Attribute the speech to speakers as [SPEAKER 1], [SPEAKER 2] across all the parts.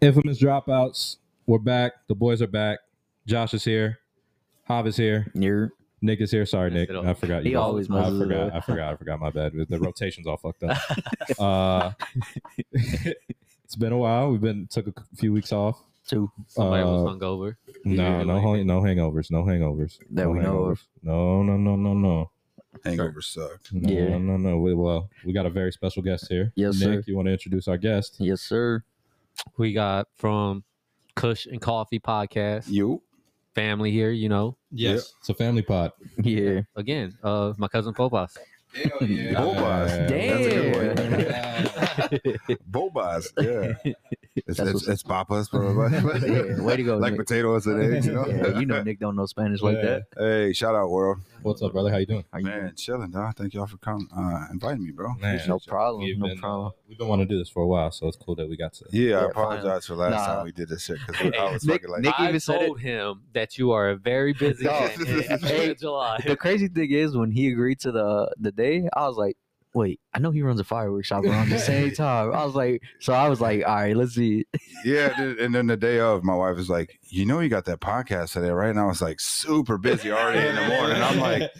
[SPEAKER 1] Infamous dropouts. We're back. The boys are back. Josh is here. Hav is here.
[SPEAKER 2] Near.
[SPEAKER 1] Nick is here. Sorry, Nick. I forgot.
[SPEAKER 2] He
[SPEAKER 1] guys.
[SPEAKER 2] always
[SPEAKER 1] I
[SPEAKER 2] messes it
[SPEAKER 1] forgot.
[SPEAKER 2] up.
[SPEAKER 1] I forgot. I forgot. My bad. The rotation's all fucked up. Uh, it's been a while. We've been took a few weeks off.
[SPEAKER 2] Two.
[SPEAKER 3] Somebody
[SPEAKER 1] Uh,
[SPEAKER 3] was hungover.
[SPEAKER 1] No,
[SPEAKER 3] Yeah,
[SPEAKER 1] no,
[SPEAKER 3] like-
[SPEAKER 1] hang- no hangovers, no hangovers
[SPEAKER 2] That
[SPEAKER 1] no
[SPEAKER 2] we know of.
[SPEAKER 1] hangovers. No, no, no, no, no,
[SPEAKER 4] Hangover sucked.
[SPEAKER 1] no,
[SPEAKER 2] Yeah.
[SPEAKER 1] no, no, no. We, well, we got a very special guest here.
[SPEAKER 2] Yes,
[SPEAKER 1] Nick,
[SPEAKER 2] sir.
[SPEAKER 1] you want to introduce our guest?
[SPEAKER 2] Yes, sir.
[SPEAKER 3] We got from Kush and Coffee podcast
[SPEAKER 4] You?
[SPEAKER 3] family here. You know,
[SPEAKER 4] Yes.
[SPEAKER 1] It's a family pot.
[SPEAKER 2] Yeah.
[SPEAKER 3] again, uh, my cousin Popas.
[SPEAKER 4] Hell yeah.
[SPEAKER 1] Yeah.
[SPEAKER 4] Bobas. That's a good
[SPEAKER 2] Damn.
[SPEAKER 4] one. Bobas. Yeah. It's, it's,
[SPEAKER 2] what's-
[SPEAKER 4] it's papas, bro. Like,
[SPEAKER 2] Yeah, way to go,
[SPEAKER 4] Like
[SPEAKER 2] Nick.
[SPEAKER 4] potatoes and eggs, you know?
[SPEAKER 2] Yeah, you know Nick don't know Spanish like
[SPEAKER 1] Yeah.
[SPEAKER 2] that.
[SPEAKER 4] Hey, shout out, world.
[SPEAKER 1] What's up, brother? How you doing?
[SPEAKER 2] Are you-
[SPEAKER 4] Man, chilling, dog. Thank y'all for coming, uh, inviting me, bro.
[SPEAKER 1] Man,
[SPEAKER 2] no problem.
[SPEAKER 1] We've
[SPEAKER 2] No
[SPEAKER 1] been,
[SPEAKER 2] problem.
[SPEAKER 1] uh, we've been wanting to do this for a while, so it's cool that we got to.
[SPEAKER 4] Yeah, I
[SPEAKER 2] Yeah,
[SPEAKER 4] apologize for last
[SPEAKER 2] Nah.
[SPEAKER 4] time we did this shit because I was
[SPEAKER 2] Nick-
[SPEAKER 4] fucking like,
[SPEAKER 2] Nick-
[SPEAKER 3] I
[SPEAKER 2] even said
[SPEAKER 3] told him that you are a very busy
[SPEAKER 4] Dog.
[SPEAKER 3] man in
[SPEAKER 4] Hey.
[SPEAKER 3] July.
[SPEAKER 2] The crazy thing is, when he agreed to the the day, I was like, "Wait, I know he runs a fireworks shop around the same time." I was like, "So I was like, all right, let's see."
[SPEAKER 4] yeah. dude, And then the day of, my wife was like, you know, you got that podcast today, right? And I was like, super busy already in the morning. I'm like,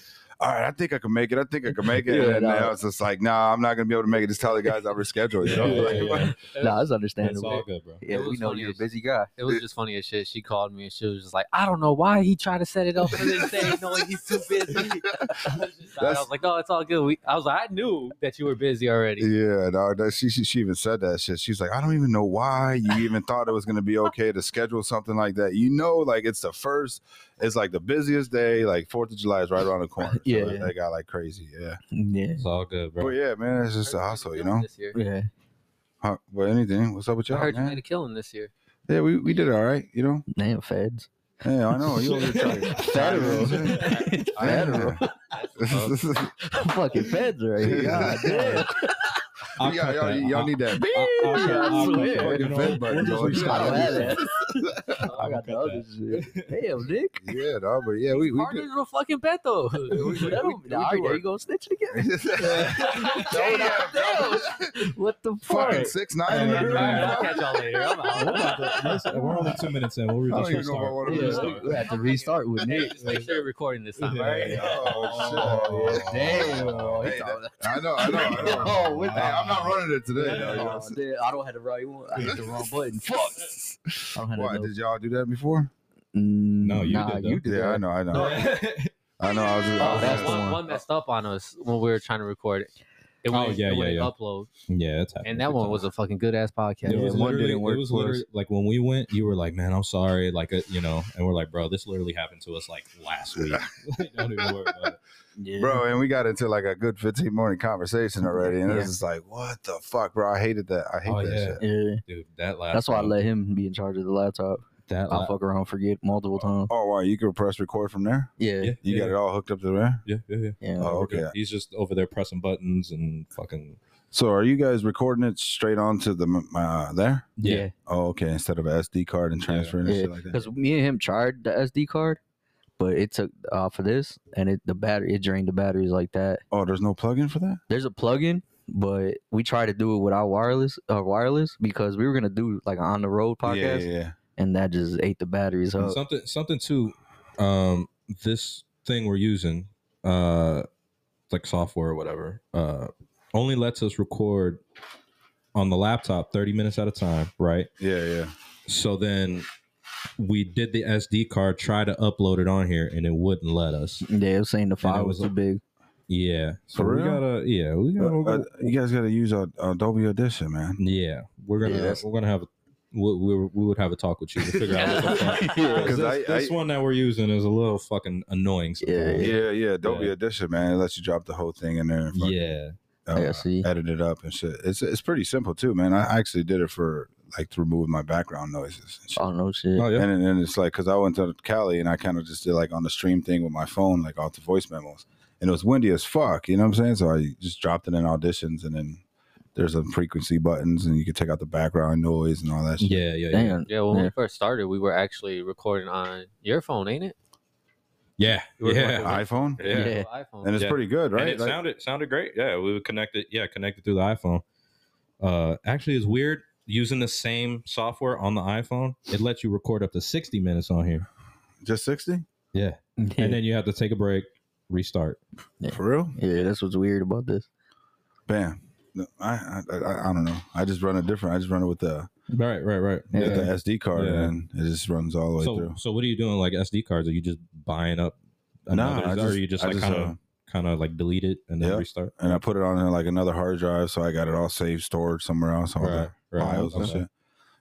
[SPEAKER 4] all right, I think I can make it. I think I can make it.
[SPEAKER 2] Yeah,
[SPEAKER 4] and then
[SPEAKER 2] nah.
[SPEAKER 4] I was just like, nah, I'm not going to be able to make it. Just tell the guys I rescheduled, you know?
[SPEAKER 1] Yeah,
[SPEAKER 4] Like,
[SPEAKER 1] yeah.
[SPEAKER 2] No, that's
[SPEAKER 1] it's all
[SPEAKER 2] understandable.
[SPEAKER 1] good, bro.
[SPEAKER 2] Yeah,
[SPEAKER 3] It
[SPEAKER 2] we
[SPEAKER 3] was
[SPEAKER 2] know
[SPEAKER 3] funny
[SPEAKER 2] you're a
[SPEAKER 3] as-
[SPEAKER 2] busy guy.
[SPEAKER 3] It was just funny as shit. She called me and she was just like, I don't know why he tried to set it up for this day, knowing he's too busy. I was, just- I
[SPEAKER 4] That's-
[SPEAKER 3] was like, no, it's all good. We, I was like, I knew that you were busy already.
[SPEAKER 4] Yeah, dog. That, she, she she even said that shit. She's like, I don't even know why you even thought it was gonna be okay to schedule something like that. You know, like it's the first, it's like the busiest day. Like Fourth of July is right around the corner. So,
[SPEAKER 2] Yeah.
[SPEAKER 4] like, they got like crazy. Yeah,
[SPEAKER 2] Yeah.
[SPEAKER 1] It's all good,
[SPEAKER 4] but
[SPEAKER 1] bro.
[SPEAKER 4] Oh, yeah, man, it's just a
[SPEAKER 3] Heard you
[SPEAKER 4] hustle,
[SPEAKER 3] made
[SPEAKER 4] you
[SPEAKER 3] a killing
[SPEAKER 4] know.
[SPEAKER 3] This year.
[SPEAKER 2] Yeah.
[SPEAKER 4] Huh, But anything, what's up with
[SPEAKER 3] I
[SPEAKER 4] y'all,
[SPEAKER 3] heard you made
[SPEAKER 4] man?
[SPEAKER 3] a killing this year.
[SPEAKER 4] Yeah, we, we did all right, you know.
[SPEAKER 2] Damn feds.
[SPEAKER 4] Yeah, I know. Oh, You over here trying to-
[SPEAKER 2] Federal.
[SPEAKER 4] Yeah.
[SPEAKER 2] Federal. Fucking feds right here. God damn.
[SPEAKER 1] I'll
[SPEAKER 4] y'all,
[SPEAKER 1] cut
[SPEAKER 4] y'all,
[SPEAKER 1] that.
[SPEAKER 4] y'all need that.
[SPEAKER 1] I'll- I'll- I'll cut- I'll cut
[SPEAKER 2] Yeah,
[SPEAKER 1] that. You know, we'll just
[SPEAKER 4] fucking Fed
[SPEAKER 2] I
[SPEAKER 4] button,
[SPEAKER 2] don't
[SPEAKER 1] restart
[SPEAKER 2] have
[SPEAKER 1] this.
[SPEAKER 2] that. I got the
[SPEAKER 1] cut
[SPEAKER 2] other shit. Damn, Nick.
[SPEAKER 4] Yeah, dog. But yeah, we we
[SPEAKER 3] Harder
[SPEAKER 4] did.
[SPEAKER 3] than a fucking Beto.
[SPEAKER 2] That don't-
[SPEAKER 4] we
[SPEAKER 2] all right,
[SPEAKER 4] do
[SPEAKER 2] there
[SPEAKER 4] work.
[SPEAKER 2] you go, snitch again.
[SPEAKER 4] Damn,
[SPEAKER 2] Damn. What the
[SPEAKER 4] Fucking
[SPEAKER 2] fuck?
[SPEAKER 4] six
[SPEAKER 1] Hey,
[SPEAKER 4] nine.
[SPEAKER 1] man,
[SPEAKER 3] All right, I'll catch y'all later. I'm
[SPEAKER 1] We're,
[SPEAKER 3] out.
[SPEAKER 1] about to- listen, we're only two minutes in. We'll
[SPEAKER 4] I
[SPEAKER 1] just
[SPEAKER 4] don't even know if I
[SPEAKER 1] restart.
[SPEAKER 4] want to
[SPEAKER 2] Yeah,
[SPEAKER 4] restart.
[SPEAKER 2] we have to restart with
[SPEAKER 3] Hey,
[SPEAKER 2] Nick.
[SPEAKER 3] just make sure you're recording this time,
[SPEAKER 1] Yeah.
[SPEAKER 3] all right?
[SPEAKER 4] Oh, shit.
[SPEAKER 2] Damn.
[SPEAKER 4] Oh,
[SPEAKER 2] He
[SPEAKER 4] hey,
[SPEAKER 2] thought-
[SPEAKER 4] that- I know, I know, I know.
[SPEAKER 2] Oh, what
[SPEAKER 4] hey, I'm not running it today. though, you know what I'm
[SPEAKER 2] Oh,
[SPEAKER 4] saying?
[SPEAKER 2] dude, I don't have the right one. I hit the wrong button. Fuck. I don't have
[SPEAKER 4] Why
[SPEAKER 2] the
[SPEAKER 4] did y'all do that before? Mm,
[SPEAKER 2] No,
[SPEAKER 1] you
[SPEAKER 2] nah,
[SPEAKER 1] did, though.
[SPEAKER 2] you did.
[SPEAKER 4] Yeah, I know, I know, I know. I was just, I
[SPEAKER 2] Oh,
[SPEAKER 4] was
[SPEAKER 2] that's
[SPEAKER 4] just-
[SPEAKER 2] the
[SPEAKER 3] one,
[SPEAKER 2] one.
[SPEAKER 3] one messed up on us when we were trying to record it. It
[SPEAKER 1] Oh,
[SPEAKER 3] wouldn't-
[SPEAKER 1] yeah,
[SPEAKER 3] it
[SPEAKER 1] yeah,
[SPEAKER 3] wouldn't
[SPEAKER 1] yeah.
[SPEAKER 3] upload,
[SPEAKER 1] yeah, that's happening.
[SPEAKER 3] and that one was a fucking good ass podcast.
[SPEAKER 1] It was
[SPEAKER 2] Yeah, one
[SPEAKER 1] literally-
[SPEAKER 2] didn't work
[SPEAKER 1] It was
[SPEAKER 2] for us.
[SPEAKER 1] literally like when we went, you were like, "Man, I'm sorry," like uh, you know, and we're like, "Bro, this literally happened to us like last week." Like, don't even worry about it.
[SPEAKER 2] Yeah.
[SPEAKER 4] bro, and we got into like a good 15 morning conversation already, and it
[SPEAKER 2] Yeah.
[SPEAKER 4] was just like, what the fuck, bro? I hated that. I hate
[SPEAKER 1] Oh,
[SPEAKER 4] that
[SPEAKER 1] yeah.
[SPEAKER 4] shit.
[SPEAKER 2] Yeah.
[SPEAKER 1] Dude, that last.
[SPEAKER 2] That's why I
[SPEAKER 1] one-
[SPEAKER 2] let him be in charge of the laptop.
[SPEAKER 1] that.
[SPEAKER 2] I
[SPEAKER 1] la-
[SPEAKER 2] fuck around, forget multiple times.
[SPEAKER 4] Oh, wow, you can press record from there.
[SPEAKER 2] Yeah.
[SPEAKER 1] yeah,
[SPEAKER 4] You
[SPEAKER 1] yeah,
[SPEAKER 4] got it all hooked up to there.
[SPEAKER 1] Yeah, yeah, yeah.
[SPEAKER 2] Yeah.
[SPEAKER 4] Oh,
[SPEAKER 1] We're good.
[SPEAKER 4] okay.
[SPEAKER 1] He's just over there pressing buttons and fucking.
[SPEAKER 4] So, are you guys recording it straight onto the m- uh, there?
[SPEAKER 2] Yeah.
[SPEAKER 4] Oh, okay. Instead of a SD card and transferring and
[SPEAKER 2] Yeah,
[SPEAKER 4] shit like that.
[SPEAKER 2] Because me and him tried the SD card, but it took uh, for this, and it the battery it drained the batteries like that.
[SPEAKER 4] Oh, there's no plug-in for that.
[SPEAKER 2] There's a plug-in, but we tried to do it with our wireless, uh, wireless because we were gonna do like an on the road podcast,
[SPEAKER 4] Yeah, yeah, yeah.
[SPEAKER 2] and that just ate the batteries
[SPEAKER 1] And
[SPEAKER 2] up.
[SPEAKER 1] something something too um this thing we're using uh like software or whatever uh only lets us record on the laptop 30 minutes at a time right
[SPEAKER 4] Yeah, yeah.
[SPEAKER 1] so then we did the sd card try to upload it on here and it wouldn't let us
[SPEAKER 2] yeah, it was saying the file
[SPEAKER 1] was
[SPEAKER 2] was too
[SPEAKER 1] a-
[SPEAKER 2] big.
[SPEAKER 1] yeah so
[SPEAKER 4] For
[SPEAKER 1] we
[SPEAKER 4] real?
[SPEAKER 1] gotta yeah we
[SPEAKER 4] Uh,
[SPEAKER 1] gotta
[SPEAKER 4] uh, you guys got to use uh, Adobe Audition, man.
[SPEAKER 1] yeah we're gonna
[SPEAKER 4] Yeah.
[SPEAKER 1] we're gonna have a we, we, we would have a talk with you to figure out what the fuck. 'Cause
[SPEAKER 4] 'Cause
[SPEAKER 1] this,
[SPEAKER 4] I-
[SPEAKER 1] this
[SPEAKER 4] I-
[SPEAKER 1] one that we're using is a little fucking annoying. sometimes.
[SPEAKER 4] Yeah, yeah. Adobe
[SPEAKER 1] Yeah.
[SPEAKER 4] Audition, man. It lets you drop the whole thing in there. And fucking,
[SPEAKER 1] yeah.
[SPEAKER 4] uh,
[SPEAKER 2] Yeah, see.
[SPEAKER 4] Edit it up and shit. It's it's pretty simple too, man. I actually did it for like to remove my background noises. And shit.
[SPEAKER 2] Oh no shit.
[SPEAKER 1] Oh yeah.
[SPEAKER 4] And then and it's like, cause I went to Cali and I kind of just did like on the stream thing with my phone, like off the voice memos. And it was windy as fuck, you know what I'm saying? So I just dropped it in auditions and then there's some frequency buttons and you can take out the background noise and all that shit.
[SPEAKER 1] Yeah, yeah, yeah.
[SPEAKER 2] Damn.
[SPEAKER 3] Yeah, when
[SPEAKER 2] Yeah.
[SPEAKER 3] we first started, we were actually recording on your phone, ain't it?
[SPEAKER 1] Yeah,
[SPEAKER 3] We're
[SPEAKER 1] yeah.
[SPEAKER 3] going
[SPEAKER 4] iPhone.
[SPEAKER 1] Yeah.
[SPEAKER 2] Yeah.
[SPEAKER 3] iPhone.
[SPEAKER 4] And it's
[SPEAKER 1] Yeah.
[SPEAKER 4] pretty good, right?
[SPEAKER 1] And it
[SPEAKER 4] Like-
[SPEAKER 1] sounded sounded great. Yeah, we would connect it. Yeah, connected through the iPhone. Uh, actually, it's weird. using the same software on the iPhone, it lets you record up to 60 minutes on here.
[SPEAKER 4] Just sixty
[SPEAKER 1] Yeah. And then you have to take a break, restart.
[SPEAKER 2] Yeah.
[SPEAKER 4] for real?
[SPEAKER 2] yeah, that's what's weird about this.
[SPEAKER 4] Bam. No, I, I I I don't know. I just run it different. I just run it with the
[SPEAKER 1] Right, right, right.
[SPEAKER 2] Yeah.
[SPEAKER 4] with the SD card,
[SPEAKER 1] Yeah.
[SPEAKER 4] and it just runs all the way
[SPEAKER 1] So,
[SPEAKER 4] through.
[SPEAKER 1] so what are you doing? Like SD cards? Are you just buying up?
[SPEAKER 4] Nah, I
[SPEAKER 1] another- or you just
[SPEAKER 4] I
[SPEAKER 1] like kind of
[SPEAKER 4] uh,
[SPEAKER 1] kind of like delete it and then
[SPEAKER 4] Yeah.
[SPEAKER 1] restart?
[SPEAKER 4] and I put it on uh, like another hard drive, so I got it all saved, stored somewhere else, all
[SPEAKER 1] Right,
[SPEAKER 4] the
[SPEAKER 1] right,
[SPEAKER 4] files and
[SPEAKER 1] okay,
[SPEAKER 4] shit,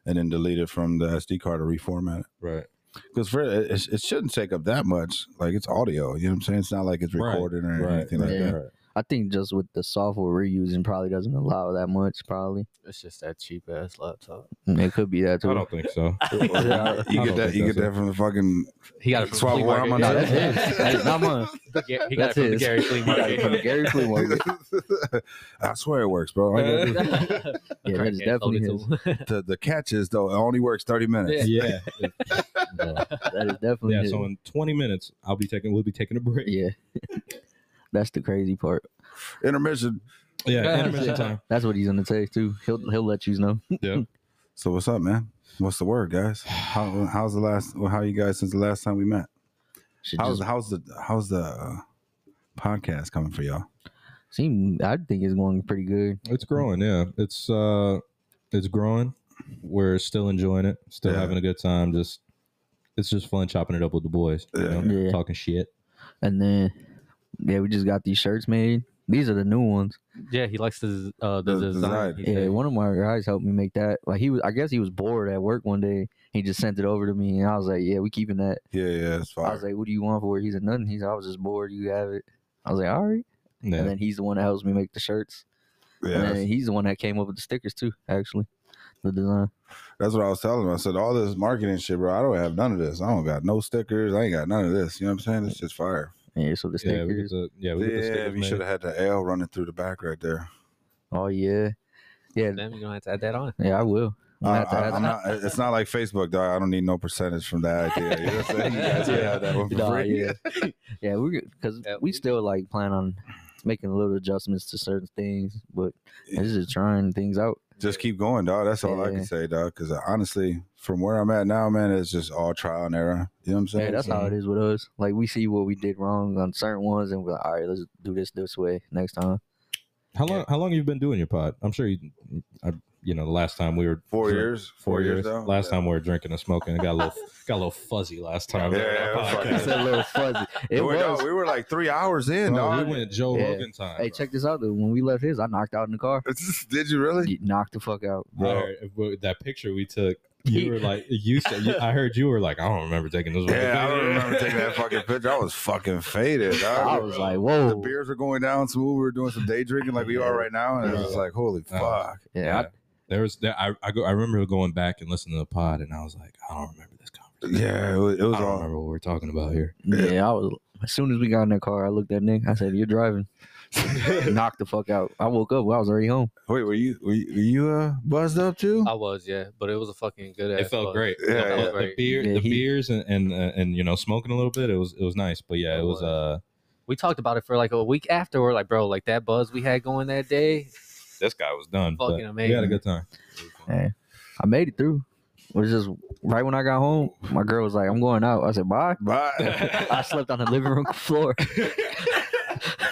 [SPEAKER 4] and then delete it from the SD card to reformat it.
[SPEAKER 1] right,
[SPEAKER 4] Because for it, it, it shouldn't take up that much. Like it's audio, you know what I'm saying? It's not like it's
[SPEAKER 1] Right,
[SPEAKER 4] recorded or
[SPEAKER 1] right,
[SPEAKER 4] anything like
[SPEAKER 1] right,
[SPEAKER 4] that.
[SPEAKER 1] right.
[SPEAKER 2] I think just with the software we're using probably doesn't allow that much. Probably Mm,
[SPEAKER 3] It's just that cheap ass laptop.
[SPEAKER 2] it could be that
[SPEAKER 1] I
[SPEAKER 2] too.
[SPEAKER 1] don't think so. I
[SPEAKER 4] Yeah, you
[SPEAKER 1] don't
[SPEAKER 4] get that.
[SPEAKER 1] think
[SPEAKER 4] You get
[SPEAKER 1] that's
[SPEAKER 4] that from the fucking.
[SPEAKER 3] He got it
[SPEAKER 4] Swap
[SPEAKER 3] from the flea
[SPEAKER 4] warm
[SPEAKER 3] market.
[SPEAKER 4] on
[SPEAKER 2] No,
[SPEAKER 4] that.
[SPEAKER 2] that's his. That's not mine.
[SPEAKER 3] Yeah, he got
[SPEAKER 2] That's
[SPEAKER 3] it from the
[SPEAKER 2] his.
[SPEAKER 3] Gary flea
[SPEAKER 2] He got it from the
[SPEAKER 3] market.
[SPEAKER 2] Gary Flea market.
[SPEAKER 4] I swear it works, bro. I got it.
[SPEAKER 2] Yeah, that is
[SPEAKER 3] Crackhead sold
[SPEAKER 2] definitely
[SPEAKER 3] it to
[SPEAKER 2] his.
[SPEAKER 3] him.
[SPEAKER 4] the, the catch is though it only works thirty minutes.
[SPEAKER 1] yeah,
[SPEAKER 2] That is definitely
[SPEAKER 1] yeah.
[SPEAKER 2] his.
[SPEAKER 1] So in 20 minutes, I'll be taking. We'll be taking a break.
[SPEAKER 2] yeah. That's the crazy part.
[SPEAKER 4] Intermission.
[SPEAKER 1] Yeah, intermission time.
[SPEAKER 2] That's what he's gonna take too. He'll he'll let you know.
[SPEAKER 1] Yeah.
[SPEAKER 4] So what's up, man? What's the word, guys? How how's the last? Well, how you guys since the last time we met?
[SPEAKER 2] Should
[SPEAKER 4] How's
[SPEAKER 2] just
[SPEAKER 4] how's the how's the uh, podcast coming for y'all?
[SPEAKER 2] seem. I think it's going pretty good.
[SPEAKER 1] It's growing. Yeah, it's uh, it's growing. We're still enjoying it. Still
[SPEAKER 4] Yeah.
[SPEAKER 1] having a good time. Just it's just fun chopping it up with the boys. you
[SPEAKER 4] Yeah.
[SPEAKER 1] know,
[SPEAKER 2] Yeah.
[SPEAKER 1] talking shit.
[SPEAKER 2] And then yeah, we just got these shirts made. These are the new ones.
[SPEAKER 3] yeah, he likes the uh, the,
[SPEAKER 4] The
[SPEAKER 3] design.
[SPEAKER 4] design.
[SPEAKER 3] he
[SPEAKER 2] Yeah,
[SPEAKER 3] said.
[SPEAKER 2] one of my guys helped me make that. Like he was, I guess he was bored at work one day. He just sent it over to me, and I was like, "Yeah, we keeping that."
[SPEAKER 4] Yeah, yeah, it's
[SPEAKER 2] I was
[SPEAKER 4] fine.
[SPEAKER 2] like, "What do you want for it?" He's like, "Nothing." He's, like, "I was just bored. You have it." I was like, "All right."
[SPEAKER 1] Yeah.
[SPEAKER 2] And then he's the one that helps me make the shirts,
[SPEAKER 4] Yeah,
[SPEAKER 2] and
[SPEAKER 4] that's,
[SPEAKER 2] then he's the one that came up with the stickers too. Actually, the design.
[SPEAKER 4] that's what I was telling him. I said all this marketing shit, bro. I don't have none of this. I don't got no stickers. I ain't got none of this. You know what I'm saying? It's just fire.
[SPEAKER 2] Yeah, so the
[SPEAKER 1] yeah, we get
[SPEAKER 2] stickers.
[SPEAKER 1] the, yeah, we get the
[SPEAKER 4] Yeah,
[SPEAKER 1] stickers
[SPEAKER 4] you
[SPEAKER 1] made.
[SPEAKER 4] should have had the L running through the back right there.
[SPEAKER 2] oh yeah, yeah,
[SPEAKER 3] Damn, you're gonna have to add that on.
[SPEAKER 2] yeah. I will. I'm gonna
[SPEAKER 4] I,
[SPEAKER 2] have to add
[SPEAKER 4] am
[SPEAKER 2] that.
[SPEAKER 4] not, it's not like Facebook, dog. I don't need no percentage from that idea. You know what I'm saying? You guys can have that one for
[SPEAKER 2] Nah,
[SPEAKER 4] free.
[SPEAKER 2] yeah. Yeah, we because
[SPEAKER 3] Yeah,
[SPEAKER 2] we
[SPEAKER 3] we-
[SPEAKER 2] still like plan on making little adjustments to certain things, but
[SPEAKER 4] Yeah.
[SPEAKER 2] it's just trying things out.
[SPEAKER 4] Just keep going, dog. That's all I
[SPEAKER 2] Yeah.
[SPEAKER 4] can say, dog. Because honestly, from where I'm at now, man, it's just all trial and error. You know what I'm saying?
[SPEAKER 2] Yeah, that's how it is with us. Like we see what we did wrong on certain ones, and we're like, all right, let's do this this way next time.
[SPEAKER 1] How long? How long you been doing your pod? I'm sure you. I, you know, the last time we were
[SPEAKER 4] Four
[SPEAKER 1] drink-
[SPEAKER 4] years.
[SPEAKER 1] Four, years.
[SPEAKER 4] now?
[SPEAKER 1] Last
[SPEAKER 4] Yeah.
[SPEAKER 1] time we were drinking and smoking, it got a little got a little fuzzy last time.
[SPEAKER 4] Yeah,
[SPEAKER 2] Like, it's a little fuzzy. It
[SPEAKER 4] we, were- dawg,
[SPEAKER 2] was.
[SPEAKER 4] we were like three hours in,
[SPEAKER 1] Bro,
[SPEAKER 4] dog.
[SPEAKER 1] we went Joe
[SPEAKER 2] Yeah.
[SPEAKER 1] Rogan time.
[SPEAKER 2] Hey,
[SPEAKER 1] bro.
[SPEAKER 2] check this out though. When we left his, I knocked out in the car.
[SPEAKER 4] Did you really?
[SPEAKER 2] You knocked the fuck out.
[SPEAKER 1] I
[SPEAKER 4] Bro.
[SPEAKER 1] heard, but that picture we took, you were like, you said, you, I heard you were like, I don't remember taking this one.
[SPEAKER 4] Yeah, I don't remember taking that fucking picture. I was fucking faded. dog.
[SPEAKER 2] I was like,
[SPEAKER 4] the
[SPEAKER 2] whoa.
[SPEAKER 4] beers were going down smooth. We were doing some day drinking like we are right now, and it was just like, holy
[SPEAKER 1] Yeah.
[SPEAKER 4] fuck.
[SPEAKER 2] Yeah, I-
[SPEAKER 1] There was there, I I, go, I remember going back and listening to the pod, and I was like, I don't remember this conversation.
[SPEAKER 4] Yeah, it was, it
[SPEAKER 1] I
[SPEAKER 4] was
[SPEAKER 1] don't
[SPEAKER 4] all.
[SPEAKER 1] remember what we're talking about here.
[SPEAKER 4] Yeah.
[SPEAKER 2] yeah. I was. As soon as we got in that car, I looked at Nick. I said, "You're driving." knocked the fuck out. I woke up. I was already home.
[SPEAKER 4] Wait, were you were you, were you uh, buzzed up too?
[SPEAKER 3] I was, yeah, but it was a fucking good.
[SPEAKER 1] It
[SPEAKER 3] ass
[SPEAKER 1] felt
[SPEAKER 3] buzz.
[SPEAKER 1] great.
[SPEAKER 4] Yeah,
[SPEAKER 1] the,
[SPEAKER 4] yeah.
[SPEAKER 1] the-
[SPEAKER 3] Felt
[SPEAKER 1] the
[SPEAKER 3] great.
[SPEAKER 1] beer,
[SPEAKER 2] Yeah,
[SPEAKER 1] the
[SPEAKER 2] he-
[SPEAKER 1] beers, and and, uh, and you know, smoking a little bit. It was it was nice, but yeah,
[SPEAKER 3] It
[SPEAKER 1] it was
[SPEAKER 3] was.
[SPEAKER 1] uh,
[SPEAKER 3] We talked about it for like a week after. We're like, bro, like that buzz we had going that day.
[SPEAKER 1] this guy was done. but
[SPEAKER 3] Fucking
[SPEAKER 1] We had a
[SPEAKER 3] amazing.
[SPEAKER 1] good time.
[SPEAKER 2] I made it through. It was just right when I got home, my girl was like, I'm going out. I said, bye.
[SPEAKER 4] Bye.
[SPEAKER 2] I slept on the living room floor.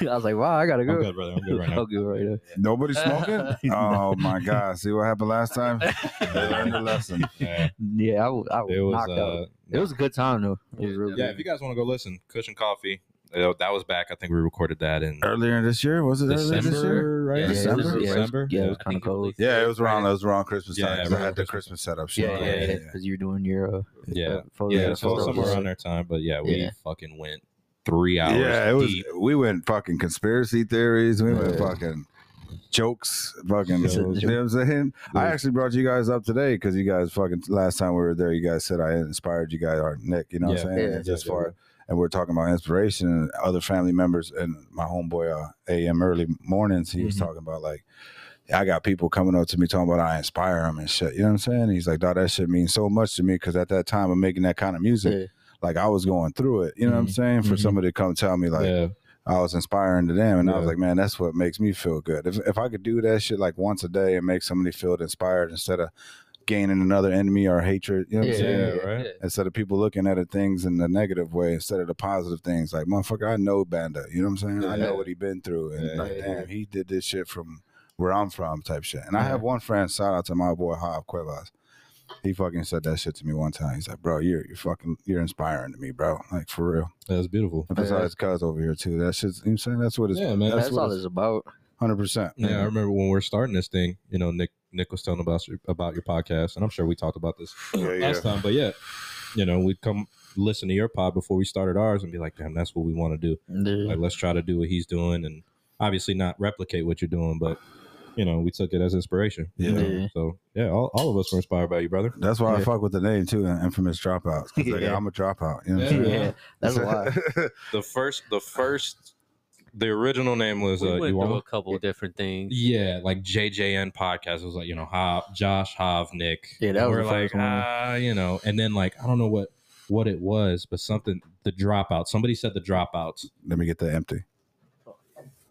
[SPEAKER 2] I was like, wow, I gotta
[SPEAKER 1] I'm
[SPEAKER 2] go.
[SPEAKER 1] good, brother. I'm good right now.
[SPEAKER 2] I'll go right now.
[SPEAKER 4] Nobody smoking? oh my god! See what happened last time? They learned a lesson.
[SPEAKER 1] Yeah,
[SPEAKER 2] Yeah, I was, I was
[SPEAKER 1] it was.
[SPEAKER 2] knocked out.
[SPEAKER 1] Uh,
[SPEAKER 2] It was a good time, though. It was
[SPEAKER 3] Yeah,
[SPEAKER 2] really
[SPEAKER 1] yeah, if you guys want to go listen, Cushion Coffee. uh, That was back. I think we recorded that in
[SPEAKER 4] Earlier this year was it? Earlier this year?
[SPEAKER 1] December, right?
[SPEAKER 3] Yeah,
[SPEAKER 2] good. Yeah, it was-
[SPEAKER 1] December,
[SPEAKER 2] yeah, it was-
[SPEAKER 1] December.
[SPEAKER 2] yeah, it was
[SPEAKER 3] I
[SPEAKER 2] kind of
[SPEAKER 3] think it
[SPEAKER 2] cold.
[SPEAKER 3] released-
[SPEAKER 4] Yeah, it was around. It was around Christmas
[SPEAKER 1] Yeah,
[SPEAKER 4] time. 'cause I
[SPEAKER 1] around
[SPEAKER 4] had the
[SPEAKER 1] Christmas.
[SPEAKER 4] Christmas setup. shit.
[SPEAKER 2] Yeah, yeah, yeah. Because you were doing your uh,
[SPEAKER 1] Yeah.
[SPEAKER 2] uh, photo
[SPEAKER 1] Yeah,
[SPEAKER 4] Yeah,
[SPEAKER 1] so
[SPEAKER 4] photos.
[SPEAKER 1] somewhere around their time, but yeah, we
[SPEAKER 2] Yeah.
[SPEAKER 1] fucking went three hours.
[SPEAKER 4] Yeah, it was.
[SPEAKER 1] deep.
[SPEAKER 4] We went fucking conspiracy theories. We went
[SPEAKER 2] Yeah.
[SPEAKER 4] fucking jokes. Fucking,
[SPEAKER 1] Jokes.
[SPEAKER 4] you know what I'm saying? I
[SPEAKER 1] Yeah.
[SPEAKER 4] actually brought you guys up today because you guys fucking last time we were there, you guys said I inspired you guys, or Nick. You know what I'm
[SPEAKER 1] Yeah.
[SPEAKER 4] saying?
[SPEAKER 2] Yeah.
[SPEAKER 4] And just
[SPEAKER 1] Yeah,
[SPEAKER 4] for
[SPEAKER 1] yeah.
[SPEAKER 4] and we're talking about inspiration and other family members and my homeboy uh, AM early mornings. He was
[SPEAKER 2] Mm-hmm.
[SPEAKER 1] Mhm.
[SPEAKER 4] talking about like. I got people coming up to me talking about I inspire them and shit. You know what I'm saying? He's like, dog, that shit means so much to me because at that time of making that kind of music,
[SPEAKER 2] Yeah. Mm-hmm.
[SPEAKER 4] like I was going through it. You know what I'm
[SPEAKER 1] Mhm.
[SPEAKER 4] saying? For
[SPEAKER 1] Mhm.
[SPEAKER 4] somebody to come tell me like,
[SPEAKER 1] yeah,
[SPEAKER 4] I was inspiring to them, and I was
[SPEAKER 1] Yeah.
[SPEAKER 4] like, man, that's what makes me feel good. If if I could do that shit like once a day and make somebody feel inspired instead of gaining another enemy or hatred, you know what I'm saying?
[SPEAKER 1] Yeah, right?
[SPEAKER 4] Instead of people looking at it things in the negative way instead of the positive things, like motherfucker, I know Banda, you know what I'm saying? I
[SPEAKER 1] Yeah.
[SPEAKER 4] know what he been through, and
[SPEAKER 1] Yeah.
[SPEAKER 4] like,
[SPEAKER 3] Yeah.
[SPEAKER 4] damn, he did this shit from where I'm from, type shit. And I
[SPEAKER 1] Yeah.
[SPEAKER 4] have one friend, shout out to my boy Hob Cuevas. He fucking said that shit to me one time. He's like, bro, you're you're fucking you're inspiring to me, bro. Like for real.
[SPEAKER 1] That's beautiful.
[SPEAKER 4] But That's
[SPEAKER 2] Yeah.
[SPEAKER 4] all his cuz over here too. That shit's you know what I'm saying that's what it's
[SPEAKER 1] Yeah, man.
[SPEAKER 2] That's,
[SPEAKER 4] That's,
[SPEAKER 2] all
[SPEAKER 4] what
[SPEAKER 2] it's about.
[SPEAKER 4] hundred percent.
[SPEAKER 1] Yeah, I remember when we are starting this thing. You know, Nick Nick was telling us about your podcast, and I'm sure we talked about this
[SPEAKER 4] Yeah, yeah.
[SPEAKER 1] last time. But yeah, you know, we'd come listen to your pod before we started ours and be like, "Damn, that's what we want to do.
[SPEAKER 2] Dude.
[SPEAKER 1] Like, let's try to do what he's doing, and obviously not replicate what you're doing, but." You know, we took it as inspiration. you
[SPEAKER 4] Yeah.
[SPEAKER 1] know? So yeah, all, all of us were inspired by you, brother.
[SPEAKER 4] That's why I
[SPEAKER 2] Yeah.
[SPEAKER 4] fuck with the name too, and infamous dropouts. 'cause, like,
[SPEAKER 2] Yeah.
[SPEAKER 4] I'm a dropout. You know what
[SPEAKER 1] Yeah.
[SPEAKER 4] I'm saying?
[SPEAKER 2] Yeah, that's why.
[SPEAKER 1] The first, the first, the original name was
[SPEAKER 3] we
[SPEAKER 1] uh,
[SPEAKER 3] went
[SPEAKER 1] you
[SPEAKER 3] through
[SPEAKER 1] want
[SPEAKER 3] a couple of different things.
[SPEAKER 1] Yeah, like JJN podcast. It was like, you know, Hav, Josh, Hav, Nick.
[SPEAKER 2] Yeah, that
[SPEAKER 1] And
[SPEAKER 2] was
[SPEAKER 1] we're
[SPEAKER 2] the
[SPEAKER 1] like,
[SPEAKER 2] first one.
[SPEAKER 1] ah, you know, and then like I don't know what what it was, but something the dropout. Somebody said the dropouts.
[SPEAKER 4] Let me get that empty.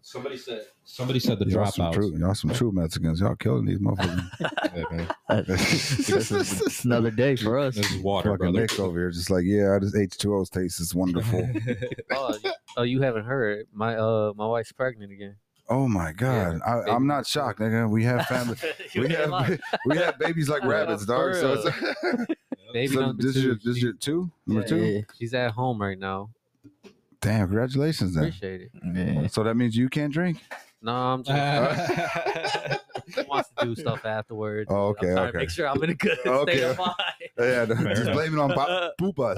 [SPEAKER 1] Somebody said somebody said the
[SPEAKER 4] y'all Some
[SPEAKER 1] dropouts.
[SPEAKER 4] true, y'all some true Mexicans. Y'all killing these motherfuckers.
[SPEAKER 1] Yeah, man.
[SPEAKER 2] this is another day for us.
[SPEAKER 1] This is water,
[SPEAKER 4] Fucking
[SPEAKER 1] brother.
[SPEAKER 4] Nick's over here, just like yeah, this H2O taste is wonderful.
[SPEAKER 3] Oh, you, oh, you haven't heard? My uh, my wife's pregnant again.
[SPEAKER 4] oh my god, I, I'm not shocked, nigga. We have family.
[SPEAKER 3] You
[SPEAKER 4] We
[SPEAKER 3] ain't lying.
[SPEAKER 4] have, we have babies like
[SPEAKER 3] Yeah,
[SPEAKER 4] rabbits, dog.
[SPEAKER 3] for
[SPEAKER 4] So,
[SPEAKER 3] real.
[SPEAKER 4] it's,
[SPEAKER 3] baby
[SPEAKER 4] so
[SPEAKER 3] number
[SPEAKER 4] this is
[SPEAKER 3] two.
[SPEAKER 4] your this is your two number
[SPEAKER 3] Yeah,
[SPEAKER 4] two.
[SPEAKER 2] Yeah.
[SPEAKER 3] She's at home right now.
[SPEAKER 4] Damn, congratulations then.
[SPEAKER 3] Appreciate it.
[SPEAKER 2] Yeah.
[SPEAKER 4] So that means you can't drink.
[SPEAKER 3] No, I'm just she wants to do stuff afterwards.
[SPEAKER 4] Oh,
[SPEAKER 3] I'm
[SPEAKER 4] okay,
[SPEAKER 3] trying to
[SPEAKER 4] okay.
[SPEAKER 3] make sure I'm in a good
[SPEAKER 4] Okay.
[SPEAKER 3] state of mind.
[SPEAKER 4] Oh, Yeah, no,
[SPEAKER 1] Fair
[SPEAKER 4] just
[SPEAKER 1] enough.
[SPEAKER 4] blame it on Bob, poop us.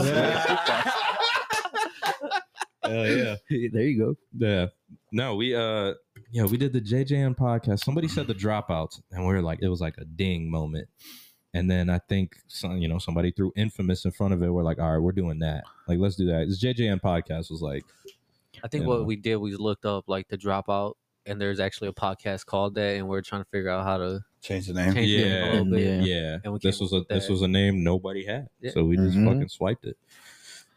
[SPEAKER 1] Hell yeah.
[SPEAKER 2] there you go.
[SPEAKER 1] Yeah. No, we uh yeah, we did the JJN podcast. Somebody said the dropouts, and we were like, it was like a ding moment. And then I think some, you know, somebody threw infamous in front of it. We're like, all right, we're doing that. Like, let's do that. This JJN podcast was like,
[SPEAKER 3] I think
[SPEAKER 1] You know.
[SPEAKER 3] what we did, we looked up like the dropout, and there's actually a podcast called that, and we're trying to figure out how to
[SPEAKER 4] Change the
[SPEAKER 3] change it
[SPEAKER 1] Yeah.
[SPEAKER 3] a little bit.
[SPEAKER 1] Oh, yeah,
[SPEAKER 2] Yeah.
[SPEAKER 3] And we
[SPEAKER 1] this
[SPEAKER 3] came
[SPEAKER 1] was a
[SPEAKER 3] up with
[SPEAKER 1] this
[SPEAKER 3] that.
[SPEAKER 1] was a name nobody had,
[SPEAKER 3] Yeah.
[SPEAKER 1] so we just
[SPEAKER 2] Mhm.
[SPEAKER 1] fucking swiped it.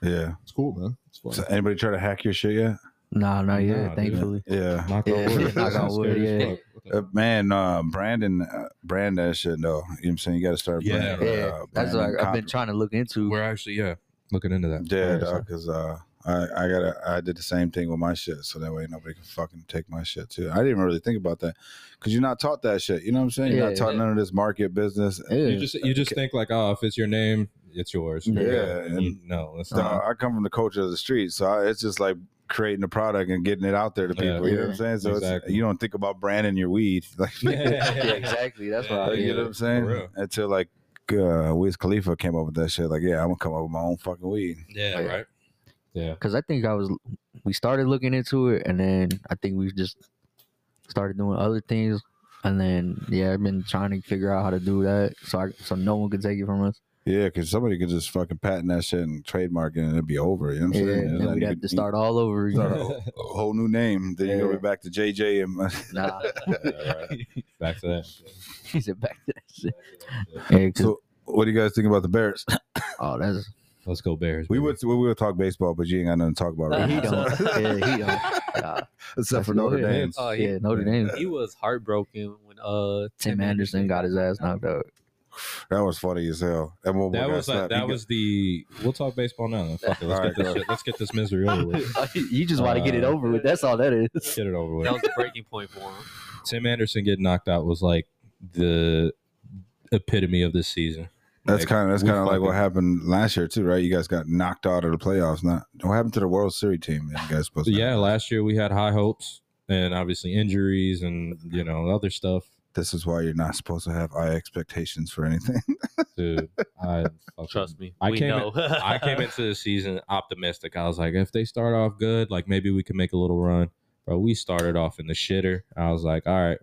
[SPEAKER 4] Yeah.
[SPEAKER 1] Mm-hmm. It's cool, man. It's fun.
[SPEAKER 4] So anybody try to hack your shit yet?
[SPEAKER 2] Nah, not yet.
[SPEAKER 1] Nah, dude.
[SPEAKER 2] thankfully.
[SPEAKER 4] Yeah.
[SPEAKER 1] knock
[SPEAKER 2] Yeah,
[SPEAKER 1] on wood.
[SPEAKER 4] knock on
[SPEAKER 1] I'm
[SPEAKER 2] wood,
[SPEAKER 1] scared as
[SPEAKER 2] yeah.
[SPEAKER 1] fuck. What the-
[SPEAKER 4] Uh, man, uh, Brandon, uh, brand that shit though. You know what I'm saying? You got to start.
[SPEAKER 1] Yeah.
[SPEAKER 4] branding,
[SPEAKER 2] Yeah,
[SPEAKER 4] uh,
[SPEAKER 2] That's what
[SPEAKER 4] branding
[SPEAKER 2] I, I've been
[SPEAKER 4] copy.
[SPEAKER 2] trying to look into.
[SPEAKER 1] We're actually yeah looking into that.
[SPEAKER 4] Yeah,
[SPEAKER 1] Alright, so-
[SPEAKER 4] because uh, I I got I did the same thing with my shit, so that way nobody can fucking take my shit too. I didn't really think about that because you're not taught that shit. You know what I'm saying? You're not
[SPEAKER 2] Yeah,
[SPEAKER 4] taught
[SPEAKER 3] yeah.
[SPEAKER 4] none of this market business.
[SPEAKER 1] You just you just think like, oh, if it's your name, it's yours.
[SPEAKER 2] Yeah,
[SPEAKER 1] And you- no, that's
[SPEAKER 4] Dog,
[SPEAKER 1] not.
[SPEAKER 4] I come from the culture of the street, so I, it's just like creating a product and getting it out there to people.
[SPEAKER 1] Yeah.
[SPEAKER 4] you know what I'm saying? So it's,
[SPEAKER 1] Exactly.
[SPEAKER 4] you don't think about branding your weed, like
[SPEAKER 2] yeah, exactly. That's what I
[SPEAKER 1] Yeah.
[SPEAKER 4] you know
[SPEAKER 2] yeah.
[SPEAKER 4] what I'm saying?
[SPEAKER 1] For real.
[SPEAKER 4] Until like uh, Wiz Khalifa came up with that shit, like yeah, I'm gonna come up with my own fucking weed.
[SPEAKER 1] Yeah,
[SPEAKER 2] Yeah.
[SPEAKER 1] right. Yeah,
[SPEAKER 2] Because I think I was, we started looking into it, and then I think we just started doing other things, and then yeah, I've been trying to figure out how to do that, so I, so no one could take it from us.
[SPEAKER 4] Yeah, because somebody could just fucking patent that shit and trademark it, and it'd be over. You know what
[SPEAKER 2] Yeah,
[SPEAKER 4] I'm saying?
[SPEAKER 2] and
[SPEAKER 4] It's
[SPEAKER 2] then
[SPEAKER 4] like
[SPEAKER 2] we'd
[SPEAKER 4] you
[SPEAKER 2] have
[SPEAKER 4] could-
[SPEAKER 2] to start all over
[SPEAKER 4] start
[SPEAKER 2] again.
[SPEAKER 4] a a whole new name. Then you go
[SPEAKER 2] Yeah.
[SPEAKER 4] back to JJ and uh,
[SPEAKER 2] nah,
[SPEAKER 1] Yeah, right. back to that.
[SPEAKER 2] he's back to that shit. Yeah, 'cause-
[SPEAKER 4] so. What do you guys think about the Bears?
[SPEAKER 2] oh, that's
[SPEAKER 1] Let's go Bears.
[SPEAKER 4] We
[SPEAKER 1] baby.
[SPEAKER 4] would we would talk baseball, but you ain't got nothing to talk about
[SPEAKER 2] yeah,
[SPEAKER 4] right
[SPEAKER 2] he
[SPEAKER 4] now.
[SPEAKER 2] don't. Yeah, he don't. Nah.
[SPEAKER 4] Except
[SPEAKER 2] Let's go
[SPEAKER 4] for Notre
[SPEAKER 2] ahead.
[SPEAKER 4] Dame.
[SPEAKER 3] Oh, he,
[SPEAKER 2] Yeah, Notre Dame.
[SPEAKER 3] he was heartbroken when uh
[SPEAKER 2] Tim Anderson got his ass knocked out.
[SPEAKER 4] That was funny as hell. That, one boy
[SPEAKER 1] That
[SPEAKER 4] got
[SPEAKER 1] was like,
[SPEAKER 4] slapped. He
[SPEAKER 1] that
[SPEAKER 4] got-
[SPEAKER 1] was the. We'll talk baseball now. then. Fuck it, let's get
[SPEAKER 4] All right,
[SPEAKER 1] this
[SPEAKER 4] go.
[SPEAKER 1] shit. Let's get this misery over with.
[SPEAKER 2] you just want to get it
[SPEAKER 1] Uh,
[SPEAKER 2] over with. That's all that is.
[SPEAKER 1] Let's get it over with.
[SPEAKER 3] That was the breaking point for him.
[SPEAKER 1] Tim Anderson getting knocked out was like the epitome of this season.
[SPEAKER 4] That's
[SPEAKER 1] Like,
[SPEAKER 4] kind of that's
[SPEAKER 1] we
[SPEAKER 4] kind of like
[SPEAKER 1] fucking-
[SPEAKER 4] what happened last year too, right? You guys got knocked out of the playoffs. Not what happened to the World Series team? That you guys supposed to
[SPEAKER 1] Yeah, last year we had high hopes and obviously injuries and you know other stuff.
[SPEAKER 4] This is why you're not supposed to have high expectations for anything.
[SPEAKER 1] Dude, I fucking-
[SPEAKER 3] Trust me.
[SPEAKER 1] I
[SPEAKER 3] we
[SPEAKER 1] came in-
[SPEAKER 3] know.
[SPEAKER 1] I came into the season optimistic. I was like, if they start off good, like maybe we can make a little run. But we started off in the shitter. I was like, all right,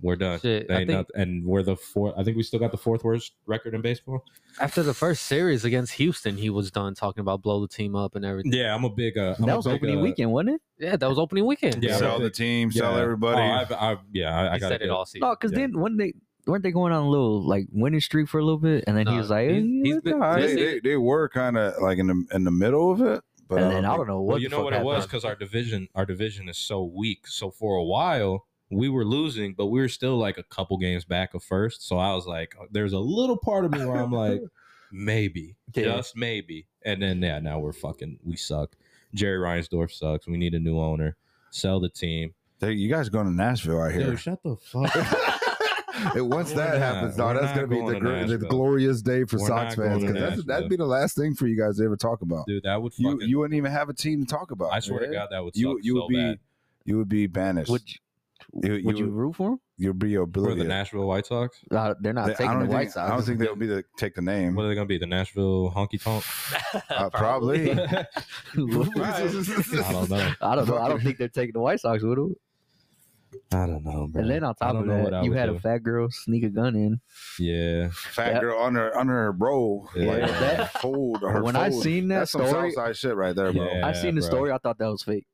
[SPEAKER 1] we're done.
[SPEAKER 3] Shit,
[SPEAKER 1] They
[SPEAKER 3] I
[SPEAKER 1] ain't
[SPEAKER 3] think
[SPEAKER 1] noth- and we're the fourth. I think we still got the fourth worst record in baseball.
[SPEAKER 3] after the first series against Houston, he was done talking about blow the team up and everything.
[SPEAKER 1] Yeah, I'm a big. Uh, I'm
[SPEAKER 2] that
[SPEAKER 1] a
[SPEAKER 2] was
[SPEAKER 1] big,
[SPEAKER 2] opening
[SPEAKER 1] uh,
[SPEAKER 2] weekend, wasn't it?
[SPEAKER 3] Yeah, that was opening weekend.
[SPEAKER 1] Yeah,
[SPEAKER 4] sell
[SPEAKER 1] but
[SPEAKER 4] the
[SPEAKER 1] they-
[SPEAKER 4] team, sell
[SPEAKER 1] yeah.
[SPEAKER 4] everybody.
[SPEAKER 1] Oh, I've, I've, yeah, I, I
[SPEAKER 3] he
[SPEAKER 1] got
[SPEAKER 3] said it all season.
[SPEAKER 2] No, because
[SPEAKER 1] Yeah.
[SPEAKER 2] then when they weren't they going on a little like winning streak for a little bit, and then
[SPEAKER 3] No,
[SPEAKER 2] he was like,
[SPEAKER 3] he's-
[SPEAKER 2] "Eh,
[SPEAKER 3] he's
[SPEAKER 2] it's
[SPEAKER 3] been-
[SPEAKER 2] all right."
[SPEAKER 4] they, they, they were kind of like in the in the middle of it, But
[SPEAKER 2] and
[SPEAKER 4] um, I
[SPEAKER 2] then
[SPEAKER 4] don't
[SPEAKER 2] I
[SPEAKER 4] think-
[SPEAKER 2] don't know what.
[SPEAKER 1] Well, you
[SPEAKER 2] the
[SPEAKER 1] know
[SPEAKER 2] fuck
[SPEAKER 1] what it was
[SPEAKER 2] happened.
[SPEAKER 1] because our division, our division is so weak. So for a while, we were losing, but we were still like a couple games back of first. So I was like, there's a little part of me where I'm like, maybe,
[SPEAKER 2] Yeah.
[SPEAKER 1] just maybe. And then yeah, now we're fucking, we suck. Jerry Reinsdorf sucks. We need a new owner. Sell the team.
[SPEAKER 4] They- you guys going to Nashville out here?
[SPEAKER 1] shut the fuck.
[SPEAKER 4] and once
[SPEAKER 1] We're
[SPEAKER 4] that
[SPEAKER 1] not-
[SPEAKER 4] happens, dog,
[SPEAKER 1] we're
[SPEAKER 4] that's gonna
[SPEAKER 1] not
[SPEAKER 4] be
[SPEAKER 1] going
[SPEAKER 4] the,
[SPEAKER 1] to
[SPEAKER 4] gr- the
[SPEAKER 1] Nashville.
[SPEAKER 4] glorious day for
[SPEAKER 1] We're
[SPEAKER 4] Sox
[SPEAKER 1] not
[SPEAKER 4] fans
[SPEAKER 1] going to
[SPEAKER 4] because that's that'd
[SPEAKER 1] Nashville.
[SPEAKER 4] be the last thing for you guys to ever talk about.
[SPEAKER 1] Dude, that would
[SPEAKER 4] you
[SPEAKER 1] fucking.
[SPEAKER 4] you wouldn't even have a team to talk about.
[SPEAKER 1] I swear to
[SPEAKER 4] man.
[SPEAKER 1] God, that would suck
[SPEAKER 4] you you
[SPEAKER 1] so
[SPEAKER 4] would be
[SPEAKER 1] bad.
[SPEAKER 4] you would be banished.
[SPEAKER 2] Would you,
[SPEAKER 4] You-
[SPEAKER 2] would
[SPEAKER 4] you-
[SPEAKER 2] you, root for him?
[SPEAKER 4] You'd be
[SPEAKER 1] For the
[SPEAKER 4] oblivious.
[SPEAKER 1] Nashville White Sox,
[SPEAKER 2] Uh, they're not
[SPEAKER 4] They- I
[SPEAKER 2] taking
[SPEAKER 4] don't
[SPEAKER 2] the
[SPEAKER 4] think,
[SPEAKER 2] White Sox.
[SPEAKER 4] I don't think they'll be the take the name.
[SPEAKER 1] what are they gonna be? The Nashville Honky Tonk?
[SPEAKER 4] Uh, probably.
[SPEAKER 1] I don't know.
[SPEAKER 2] I don't know. I don't think they're taking the White Sox with them.
[SPEAKER 1] I don't know, bro.
[SPEAKER 2] And then on
[SPEAKER 1] I
[SPEAKER 2] top
[SPEAKER 1] don't
[SPEAKER 2] of
[SPEAKER 1] know what I
[SPEAKER 2] that, you
[SPEAKER 1] would
[SPEAKER 2] had
[SPEAKER 1] do.
[SPEAKER 2] a fat girl sneak a gun in.
[SPEAKER 1] Yeah,
[SPEAKER 4] Fat
[SPEAKER 2] That-
[SPEAKER 4] girl under under her bro.
[SPEAKER 1] Yeah.
[SPEAKER 4] Like,
[SPEAKER 1] Yeah,
[SPEAKER 4] her
[SPEAKER 2] that-
[SPEAKER 4] fold, her
[SPEAKER 2] When I
[SPEAKER 4] fold.
[SPEAKER 2] seen that
[SPEAKER 4] that's some
[SPEAKER 2] story-
[SPEAKER 4] Southside shit right there, bro.
[SPEAKER 1] Yeah,
[SPEAKER 2] I seen the
[SPEAKER 1] bro.
[SPEAKER 2] story. I thought that was fake.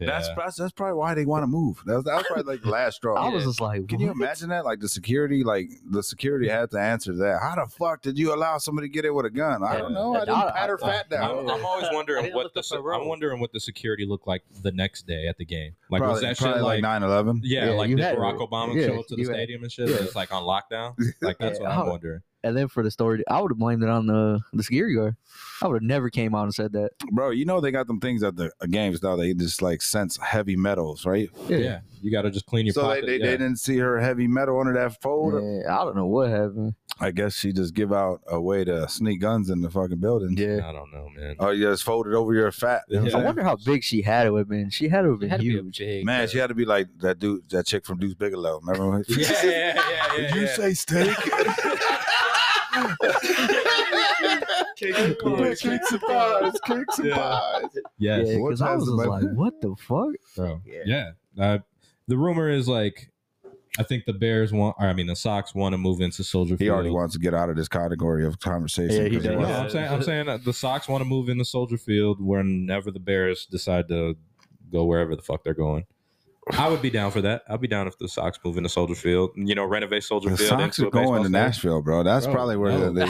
[SPEAKER 1] yeah.
[SPEAKER 4] That's, that's that's probably why they want to move. That was, that was probably like the last straw.
[SPEAKER 2] I was just like,
[SPEAKER 4] Oh, Can you
[SPEAKER 2] what?
[SPEAKER 4] imagine that? Like the security, like the security had to answer that. How the fuck did you allow somebody to get in with a gun? I don't
[SPEAKER 2] Yeah.
[SPEAKER 4] know. I
[SPEAKER 2] Yeah,
[SPEAKER 4] didn't
[SPEAKER 2] I-
[SPEAKER 4] pat her
[SPEAKER 1] I-
[SPEAKER 4] fat down.
[SPEAKER 1] I'm, I'm always
[SPEAKER 3] I
[SPEAKER 1] wondering
[SPEAKER 3] didn't
[SPEAKER 1] what
[SPEAKER 3] look
[SPEAKER 1] the
[SPEAKER 3] up the
[SPEAKER 1] se-
[SPEAKER 3] road.
[SPEAKER 1] I'm wondering what the security looked like the next day at the game. Like was
[SPEAKER 4] probably,
[SPEAKER 1] that shit
[SPEAKER 4] probably
[SPEAKER 1] like,
[SPEAKER 4] like 9-11?
[SPEAKER 1] yeah,
[SPEAKER 2] Yeah,
[SPEAKER 1] like
[SPEAKER 2] you
[SPEAKER 1] did
[SPEAKER 2] had-
[SPEAKER 1] Barack Obama
[SPEAKER 2] yeah,
[SPEAKER 1] show up to the
[SPEAKER 2] you had-
[SPEAKER 1] stadium and shit?
[SPEAKER 2] yeah.
[SPEAKER 1] It's like on lockdown. Like that's what
[SPEAKER 2] Yeah.
[SPEAKER 1] I'm
[SPEAKER 4] Oh,
[SPEAKER 2] How-
[SPEAKER 1] wondering.
[SPEAKER 2] And then for the story, I would have blamed it on the the security guard. I would have never came out and said that.
[SPEAKER 4] Bro, you know they got them things at the uh, games now. They just like sense heavy metals, right?
[SPEAKER 1] Yeah, you got to just clean your
[SPEAKER 4] so
[SPEAKER 1] pocket.
[SPEAKER 4] they, they,
[SPEAKER 1] yeah.
[SPEAKER 4] they didn't see her heavy metal under that fold.
[SPEAKER 2] Yeah, I don't know what happened.
[SPEAKER 4] I guess she just give out a way to sneak guns in the fucking building.
[SPEAKER 2] Yeah.
[SPEAKER 1] I don't know, man.
[SPEAKER 4] Oh, you just folded over your fat. You know what
[SPEAKER 1] Yeah.
[SPEAKER 4] I'm
[SPEAKER 2] I wonder how big she had it would have been. She had to have been
[SPEAKER 3] Had to be a
[SPEAKER 2] huge.
[SPEAKER 3] big
[SPEAKER 4] saying? Man,
[SPEAKER 3] girl.
[SPEAKER 4] she had to be like that dude, that chick from Deuce Bigelow. Remember? when-
[SPEAKER 1] yeah, yeah, yeah,
[SPEAKER 4] Did
[SPEAKER 1] yeah.
[SPEAKER 4] you
[SPEAKER 1] yeah.
[SPEAKER 4] say steak?
[SPEAKER 1] pies.
[SPEAKER 4] Cakes and pies. Cakes and
[SPEAKER 1] Yeah.
[SPEAKER 4] pies.
[SPEAKER 1] yes,
[SPEAKER 2] Yeah,
[SPEAKER 4] What
[SPEAKER 2] because I was just
[SPEAKER 4] size am I-
[SPEAKER 2] like, what the fuck?
[SPEAKER 1] bro.
[SPEAKER 2] Yeah.
[SPEAKER 1] Yeah. Uh, the rumor is like, I think the Bears want, or I mean, the Sox want to move into Soldier Field.
[SPEAKER 4] He already wants to get out of this category of conversation.
[SPEAKER 2] Yeah, he
[SPEAKER 4] 'cause
[SPEAKER 2] does.
[SPEAKER 1] No,
[SPEAKER 4] wants-
[SPEAKER 1] I'm saying I'm saying that the Sox want to move into Soldier Field whenever the Bears decide to go wherever the fuck they're going. I would be down for that. I'd be down if the Sox move into Soldier Field. You know, renovate Soldier
[SPEAKER 4] The
[SPEAKER 1] Field.
[SPEAKER 4] Sox
[SPEAKER 1] into
[SPEAKER 4] are
[SPEAKER 1] a baseball
[SPEAKER 4] going to
[SPEAKER 1] stadium.
[SPEAKER 4] Nashville, bro. That's
[SPEAKER 1] Bro,
[SPEAKER 4] probably where
[SPEAKER 1] no.
[SPEAKER 4] they.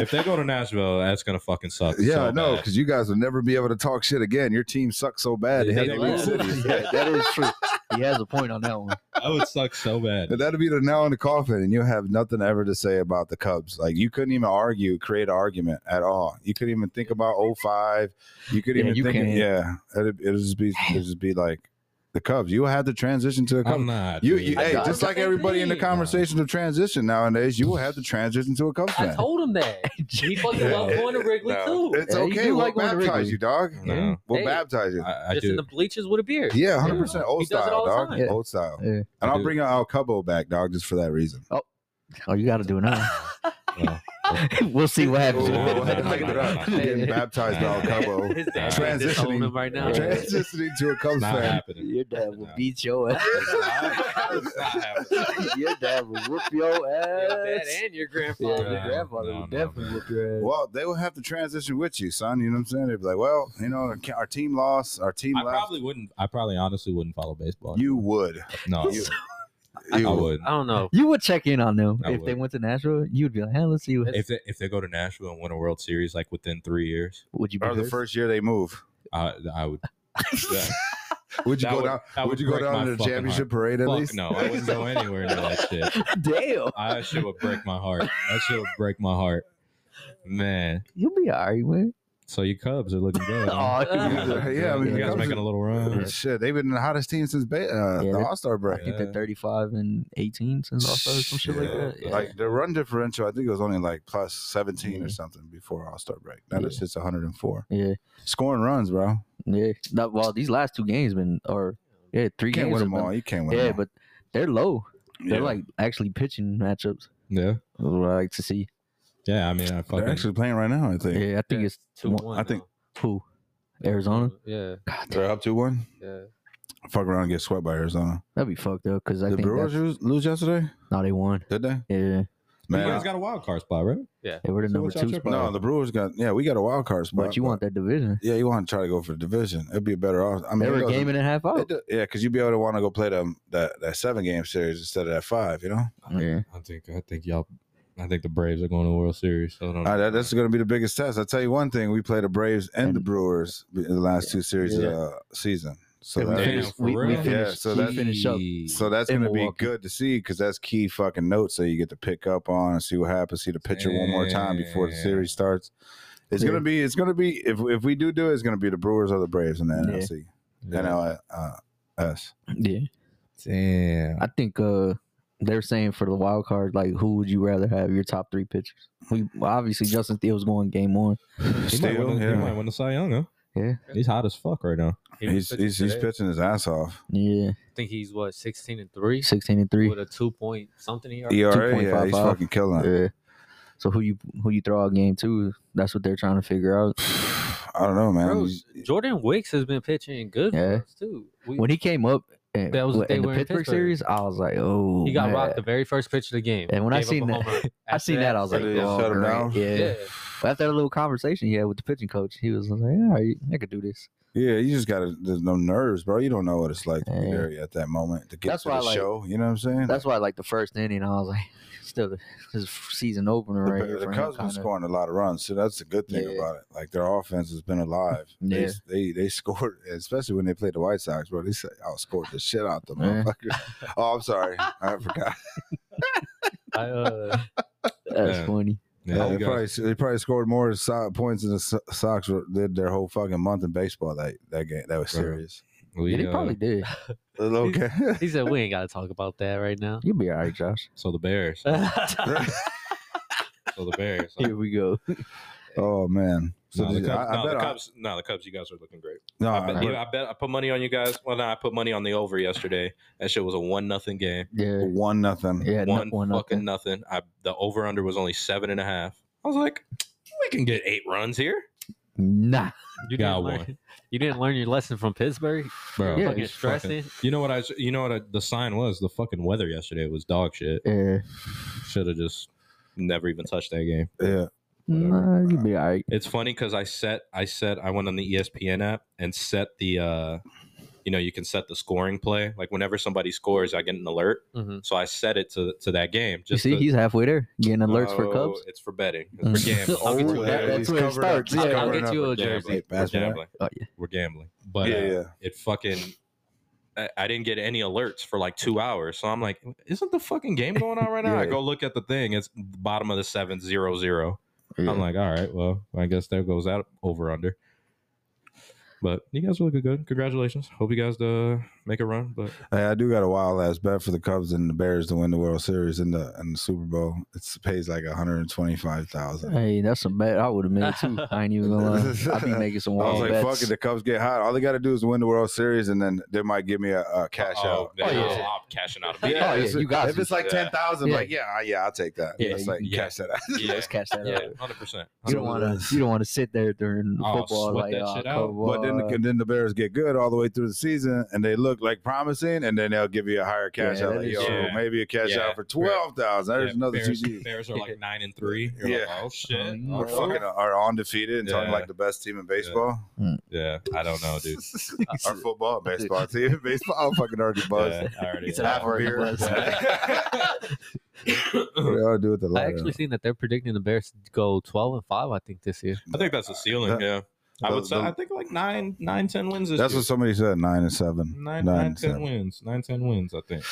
[SPEAKER 1] If they go to Nashville, that's gonna fucking suck.
[SPEAKER 4] yeah,
[SPEAKER 1] so
[SPEAKER 4] I know,
[SPEAKER 1] bad.
[SPEAKER 4] because you guys will never be able to talk shit again. Your team sucks so bad. They
[SPEAKER 1] They-
[SPEAKER 4] had
[SPEAKER 1] they
[SPEAKER 4] to
[SPEAKER 1] will.
[SPEAKER 4] leave cities.
[SPEAKER 2] Yeah, that is true. He has a point on that one.
[SPEAKER 1] That would suck so bad.
[SPEAKER 4] And that'll be the nail in the coffin, and you'll have nothing ever to say about the Cubs. Like you couldn't even argue, create an argument at all. You couldn't even think about 05. You couldn't
[SPEAKER 2] Yeah,
[SPEAKER 4] even
[SPEAKER 2] you
[SPEAKER 4] think,
[SPEAKER 2] can't.
[SPEAKER 4] yeah. It'd, it'd just be, it'd just be like the Cubs. You had to transition to the Cubs.
[SPEAKER 1] I'm not.
[SPEAKER 4] You,
[SPEAKER 1] dude.
[SPEAKER 4] you hey,
[SPEAKER 3] got
[SPEAKER 4] just
[SPEAKER 3] the
[SPEAKER 4] like
[SPEAKER 3] same
[SPEAKER 4] everybody in the
[SPEAKER 3] thing.
[SPEAKER 4] conversation of transition nowadays, you will have to transition to a Cubs
[SPEAKER 3] I
[SPEAKER 4] fan.
[SPEAKER 3] told him that. He fucking
[SPEAKER 1] Yeah.
[SPEAKER 3] loves going to Wrigley
[SPEAKER 4] No.
[SPEAKER 3] too.
[SPEAKER 4] It's
[SPEAKER 2] Yeah, you
[SPEAKER 4] okay.
[SPEAKER 2] do
[SPEAKER 4] We'll
[SPEAKER 2] like going to
[SPEAKER 4] baptize
[SPEAKER 2] Wrigley.
[SPEAKER 4] you, dog.
[SPEAKER 1] No.
[SPEAKER 4] We'll
[SPEAKER 3] Hey.
[SPEAKER 4] baptize you.
[SPEAKER 1] I, I
[SPEAKER 3] Just
[SPEAKER 1] do.
[SPEAKER 3] in the bleachers with a beer.
[SPEAKER 4] Yeah, hundred percent old
[SPEAKER 3] He does it
[SPEAKER 4] style,
[SPEAKER 3] all the
[SPEAKER 4] dog.
[SPEAKER 3] time.
[SPEAKER 2] Yeah.
[SPEAKER 4] Old style.
[SPEAKER 2] Yeah.
[SPEAKER 4] And
[SPEAKER 1] I
[SPEAKER 4] I'll
[SPEAKER 1] do.
[SPEAKER 4] bring Al Cubbo back, dog, just for that reason.
[SPEAKER 2] Oh, you got to do it now.
[SPEAKER 1] Well,
[SPEAKER 2] we'll see what happens.
[SPEAKER 4] Ooh, we'll have to
[SPEAKER 1] no,
[SPEAKER 4] look it
[SPEAKER 1] no,
[SPEAKER 4] up.
[SPEAKER 1] no, no.
[SPEAKER 4] Getting baptized by Al Cubbo.
[SPEAKER 3] His dad
[SPEAKER 4] Transitioning.
[SPEAKER 3] disowned him right now.
[SPEAKER 1] Trans-
[SPEAKER 4] Transitioning to a Cubs
[SPEAKER 1] it's not
[SPEAKER 4] fan.
[SPEAKER 1] happening.
[SPEAKER 2] Your dad will beat your ass.
[SPEAKER 1] It's not happening.
[SPEAKER 2] your dad will whoop your
[SPEAKER 3] Your dad
[SPEAKER 2] ass.
[SPEAKER 3] and your
[SPEAKER 2] Yeah,
[SPEAKER 3] grandfather.
[SPEAKER 2] your grandfather
[SPEAKER 1] No,
[SPEAKER 2] will
[SPEAKER 1] no,
[SPEAKER 2] definitely
[SPEAKER 1] man.
[SPEAKER 2] whoop your ass.
[SPEAKER 4] Well, they will have to transition with you, son. You know what I'm saying? They'd be like, well, you know, our team lost. Our team
[SPEAKER 1] I
[SPEAKER 4] left.
[SPEAKER 1] probably wouldn't. I probably honestly wouldn't follow baseball.
[SPEAKER 4] you would.
[SPEAKER 1] no,
[SPEAKER 4] You-
[SPEAKER 1] I
[SPEAKER 4] you
[SPEAKER 1] would.
[SPEAKER 3] I don't know.
[SPEAKER 2] You would check in on them
[SPEAKER 1] I
[SPEAKER 2] if they
[SPEAKER 1] would.
[SPEAKER 2] went to Nashville. You'd be like, "Hey, let's see what
[SPEAKER 1] if they, if they go to Nashville and win a World Series like within three years,
[SPEAKER 2] would you be
[SPEAKER 4] Or the
[SPEAKER 2] hurt?
[SPEAKER 4] first year they move.
[SPEAKER 1] I I would. Yeah.
[SPEAKER 4] Would you
[SPEAKER 1] That
[SPEAKER 4] go
[SPEAKER 1] would-
[SPEAKER 4] down?
[SPEAKER 1] that
[SPEAKER 4] Would,
[SPEAKER 1] would
[SPEAKER 4] you go
[SPEAKER 1] break
[SPEAKER 4] down
[SPEAKER 1] my
[SPEAKER 4] to the
[SPEAKER 1] fucking
[SPEAKER 4] championship
[SPEAKER 1] heart.
[SPEAKER 4] parade at
[SPEAKER 1] Fuck
[SPEAKER 4] least?
[SPEAKER 1] no, I wouldn't go anywhere near that shit.
[SPEAKER 2] Damn,
[SPEAKER 1] I, that shit would break my heart. That shit would break my heart, man.
[SPEAKER 2] you'll be alright, man.
[SPEAKER 1] So your Cubs are looking good. huh?
[SPEAKER 2] Aw,
[SPEAKER 3] Yeah,
[SPEAKER 1] You guys-
[SPEAKER 4] yeah, I mean,
[SPEAKER 1] you
[SPEAKER 4] the
[SPEAKER 1] guys
[SPEAKER 4] Cubs
[SPEAKER 1] making
[SPEAKER 4] are-
[SPEAKER 1] a little run.
[SPEAKER 4] Shit, they've been the hottest team since ba- uh,
[SPEAKER 2] Yeah,
[SPEAKER 4] the
[SPEAKER 2] they-
[SPEAKER 4] All Star break.
[SPEAKER 2] I think they're 35 and 18 since All Star, some shit like
[SPEAKER 4] Yeah.
[SPEAKER 2] that. Yeah.
[SPEAKER 4] Like the run differential, I think it was only like plus 17 or
[SPEAKER 2] Mhm.
[SPEAKER 4] something before All Star break. Now
[SPEAKER 2] Yeah.
[SPEAKER 4] it's just 104.
[SPEAKER 2] Yeah.
[SPEAKER 4] Scoring runs, bro. You
[SPEAKER 2] yeah. No, well, these last two games been or yeah, three
[SPEAKER 4] can't
[SPEAKER 2] games.
[SPEAKER 4] win
[SPEAKER 2] have
[SPEAKER 4] them all.
[SPEAKER 2] been-
[SPEAKER 4] You can't win
[SPEAKER 2] yeah,
[SPEAKER 4] them all.
[SPEAKER 2] but they're low. They're
[SPEAKER 4] Yeah.
[SPEAKER 2] like actually pitching matchups.
[SPEAKER 1] Yeah,
[SPEAKER 2] That's what I like to see.
[SPEAKER 1] yeah. I mean, I
[SPEAKER 4] They're
[SPEAKER 1] fucking.
[SPEAKER 4] actually playing right now, I think.
[SPEAKER 2] Yeah, I think
[SPEAKER 3] Yeah.
[SPEAKER 2] it's
[SPEAKER 3] Two
[SPEAKER 2] one-
[SPEAKER 3] one.
[SPEAKER 4] I think-
[SPEAKER 2] Who? Arizona.
[SPEAKER 3] Yeah.
[SPEAKER 2] God, damn,
[SPEAKER 4] They're up 2 1.
[SPEAKER 3] Yeah.
[SPEAKER 4] Fuck around and get swept by Arizona.
[SPEAKER 2] that'd be fucked up because I
[SPEAKER 4] Did
[SPEAKER 2] think
[SPEAKER 4] Brewers
[SPEAKER 2] that's,
[SPEAKER 4] lose, lose yesterday?
[SPEAKER 2] no, they won.
[SPEAKER 4] Did they?
[SPEAKER 2] Yeah,
[SPEAKER 1] You
[SPEAKER 4] Man,
[SPEAKER 1] guys got a wild card spot, right?
[SPEAKER 2] they were the
[SPEAKER 1] So
[SPEAKER 2] number
[SPEAKER 1] what's y'all
[SPEAKER 2] two
[SPEAKER 1] tripping
[SPEAKER 2] spot.
[SPEAKER 4] no, the Brewers got, yeah, we got a wild card spot.
[SPEAKER 2] but you want that division.
[SPEAKER 4] Yeah, you want to try to go for the division. It'd be a better off. I mean,
[SPEAKER 2] they
[SPEAKER 4] it
[SPEAKER 2] were a
[SPEAKER 4] doesn't-
[SPEAKER 2] game and a half
[SPEAKER 4] it
[SPEAKER 2] out.
[SPEAKER 4] do- yeah, because you'd be able to want to go play them that, that seven game series instead of that five, you know?
[SPEAKER 2] Yeah,
[SPEAKER 1] I think. I think y'all. I think the Braves are going to the World Series. So I don't know.
[SPEAKER 4] Uh, that, that's going to be the biggest test. I tell you one thing: we play the Braves and, the
[SPEAKER 2] And-
[SPEAKER 4] Brewers in the last two series
[SPEAKER 2] Yeah.
[SPEAKER 4] of uh, season. So
[SPEAKER 2] And we
[SPEAKER 4] that-
[SPEAKER 1] Damn,
[SPEAKER 2] finished-
[SPEAKER 1] for
[SPEAKER 2] we- we
[SPEAKER 1] real?
[SPEAKER 4] finished- Yeah, so
[SPEAKER 2] we that- finished up.
[SPEAKER 4] so that's
[SPEAKER 2] in
[SPEAKER 4] going to be
[SPEAKER 2] Milwaukee.
[SPEAKER 4] good to see because that's key fucking notes that you get to pick up on and see what happens. See the pitcher one more time before the
[SPEAKER 1] Damn.
[SPEAKER 4] series starts. It's
[SPEAKER 2] Yeah.
[SPEAKER 4] gonna be. It's gonna be. If if we do do it, it's gonna be the Brewers or the Braves in the
[SPEAKER 2] Yeah.
[SPEAKER 4] NLC.
[SPEAKER 1] Yeah.
[SPEAKER 4] NL uh, S.
[SPEAKER 2] Yeah,
[SPEAKER 1] Damn.
[SPEAKER 2] I think uh they're saying for the wild card, like who would you rather have your top three pitchers? We obviously Justin Steele's going game one.
[SPEAKER 1] He might,
[SPEAKER 4] Still,
[SPEAKER 1] win the, he
[SPEAKER 4] yeah.
[SPEAKER 1] might win the Cy Young, huh?
[SPEAKER 2] Yeah.
[SPEAKER 1] He's hot as fuck right now.
[SPEAKER 3] He was
[SPEAKER 4] He's
[SPEAKER 3] pitching
[SPEAKER 4] he's, he's
[SPEAKER 3] today.
[SPEAKER 4] pitching his ass off.
[SPEAKER 2] Yeah,
[SPEAKER 3] I think he's what sixteen and three,
[SPEAKER 2] sixteen and three.
[SPEAKER 3] with a two point something. E ERA.
[SPEAKER 4] ERA, E yeah, he's
[SPEAKER 2] 2.55.
[SPEAKER 4] fucking killing. it.
[SPEAKER 2] Yeah. So who you who you throw out game two? That's what they're trying to figure out.
[SPEAKER 4] I don't know, man.
[SPEAKER 3] Bro,
[SPEAKER 4] He's-
[SPEAKER 3] Jordan Wicks has been pitching good for
[SPEAKER 2] Yeah.
[SPEAKER 3] us too. We,
[SPEAKER 2] When he came up and,
[SPEAKER 3] That was the day
[SPEAKER 2] in the
[SPEAKER 3] we were in
[SPEAKER 2] Pittsburgh,
[SPEAKER 3] Pittsburgh.
[SPEAKER 2] series, I was like, oh,
[SPEAKER 3] he got
[SPEAKER 2] man.
[SPEAKER 3] rocked the very first pitch of the game,
[SPEAKER 2] And when I
[SPEAKER 3] Gave up
[SPEAKER 2] seen
[SPEAKER 3] a
[SPEAKER 2] that-
[SPEAKER 3] home run.
[SPEAKER 2] I
[SPEAKER 3] After
[SPEAKER 2] seen that, I was like,
[SPEAKER 4] they just
[SPEAKER 2] oh,
[SPEAKER 4] shut him
[SPEAKER 2] great.
[SPEAKER 4] down?
[SPEAKER 2] Yeah.
[SPEAKER 3] yeah.
[SPEAKER 2] But after a little conversation he had with the pitching coach, he was like, all right, I could do this.
[SPEAKER 4] Yeah, you just got to. There's no nerves, bro. You don't know what it's like to be
[SPEAKER 2] Yeah.
[SPEAKER 4] there at that moment to get
[SPEAKER 2] That's
[SPEAKER 4] to
[SPEAKER 2] why
[SPEAKER 4] the
[SPEAKER 2] I like-
[SPEAKER 4] show. You know what I'm saying?
[SPEAKER 2] That's why, like the first inning, I was like, still the this is season opener
[SPEAKER 4] the,
[SPEAKER 2] right here.
[SPEAKER 4] the
[SPEAKER 2] for him,
[SPEAKER 4] Cubs been
[SPEAKER 2] kinda.
[SPEAKER 4] scoring a lot of runs, so that's the good thing
[SPEAKER 2] Yeah.
[SPEAKER 4] about it. Like their offense has been alive. They,
[SPEAKER 2] Yeah.
[SPEAKER 4] they they scored, especially when they played the White Sox, bro. They say, outscored the shit out them,
[SPEAKER 2] Yeah.
[SPEAKER 4] motherfuckers. Oh, I'm sorry, I forgot.
[SPEAKER 3] I, uh,
[SPEAKER 2] That's
[SPEAKER 1] Yeah.
[SPEAKER 2] funny.
[SPEAKER 1] Yeah,
[SPEAKER 4] they,
[SPEAKER 1] you guys-
[SPEAKER 4] probably, they probably scored more so- points than the So- Sox were- did their whole fucking month in baseball. That that game that was
[SPEAKER 1] Bro.
[SPEAKER 4] serious.
[SPEAKER 1] we,
[SPEAKER 2] Yeah, they
[SPEAKER 1] uh,
[SPEAKER 2] probably did.
[SPEAKER 4] Okay.
[SPEAKER 3] he said we ain't got to talk about that right now.
[SPEAKER 2] You'll be all right, Josh.
[SPEAKER 1] so the Bears. So the Bears.
[SPEAKER 2] Here we go.
[SPEAKER 4] oh man. So
[SPEAKER 1] no,
[SPEAKER 4] did
[SPEAKER 1] the
[SPEAKER 4] you-
[SPEAKER 1] Cubs,
[SPEAKER 4] I, I
[SPEAKER 1] no, the
[SPEAKER 4] bet I-
[SPEAKER 1] Cubs, no, the Cubs, you guys are looking great.
[SPEAKER 4] no,
[SPEAKER 1] I, bet,
[SPEAKER 4] I-
[SPEAKER 1] you know, I bet I put money on you guys. Well, no, I put money on the over yesterday. That shit was a one nothing game.
[SPEAKER 2] Yeah.
[SPEAKER 4] one nothing.
[SPEAKER 2] Yeah. no-
[SPEAKER 1] one,
[SPEAKER 2] one
[SPEAKER 1] fucking
[SPEAKER 2] nothing.
[SPEAKER 1] nothing. I the over under was only seven and a half. I was like, we can get eight runs here.
[SPEAKER 2] Nah.
[SPEAKER 3] You
[SPEAKER 1] Got
[SPEAKER 3] didn't learn, You didn't learn your lesson from Pittsburgh.
[SPEAKER 1] Bro,
[SPEAKER 2] Yeah,
[SPEAKER 3] fucking
[SPEAKER 1] it's fucking-
[SPEAKER 3] stressing.
[SPEAKER 1] you know what I? You know what I, the sign was? The fucking weather yesterday was dog shit.
[SPEAKER 2] Yeah.
[SPEAKER 1] Should have just never even touched that game.
[SPEAKER 4] Yeah.
[SPEAKER 2] Nah, you'll be all right.
[SPEAKER 1] It's funny because I set, I set, I went on the E ESPN app and set the, uh you know, you can set the scoring play. Like whenever somebody scores, I get an alert.
[SPEAKER 3] Mhm.
[SPEAKER 1] So I set it to to that game.
[SPEAKER 2] You
[SPEAKER 1] Just
[SPEAKER 2] see,
[SPEAKER 1] to-
[SPEAKER 2] he's halfway there getting alerts for
[SPEAKER 1] No,
[SPEAKER 2] Cubs.
[SPEAKER 1] It's for betting.
[SPEAKER 2] Mm.
[SPEAKER 1] It's for gambling. I'll get
[SPEAKER 4] Oh,
[SPEAKER 1] you a
[SPEAKER 4] that-
[SPEAKER 1] jersey.
[SPEAKER 4] he's
[SPEAKER 2] where it
[SPEAKER 4] covered up.
[SPEAKER 2] starts,
[SPEAKER 4] He's
[SPEAKER 2] yeah.
[SPEAKER 4] covered
[SPEAKER 3] I'll get
[SPEAKER 4] up
[SPEAKER 3] you
[SPEAKER 4] with
[SPEAKER 3] a jersey.
[SPEAKER 4] Hey,
[SPEAKER 1] We're
[SPEAKER 4] pass me that.
[SPEAKER 1] gambling.
[SPEAKER 2] Oh, yeah.
[SPEAKER 1] We're gambling. But
[SPEAKER 4] yeah,
[SPEAKER 1] uh,
[SPEAKER 4] yeah.
[SPEAKER 1] it fucking. I, I didn't get any alerts for like two hours, so I'm like, "Isn't the fucking game going on right now?" I
[SPEAKER 2] Yeah.
[SPEAKER 1] go look at the thing; it's the bottom of the seventh, zero zero.
[SPEAKER 2] Yeah.
[SPEAKER 1] I'm like, "All right, well, I guess there goes that over under." But you guys are looking good. Congratulations. Hope you guys uh, make a run. But
[SPEAKER 4] Hey, I do got a wild ass bet for the Cubs and the Bears to win the World Series and the and the Super Bowl. It pays like one hundred and twenty five thousand.
[SPEAKER 2] Hey, that's a bet I would have made too. I ain't even gonna lie. I'd be making some
[SPEAKER 4] I was
[SPEAKER 2] wild
[SPEAKER 4] like,
[SPEAKER 2] bets.
[SPEAKER 4] "Fuck it, the Cubs get hot. All they got to do is win the World Series, and then they might give me a, a cash out."
[SPEAKER 1] oh,
[SPEAKER 2] Oh, yeah.
[SPEAKER 1] yeah. I'm cashing out.
[SPEAKER 2] Yeah. Oh,
[SPEAKER 4] it's-
[SPEAKER 2] you got
[SPEAKER 4] If
[SPEAKER 2] to.
[SPEAKER 4] it's like
[SPEAKER 1] Yeah.
[SPEAKER 4] ten thousand,
[SPEAKER 2] Yeah.
[SPEAKER 4] like yeah, I- yeah, I'll take that.
[SPEAKER 2] Yeah,
[SPEAKER 4] It's like
[SPEAKER 1] yeah.
[SPEAKER 4] cash that out.
[SPEAKER 1] yeah,
[SPEAKER 2] Let's catch that
[SPEAKER 1] yeah,
[SPEAKER 2] out.
[SPEAKER 1] hundred percent.
[SPEAKER 2] You don't want to. You don't want to sit there during the
[SPEAKER 1] Oh,
[SPEAKER 2] football
[SPEAKER 1] sweat
[SPEAKER 2] like
[SPEAKER 1] that
[SPEAKER 2] oh,
[SPEAKER 1] shit out.
[SPEAKER 2] come
[SPEAKER 4] But then
[SPEAKER 2] on.
[SPEAKER 4] the, then the Bears get good all the way through the season, and they look like promising, and then they'll give you a higher cash
[SPEAKER 2] Yeah,
[SPEAKER 4] out.
[SPEAKER 2] that
[SPEAKER 4] Like,
[SPEAKER 2] is
[SPEAKER 4] yo,
[SPEAKER 1] true.
[SPEAKER 4] maybe a cash
[SPEAKER 1] Yeah.
[SPEAKER 4] out for twelve thousand. There's another
[SPEAKER 1] Bears,
[SPEAKER 4] two G's.
[SPEAKER 1] Bears are like nine and three. You're
[SPEAKER 4] Yeah.
[SPEAKER 1] like, oh shit.
[SPEAKER 2] Oh,
[SPEAKER 1] Oh,
[SPEAKER 4] We're
[SPEAKER 2] Bro.
[SPEAKER 4] fucking are undefeated and talking
[SPEAKER 1] Yeah.
[SPEAKER 4] like the best team in baseball.
[SPEAKER 1] Yeah, I don't know, dude.
[SPEAKER 4] Our football, baseball team, baseball. I'm fucking already buzzed.
[SPEAKER 1] Yeah, I already
[SPEAKER 2] It's
[SPEAKER 1] am.
[SPEAKER 2] an
[SPEAKER 4] Half a
[SPEAKER 2] already
[SPEAKER 4] beer.
[SPEAKER 2] buzzed.
[SPEAKER 4] What do y'all do with the
[SPEAKER 3] I
[SPEAKER 4] lighter?
[SPEAKER 2] uh,
[SPEAKER 3] actually seen that they're predicting the Bears to go twelve and five. I think this year.
[SPEAKER 1] I think that's a ceiling.
[SPEAKER 4] The-
[SPEAKER 1] yeah, I
[SPEAKER 4] the-
[SPEAKER 1] would say.
[SPEAKER 4] the-
[SPEAKER 1] I think like nine, nine, ten wins. This
[SPEAKER 4] That's
[SPEAKER 1] year.
[SPEAKER 4] what somebody said. Nine and seven.
[SPEAKER 1] nine,
[SPEAKER 4] nine
[SPEAKER 1] nine,
[SPEAKER 4] and
[SPEAKER 1] ten
[SPEAKER 4] seven.
[SPEAKER 1] wins. Nine, ten wins. I think.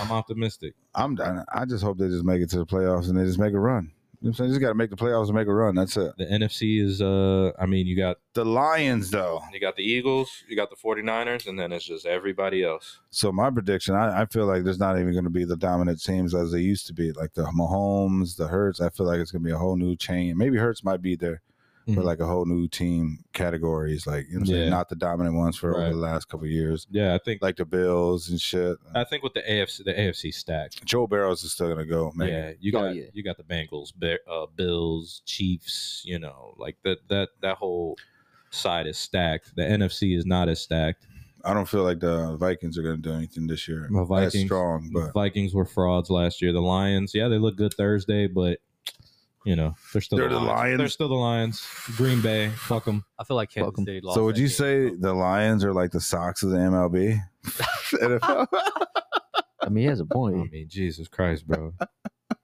[SPEAKER 1] I'm optimistic.
[SPEAKER 4] I'm done. I just hope they just make it to the playoffs and they just make a run. You know what I'm saying? just got to make the playoffs and make a run. That's it.
[SPEAKER 1] The NFC is. Uh, I mean, you got
[SPEAKER 4] The Lions, though.
[SPEAKER 1] you got the Eagles, you got the 49ers, and then it's just everybody else.
[SPEAKER 4] So my prediction, I, I feel like there's not even going to be the dominant teams as they used to be, like the Mahomes, the Hurts. I feel like it's going to be a whole new chain. Maybe Hurts might be there,
[SPEAKER 1] Mhm.
[SPEAKER 4] but like a whole new team categories, like you know, what I'm
[SPEAKER 1] Yeah.
[SPEAKER 4] saying? not the dominant ones for
[SPEAKER 1] Right.
[SPEAKER 4] over the last couple of years,
[SPEAKER 1] Yeah, I think.
[SPEAKER 4] like the Bills and shit.
[SPEAKER 1] I think with the AFC, the AFC stack.
[SPEAKER 4] Joe Barrows is still going to go, man.
[SPEAKER 1] Yeah, you
[SPEAKER 2] Oh,
[SPEAKER 1] got
[SPEAKER 2] yeah.
[SPEAKER 1] you got the Bengals, Bear, uh, Bills, Chiefs. You know, like that that that whole side is stacked. The NFC is not as stacked.
[SPEAKER 4] I don't feel like the Vikings are going to do anything this year.
[SPEAKER 1] The
[SPEAKER 4] That's
[SPEAKER 1] Vikings-
[SPEAKER 4] strong, but
[SPEAKER 1] Vikings were frauds last year. The Lions, yeah, they look good Thursday, but you know they're still
[SPEAKER 4] They're the Lions.
[SPEAKER 1] They're still the Lions. Green Bay, fuck them.
[SPEAKER 3] I feel like Kansas
[SPEAKER 2] Welcome.
[SPEAKER 3] City lost.
[SPEAKER 4] so would
[SPEAKER 3] that
[SPEAKER 4] you
[SPEAKER 3] game.
[SPEAKER 4] say the Lions are like the Sox of the MLB? NFL?
[SPEAKER 2] I mean, he has a
[SPEAKER 1] I
[SPEAKER 2] point.
[SPEAKER 1] mean, Jesus Christ, bro.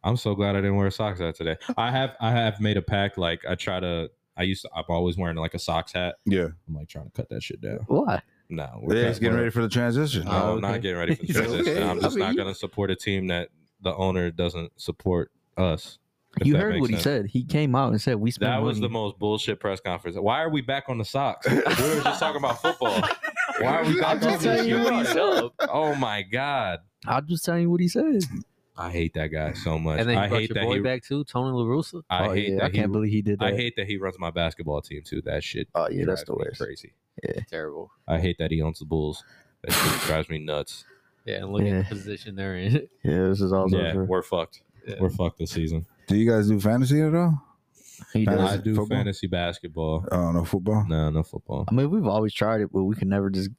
[SPEAKER 1] I'm so glad I didn't wear socks hat today. I have I have made a pact. Like I try to. I used to. I'm always wearing like a socks hat.
[SPEAKER 4] Yeah.
[SPEAKER 1] I'm like trying to cut that shit down.
[SPEAKER 2] Why?
[SPEAKER 1] No, we're
[SPEAKER 4] Yeah,
[SPEAKER 1] cut-
[SPEAKER 4] he's getting
[SPEAKER 1] we're-
[SPEAKER 4] ready for the transition.
[SPEAKER 1] No,
[SPEAKER 2] Oh,
[SPEAKER 1] I'm
[SPEAKER 2] okay.
[SPEAKER 1] not getting ready for the
[SPEAKER 2] He's like,
[SPEAKER 1] transition.
[SPEAKER 2] okay,
[SPEAKER 1] I'm just
[SPEAKER 2] I mean,
[SPEAKER 1] not
[SPEAKER 2] you-
[SPEAKER 1] going to support a team that the owner doesn't support us. if
[SPEAKER 2] You
[SPEAKER 1] that
[SPEAKER 2] heard
[SPEAKER 1] makes
[SPEAKER 2] what he
[SPEAKER 1] sense.
[SPEAKER 2] said. He came out and said we spent.
[SPEAKER 1] That was the
[SPEAKER 2] money."
[SPEAKER 1] most bullshit press conference. Why are we back on the socks? We were just talking about football. Why are we
[SPEAKER 4] I'm
[SPEAKER 1] back
[SPEAKER 4] just
[SPEAKER 1] on this
[SPEAKER 4] telling you
[SPEAKER 1] shit?
[SPEAKER 4] what he
[SPEAKER 3] said.
[SPEAKER 1] Oh my god,
[SPEAKER 2] I'm just telling you what he said.
[SPEAKER 1] I hate that guy so much.
[SPEAKER 3] And then you
[SPEAKER 1] I
[SPEAKER 3] brought
[SPEAKER 1] hate
[SPEAKER 3] your
[SPEAKER 1] that
[SPEAKER 3] boy
[SPEAKER 1] he.
[SPEAKER 3] back too, Tony La Russa.
[SPEAKER 1] I
[SPEAKER 2] oh,
[SPEAKER 1] hate
[SPEAKER 2] yeah, I
[SPEAKER 1] that he.
[SPEAKER 2] can't believe he did that.
[SPEAKER 1] I hate that he runs my basketball team too. That shit.
[SPEAKER 2] Oh yeah,
[SPEAKER 1] drives
[SPEAKER 2] that's the
[SPEAKER 1] me
[SPEAKER 2] worst.
[SPEAKER 1] Crazy.
[SPEAKER 3] Terrible.
[SPEAKER 1] I hate that he owns the Bulls. That shit drives me nuts.
[SPEAKER 3] Yeah, and look
[SPEAKER 2] Yeah.
[SPEAKER 3] at the position they're in.
[SPEAKER 2] Yeah, this is also
[SPEAKER 1] Yeah,
[SPEAKER 2] true.
[SPEAKER 1] we're fucked.
[SPEAKER 3] Yeah.
[SPEAKER 1] We're fucked this season.
[SPEAKER 4] Do you guys do fantasy at all?
[SPEAKER 2] He
[SPEAKER 4] Nah,
[SPEAKER 2] does.
[SPEAKER 1] I
[SPEAKER 4] Fantasy
[SPEAKER 1] do
[SPEAKER 4] football?
[SPEAKER 1] fantasy basketball.
[SPEAKER 4] I don't know football.
[SPEAKER 1] No, no football.
[SPEAKER 2] I mean, we've always tried it, but we can never just.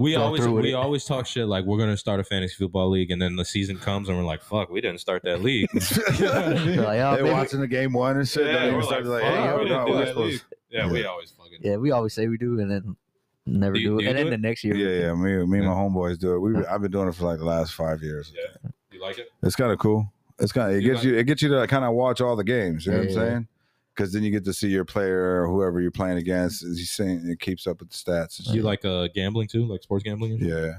[SPEAKER 1] We
[SPEAKER 2] Go
[SPEAKER 1] always
[SPEAKER 2] through with
[SPEAKER 1] we
[SPEAKER 2] it.
[SPEAKER 1] always talk shit like we're gonna start a fantasy football league, and then the season comes and we're like, fuck, we didn't start that league.
[SPEAKER 2] They're like, oh,
[SPEAKER 4] they
[SPEAKER 2] baby.
[SPEAKER 4] watching the game one and shit.
[SPEAKER 1] Yeah,
[SPEAKER 4] don't
[SPEAKER 1] we're
[SPEAKER 4] even start
[SPEAKER 1] like, fuck,
[SPEAKER 4] like, hey,
[SPEAKER 1] we
[SPEAKER 4] hold
[SPEAKER 1] didn't
[SPEAKER 4] on,
[SPEAKER 1] do
[SPEAKER 4] we're
[SPEAKER 1] that
[SPEAKER 4] supposed-
[SPEAKER 1] league. Yeah, we always fucking.
[SPEAKER 2] Yeah, we always say we do, and then never
[SPEAKER 1] Do you-
[SPEAKER 2] do,
[SPEAKER 1] do
[SPEAKER 2] it.
[SPEAKER 1] you
[SPEAKER 2] And then
[SPEAKER 1] do it?
[SPEAKER 2] the next year,
[SPEAKER 4] Yeah, yeah. Me, me and my
[SPEAKER 1] Yeah.
[SPEAKER 4] homeboys do it. We, I've been doing it for like the last five years.
[SPEAKER 1] Yeah. You like it?
[SPEAKER 4] It's kind of cool. It's kind of it
[SPEAKER 1] You
[SPEAKER 4] gets
[SPEAKER 1] like-
[SPEAKER 4] you it gets you to kind of watch all the games. You know what I'm
[SPEAKER 2] Yeah.
[SPEAKER 4] saying? Because then you get to see your player or whoever you're playing against. Is he saying it keeps up with the stats? and
[SPEAKER 1] You
[SPEAKER 4] shit.
[SPEAKER 1] like uh gambling too, like sports gambling? and shit?
[SPEAKER 4] yeah.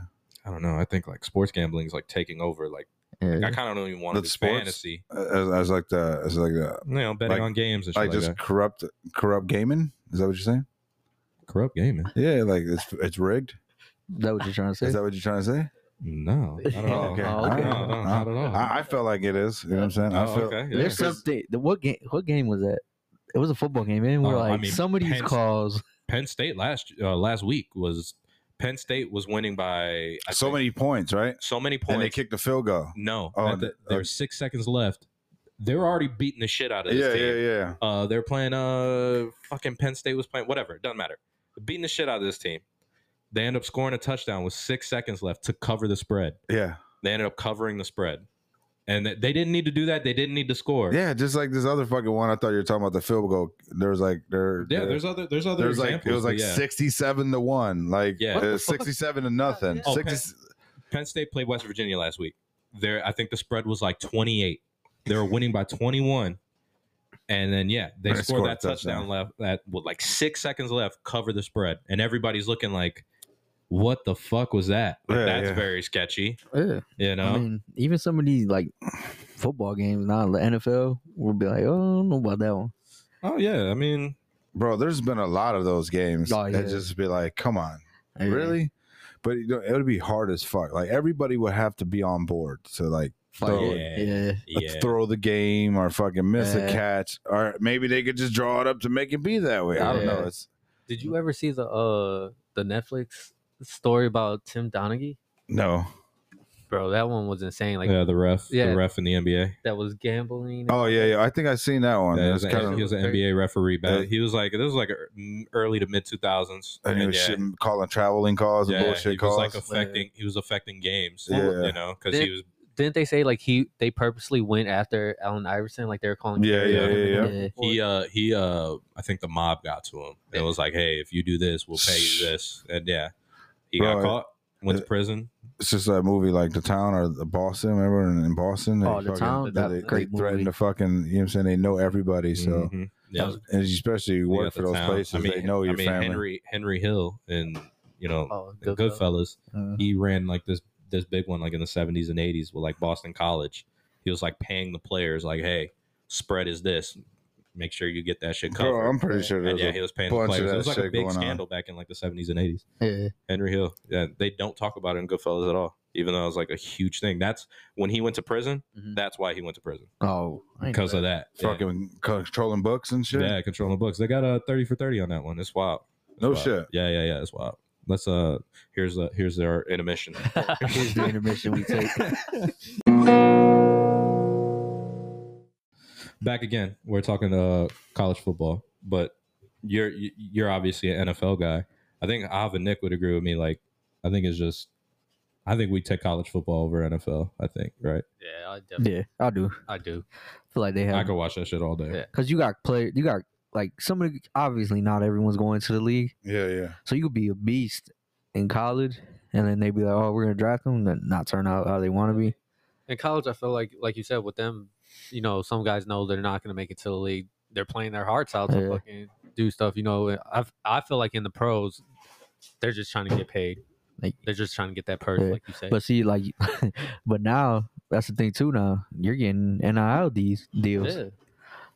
[SPEAKER 1] I don't know. I think like sports gambling is like taking over. Like
[SPEAKER 2] yeah.
[SPEAKER 1] I kind of don't even want to do
[SPEAKER 4] That's sports?
[SPEAKER 1] fantasy.
[SPEAKER 4] As, as like the as like the
[SPEAKER 1] You know, betting
[SPEAKER 4] Like-
[SPEAKER 1] on games and shit
[SPEAKER 4] like
[SPEAKER 1] like,
[SPEAKER 4] just
[SPEAKER 1] that.
[SPEAKER 4] corrupt corrupt gaming. Is that what you're saying?
[SPEAKER 1] Corrupt gaming?
[SPEAKER 4] Yeah, like it's it's rigged.
[SPEAKER 2] that what you're trying to say?
[SPEAKER 4] Is that what you're trying to say?
[SPEAKER 1] No, I don't
[SPEAKER 3] Yeah.
[SPEAKER 1] know.
[SPEAKER 4] okay.
[SPEAKER 1] No,
[SPEAKER 2] Oh, okay.
[SPEAKER 1] no, not at all.
[SPEAKER 4] I, I feel like it is. You know what I'm saying? I
[SPEAKER 1] Oh,
[SPEAKER 4] feel
[SPEAKER 1] okay. yeah.
[SPEAKER 2] There's something. The, what game? What game was that? It was a football game, and we
[SPEAKER 1] Uh,
[SPEAKER 2] we're
[SPEAKER 1] I
[SPEAKER 2] like,
[SPEAKER 1] mean,
[SPEAKER 2] some of these
[SPEAKER 1] Penn's-
[SPEAKER 2] calls.
[SPEAKER 1] Penn State last uh, last week was Penn State was winning by I
[SPEAKER 4] so
[SPEAKER 1] think,
[SPEAKER 4] many points, right?
[SPEAKER 1] so many
[SPEAKER 4] And they
[SPEAKER 1] points.
[SPEAKER 4] kicked the field goal.
[SPEAKER 1] no,
[SPEAKER 4] Oh,
[SPEAKER 1] at the-
[SPEAKER 4] okay.
[SPEAKER 1] there's six seconds left. They're already beating the shit out of this
[SPEAKER 4] Yeah,
[SPEAKER 1] team.
[SPEAKER 4] yeah, yeah.
[SPEAKER 1] Uh, they're playing. Uh, fucking Penn State was playing. Whatever, it doesn't matter. Beating the shit out of this team. They end up scoring a touchdown with six seconds left to cover the spread.
[SPEAKER 4] Yeah.
[SPEAKER 1] They ended up covering the spread, and th- they didn't need to do that. They didn't need to score.
[SPEAKER 4] Yeah, just like this other fucking one. I thought you were talking about the field goal. There was like there.
[SPEAKER 1] yeah.
[SPEAKER 4] there-
[SPEAKER 1] There's other. There's other.
[SPEAKER 4] there's like
[SPEAKER 1] examples,
[SPEAKER 4] it was
[SPEAKER 1] but
[SPEAKER 4] like
[SPEAKER 1] yeah.
[SPEAKER 4] sixty-seven to one. Like
[SPEAKER 1] Yeah.
[SPEAKER 4] yeah,
[SPEAKER 1] What
[SPEAKER 3] the fuck?
[SPEAKER 4] sixty-seven to nothing.
[SPEAKER 1] Oh,
[SPEAKER 4] 60
[SPEAKER 1] Penn State played West Virginia last week. There, I think the spread was like 28. They were winning by 21, and then yeah, they
[SPEAKER 4] They
[SPEAKER 1] scored,
[SPEAKER 4] scored
[SPEAKER 1] that
[SPEAKER 4] a
[SPEAKER 1] touchdown
[SPEAKER 4] touchdown.
[SPEAKER 1] left that with like six seconds left, cover the spread, and everybody's looking like, "What the fuck was that?" Like,
[SPEAKER 4] Yeah,
[SPEAKER 1] That's
[SPEAKER 4] yeah.
[SPEAKER 1] very sketchy,
[SPEAKER 2] Yeah.
[SPEAKER 1] you know.
[SPEAKER 2] I mean, even some of these like football games, not the NFL, we'll be like, oh, I don't know about that one.
[SPEAKER 1] oh yeah, I mean,
[SPEAKER 4] bro. There's been a lot of those games
[SPEAKER 2] Oh,
[SPEAKER 4] that
[SPEAKER 2] yeah.
[SPEAKER 4] just be like, come on,
[SPEAKER 2] Yeah.
[SPEAKER 4] really? But you know, it would be hard as fuck. Like everybody would have to be on board to like
[SPEAKER 2] Fuck
[SPEAKER 4] Throw
[SPEAKER 1] it.
[SPEAKER 2] yeah. yeah.
[SPEAKER 1] yeah,
[SPEAKER 4] throw the game or fucking miss a
[SPEAKER 2] Yeah.
[SPEAKER 4] catch or maybe they could just draw it up to make it be that way. I don't know.
[SPEAKER 2] Yeah.
[SPEAKER 4] It's
[SPEAKER 3] Did you ever see the uh the Netflix story about Tim Donaghy?
[SPEAKER 4] no.
[SPEAKER 3] Bro, that one was insane. Like
[SPEAKER 1] yeah. The ref,
[SPEAKER 3] Yeah.
[SPEAKER 1] the ref in the NBA.
[SPEAKER 3] that was gambling.
[SPEAKER 4] Oh yeah, yeah. I think I seen that one.
[SPEAKER 1] Yeah, he,
[SPEAKER 4] It's
[SPEAKER 1] was
[SPEAKER 4] kind
[SPEAKER 1] an,
[SPEAKER 4] of
[SPEAKER 1] he was an
[SPEAKER 3] Yeah.
[SPEAKER 1] NBA referee back.
[SPEAKER 4] Yeah.
[SPEAKER 1] He was like, this was like er- early to mid 2000s.
[SPEAKER 4] and he
[SPEAKER 1] And
[SPEAKER 4] was
[SPEAKER 1] yeah.
[SPEAKER 4] shitting- calling traveling calls and bullshit
[SPEAKER 1] he
[SPEAKER 4] calls.
[SPEAKER 1] was like affecting. He was affecting games,
[SPEAKER 4] Yeah.
[SPEAKER 1] you know, because he
[SPEAKER 3] Then-
[SPEAKER 1] was.
[SPEAKER 3] Didn't they say like he they purposely went after Allen Iverson? Like they were calling.
[SPEAKER 4] Yeah,
[SPEAKER 3] carries
[SPEAKER 1] yeah,
[SPEAKER 3] on
[SPEAKER 4] yeah,
[SPEAKER 3] him
[SPEAKER 4] yeah.
[SPEAKER 3] and
[SPEAKER 2] Yeah.
[SPEAKER 3] everything.
[SPEAKER 1] He uh he uh I think the mob got to him. It
[SPEAKER 3] Yeah.
[SPEAKER 1] was like, hey, if you do this, we'll pay you this, and yeah, he got
[SPEAKER 4] Bro,
[SPEAKER 1] caught, went to
[SPEAKER 4] it-
[SPEAKER 1] prison.
[SPEAKER 4] it's just that movie like the town or the Boston. Remember in, in Boston?
[SPEAKER 2] Oh, The Town?
[SPEAKER 4] They,
[SPEAKER 3] That
[SPEAKER 4] they, they
[SPEAKER 2] great
[SPEAKER 4] threatened
[SPEAKER 2] movie.
[SPEAKER 4] to fucking. You know what I'm saying? They know everybody, so
[SPEAKER 1] Mhm. Yeah,
[SPEAKER 4] and especially you
[SPEAKER 1] They
[SPEAKER 4] work
[SPEAKER 1] got
[SPEAKER 4] for
[SPEAKER 1] the
[SPEAKER 4] those
[SPEAKER 1] town.
[SPEAKER 4] places. they know your
[SPEAKER 1] I mean,
[SPEAKER 4] family.
[SPEAKER 1] Henry Henry Hill and you know
[SPEAKER 3] Oh,
[SPEAKER 1] Goodfellas.
[SPEAKER 3] good. fella.
[SPEAKER 2] Uh,
[SPEAKER 1] He ran like this this big one like in the seventies and eighties with like Boston College. He was like paying the players like, hey, spread is this. Make sure you get that shit covered.
[SPEAKER 4] Bro, I'm pretty sure
[SPEAKER 1] and
[SPEAKER 4] there's
[SPEAKER 1] yeah,
[SPEAKER 4] a
[SPEAKER 1] he was paying the
[SPEAKER 4] bunch of
[SPEAKER 1] players. It
[SPEAKER 4] that
[SPEAKER 1] was like a
[SPEAKER 4] shit
[SPEAKER 1] big
[SPEAKER 4] going on.
[SPEAKER 1] scandal back in like the 70s and 80s.
[SPEAKER 2] yeah.
[SPEAKER 1] Henry Hill. Yeah, they don't talk about it in Goodfellas at all, even though it was like a huge thing. That's when he went to prison.
[SPEAKER 2] Mhm.
[SPEAKER 1] That's why he went to prison
[SPEAKER 2] Oh, I ain't know
[SPEAKER 1] because of that. Yeah.
[SPEAKER 4] fucking controlling books and shit.
[SPEAKER 1] yeah, controlling books. They got a 30 for 30 on that one. It's wild. It's
[SPEAKER 4] No
[SPEAKER 1] wild.
[SPEAKER 4] shit.
[SPEAKER 1] Yeah, yeah, yeah. It's wild. Let's uh, here's uh here's our intermission.
[SPEAKER 2] that. Here's the intermission we take.
[SPEAKER 1] Back again. We're talking uh college football, but you're you- you're obviously an NFL guy. I think Av and Nick would agree with me. Like, I think it's just, I think we take college football over NFL. I think right.
[SPEAKER 3] Yeah, I definitely
[SPEAKER 2] yeah, I do.
[SPEAKER 3] I do.
[SPEAKER 2] feel like they
[SPEAKER 1] I
[SPEAKER 2] have
[SPEAKER 1] could watch that shit all day.
[SPEAKER 3] Yeah.
[SPEAKER 2] because you got play. You got like some of the, obviously not everyone's going to the league,
[SPEAKER 4] yeah, yeah.
[SPEAKER 2] so you could be a beast in college, and then they be like, oh, we're gonna draft them, and not turn out how they want to be.
[SPEAKER 3] In college, I feel like like you said with them you know, some guys know they're not going to make it to the league. They're playing their hearts out to
[SPEAKER 2] Yeah.
[SPEAKER 3] fucking do stuff. You know, I I feel like in the pros, they're just trying to get paid.
[SPEAKER 2] Like-
[SPEAKER 3] they're just trying to get that purse,
[SPEAKER 2] Yeah.
[SPEAKER 3] like you say.
[SPEAKER 2] But see, like, but now that's the thing too. Now you're getting nil these deals.
[SPEAKER 3] yeah.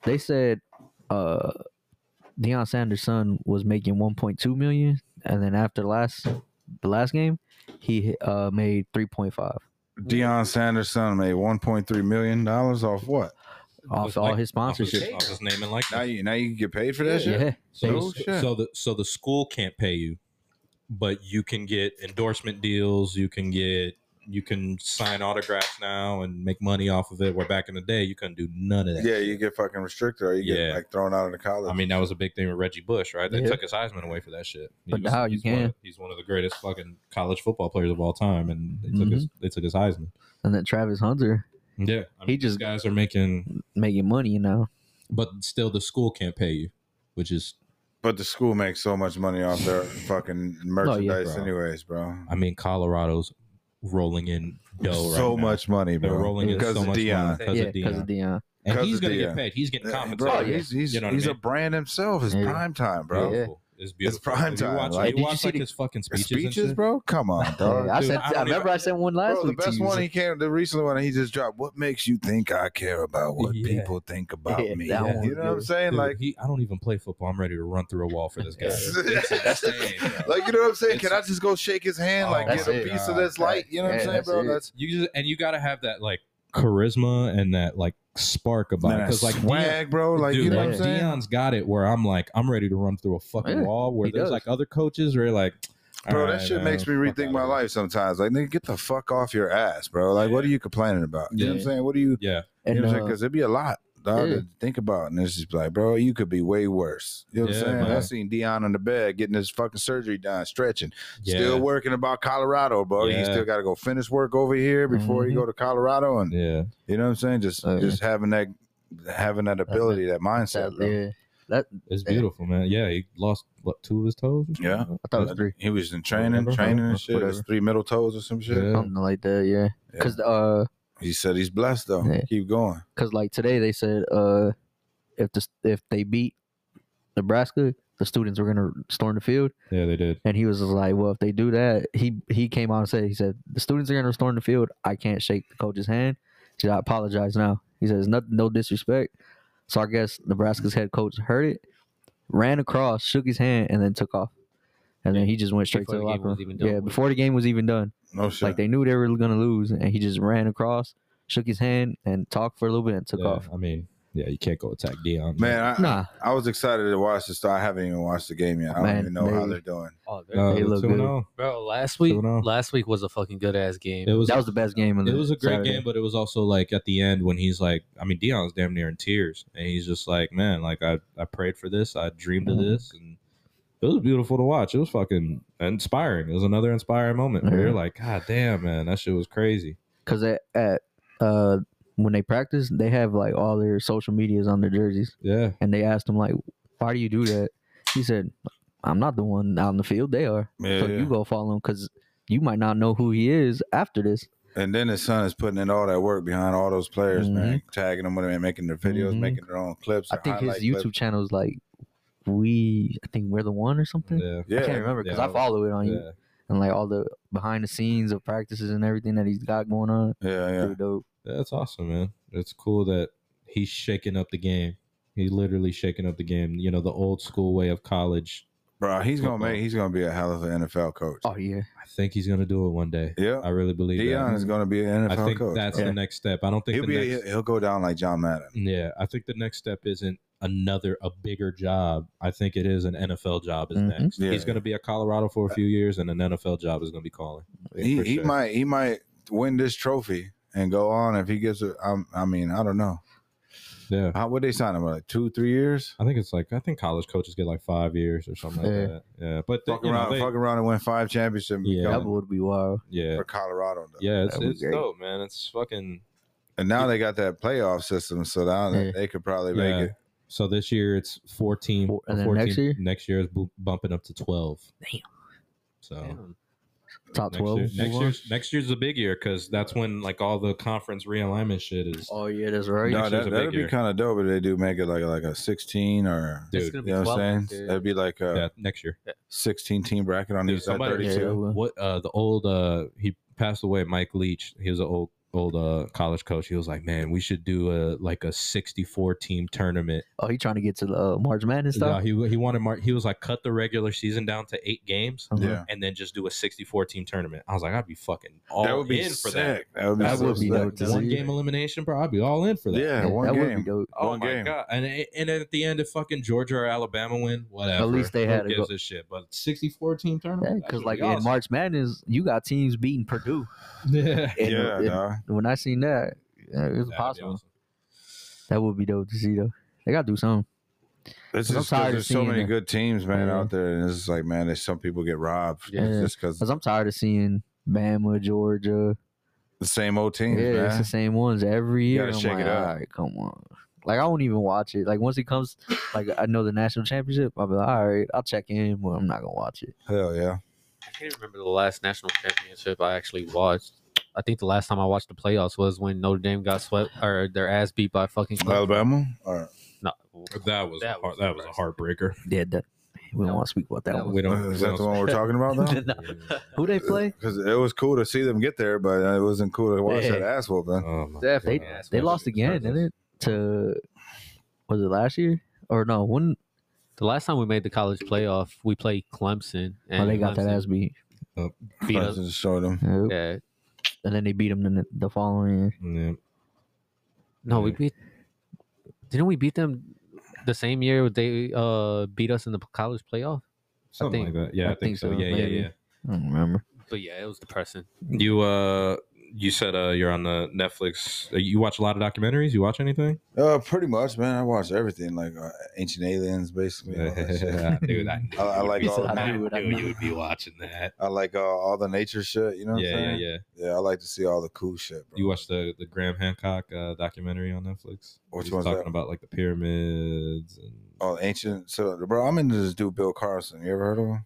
[SPEAKER 2] They said uh Deion Sanders' son was making 1.2 million, and then after last the last game, he uh made 3.5
[SPEAKER 4] Deion Sanderson made one point three million dollars off what?
[SPEAKER 2] off
[SPEAKER 1] Was
[SPEAKER 2] all
[SPEAKER 1] like-
[SPEAKER 2] his sponsorship.
[SPEAKER 3] paid.
[SPEAKER 1] Off his name and like
[SPEAKER 4] Now you now you can get paid for that shit.
[SPEAKER 2] Yeah,
[SPEAKER 1] So,
[SPEAKER 4] Oh, shit.
[SPEAKER 1] so the so the school can't pay you, but you can get endorsement deals. You can get you can sign autographs now and make money off of it. Where back in the day, you couldn't do none of that.
[SPEAKER 4] Yeah, you get fucking restricted, or you get
[SPEAKER 1] Yeah.
[SPEAKER 4] like thrown out of the college.
[SPEAKER 1] I mean, that was a big thing with Reggie Bush, right? They
[SPEAKER 2] Yeah.
[SPEAKER 1] took his Heisman away for that shit. He
[SPEAKER 2] But
[SPEAKER 1] was-
[SPEAKER 2] now you
[SPEAKER 1] he's one
[SPEAKER 2] can.
[SPEAKER 1] of- he's one of the greatest fucking college football players of all time, and they took his they took his Heisman.
[SPEAKER 2] and then Travis Hunter
[SPEAKER 1] Yeah, I mean,
[SPEAKER 2] Mm-hmm. He
[SPEAKER 1] he
[SPEAKER 2] just-
[SPEAKER 1] just guys are making,
[SPEAKER 2] making money. You know,
[SPEAKER 1] but still the school can't pay you, which is
[SPEAKER 4] but the school makes so much money off their fucking merchandise,
[SPEAKER 1] Oh, bro.
[SPEAKER 4] anyways, bro.
[SPEAKER 1] I mean, Colorado's rolling in dough right
[SPEAKER 4] so
[SPEAKER 1] now.
[SPEAKER 4] much money,
[SPEAKER 1] They're
[SPEAKER 4] bro.
[SPEAKER 1] rolling in
[SPEAKER 4] because
[SPEAKER 1] so
[SPEAKER 4] of
[SPEAKER 1] much
[SPEAKER 4] Deion.
[SPEAKER 1] money because
[SPEAKER 2] yeah,
[SPEAKER 1] of
[SPEAKER 2] because
[SPEAKER 1] Dion.
[SPEAKER 2] of Deion.
[SPEAKER 1] And
[SPEAKER 4] 'Cause
[SPEAKER 1] he's
[SPEAKER 4] of
[SPEAKER 1] gonna
[SPEAKER 4] Deion.
[SPEAKER 1] get paid. He's getting
[SPEAKER 4] Yeah,
[SPEAKER 1] compensated.
[SPEAKER 4] Bro,
[SPEAKER 2] yeah.
[SPEAKER 4] he's he's,
[SPEAKER 1] You know what I
[SPEAKER 4] he's a
[SPEAKER 1] mean?
[SPEAKER 4] brand himself. It's
[SPEAKER 2] Yeah.
[SPEAKER 4] prime time, bro.
[SPEAKER 1] Beautiful.
[SPEAKER 2] Yeah.
[SPEAKER 1] It's beautiful.
[SPEAKER 4] prime
[SPEAKER 1] If you
[SPEAKER 4] time.
[SPEAKER 1] watch,
[SPEAKER 4] Like,
[SPEAKER 1] like,
[SPEAKER 2] did you
[SPEAKER 1] you watch
[SPEAKER 2] see
[SPEAKER 1] like
[SPEAKER 2] the-
[SPEAKER 1] his fucking speeches, and
[SPEAKER 4] Speeches,
[SPEAKER 1] shit.
[SPEAKER 4] bro. Come on, dog.
[SPEAKER 2] Yeah, I
[SPEAKER 1] dude,
[SPEAKER 2] said.
[SPEAKER 1] I
[SPEAKER 2] I,
[SPEAKER 1] don't
[SPEAKER 2] remember
[SPEAKER 1] even-
[SPEAKER 2] I said one last
[SPEAKER 4] Bro, the
[SPEAKER 2] week. to
[SPEAKER 4] best
[SPEAKER 2] you.
[SPEAKER 4] one he came, the recent one he just dropped. What makes you think I care about what
[SPEAKER 1] Yeah.
[SPEAKER 4] people think about
[SPEAKER 2] Yeah,
[SPEAKER 4] me?
[SPEAKER 2] that
[SPEAKER 1] Yeah.
[SPEAKER 2] one,
[SPEAKER 4] You know what I'm
[SPEAKER 2] dude.
[SPEAKER 4] saying?
[SPEAKER 1] Dude,
[SPEAKER 4] like,
[SPEAKER 1] he, I don't even play football. I'm ready to run through a wall for this guy. It's insane, bro.
[SPEAKER 4] like you know what I'm saying? Can I
[SPEAKER 1] It's-
[SPEAKER 4] just go shake his hand,
[SPEAKER 1] Oh
[SPEAKER 4] like
[SPEAKER 1] my
[SPEAKER 4] get a
[SPEAKER 2] God.
[SPEAKER 4] piece of this light? You know what
[SPEAKER 2] Yeah,
[SPEAKER 4] I'm saying,
[SPEAKER 2] that's
[SPEAKER 4] bro?
[SPEAKER 2] it.
[SPEAKER 4] That's
[SPEAKER 1] you just and you gotta have that like charisma and that like spark about it
[SPEAKER 4] Man,
[SPEAKER 1] because like Deion-
[SPEAKER 4] swag, bro. Like
[SPEAKER 1] dude,
[SPEAKER 4] you know
[SPEAKER 1] like
[SPEAKER 4] what I'm saying?
[SPEAKER 1] Dion's got it where I'm like I'm ready to run through a fucking
[SPEAKER 2] Yeah,
[SPEAKER 1] wall where
[SPEAKER 2] he
[SPEAKER 1] there's
[SPEAKER 2] does.
[SPEAKER 1] like other coaches where like
[SPEAKER 4] Bro,
[SPEAKER 1] all
[SPEAKER 4] that
[SPEAKER 1] right,
[SPEAKER 4] shit
[SPEAKER 1] man,
[SPEAKER 4] makes me
[SPEAKER 1] fuck
[SPEAKER 4] rethink
[SPEAKER 1] outta
[SPEAKER 4] my
[SPEAKER 1] here.
[SPEAKER 4] life sometimes. Like, nigga, get the fuck off your ass, bro. Like, what are you complaining about? You know what
[SPEAKER 2] Yeah.
[SPEAKER 4] I'm saying? What are you?
[SPEAKER 1] Yeah,
[SPEAKER 4] You know
[SPEAKER 2] And
[SPEAKER 4] what I'm saying?
[SPEAKER 2] uh,
[SPEAKER 4] Because it'd be a lot, dog,
[SPEAKER 2] yeah.
[SPEAKER 4] to think about. And it's just like, bro, you could be way worse. You know what
[SPEAKER 1] Yeah,
[SPEAKER 4] I'm saying? I
[SPEAKER 1] man.
[SPEAKER 4] seen Dion on the bed getting his fucking surgery done, stretching,
[SPEAKER 1] yeah,
[SPEAKER 4] still working about Colorado, bro. He
[SPEAKER 1] Yeah. Mm-hmm.
[SPEAKER 4] still got to go finish work over here before
[SPEAKER 2] Mhm.
[SPEAKER 4] you go to Colorado, and
[SPEAKER 1] yeah.
[SPEAKER 4] you know what I'm saying? Just,
[SPEAKER 2] Oh, yeah.
[SPEAKER 4] just having that, having that ability, that mindset,
[SPEAKER 2] that-
[SPEAKER 4] bro.
[SPEAKER 2] yeah,
[SPEAKER 1] It's beautiful, man. Yeah, he lost what two of his toes? or something?
[SPEAKER 4] Yeah.
[SPEAKER 2] I thought it was three,
[SPEAKER 4] He was in training,
[SPEAKER 1] Whatever,
[SPEAKER 4] training
[SPEAKER 1] whatever,
[SPEAKER 4] and shit. That's
[SPEAKER 1] whatever.
[SPEAKER 4] three middle toes or some shit.
[SPEAKER 1] Yeah.
[SPEAKER 2] something like that. Yeah,
[SPEAKER 4] Yeah.
[SPEAKER 2] because uh,
[SPEAKER 4] He said he's blessed though.
[SPEAKER 2] Yeah.
[SPEAKER 4] Keep going.
[SPEAKER 2] because like today they said uh if the if they beat Nebraska the students were gonna storm the field
[SPEAKER 1] Yeah, they did.
[SPEAKER 2] and he was just like well if they do that he he came out and said he said the students are gonna storm the field I can't shake the coach's hand he said I apologize now he says nothing no disrespect so I guess Nebraska's head coach heard it ran across shook his hand and then took off and then he just went straight
[SPEAKER 3] Before
[SPEAKER 2] to the
[SPEAKER 3] the game
[SPEAKER 2] locker room
[SPEAKER 3] was even done.
[SPEAKER 2] yeah before the game was even done
[SPEAKER 4] No shit.
[SPEAKER 2] like they knew they were gonna lose and he just ran across shook his hand and talked for a little bit and took
[SPEAKER 1] Yeah,
[SPEAKER 2] off
[SPEAKER 1] I mean, yeah, you can't go attack Dion.
[SPEAKER 4] Man, I,
[SPEAKER 2] nah
[SPEAKER 4] I was excited to watch the star. I haven't even watched the game yet. I don't
[SPEAKER 2] Man,
[SPEAKER 4] even know how
[SPEAKER 2] they-
[SPEAKER 4] they're doing.
[SPEAKER 3] Oh, they're-
[SPEAKER 1] no,
[SPEAKER 2] They
[SPEAKER 1] they
[SPEAKER 2] look
[SPEAKER 1] look
[SPEAKER 2] good.
[SPEAKER 3] bro, last week,
[SPEAKER 1] Two and oh.
[SPEAKER 3] last week was a fucking good ass game.
[SPEAKER 1] It was
[SPEAKER 2] that was the best game. Of the
[SPEAKER 1] it was a great
[SPEAKER 2] Saturday.
[SPEAKER 1] game, but it was also like at the end when he's like, I mean, Dion's damn near in tears, and he's just like, man, like I, I prayed for this, I dreamed of
[SPEAKER 2] Mm-hmm.
[SPEAKER 1] this, and it was beautiful to watch. It was fucking inspiring. It was another inspiring moment where you're
[SPEAKER 2] Yeah.
[SPEAKER 1] like, God damn, man, that shit was crazy.
[SPEAKER 2] Cause at, at uh when they practice, they have like all their social medias on their jerseys,
[SPEAKER 1] Yeah,
[SPEAKER 2] and they asked him like, "Why do you do that?" He said, "I'm not the one out in the field. They are.
[SPEAKER 4] Yeah,
[SPEAKER 2] so you go follow him because you might not know who he is after this.
[SPEAKER 4] And then his son is putting in all that work behind all those players, man. Tagging them with it, making their videos,
[SPEAKER 1] Mhm.
[SPEAKER 4] making their own clips.
[SPEAKER 2] Mm-hmm. I
[SPEAKER 4] their
[SPEAKER 2] think his
[SPEAKER 4] highlight
[SPEAKER 2] YouTube
[SPEAKER 4] clips.
[SPEAKER 2] channel is like we. I think we're the one or something.
[SPEAKER 1] yeah,
[SPEAKER 4] Yeah,
[SPEAKER 2] I can't remember because
[SPEAKER 1] yeah.
[SPEAKER 2] I follow it on you
[SPEAKER 1] yeah.
[SPEAKER 2] and like all the behind the scenes of practices and everything that he's got going on.
[SPEAKER 4] yeah, yeah.
[SPEAKER 2] Dude, dope.
[SPEAKER 1] That's awesome, man. It's cool that he's shaking up the game. He's literally shaking up the game. You know, the old school way of college.
[SPEAKER 4] Bro, he's gonna
[SPEAKER 1] Football.
[SPEAKER 4] make. He's gonna be a hell of an NFL coach.
[SPEAKER 2] Oh yeah,
[SPEAKER 1] I think he's gonna do it one day.
[SPEAKER 4] yeah,
[SPEAKER 1] I really believe
[SPEAKER 4] Dion is
[SPEAKER 1] that.
[SPEAKER 4] gonna be an
[SPEAKER 1] I
[SPEAKER 4] NFL
[SPEAKER 1] think
[SPEAKER 4] coach.
[SPEAKER 1] that's
[SPEAKER 4] bro.
[SPEAKER 1] the next step. I don't think
[SPEAKER 4] he'll
[SPEAKER 1] the
[SPEAKER 4] be.
[SPEAKER 1] next,
[SPEAKER 4] he'll, he'll go down like John Madden.
[SPEAKER 1] Yeah, I think the next step isn't another a bigger job. I think it is an NFL job is
[SPEAKER 2] Mhm.
[SPEAKER 1] next.
[SPEAKER 4] Yeah,
[SPEAKER 1] He's going to be at Colorado for a few years, and an NFL job is going to be calling.
[SPEAKER 4] He,
[SPEAKER 1] For
[SPEAKER 4] he
[SPEAKER 1] sure.
[SPEAKER 4] might. He might win this trophy and go on if he gets it. I'm- I mean, I don't know.
[SPEAKER 1] Yeah,
[SPEAKER 4] How would they sign him? Like two, three years?
[SPEAKER 1] I think it's like I think college coaches get like five years or something like
[SPEAKER 2] Yeah.
[SPEAKER 1] that. Yeah, but they,
[SPEAKER 4] Fuck
[SPEAKER 1] you know,
[SPEAKER 4] around,
[SPEAKER 1] they-
[SPEAKER 4] fuck around and win five championships.
[SPEAKER 1] Yeah.
[SPEAKER 4] Yeah.
[SPEAKER 2] that would be wild.
[SPEAKER 1] yeah,
[SPEAKER 4] For Colorado, though.
[SPEAKER 1] yeah, it's,
[SPEAKER 2] That would
[SPEAKER 1] it's
[SPEAKER 2] be great.
[SPEAKER 1] dope, man. It's fucking.
[SPEAKER 4] And now they got that playoff system, so now
[SPEAKER 2] Yeah.
[SPEAKER 4] they could probably
[SPEAKER 1] Yeah.
[SPEAKER 4] make it.
[SPEAKER 1] So this year it's fourteen,
[SPEAKER 2] Four- and then
[SPEAKER 1] 14
[SPEAKER 2] next year?
[SPEAKER 1] next year is bu- bumping up to twelve.
[SPEAKER 2] Damn.
[SPEAKER 1] So
[SPEAKER 3] Damn.
[SPEAKER 2] top
[SPEAKER 1] uh, Next,
[SPEAKER 2] twelve.
[SPEAKER 1] year, next
[SPEAKER 2] move on.
[SPEAKER 1] year's next year's a big year because that's when like all the conference realignment shit is.
[SPEAKER 2] Oh yeah, that's right.
[SPEAKER 1] Next
[SPEAKER 4] No,
[SPEAKER 1] year's a
[SPEAKER 4] that,
[SPEAKER 1] big
[SPEAKER 4] that'd be
[SPEAKER 1] year.
[SPEAKER 4] kind of dope if they do make it like like a 16 or
[SPEAKER 1] Dude,
[SPEAKER 3] It's gonna be
[SPEAKER 4] you know what
[SPEAKER 3] 12
[SPEAKER 4] I'm
[SPEAKER 3] next
[SPEAKER 4] saying?
[SPEAKER 3] year.
[SPEAKER 4] That'd be like a
[SPEAKER 1] yeah, next year.
[SPEAKER 4] 16 team bracket on
[SPEAKER 1] Dude,
[SPEAKER 4] each side.
[SPEAKER 1] somebody-
[SPEAKER 2] Yeah,
[SPEAKER 4] 32.
[SPEAKER 2] that will.
[SPEAKER 1] What uh the old uh he passed away, Mike Leach. He was an old old uh college coach. He was like, Man, we should do a like a sixty four team tournament.
[SPEAKER 2] Oh, he trying to get to the uh, March Madness
[SPEAKER 1] Yeah,
[SPEAKER 2] stuff.
[SPEAKER 1] he he wanted Mark he was like cut the regular season down to eight games
[SPEAKER 2] Uh-huh.
[SPEAKER 4] Yeah.
[SPEAKER 1] and then just do a sixty four team tournament. I was like, I'd be fucking all
[SPEAKER 4] that would be
[SPEAKER 1] in
[SPEAKER 4] sick.
[SPEAKER 1] for that.
[SPEAKER 4] would be,
[SPEAKER 2] That
[SPEAKER 4] so
[SPEAKER 2] would be
[SPEAKER 4] sick
[SPEAKER 2] dope
[SPEAKER 4] to
[SPEAKER 2] to
[SPEAKER 1] One
[SPEAKER 4] see.
[SPEAKER 2] see.
[SPEAKER 1] game elimination, bro. I'd be all in for that.
[SPEAKER 4] Yeah, one
[SPEAKER 2] that would be
[SPEAKER 4] game.
[SPEAKER 2] dope.
[SPEAKER 1] Oh
[SPEAKER 4] One
[SPEAKER 1] my
[SPEAKER 4] game.
[SPEAKER 1] god! And it- and at the end, if fucking Georgia or Alabama win, whatever.
[SPEAKER 2] least they had
[SPEAKER 1] Who
[SPEAKER 2] to
[SPEAKER 1] gives
[SPEAKER 2] go-
[SPEAKER 1] a shit. But sixty-four team
[SPEAKER 2] Yeah,
[SPEAKER 1] tournament. that
[SPEAKER 2] because
[SPEAKER 1] should
[SPEAKER 2] like
[SPEAKER 1] be awesome.
[SPEAKER 2] in March Madness, you got teams beating Purdue.
[SPEAKER 1] yeah,
[SPEAKER 2] And,
[SPEAKER 4] Yeah,
[SPEAKER 2] and
[SPEAKER 4] dog.
[SPEAKER 2] when I seen that, yeah, it was
[SPEAKER 1] That'd be
[SPEAKER 2] possible.
[SPEAKER 1] awesome.
[SPEAKER 2] That would be dope to see though. They gotta do something.
[SPEAKER 4] It's
[SPEAKER 2] I'm
[SPEAKER 4] just 'cause
[SPEAKER 2] tired of
[SPEAKER 4] there's so
[SPEAKER 2] seeing
[SPEAKER 4] many
[SPEAKER 2] it.
[SPEAKER 4] good teams, man,
[SPEAKER 2] Yeah.
[SPEAKER 4] out there, and it's just like, man, there's some people get robbed
[SPEAKER 3] Yeah.
[SPEAKER 4] It's just because
[SPEAKER 2] Cause I'm tired of seeing Bama, Georgia.
[SPEAKER 4] the same old
[SPEAKER 2] Yeah,
[SPEAKER 4] teams,
[SPEAKER 2] it's
[SPEAKER 4] man.
[SPEAKER 2] the same ones every
[SPEAKER 4] You
[SPEAKER 2] year.
[SPEAKER 4] gotta
[SPEAKER 2] I'm
[SPEAKER 4] shake
[SPEAKER 2] like,
[SPEAKER 4] it up.
[SPEAKER 2] all right, come on. Like I won't even watch it. Like once it comes, like I know the national championship, I'll be like, all right, I'll check in, but I'm not gonna watch it.
[SPEAKER 4] Hell yeah,
[SPEAKER 3] I can't remember the last national championship I actually watched. I think the last time I watched the playoffs was when Notre Dame got swept or their ass beat by fucking
[SPEAKER 4] Alabama. Or,
[SPEAKER 3] No,
[SPEAKER 1] That was
[SPEAKER 3] That
[SPEAKER 1] a heart-
[SPEAKER 3] was
[SPEAKER 1] that was a heartbreaker.
[SPEAKER 2] Yeah, that, we don't want to speak about that,
[SPEAKER 3] That
[SPEAKER 2] one.
[SPEAKER 1] We don't.
[SPEAKER 4] is
[SPEAKER 1] we
[SPEAKER 4] that the
[SPEAKER 1] don't-
[SPEAKER 4] one we're talking about though?
[SPEAKER 2] Who they play?
[SPEAKER 4] Because it was cool to see them get there, but it wasn't cool to watch
[SPEAKER 2] Yeah.
[SPEAKER 4] that ass whooping.
[SPEAKER 1] Oh my
[SPEAKER 2] They
[SPEAKER 3] Definitely.
[SPEAKER 1] God.
[SPEAKER 3] Yeah,
[SPEAKER 2] they
[SPEAKER 3] that's
[SPEAKER 2] lost
[SPEAKER 3] what
[SPEAKER 2] again,
[SPEAKER 3] it is.
[SPEAKER 2] didn't it? To was it last year or no? When
[SPEAKER 3] the last time we made the college playoff, we played Clemson, and
[SPEAKER 2] oh, they got that
[SPEAKER 3] Clemson
[SPEAKER 2] ass beat,
[SPEAKER 3] beat
[SPEAKER 4] I
[SPEAKER 3] us.
[SPEAKER 4] Just showed them.
[SPEAKER 2] Yep.
[SPEAKER 3] Yeah,
[SPEAKER 2] and then they beat them the, the following year.
[SPEAKER 1] Yeah.
[SPEAKER 3] no, we
[SPEAKER 1] Yeah.
[SPEAKER 3] beat. Didn't we beat them the same year they uh beat us in the college playoff?
[SPEAKER 1] Something
[SPEAKER 3] think-
[SPEAKER 1] like that. Yeah, I, think, so. Yeah,
[SPEAKER 2] maybe.
[SPEAKER 1] yeah, yeah.
[SPEAKER 2] I don't remember.
[SPEAKER 3] But yeah, it was depressing.
[SPEAKER 1] You uh, you said uh, you're on the Netflix. uh, You watch a lot of documentaries. You watch anything?
[SPEAKER 4] Uh, pretty much, man. I watched everything, like uh, Ancient Aliens, basically. all that shit.
[SPEAKER 1] Dude, I,
[SPEAKER 4] I- I like all
[SPEAKER 2] that.
[SPEAKER 1] I
[SPEAKER 2] I
[SPEAKER 1] knew
[SPEAKER 2] know.
[SPEAKER 1] you would be watching that.
[SPEAKER 4] I like uh, all the nature shit. You know what
[SPEAKER 1] Yeah,
[SPEAKER 4] I'm
[SPEAKER 1] yeah,
[SPEAKER 4] saying?
[SPEAKER 1] yeah.
[SPEAKER 4] yeah, I like to see all the cool shit. Bro.
[SPEAKER 1] You watched the the Graham Hancock uh, documentary on Netflix.
[SPEAKER 4] Which
[SPEAKER 1] He's
[SPEAKER 4] one's
[SPEAKER 1] talking
[SPEAKER 4] that?
[SPEAKER 1] about like the pyramids and
[SPEAKER 4] Oh, ancient. So, bro, I'm into this dude, Bill Carlson. You ever heard of him?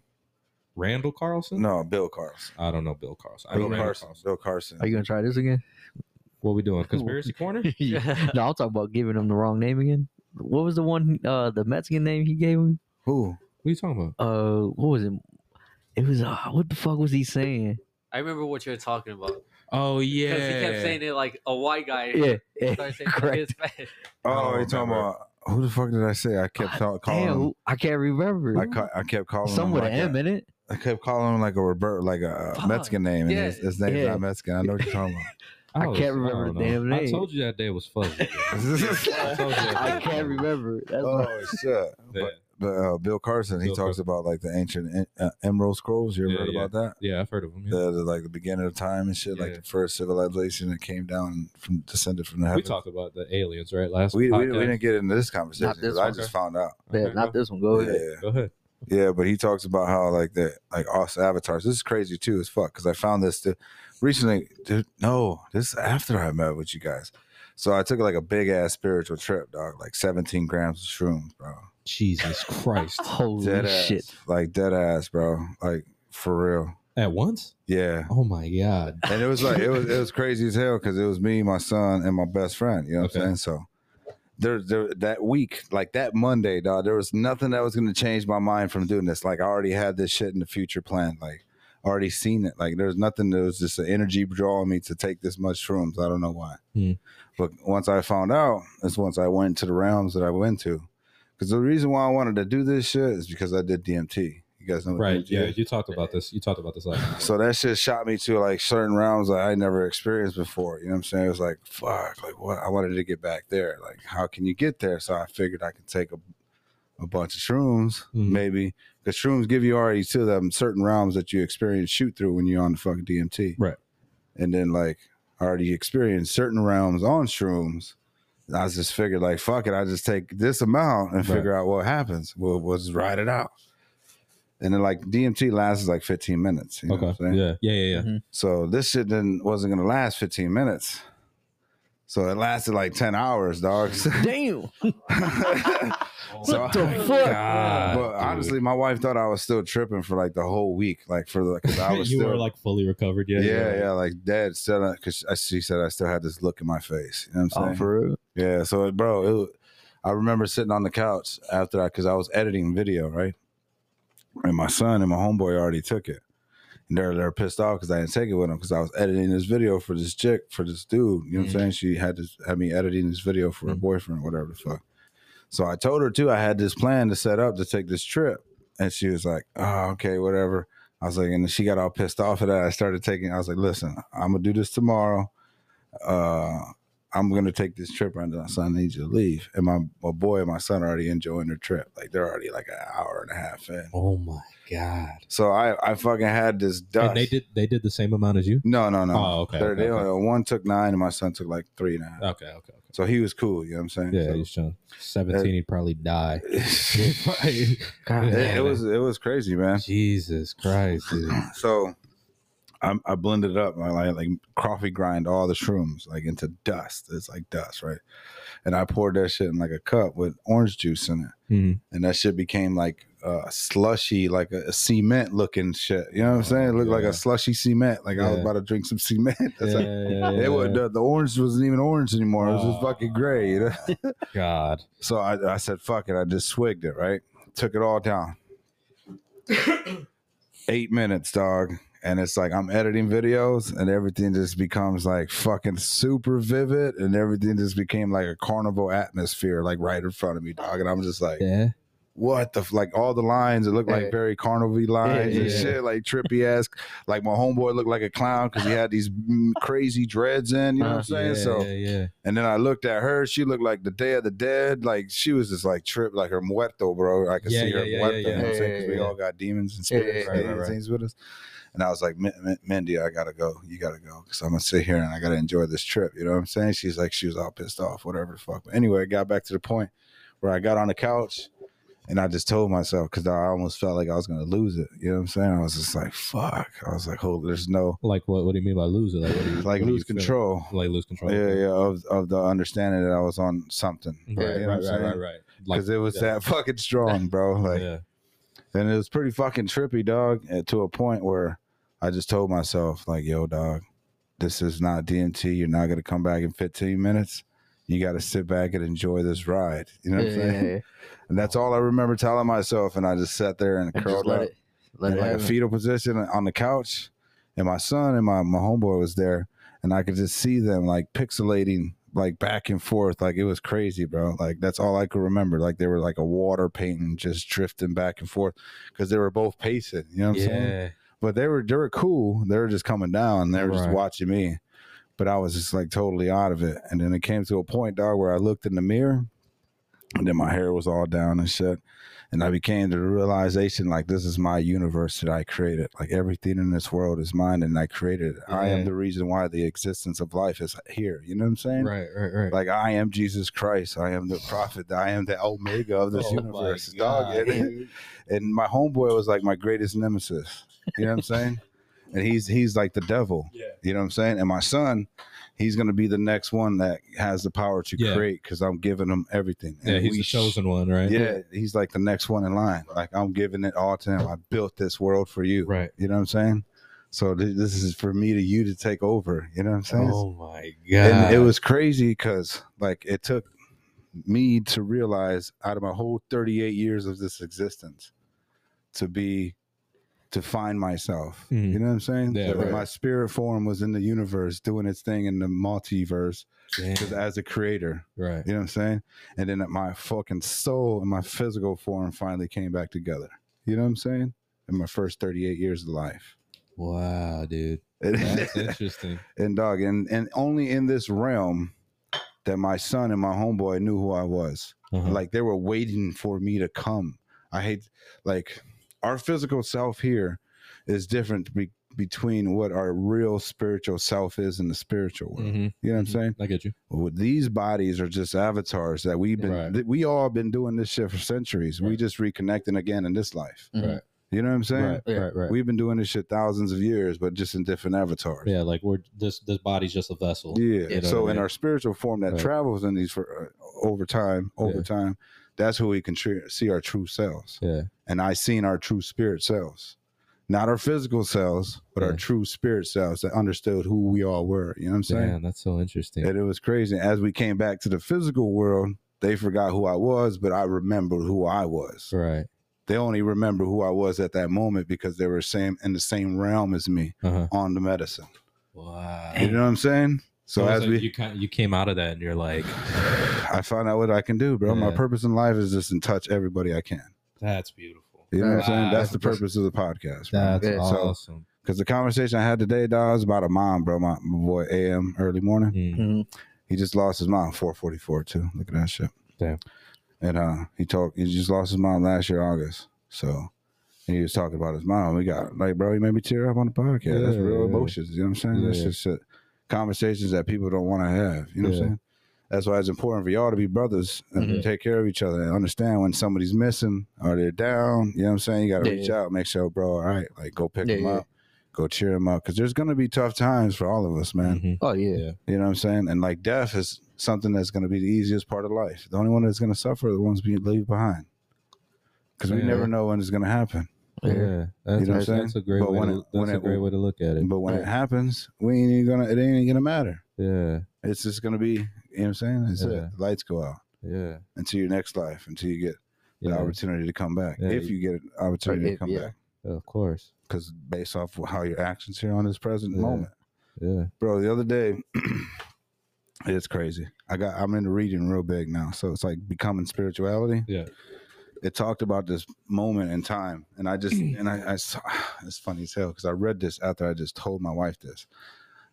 [SPEAKER 1] Randall Carlson.
[SPEAKER 4] No, Bill Carlson.
[SPEAKER 1] I don't know Bill Carlson. I know
[SPEAKER 4] Bill
[SPEAKER 1] Randall
[SPEAKER 4] Carson.
[SPEAKER 1] Carlson.
[SPEAKER 4] Bill Carson.
[SPEAKER 2] Are you gonna try this again?
[SPEAKER 1] What we doing? Conspiracy corner.
[SPEAKER 2] no, I'm talking about giving him the wrong name again. What was the one? Uh, the Mexican name he gave him.
[SPEAKER 4] Who?
[SPEAKER 1] What are you talking about?
[SPEAKER 2] Uh, what was it? It was uh, what the fuck was he saying?
[SPEAKER 3] I remember what you were talking about
[SPEAKER 1] Oh yeah.
[SPEAKER 3] because he kept saying it like a white guy.
[SPEAKER 2] Yeah, yeah.
[SPEAKER 3] started saying
[SPEAKER 2] correct.
[SPEAKER 3] Hispanic.
[SPEAKER 4] Oh,
[SPEAKER 1] don't
[SPEAKER 4] you talking
[SPEAKER 1] remember.
[SPEAKER 4] about who the fuck did I say? I kept ta- calling.
[SPEAKER 2] Damn,
[SPEAKER 4] him,
[SPEAKER 2] who- I can't remember.
[SPEAKER 4] I, ca- I kept calling
[SPEAKER 2] Some
[SPEAKER 4] him
[SPEAKER 2] with an
[SPEAKER 4] like
[SPEAKER 2] M
[SPEAKER 4] a-
[SPEAKER 2] in it.
[SPEAKER 4] I kept calling him like a Robert, like a
[SPEAKER 3] Fuck.
[SPEAKER 4] Mexican name, and
[SPEAKER 3] Yeah.
[SPEAKER 4] his, his name's
[SPEAKER 2] Yeah.
[SPEAKER 4] not Mexican. I know what you're talking
[SPEAKER 2] I
[SPEAKER 1] was-
[SPEAKER 2] can't
[SPEAKER 1] I
[SPEAKER 2] remember
[SPEAKER 1] don't
[SPEAKER 2] the
[SPEAKER 1] know.
[SPEAKER 2] damn
[SPEAKER 1] I
[SPEAKER 2] name.
[SPEAKER 1] told you that day was fuzzy. I
[SPEAKER 4] about.
[SPEAKER 1] told you that
[SPEAKER 2] I
[SPEAKER 1] day was
[SPEAKER 2] can't
[SPEAKER 1] fuzzy.
[SPEAKER 2] remember. That's why.
[SPEAKER 4] oh shit!
[SPEAKER 1] Yeah,
[SPEAKER 4] But, but uh, Bill Carson, he
[SPEAKER 1] Bill
[SPEAKER 4] talks about like the ancient uh, Emerald Scrolls. You ever
[SPEAKER 1] Yeah,
[SPEAKER 4] heard
[SPEAKER 1] yeah.
[SPEAKER 4] about that?
[SPEAKER 1] yeah, I've heard of him. yeah.
[SPEAKER 4] The, the, like the beginning of time and shit, like
[SPEAKER 1] Yeah.
[SPEAKER 4] the first civilization that came down from descended from the
[SPEAKER 1] We
[SPEAKER 4] heavens.
[SPEAKER 1] talked about the aliens, right? Last
[SPEAKER 4] we, we,
[SPEAKER 1] podcast.
[SPEAKER 4] we didn't get into this conversation
[SPEAKER 2] Not this
[SPEAKER 4] because I
[SPEAKER 2] one, Oh,
[SPEAKER 4] just
[SPEAKER 1] okay.
[SPEAKER 4] found out.
[SPEAKER 2] Yeah,
[SPEAKER 1] Okay,
[SPEAKER 2] not
[SPEAKER 1] go-
[SPEAKER 2] this one. Go ahead.
[SPEAKER 4] Yeah.
[SPEAKER 1] Go ahead.
[SPEAKER 4] Yeah, but he talks about how like that, like us avatars. This is crazy too as fuck because I found this th- recently. Dude, no, this is after I met with you guys. So I took like a big ass spiritual trip, dog. Like seventeen grams of shrooms, bro.
[SPEAKER 1] Jesus Christ!
[SPEAKER 2] Holy
[SPEAKER 4] Dead
[SPEAKER 2] shit!
[SPEAKER 4] ass, like dead ass, bro. Like for real.
[SPEAKER 1] At once?
[SPEAKER 4] Yeah,
[SPEAKER 1] Oh my God!
[SPEAKER 4] and it was like it was it was crazy as hell because it was me, my son, and my best friend. You know what
[SPEAKER 1] Okay.
[SPEAKER 4] I'm saying? So. There, there, that week, like that Monday, dog, there was nothing that was going to change my mind from doing this. Like I already had this shit in the future planned. Like already seen it. Like there's nothing that was just an energy drawing me to take this much shrooms. I don't know why.
[SPEAKER 1] Hmm.
[SPEAKER 4] But once I found out, it's once I went to the realms that I went to. Because the reason why I wanted to do this shit is because I did DMT. You guys know what
[SPEAKER 1] Right?
[SPEAKER 4] DMT
[SPEAKER 1] Yeah,
[SPEAKER 4] is?
[SPEAKER 1] you talked about this. You talked about this last.
[SPEAKER 4] So that shit shot me to like certain realms that I never experienced before. You know what I'm saying? It was like, fuck, like what? I wanted to get back there. Like, how can you get there? So I figured I could take a, a bunch of shrooms,
[SPEAKER 1] Mhm.
[SPEAKER 4] maybe. Because shrooms give you already to them certain realms that you experience shoot through when you're on the fucking DMT.
[SPEAKER 1] Right.
[SPEAKER 4] And then, like, I already experienced certain realms on shrooms. I just figured, like, fuck it, I just take this amount and
[SPEAKER 1] Right.
[SPEAKER 4] figure out what happens. We'll, we'll just ride it out. And then, like, DMT lasts like 15 minutes. You know what
[SPEAKER 1] Okay.
[SPEAKER 4] I'm saying?
[SPEAKER 1] Yeah. Yeah. Yeah. Yeah.
[SPEAKER 2] Mhm.
[SPEAKER 4] So this shit didn't wasn't gonna last 15 minutes. So it lasted like ten hours, dog. So-
[SPEAKER 2] Damn.
[SPEAKER 4] so oh
[SPEAKER 2] What the fuck?
[SPEAKER 1] God,
[SPEAKER 4] but
[SPEAKER 1] dude.
[SPEAKER 4] honestly, my wife thought I was still tripping for like the whole week, like for the because I was
[SPEAKER 1] you
[SPEAKER 4] still
[SPEAKER 1] were like fully recovered.
[SPEAKER 4] yeah,
[SPEAKER 1] Yeah,
[SPEAKER 4] yeah, like dead still because she said I still had this look in my face. You know what I'm
[SPEAKER 2] Oh,
[SPEAKER 4] saying?
[SPEAKER 2] for real?
[SPEAKER 4] Yeah. So, it- bro, it, wa- I remember sitting on the couch after that because I was editing video, right? And my son and my homeboy already took it. And they're, they're pissed off because I didn't take it with them because I was editing this video for this chick, for this dude. You know what I'm
[SPEAKER 3] Mhm.
[SPEAKER 4] saying? She had to had me editing this video for her
[SPEAKER 1] Mhm.
[SPEAKER 4] boyfriend, whatever the fuck. So I told her too, I had this plan to set up to take this trip. And she was like, oh, okay, whatever. I was like, and she got all pissed off at that. I started taking, I was like, listen, I'm going to do this tomorrow. Uh, I'm gonna take this trip right now, so I need you to leave. And my, my boy and my son are already enjoying their trip. Like they're already like an hour and a half in.
[SPEAKER 1] Oh my god.
[SPEAKER 4] So I, I fucking had this dust.
[SPEAKER 1] And they did. They did the same amount as you.
[SPEAKER 4] no, no, no.
[SPEAKER 1] Oh, okay,
[SPEAKER 4] They're-
[SPEAKER 1] okay,
[SPEAKER 4] they
[SPEAKER 1] okay.
[SPEAKER 4] only- one took nine and my son took like three and a half.
[SPEAKER 1] Okay. Okay. okay.
[SPEAKER 4] So he was cool, you know what I'm saying?
[SPEAKER 1] Yeah,
[SPEAKER 4] So-
[SPEAKER 1] he's chilling. Seventeen, he'd probably die.
[SPEAKER 4] it,
[SPEAKER 2] God.
[SPEAKER 4] it was it was crazy, man.
[SPEAKER 1] Jesus Christ, dude.
[SPEAKER 4] So I, I blended it up. I like, like coffee grind all the shrooms like into dust. It's like dust, right? And I poured that shit in like a cup with orange juice in it.
[SPEAKER 1] Mhm.
[SPEAKER 4] and that shit became like uh, slushy, like a, a cement looking shit. You know what I'm saying? It looked like
[SPEAKER 1] Yeah.
[SPEAKER 4] a slushy cement. Like I was
[SPEAKER 1] Yeah.
[SPEAKER 4] about to drink some cement. That's
[SPEAKER 1] Yeah,
[SPEAKER 4] like,
[SPEAKER 1] yeah,
[SPEAKER 4] it was,
[SPEAKER 1] yeah.
[SPEAKER 4] the, the orange wasn't even orange anymore. It was just
[SPEAKER 1] Oh.
[SPEAKER 4] fucking gray. You know?
[SPEAKER 1] God.
[SPEAKER 4] So I, I said, fuck it. I just swigged it, right? Took it all down. Eight minutes, dog. And it's like I'm editing videos and everything just becomes like fucking super vivid and everything just became like a carnival atmosphere, like right in front of me, dog. And I'm just like,
[SPEAKER 1] Yeah.
[SPEAKER 4] what the f- like all the lines it looked like
[SPEAKER 2] Yeah.
[SPEAKER 4] very carnival lines and
[SPEAKER 1] yeah.
[SPEAKER 4] shit like trippy ass like my homeboy looked like a clown because he had these mm, crazy dreads in you know what
[SPEAKER 2] Uh,
[SPEAKER 4] i'm saying
[SPEAKER 1] Uh-huh. yeah,
[SPEAKER 4] so
[SPEAKER 1] yeah, yeah.
[SPEAKER 4] and then i looked at her she looked like the day of the dead like she was just like tripped like her muerto bro i could
[SPEAKER 1] Yeah,
[SPEAKER 4] see
[SPEAKER 1] yeah,
[SPEAKER 4] her
[SPEAKER 1] yeah,
[SPEAKER 4] muerto
[SPEAKER 1] yeah,
[SPEAKER 4] you know what i'm
[SPEAKER 2] yeah.
[SPEAKER 4] saying 'Cause we
[SPEAKER 2] Yeah,
[SPEAKER 4] all got demons and
[SPEAKER 2] Yeah, yeah,
[SPEAKER 4] spirits
[SPEAKER 2] yeah,
[SPEAKER 4] and
[SPEAKER 1] yeah, right.
[SPEAKER 4] things with us and i was like "Mi- Mi- mindy i gotta go you gotta go because i'm gonna sit here and i gotta enjoy this trip you know what i'm saying she's like she was all pissed off whatever the fuck but anyway it got back to the point where i got on the couch and I just told myself because I almost felt like I was gonna lose it. You know what I'm saying? I was just like, "Fuck!" I was like, "Hold, there's no
[SPEAKER 1] Like what? What do you mean by lose it? Like, what do you,
[SPEAKER 4] like
[SPEAKER 1] what do you
[SPEAKER 4] lose
[SPEAKER 1] feel?
[SPEAKER 4] control."
[SPEAKER 1] Like lose control.
[SPEAKER 4] Yeah, yeah, of of the understanding that I was on something.
[SPEAKER 1] Right,
[SPEAKER 4] you know what I'm
[SPEAKER 1] right, right,
[SPEAKER 4] saying?
[SPEAKER 1] right, right. Like,
[SPEAKER 4] Because it was
[SPEAKER 1] yeah.
[SPEAKER 4] that fucking strong, bro. Like,
[SPEAKER 1] yeah.
[SPEAKER 4] and it was pretty fucking trippy, dog. and To a point where I just told myself, like, "Yo, dog, this is not DMT. You're not gonna come back in 15 minutes. You got to sit back and enjoy this ride." You know
[SPEAKER 2] Yeah,
[SPEAKER 4] what I'm
[SPEAKER 2] yeah,
[SPEAKER 4] saying?
[SPEAKER 2] yeah.
[SPEAKER 4] And that's all I remember telling myself. And I just sat there and
[SPEAKER 2] And
[SPEAKER 4] curled
[SPEAKER 2] just let
[SPEAKER 4] up
[SPEAKER 2] it, let
[SPEAKER 4] in
[SPEAKER 2] it
[SPEAKER 4] like a
[SPEAKER 2] happen.
[SPEAKER 4] fetal position on the couch, and my son and my my homeboy was there, and I could just see them like pixelating like back and forth, like it was crazy, bro. Like that's all I could remember. Like they were like a water painting, just drifting back and forth because they were both pacing. You know what I'm saying?
[SPEAKER 1] Yeah.
[SPEAKER 4] But they were they were cool. They were just coming down. They were just
[SPEAKER 1] Right.
[SPEAKER 4] watching me, but I was just like totally out of it. And then it came to a point, dog, where I looked in the mirror, and then my hair was all down and shit. And I became to the realization like this is my universe that I created. Like everything in this world is mine and I created it. I am
[SPEAKER 1] Yeah.
[SPEAKER 4] the reason why the existence of life is here. You know what I'm saying?
[SPEAKER 1] Right, right, right.
[SPEAKER 4] Like I am Jesus Christ. I am the prophet. I am the omega of this
[SPEAKER 1] Oh my
[SPEAKER 4] universe. Dog.
[SPEAKER 1] God.
[SPEAKER 4] And, and my homeboy was like my greatest nemesis. You know what I'm saying? And he's he's like the devil.
[SPEAKER 1] Yeah.
[SPEAKER 4] You know what I'm saying? And my son, he's gonna be the next one that has the power to
[SPEAKER 1] Yeah.
[SPEAKER 4] create because I'm giving him everything.
[SPEAKER 1] yeah,
[SPEAKER 4] And
[SPEAKER 1] he's
[SPEAKER 4] we
[SPEAKER 1] the
[SPEAKER 4] sh-
[SPEAKER 1] chosen one, right?
[SPEAKER 4] yeah, he's like the next one in line. Like I'm giving it all to him. I built this world for you.
[SPEAKER 1] Right.
[SPEAKER 4] You know what I'm saying? So th- this is for me to you to take over. You know what I'm saying?
[SPEAKER 1] Oh my
[SPEAKER 4] and
[SPEAKER 1] god.
[SPEAKER 4] it was crazy because like it took me to realize out of my whole 38 years of this existence to be to find myself.
[SPEAKER 1] Mhm.
[SPEAKER 4] You know what I'm saying?
[SPEAKER 1] Yeah,
[SPEAKER 4] So
[SPEAKER 1] right.
[SPEAKER 4] My spirit form was in the universe doing its thing in the multiverse
[SPEAKER 1] Damn.
[SPEAKER 4] 'cause as a creator.
[SPEAKER 1] right.
[SPEAKER 4] You know what I'm saying? And then my fucking soul and my physical form finally came back together. You know what I'm saying? In my first 38 years of life.
[SPEAKER 1] Wow, dude. That's
[SPEAKER 4] and
[SPEAKER 1] interesting.
[SPEAKER 4] dog, and, and only in this realm that my son and my homeboy knew who I was.
[SPEAKER 1] Uh-huh.
[SPEAKER 4] Like they were waiting for me to come. I hate like our physical self here is different be- between what our real spiritual self is in the spiritual world.
[SPEAKER 1] Mhm.
[SPEAKER 4] You know what I'm
[SPEAKER 1] Mhm.
[SPEAKER 4] saying?
[SPEAKER 1] I get you.
[SPEAKER 4] Well, these bodies are just avatars that we've been
[SPEAKER 1] Right.
[SPEAKER 4] that we all been doing this shit for centuries. We
[SPEAKER 1] Right.
[SPEAKER 4] just reconnecting again in this life.
[SPEAKER 2] Mhm.
[SPEAKER 1] Right.
[SPEAKER 4] You You know what I'm saying?
[SPEAKER 1] Right,
[SPEAKER 3] Yeah.
[SPEAKER 1] right, right.
[SPEAKER 4] We've been doing this shit thousands of years, but just in different avatars.
[SPEAKER 1] yeah, like we're this this body's just a vessel.
[SPEAKER 4] Yeah.
[SPEAKER 1] You know
[SPEAKER 4] so
[SPEAKER 1] what I
[SPEAKER 4] in
[SPEAKER 1] mean?
[SPEAKER 4] our spiritual form that
[SPEAKER 1] Right.
[SPEAKER 4] travels in these for uh, over time, over
[SPEAKER 1] Yeah.
[SPEAKER 4] time, that's who we can tr- see our true selves.
[SPEAKER 1] Yeah.
[SPEAKER 4] And I seen our true spirit selves, not our physical selves, but our
[SPEAKER 1] Yeah.
[SPEAKER 4] true spirit selves that understood who we all were. You know what I'm saying?
[SPEAKER 1] Damn, that's so interesting.
[SPEAKER 4] And it was crazy. As we came back to the physical world, they forgot who I was, but I remembered who I was.
[SPEAKER 1] right.
[SPEAKER 4] They only remember who I was at that moment because they were same in the same realm as me
[SPEAKER 1] Uh huh.
[SPEAKER 4] on the medicine.
[SPEAKER 1] Wow.
[SPEAKER 4] You know what I'm saying? So,
[SPEAKER 1] So
[SPEAKER 4] as
[SPEAKER 1] it's like
[SPEAKER 4] we
[SPEAKER 1] you kind you came out of that and you're like,
[SPEAKER 4] I found out what I can do, bro. My
[SPEAKER 1] Yeah.
[SPEAKER 4] purpose in life is just to touch everybody I can.
[SPEAKER 1] that's beautiful.
[SPEAKER 4] You know what I'm
[SPEAKER 2] Wow.
[SPEAKER 4] saying? That's the
[SPEAKER 2] That's-
[SPEAKER 4] purpose of the podcast. Bro.
[SPEAKER 1] That's
[SPEAKER 2] Yeah.
[SPEAKER 1] awesome.
[SPEAKER 4] Because the conversation I had today, dog, was about a mom, bro. My, my boy AM early morning.
[SPEAKER 1] Mm.
[SPEAKER 2] Mhm.
[SPEAKER 4] He just lost his mom, 444 too. Look at that shit.
[SPEAKER 1] Damn.
[SPEAKER 4] And uh he talked he just lost his mom last year, August. So and he was talking about his mom. We got like, bro, he made me tear up on the podcast. That's
[SPEAKER 1] Yeah,
[SPEAKER 4] real
[SPEAKER 1] yeah.
[SPEAKER 4] emotions. You know what I'm saying? That's
[SPEAKER 1] Yeah.
[SPEAKER 4] just shit. conversations that people don't want to have. You know what
[SPEAKER 1] Yeah.
[SPEAKER 4] I'm saying? That's why it's important for y'all to be brothers and
[SPEAKER 1] Mhm.
[SPEAKER 4] take care of each other and understand when somebody's missing or they're down. You know what I'm saying? You got to
[SPEAKER 2] Yeah,
[SPEAKER 4] reach out, make sure, bro, all right, like go pick
[SPEAKER 2] Yeah,
[SPEAKER 4] them
[SPEAKER 2] yeah.
[SPEAKER 4] up, go cheer them up. Cause there's going to be tough times for all of us, man.
[SPEAKER 1] Mhm.
[SPEAKER 2] Oh yeah.
[SPEAKER 1] Yeah.
[SPEAKER 4] You know what I'm saying? And like death is something that's going to be the easiest part of life. The only one that's going to suffer are the ones being leave behind. Because we
[SPEAKER 1] Yeah.
[SPEAKER 4] never know when it's going to happen.
[SPEAKER 1] Yeah. That's,
[SPEAKER 4] You know what I'm
[SPEAKER 1] that's, that's a
[SPEAKER 4] saying?
[SPEAKER 1] great
[SPEAKER 4] But
[SPEAKER 1] way
[SPEAKER 4] when
[SPEAKER 1] to,
[SPEAKER 4] it-
[SPEAKER 1] that's
[SPEAKER 4] when
[SPEAKER 1] a
[SPEAKER 4] it-
[SPEAKER 1] great way to look at it.
[SPEAKER 4] But when it
[SPEAKER 2] Right.
[SPEAKER 4] happens, we ain't even gonna. It ain't gonna matter.
[SPEAKER 1] Yeah.
[SPEAKER 4] It's just gonna be. You know what I'm saying? That's
[SPEAKER 1] Yeah.
[SPEAKER 4] it. The lights go out
[SPEAKER 1] Yeah.
[SPEAKER 4] until your next life, until you get the
[SPEAKER 1] Yeah.
[SPEAKER 4] opportunity to come back.
[SPEAKER 1] Yeah,
[SPEAKER 4] if
[SPEAKER 1] you-
[SPEAKER 4] you get an opportunity to
[SPEAKER 2] if-
[SPEAKER 4] come
[SPEAKER 2] yeah.
[SPEAKER 4] back,
[SPEAKER 1] Of course.
[SPEAKER 4] because based off of how your actions here on this present
[SPEAKER 1] Yeah.
[SPEAKER 4] moment,
[SPEAKER 1] Yeah.
[SPEAKER 4] bro. The other day, it's crazy. I got. I'm into reading real big now, so it's like becoming spirituality.
[SPEAKER 1] Yeah.
[SPEAKER 4] it talked about this moment in time and i just and i, I saw it's funny as hell because i read this after i just told my wife this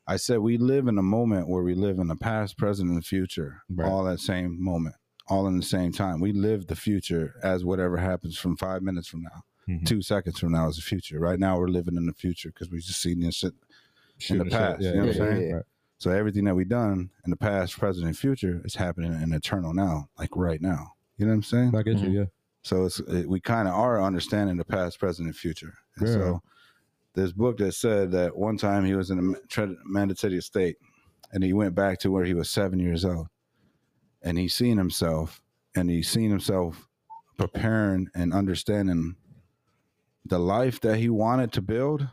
[SPEAKER 4] i said we live in a moment where we live in the past present and future
[SPEAKER 1] Right.
[SPEAKER 4] all that same moment all in the same time we live the future as whatever happens from five minutes from now
[SPEAKER 1] Mhm.
[SPEAKER 4] two seconds from now is the future right now we're living in the future because we just seen this shit
[SPEAKER 1] Shooting shit.
[SPEAKER 4] past, you
[SPEAKER 2] know what I'm saying?
[SPEAKER 1] Right.
[SPEAKER 4] so everything that we done in the past present and future is happening in eternal now like right now you know what i'm saying
[SPEAKER 1] I get
[SPEAKER 2] Mhm.
[SPEAKER 1] you. Yeah.
[SPEAKER 4] so it's it, we kind of are understanding the past, present, and future. And
[SPEAKER 1] Yeah.
[SPEAKER 4] so this book that said that one time he was in a me- tre- meditative state, and he went back to where he was seven years old, and he seen himself, and he seen himself preparing and understanding the life that he wanted to build,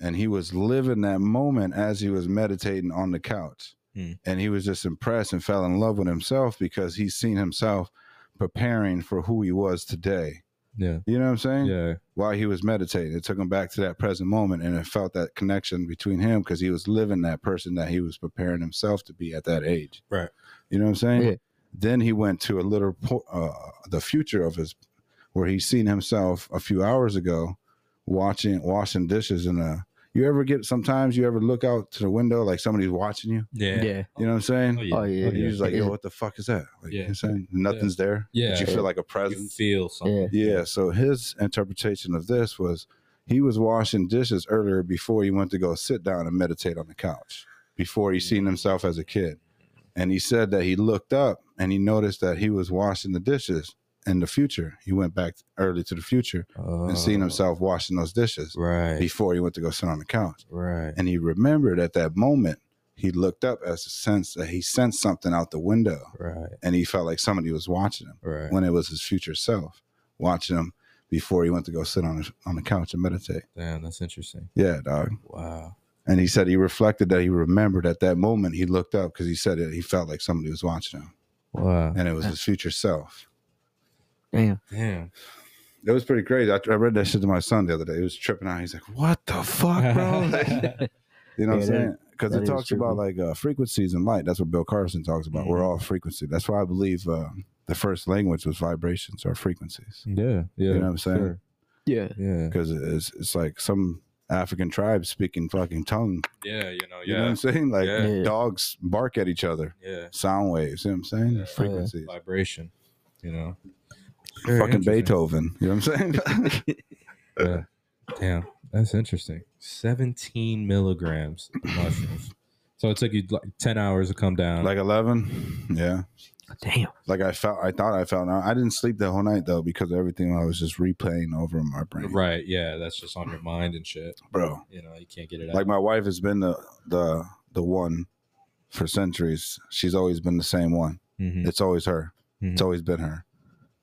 [SPEAKER 4] and he was living that moment as he was meditating on the couch,
[SPEAKER 1] Hmm.
[SPEAKER 4] and he was just impressed and fell in love with himself because he seen himself preparing for who he was today.
[SPEAKER 1] Yeah.
[SPEAKER 4] You know what I'm saying?
[SPEAKER 1] Yeah.
[SPEAKER 4] While he was meditating, it took him back to that present moment and it felt that connection between him because he was living that person that he was preparing himself to be at that age.
[SPEAKER 1] Right.
[SPEAKER 4] You know what I'm saying?
[SPEAKER 2] Yeah.
[SPEAKER 4] Then he went to a little, po- uh, the future of his, where he's seen himself a few hours ago watching, washing dishes in a, you ever get, sometimes you ever look out to the window like somebody's watching you?
[SPEAKER 1] Yeah.
[SPEAKER 2] Yeah.
[SPEAKER 4] You know what I'm saying?
[SPEAKER 1] Oh, yeah.
[SPEAKER 2] Oh, yeah.
[SPEAKER 1] Oh,
[SPEAKER 4] And you're just like,
[SPEAKER 2] Is
[SPEAKER 4] yo,
[SPEAKER 2] it-
[SPEAKER 4] what the fuck is that? Like, you
[SPEAKER 1] Yeah.
[SPEAKER 4] know what I'm saying? Nothing's there.
[SPEAKER 1] Yeah.
[SPEAKER 4] But you
[SPEAKER 2] Yeah.
[SPEAKER 4] feel like a
[SPEAKER 1] You
[SPEAKER 4] presence.
[SPEAKER 1] feel something.
[SPEAKER 2] Yeah.
[SPEAKER 4] Yeah. So his interpretation of this was he was washing dishes earlier before he went to go sit down and meditate on the couch before he
[SPEAKER 1] Mm.
[SPEAKER 4] seen himself as a kid. And he said that he looked up and he noticed that he was washing the dishes in the future. He went back early to the future
[SPEAKER 1] Oh,
[SPEAKER 4] and seen himself washing those dishes
[SPEAKER 1] Right.
[SPEAKER 4] before he went to go sit on the couch.
[SPEAKER 1] Right.
[SPEAKER 4] And he remembered at that moment, he looked up as a sense that he sensed something out the window
[SPEAKER 1] Right.
[SPEAKER 4] and he felt like somebody was watching him
[SPEAKER 1] Right.
[SPEAKER 4] when it was his future self watching him before he went to go sit on the, on the couch and meditate.
[SPEAKER 1] Damn, that's interesting.
[SPEAKER 4] Yeah, dog.
[SPEAKER 1] Wow.
[SPEAKER 4] And he said he reflected that he remembered at that moment he looked up because he said that he felt like somebody was watching him,
[SPEAKER 1] Wow.
[SPEAKER 4] and it was his future self.
[SPEAKER 2] Damn.
[SPEAKER 1] Damn.
[SPEAKER 4] It was pretty crazy. I, I read that shit to my son the other day. He was tripping out. He's like, "What the fuck, bro?" you know what I'm
[SPEAKER 2] Yeah, that-
[SPEAKER 4] saying? Because
[SPEAKER 2] that
[SPEAKER 4] it
[SPEAKER 2] is
[SPEAKER 4] talks
[SPEAKER 2] trippy.
[SPEAKER 4] about like uh, frequencies and light. That's what Bill Carson talks about.
[SPEAKER 2] Mm-hmm.
[SPEAKER 4] We're all frequency. That's why I believe uh, the first language was vibrations or frequencies.
[SPEAKER 1] yeah. Yeah.
[SPEAKER 4] You know what I'm saying?
[SPEAKER 1] sure.
[SPEAKER 2] Yeah.
[SPEAKER 1] Yeah.
[SPEAKER 4] because it's it's like some African tribes speaking fucking tongue.
[SPEAKER 1] Yeah. You know.
[SPEAKER 4] You know what I'm saying? Like
[SPEAKER 1] Yeah.
[SPEAKER 2] Yeah.
[SPEAKER 4] dogs bark at each other.
[SPEAKER 1] Yeah.
[SPEAKER 4] Sound waves. You know what I'm saying? There's frequencies.
[SPEAKER 1] Vibration. You know.
[SPEAKER 4] fucking
[SPEAKER 1] Beethoven.
[SPEAKER 4] Beethoven. You know what I'm saying?
[SPEAKER 1] Yeah. Damn, that's interesting. 17 milligrams of mushrooms. So it took you like 10 hours to come down.
[SPEAKER 4] like eleven. Yeah.
[SPEAKER 2] Damn.
[SPEAKER 4] Like I felt, I thought I felt. I didn't sleep the whole night though because of everything I was just replaying over in my brain,
[SPEAKER 1] Right. Yeah. That's just on your mind and shit.
[SPEAKER 4] bro.
[SPEAKER 1] You know, you can't get it out.
[SPEAKER 4] Like my wife has been the the the one for centuries. She's always been the same one.
[SPEAKER 1] Mhm.
[SPEAKER 4] It's always her. It's
[SPEAKER 1] Mhm.
[SPEAKER 4] always been her.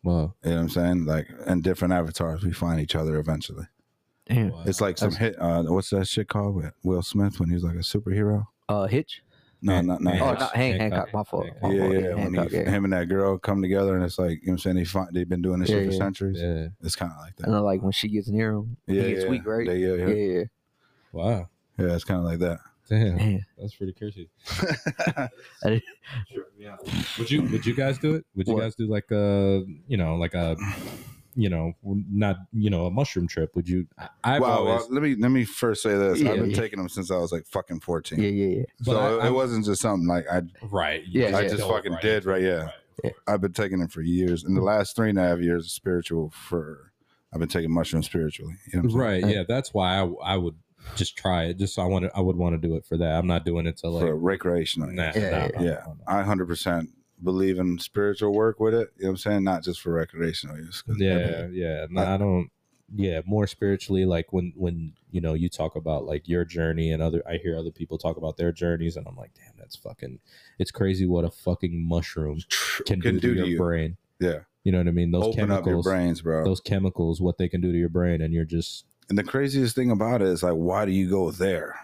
[SPEAKER 1] Wow.
[SPEAKER 4] You know what I'm saying? Like in different avatars, we find each other eventually.
[SPEAKER 2] Damn.
[SPEAKER 1] Wow.
[SPEAKER 4] It's like some hit. Uh, what's that shit called with Will Smith when he was like a superhero?
[SPEAKER 2] Uh, Hitch.
[SPEAKER 4] No,
[SPEAKER 1] Man-
[SPEAKER 4] not not.
[SPEAKER 2] Oh,
[SPEAKER 1] Hancock.
[SPEAKER 2] not Hank Hancock. My fault.
[SPEAKER 1] Hancock.
[SPEAKER 2] My
[SPEAKER 4] yeah,
[SPEAKER 2] fault.
[SPEAKER 4] yeah. When
[SPEAKER 2] Hancock,
[SPEAKER 4] he,
[SPEAKER 2] yeah.
[SPEAKER 4] him and that girl come together, and it's like you know what I'm saying. They find, they've been doing this
[SPEAKER 2] Yeah,
[SPEAKER 4] shit for
[SPEAKER 2] yeah. Uh,
[SPEAKER 4] centuries.
[SPEAKER 1] Yeah.
[SPEAKER 4] It's kind of like that.
[SPEAKER 2] And then, like when she gets near him,
[SPEAKER 4] Yeah,
[SPEAKER 2] he gets
[SPEAKER 4] yeah.
[SPEAKER 2] weak, right?
[SPEAKER 4] Yeah,
[SPEAKER 2] Yeah,
[SPEAKER 4] yeah, yeah.
[SPEAKER 2] yeah.
[SPEAKER 1] Wow.
[SPEAKER 4] Yeah, it's kind of like that.
[SPEAKER 1] Damn.
[SPEAKER 2] Man,
[SPEAKER 1] That's pretty crazy.
[SPEAKER 2] I-
[SPEAKER 1] Yeah. Would you Would you guys do it? Would you
[SPEAKER 2] What?
[SPEAKER 1] guys do like a you know like a you know not you know a mushroom trip? Would you? I- I've
[SPEAKER 4] wow.
[SPEAKER 1] always.
[SPEAKER 4] Well, let me let me first say this.
[SPEAKER 2] Yeah,
[SPEAKER 4] I've been
[SPEAKER 2] yeah.
[SPEAKER 4] taking them since I was like fucking fourteen.
[SPEAKER 2] yeah, yeah, yeah.
[SPEAKER 1] But
[SPEAKER 4] So
[SPEAKER 1] I-
[SPEAKER 4] it, it
[SPEAKER 1] I'm-
[SPEAKER 4] wasn't just something like I
[SPEAKER 1] right.
[SPEAKER 2] Yeah, I
[SPEAKER 4] just
[SPEAKER 1] don't,
[SPEAKER 4] fucking did, right, yeah. I've been taking it for years. In the last three and a half years, spiritual for I've been taking mushrooms spiritually. You know what I'm saying?
[SPEAKER 1] Right. Yeah. That's why I I would just try it. Just I want to I would want to do it for that. I'm not doing it to like
[SPEAKER 4] for recreational.
[SPEAKER 1] nah, nah,
[SPEAKER 2] Yeah, yeah,
[SPEAKER 1] nah,
[SPEAKER 4] yeah.
[SPEAKER 1] nah, nah.
[SPEAKER 4] I hundred percent believe in spiritual work with it. You know what I'm saying? Not just for recreational use. 'cause
[SPEAKER 1] yeah yeah no,
[SPEAKER 4] I-
[SPEAKER 1] i don't yeah more spiritually like when when you know you talk about like your journey and other i hear other people talk about their journeys and i'm like damn that's fucking it's crazy what a fucking mushroom can, do, to your
[SPEAKER 4] you.
[SPEAKER 1] brain
[SPEAKER 4] Yeah.
[SPEAKER 1] you know what i mean those
[SPEAKER 4] Open up your
[SPEAKER 1] chemicals
[SPEAKER 4] brains, bro.
[SPEAKER 1] those chemicals what they can do to your brain and you're just
[SPEAKER 4] and the craziest thing about it is like, why do you go there?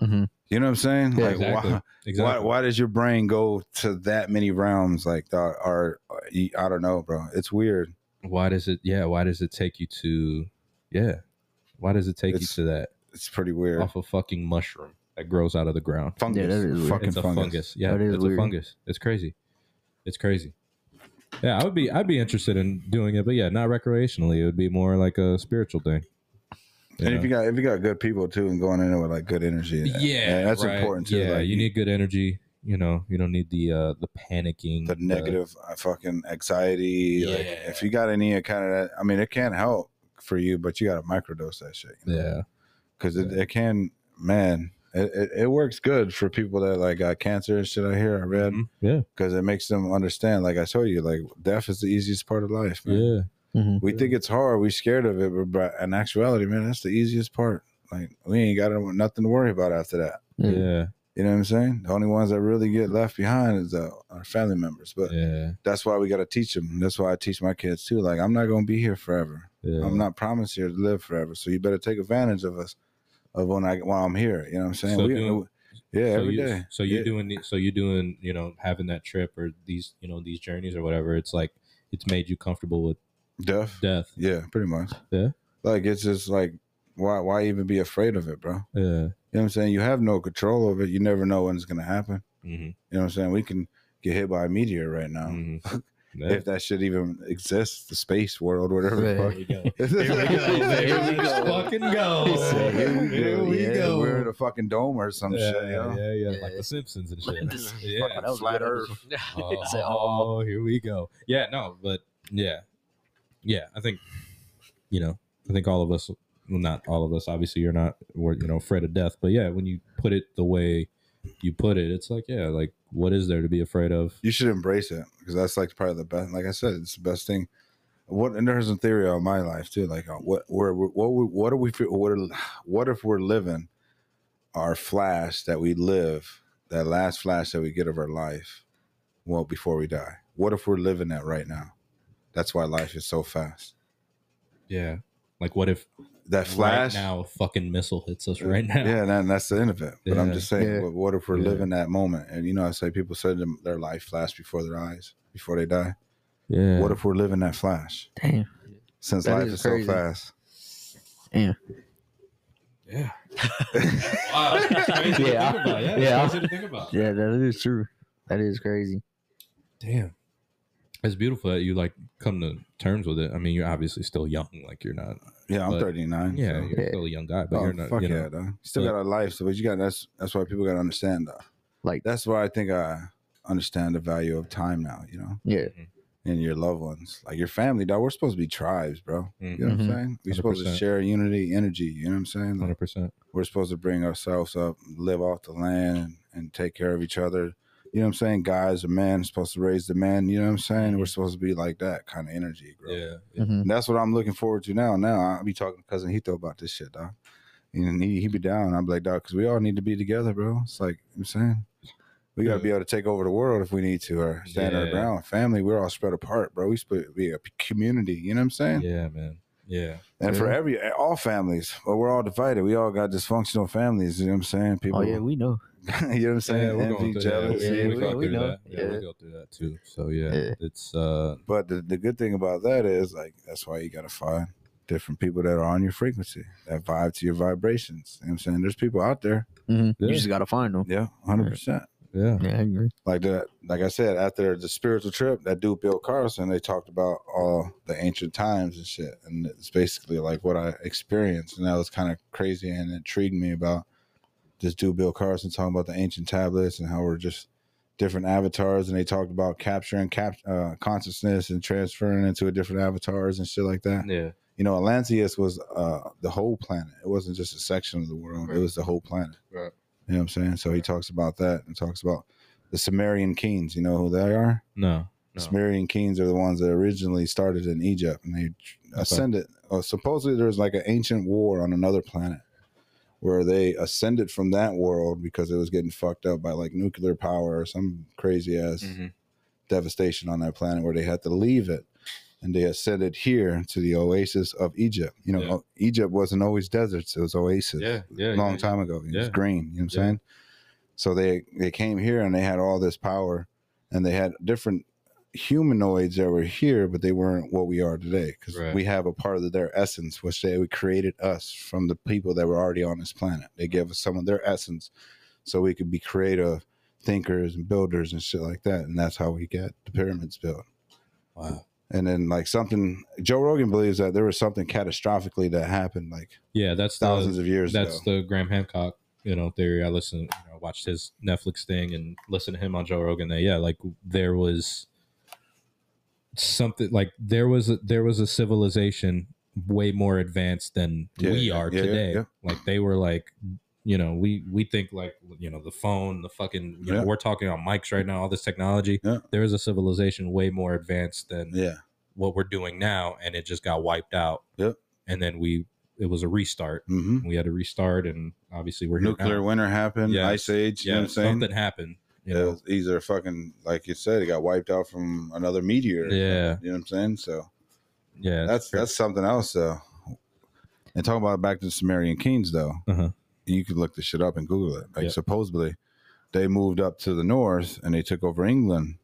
[SPEAKER 2] Mhm.
[SPEAKER 4] You know what I'm saying?
[SPEAKER 2] Yeah,
[SPEAKER 4] like
[SPEAKER 1] exactly
[SPEAKER 4] why
[SPEAKER 1] exactly
[SPEAKER 4] Why, why does your brain go to that many realms? Like, that are uh, e, I don't know, bro. It's weird.
[SPEAKER 1] why does it yeah why does it take you to yeah why does it take
[SPEAKER 4] It's
[SPEAKER 1] you to that
[SPEAKER 4] It's pretty weird.
[SPEAKER 1] off a fucking mushroom that grows out of the ground
[SPEAKER 4] Fungus,
[SPEAKER 2] Yeah, that is weird.
[SPEAKER 4] fucking
[SPEAKER 1] it's a fungus.
[SPEAKER 4] fungus.
[SPEAKER 1] Yeah,
[SPEAKER 2] That is
[SPEAKER 1] it's a
[SPEAKER 2] weird.
[SPEAKER 1] fungus. It's crazy. It's crazy. Yeah, I would be I'd be interested in doing it, but yeah, not recreationally. It would be more like a spiritual thing. You
[SPEAKER 4] And if
[SPEAKER 1] know?
[SPEAKER 4] you got if you got good people too, and going in there with like good energy,
[SPEAKER 1] yeah,
[SPEAKER 4] that's
[SPEAKER 1] right.
[SPEAKER 4] important too.
[SPEAKER 1] Yeah,
[SPEAKER 4] like,
[SPEAKER 1] you need good energy. You know, you don't need the uh the panicking,
[SPEAKER 4] the negative uh, fucking anxiety. Like,
[SPEAKER 1] Yeah.
[SPEAKER 4] if you got any kind of that, I mean, it can help for you, but you got to microdose that shit. you know?
[SPEAKER 1] yeah,
[SPEAKER 4] because it, it can, man. It, it, it works good for people that like got cancer and shit. I hear, I read,
[SPEAKER 1] Mhm. yeah,
[SPEAKER 4] because it makes them understand. Like I told you, like death is the easiest part of life. Man.
[SPEAKER 1] yeah.
[SPEAKER 2] Mm-hmm.
[SPEAKER 4] We think it's hard. We scared of it, but, but in actuality, man, that's the easiest part. Like we ain't got nothing to worry about after that.
[SPEAKER 2] Yeah.
[SPEAKER 1] Yeah,
[SPEAKER 4] You know what I'm saying? The only ones that really get left behind is uh, our family members. But
[SPEAKER 1] yeah,
[SPEAKER 4] that's why we got to teach them. That's why I teach my kids too. Like, I'm not going to be here forever.
[SPEAKER 1] yeah.
[SPEAKER 4] I'm not promised here to live forever. So you better take advantage of us, of when I while I'm here. You know what I'm saying?
[SPEAKER 1] So
[SPEAKER 4] we,
[SPEAKER 1] doing-
[SPEAKER 4] yeah,
[SPEAKER 1] so
[SPEAKER 4] every
[SPEAKER 1] you,
[SPEAKER 4] day.
[SPEAKER 1] So you're
[SPEAKER 4] Yeah.
[SPEAKER 1] doing the- so you're doing you know having that trip or these you know these journeys or whatever. It's like it's made you comfortable with
[SPEAKER 4] deaf.
[SPEAKER 1] death.
[SPEAKER 4] Yeah, pretty much.
[SPEAKER 1] Yeah.
[SPEAKER 4] Like it's just like why why even be afraid of it, bro? You
[SPEAKER 1] Yeah.
[SPEAKER 4] know what I'm saying? You have no control over it. You never know when it's gonna happen.
[SPEAKER 1] hmm
[SPEAKER 4] You know what I'm saying? We can get hit by a meteor right now.
[SPEAKER 1] Mhm. Yeah.
[SPEAKER 4] If that shit even exists, the space world, whatever the
[SPEAKER 2] Right.
[SPEAKER 4] fuck.
[SPEAKER 1] There we go.
[SPEAKER 2] Here we go.
[SPEAKER 1] Fucking go.
[SPEAKER 2] He said,
[SPEAKER 4] Here we go.
[SPEAKER 2] we
[SPEAKER 4] yeah,
[SPEAKER 2] go.
[SPEAKER 4] We're in a fucking dome or some
[SPEAKER 1] yeah,
[SPEAKER 4] shit. You know?
[SPEAKER 1] yeah, yeah,
[SPEAKER 2] Yeah.
[SPEAKER 1] like the Simpsons and shit.
[SPEAKER 2] Fucking
[SPEAKER 1] yeah.
[SPEAKER 2] that was
[SPEAKER 4] flat
[SPEAKER 2] good.
[SPEAKER 4] earth.
[SPEAKER 1] Oh,
[SPEAKER 2] Say,
[SPEAKER 1] here we go. Yeah, no, but yeah, yeah. I think you know. I think all of us, well, not all of us. Obviously, you're not. We're you know afraid of death, but yeah, when you put it the way you put it, it's like yeah, like what is there to be afraid of?
[SPEAKER 4] You should embrace it because that's like probably the best. Like I said, it's the best thing. What and there's a theory on my life too. Like uh, what where what we- what do we feel? What are, what if we're living our flash that we live that last flash that we get of our life? Well, before we die, what if we're living that right now? That's why life is so fast.
[SPEAKER 1] Yeah. Like what if
[SPEAKER 4] That flash
[SPEAKER 1] right now a fucking missile hits us right now?
[SPEAKER 4] Yeah, and that- that's the end of it. But I'm
[SPEAKER 1] Yeah.
[SPEAKER 4] just saying,
[SPEAKER 2] Yeah.
[SPEAKER 4] what, what if we're
[SPEAKER 1] Yeah.
[SPEAKER 4] living that moment? And you know, I say people said them- their life flash before their eyes, before they die.
[SPEAKER 1] Yeah.
[SPEAKER 4] What if we're living that flash?
[SPEAKER 2] Damn.
[SPEAKER 4] Since
[SPEAKER 2] That
[SPEAKER 4] life
[SPEAKER 2] is
[SPEAKER 4] is,
[SPEAKER 2] crazy.
[SPEAKER 4] so fast.
[SPEAKER 1] Yeah. wow. That's crazy to
[SPEAKER 2] Yeah.
[SPEAKER 1] think about. Yeah.
[SPEAKER 2] Yeah.
[SPEAKER 1] That's crazy to think about.
[SPEAKER 2] Yeah, that is true. That is crazy.
[SPEAKER 1] Damn. It's beautiful that you like come to terms with it. I mean, you're obviously still young. Like you're not.
[SPEAKER 4] Yeah, I'm
[SPEAKER 1] But-
[SPEAKER 4] 39.
[SPEAKER 1] Yeah,
[SPEAKER 4] so-
[SPEAKER 1] you're still a young guy, but
[SPEAKER 4] Oh,
[SPEAKER 1] you're not.
[SPEAKER 4] fuck
[SPEAKER 1] You know,
[SPEAKER 4] yeah, though. Still
[SPEAKER 1] but-
[SPEAKER 4] got our life, so but you got that's that's why people gotta understand though.
[SPEAKER 2] Like,
[SPEAKER 4] That's why I think I understand the value of time now, you know,
[SPEAKER 2] yeah,
[SPEAKER 4] and your loved ones. Like your family, dog. We're supposed to be tribes, bro.
[SPEAKER 1] Mm.
[SPEAKER 4] You know
[SPEAKER 2] Mhm.
[SPEAKER 4] what I'm saying? We're supposed to
[SPEAKER 1] 100%.
[SPEAKER 4] share unity, energy, you know what I'm saying? Like,
[SPEAKER 1] Hundred percent.
[SPEAKER 4] we're supposed to bring ourselves up, live off the land, and take care of each other. You know what I'm saying? Guys, a man is supposed to raise the man. You know what I'm saying? We're supposed to be like that kind of energy, bro.
[SPEAKER 1] Mm-hmm. Yeah.
[SPEAKER 2] Mhm.
[SPEAKER 4] And that's what I'm looking forward to now. Now I'll be talking to cousin Hito about this shit, dog. And he he be down. I'm like, dog, because we all need to be together, bro. It's like I'm saying, we gotta be able to take over the world if we need to, or stand our
[SPEAKER 1] Yeah.
[SPEAKER 4] ground. Family, we're all spread apart, bro. We sp- be a p- community. You know what I'm saying?
[SPEAKER 1] Yeah, man. Yeah.
[SPEAKER 4] And for
[SPEAKER 2] Yeah.
[SPEAKER 4] every all families, but we're all divided. We all got dysfunctional families. You know what I'm saying? People,
[SPEAKER 2] Oh yeah, we know.
[SPEAKER 4] you know what I'm saying?
[SPEAKER 1] we're going through
[SPEAKER 4] Envy,
[SPEAKER 1] that.
[SPEAKER 4] jealousy.
[SPEAKER 1] We-
[SPEAKER 2] Yeah,
[SPEAKER 1] we go
[SPEAKER 2] we- we
[SPEAKER 1] through
[SPEAKER 2] know.
[SPEAKER 1] that. Yeah, we
[SPEAKER 2] Yeah.
[SPEAKER 1] go through that too. So yeah,
[SPEAKER 2] Yeah.
[SPEAKER 1] it's uh,
[SPEAKER 4] But the, the good thing about that is like that's why you gotta find different people that are on your frequency that vibe to your vibrations. You know what I'm saying? There's people out there.
[SPEAKER 2] Mhm.
[SPEAKER 1] Yeah.
[SPEAKER 2] You just gotta find them.
[SPEAKER 4] Yeah, hundred percent.
[SPEAKER 1] yeah,
[SPEAKER 2] Yeah, I agree.
[SPEAKER 4] Like that like I said, after the spiritual trip, that dude Bill Carlson, they talked about all the ancient times and shit. And it's basically like what I experienced. And that was kind of crazy and intrigued me about this dude Bill Carlson talking about the ancient tablets and how we're just different avatars and they talked about capturing cap uh, consciousness and transferring into a different avatars and shit like that
[SPEAKER 1] yeah,
[SPEAKER 4] you know, Atlanteus was uh, the whole planet. It wasn't just a section of the world. It
[SPEAKER 1] Right.
[SPEAKER 4] was the whole planet.
[SPEAKER 1] Right.
[SPEAKER 4] You know what I'm saying? So he talks about that and talks about the Sumerian kings. You know who they are?
[SPEAKER 1] no, no.
[SPEAKER 4] Sumerian kings are the ones that originally started in Egypt and they ascended. Oh, supposedly there's like an ancient war on another planet where they ascended from that world because it was getting fucked up by like nuclear power or some crazy ass
[SPEAKER 1] Mhm.
[SPEAKER 4] devastation on that planet where they had to leave it and they ascended here to the oasis of Egypt. You know,
[SPEAKER 1] Yeah.
[SPEAKER 4] Egypt wasn't always deserts, it was oasis
[SPEAKER 1] Yeah, yeah,
[SPEAKER 4] a long
[SPEAKER 1] yeah,
[SPEAKER 4] time ago. It was
[SPEAKER 1] Yeah.
[SPEAKER 4] green, you know what I'm
[SPEAKER 1] Yeah.
[SPEAKER 4] saying? So they they came here and they had all this power and they had different humanoids that were here, but they weren't what we are today because
[SPEAKER 1] Right.
[SPEAKER 4] we have a part of their essence, which they created us from the people that were already on this planet. They gave us some of their essence so we could be creative thinkers and builders and shit like that. And that's how we got the pyramids built.
[SPEAKER 1] Wow.
[SPEAKER 4] And then like something Joe Rogan believes that there was something catastrophically that happened like
[SPEAKER 1] Yeah, that's
[SPEAKER 4] thousands
[SPEAKER 1] the
[SPEAKER 4] of years ago.
[SPEAKER 1] that's the Graham Hancock, you know, theory. I listened, you know, watched his Netflix thing and listened to him on Joe Rogan. That yeah, like there was something like there was a, there was a civilization way more advanced than
[SPEAKER 4] Yeah,
[SPEAKER 1] we
[SPEAKER 4] yeah,
[SPEAKER 1] are
[SPEAKER 4] yeah, yeah,
[SPEAKER 1] today.
[SPEAKER 4] yeah.
[SPEAKER 1] Like they were like, you know, we we think like you know the phone, the fucking, you
[SPEAKER 4] Yeah.
[SPEAKER 1] know, we're talking on mics right now, all this technology.
[SPEAKER 4] Yeah.
[SPEAKER 1] There is a civilization way more advanced than
[SPEAKER 4] yeah.
[SPEAKER 1] what we're doing now, and it just got wiped out.
[SPEAKER 4] Yep.
[SPEAKER 1] And then we it was a restart.
[SPEAKER 4] hmm
[SPEAKER 1] We had to restart, and obviously we're here
[SPEAKER 4] nuclear
[SPEAKER 1] now.
[SPEAKER 4] winter happened,
[SPEAKER 1] Yeah.
[SPEAKER 4] ice age. You
[SPEAKER 1] yeah,
[SPEAKER 4] know what I'm saying?
[SPEAKER 1] something happened. You
[SPEAKER 4] Yeah,
[SPEAKER 1] know?
[SPEAKER 4] it's either fucking like you said, it got wiped out from another meteor.
[SPEAKER 1] Yeah.
[SPEAKER 4] you know what I'm saying. So
[SPEAKER 1] Yeah,
[SPEAKER 4] that's
[SPEAKER 1] true.
[SPEAKER 4] that's something else though. And talking about back to the Sumerian kings though,
[SPEAKER 1] Uh-huh.
[SPEAKER 4] you could look this shit up and Google it. Like
[SPEAKER 1] Yeah.
[SPEAKER 4] supposedly, they moved up to the north and they took over England.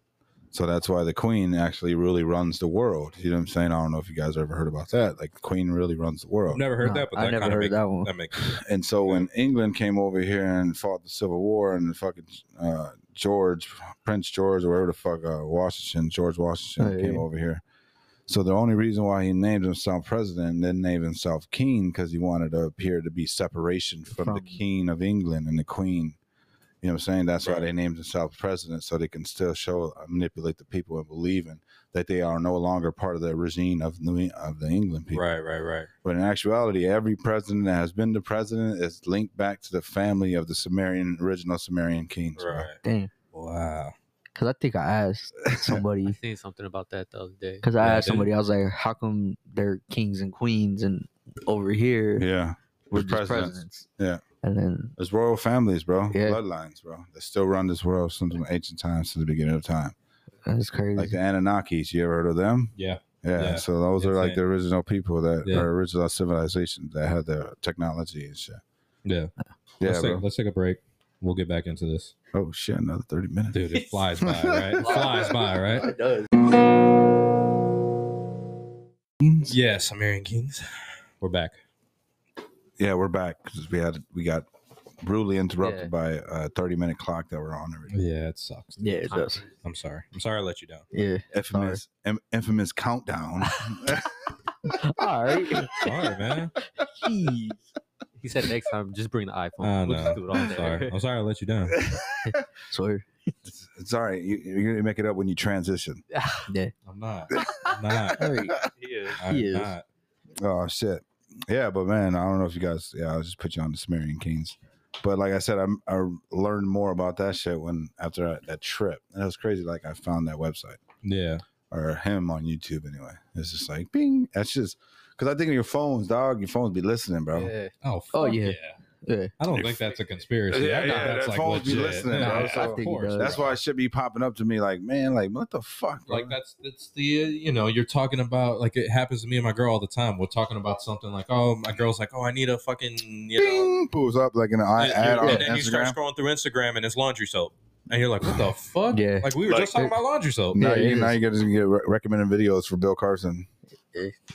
[SPEAKER 4] So that's why the queen actually really runs the world. You know what I'm saying? I don't know if you guys ever heard about that. Like the queen really runs the world.
[SPEAKER 1] I've never heard
[SPEAKER 2] No,
[SPEAKER 1] that, but
[SPEAKER 2] I
[SPEAKER 1] that
[SPEAKER 2] never
[SPEAKER 1] kind of
[SPEAKER 2] heard
[SPEAKER 1] makes,
[SPEAKER 2] that one.
[SPEAKER 1] That makes
[SPEAKER 4] And so when England came over here and fought the Civil War and fucking uh, George, Prince George, or whatever the fuck, uh, Washington, George Washington
[SPEAKER 2] Hey.
[SPEAKER 4] came over here. So the only reason why he named himself president and then named himself king because he wanted to appear to be separation from, the
[SPEAKER 2] From-
[SPEAKER 4] king of England and the queen. You know what I'm saying? That's why
[SPEAKER 1] Right.
[SPEAKER 4] they named themselves president so they can still show uh, manipulate the people and believe in that they are no longer part of the regime of New, E, of the England people.
[SPEAKER 1] right, right, right.
[SPEAKER 4] But in actuality, every president that has been the president is linked back to the family of the Sumerian original Sumerian kings. bro.
[SPEAKER 1] Right.
[SPEAKER 2] Damn.
[SPEAKER 1] Wow.
[SPEAKER 2] Cause I think I asked
[SPEAKER 3] I
[SPEAKER 2] somebody.
[SPEAKER 3] seen something about that the other day.
[SPEAKER 2] Mm-hmm. Cause I
[SPEAKER 1] Yeah,
[SPEAKER 2] asked
[SPEAKER 1] dude.
[SPEAKER 2] somebody, I was like, "How come they're kings and queens, and over here
[SPEAKER 4] Yeah.
[SPEAKER 2] we're
[SPEAKER 4] Just
[SPEAKER 2] just
[SPEAKER 4] presidents.
[SPEAKER 2] presidents.
[SPEAKER 4] Yeah.
[SPEAKER 2] And then
[SPEAKER 4] There's royal families, bro.
[SPEAKER 2] Yeah.
[SPEAKER 4] Bloodlines, bro. That still run this world since the ancient times, since the beginning of time.
[SPEAKER 2] that's crazy.
[SPEAKER 4] Like the Anunnakis, you ever heard of them?
[SPEAKER 1] Yeah.
[SPEAKER 4] Yeah.
[SPEAKER 1] Yeah.
[SPEAKER 4] So those are like
[SPEAKER 1] Insane.
[SPEAKER 4] the original people that
[SPEAKER 1] Yeah.
[SPEAKER 4] are original civilizations that had the technology and shit.
[SPEAKER 1] Yeah.
[SPEAKER 4] Yeah,
[SPEAKER 1] let's,
[SPEAKER 4] bro.
[SPEAKER 1] take, let's take a break. We'll get back into this.
[SPEAKER 4] oh shit, another thirty minutes.
[SPEAKER 1] Dude, it flies by, right? It flies by, right?
[SPEAKER 2] does.
[SPEAKER 1] Yeah, Sumerian kings. We're back.
[SPEAKER 4] Yeah, we're back because we had we got brutally interrupted
[SPEAKER 3] Yeah.
[SPEAKER 4] by a thirty minute clock that we're on already.
[SPEAKER 1] Yeah, it sucks.
[SPEAKER 2] Yeah, it does.
[SPEAKER 1] I'm sorry. I'm sorry I let you down.
[SPEAKER 2] Yeah.
[SPEAKER 4] infamous em- infamous countdown.
[SPEAKER 2] All right.
[SPEAKER 1] Sorry, man.
[SPEAKER 2] Jeez.
[SPEAKER 3] He said next time, just bring the iPhone.
[SPEAKER 1] Oh,
[SPEAKER 3] we'll
[SPEAKER 1] no.
[SPEAKER 3] just do it all
[SPEAKER 1] I'm
[SPEAKER 3] day.
[SPEAKER 1] sorry. I'm sorry I let you down.
[SPEAKER 2] Swear.
[SPEAKER 4] it's all right. You, you're gonna make it up when you transition.
[SPEAKER 2] Yeah.
[SPEAKER 1] I'm not. I'm not.
[SPEAKER 2] All right.
[SPEAKER 3] Yeah.
[SPEAKER 1] I'm
[SPEAKER 2] He is.
[SPEAKER 1] not.
[SPEAKER 4] Oh shit. Yeah, but man, I don't know if you guys. Yeah, I'll just put you on the Sumerian Kings. But like I said, I, I learned more about that shit when after I, that trip, and it was crazy. Like I found that website
[SPEAKER 1] Yeah.
[SPEAKER 4] or him on YouTube anyway. It's just like bing. That's just because I think of your phones, dog. Your phones be listening, bro.
[SPEAKER 3] Yeah.
[SPEAKER 1] Oh,
[SPEAKER 2] Oh,
[SPEAKER 1] fuck
[SPEAKER 2] yeah. Yeah.
[SPEAKER 1] I don't think that's a conspiracy. I got
[SPEAKER 4] Yeah, yeah,
[SPEAKER 1] that's
[SPEAKER 4] that
[SPEAKER 1] like
[SPEAKER 4] phone's be
[SPEAKER 1] legit.
[SPEAKER 4] listening,
[SPEAKER 1] Nah,
[SPEAKER 4] bro,
[SPEAKER 1] of
[SPEAKER 4] so- I think
[SPEAKER 2] it
[SPEAKER 1] course,
[SPEAKER 2] does.
[SPEAKER 4] That's
[SPEAKER 1] bro.
[SPEAKER 4] why it should be popping up to me like, man, like what the fuck, bro?
[SPEAKER 1] like that's that's the uh, you know you're talking about like it happens to me and my girl all the time. We're talking about something like oh my girl's like oh I need a fucking you know
[SPEAKER 4] Bing pulls up like an I
[SPEAKER 1] and,
[SPEAKER 4] ad
[SPEAKER 1] you-
[SPEAKER 4] on
[SPEAKER 1] and then you start
[SPEAKER 4] Instagram.
[SPEAKER 1] scrolling through Instagram and it's laundry soap and you're like what the fuck
[SPEAKER 2] Yeah.
[SPEAKER 1] like we were
[SPEAKER 4] Like-
[SPEAKER 1] just talking about laundry soap
[SPEAKER 4] Now,
[SPEAKER 2] Yeah, it
[SPEAKER 4] you, now
[SPEAKER 2] is.
[SPEAKER 4] you get to get re- recommended videos for Bill Carson.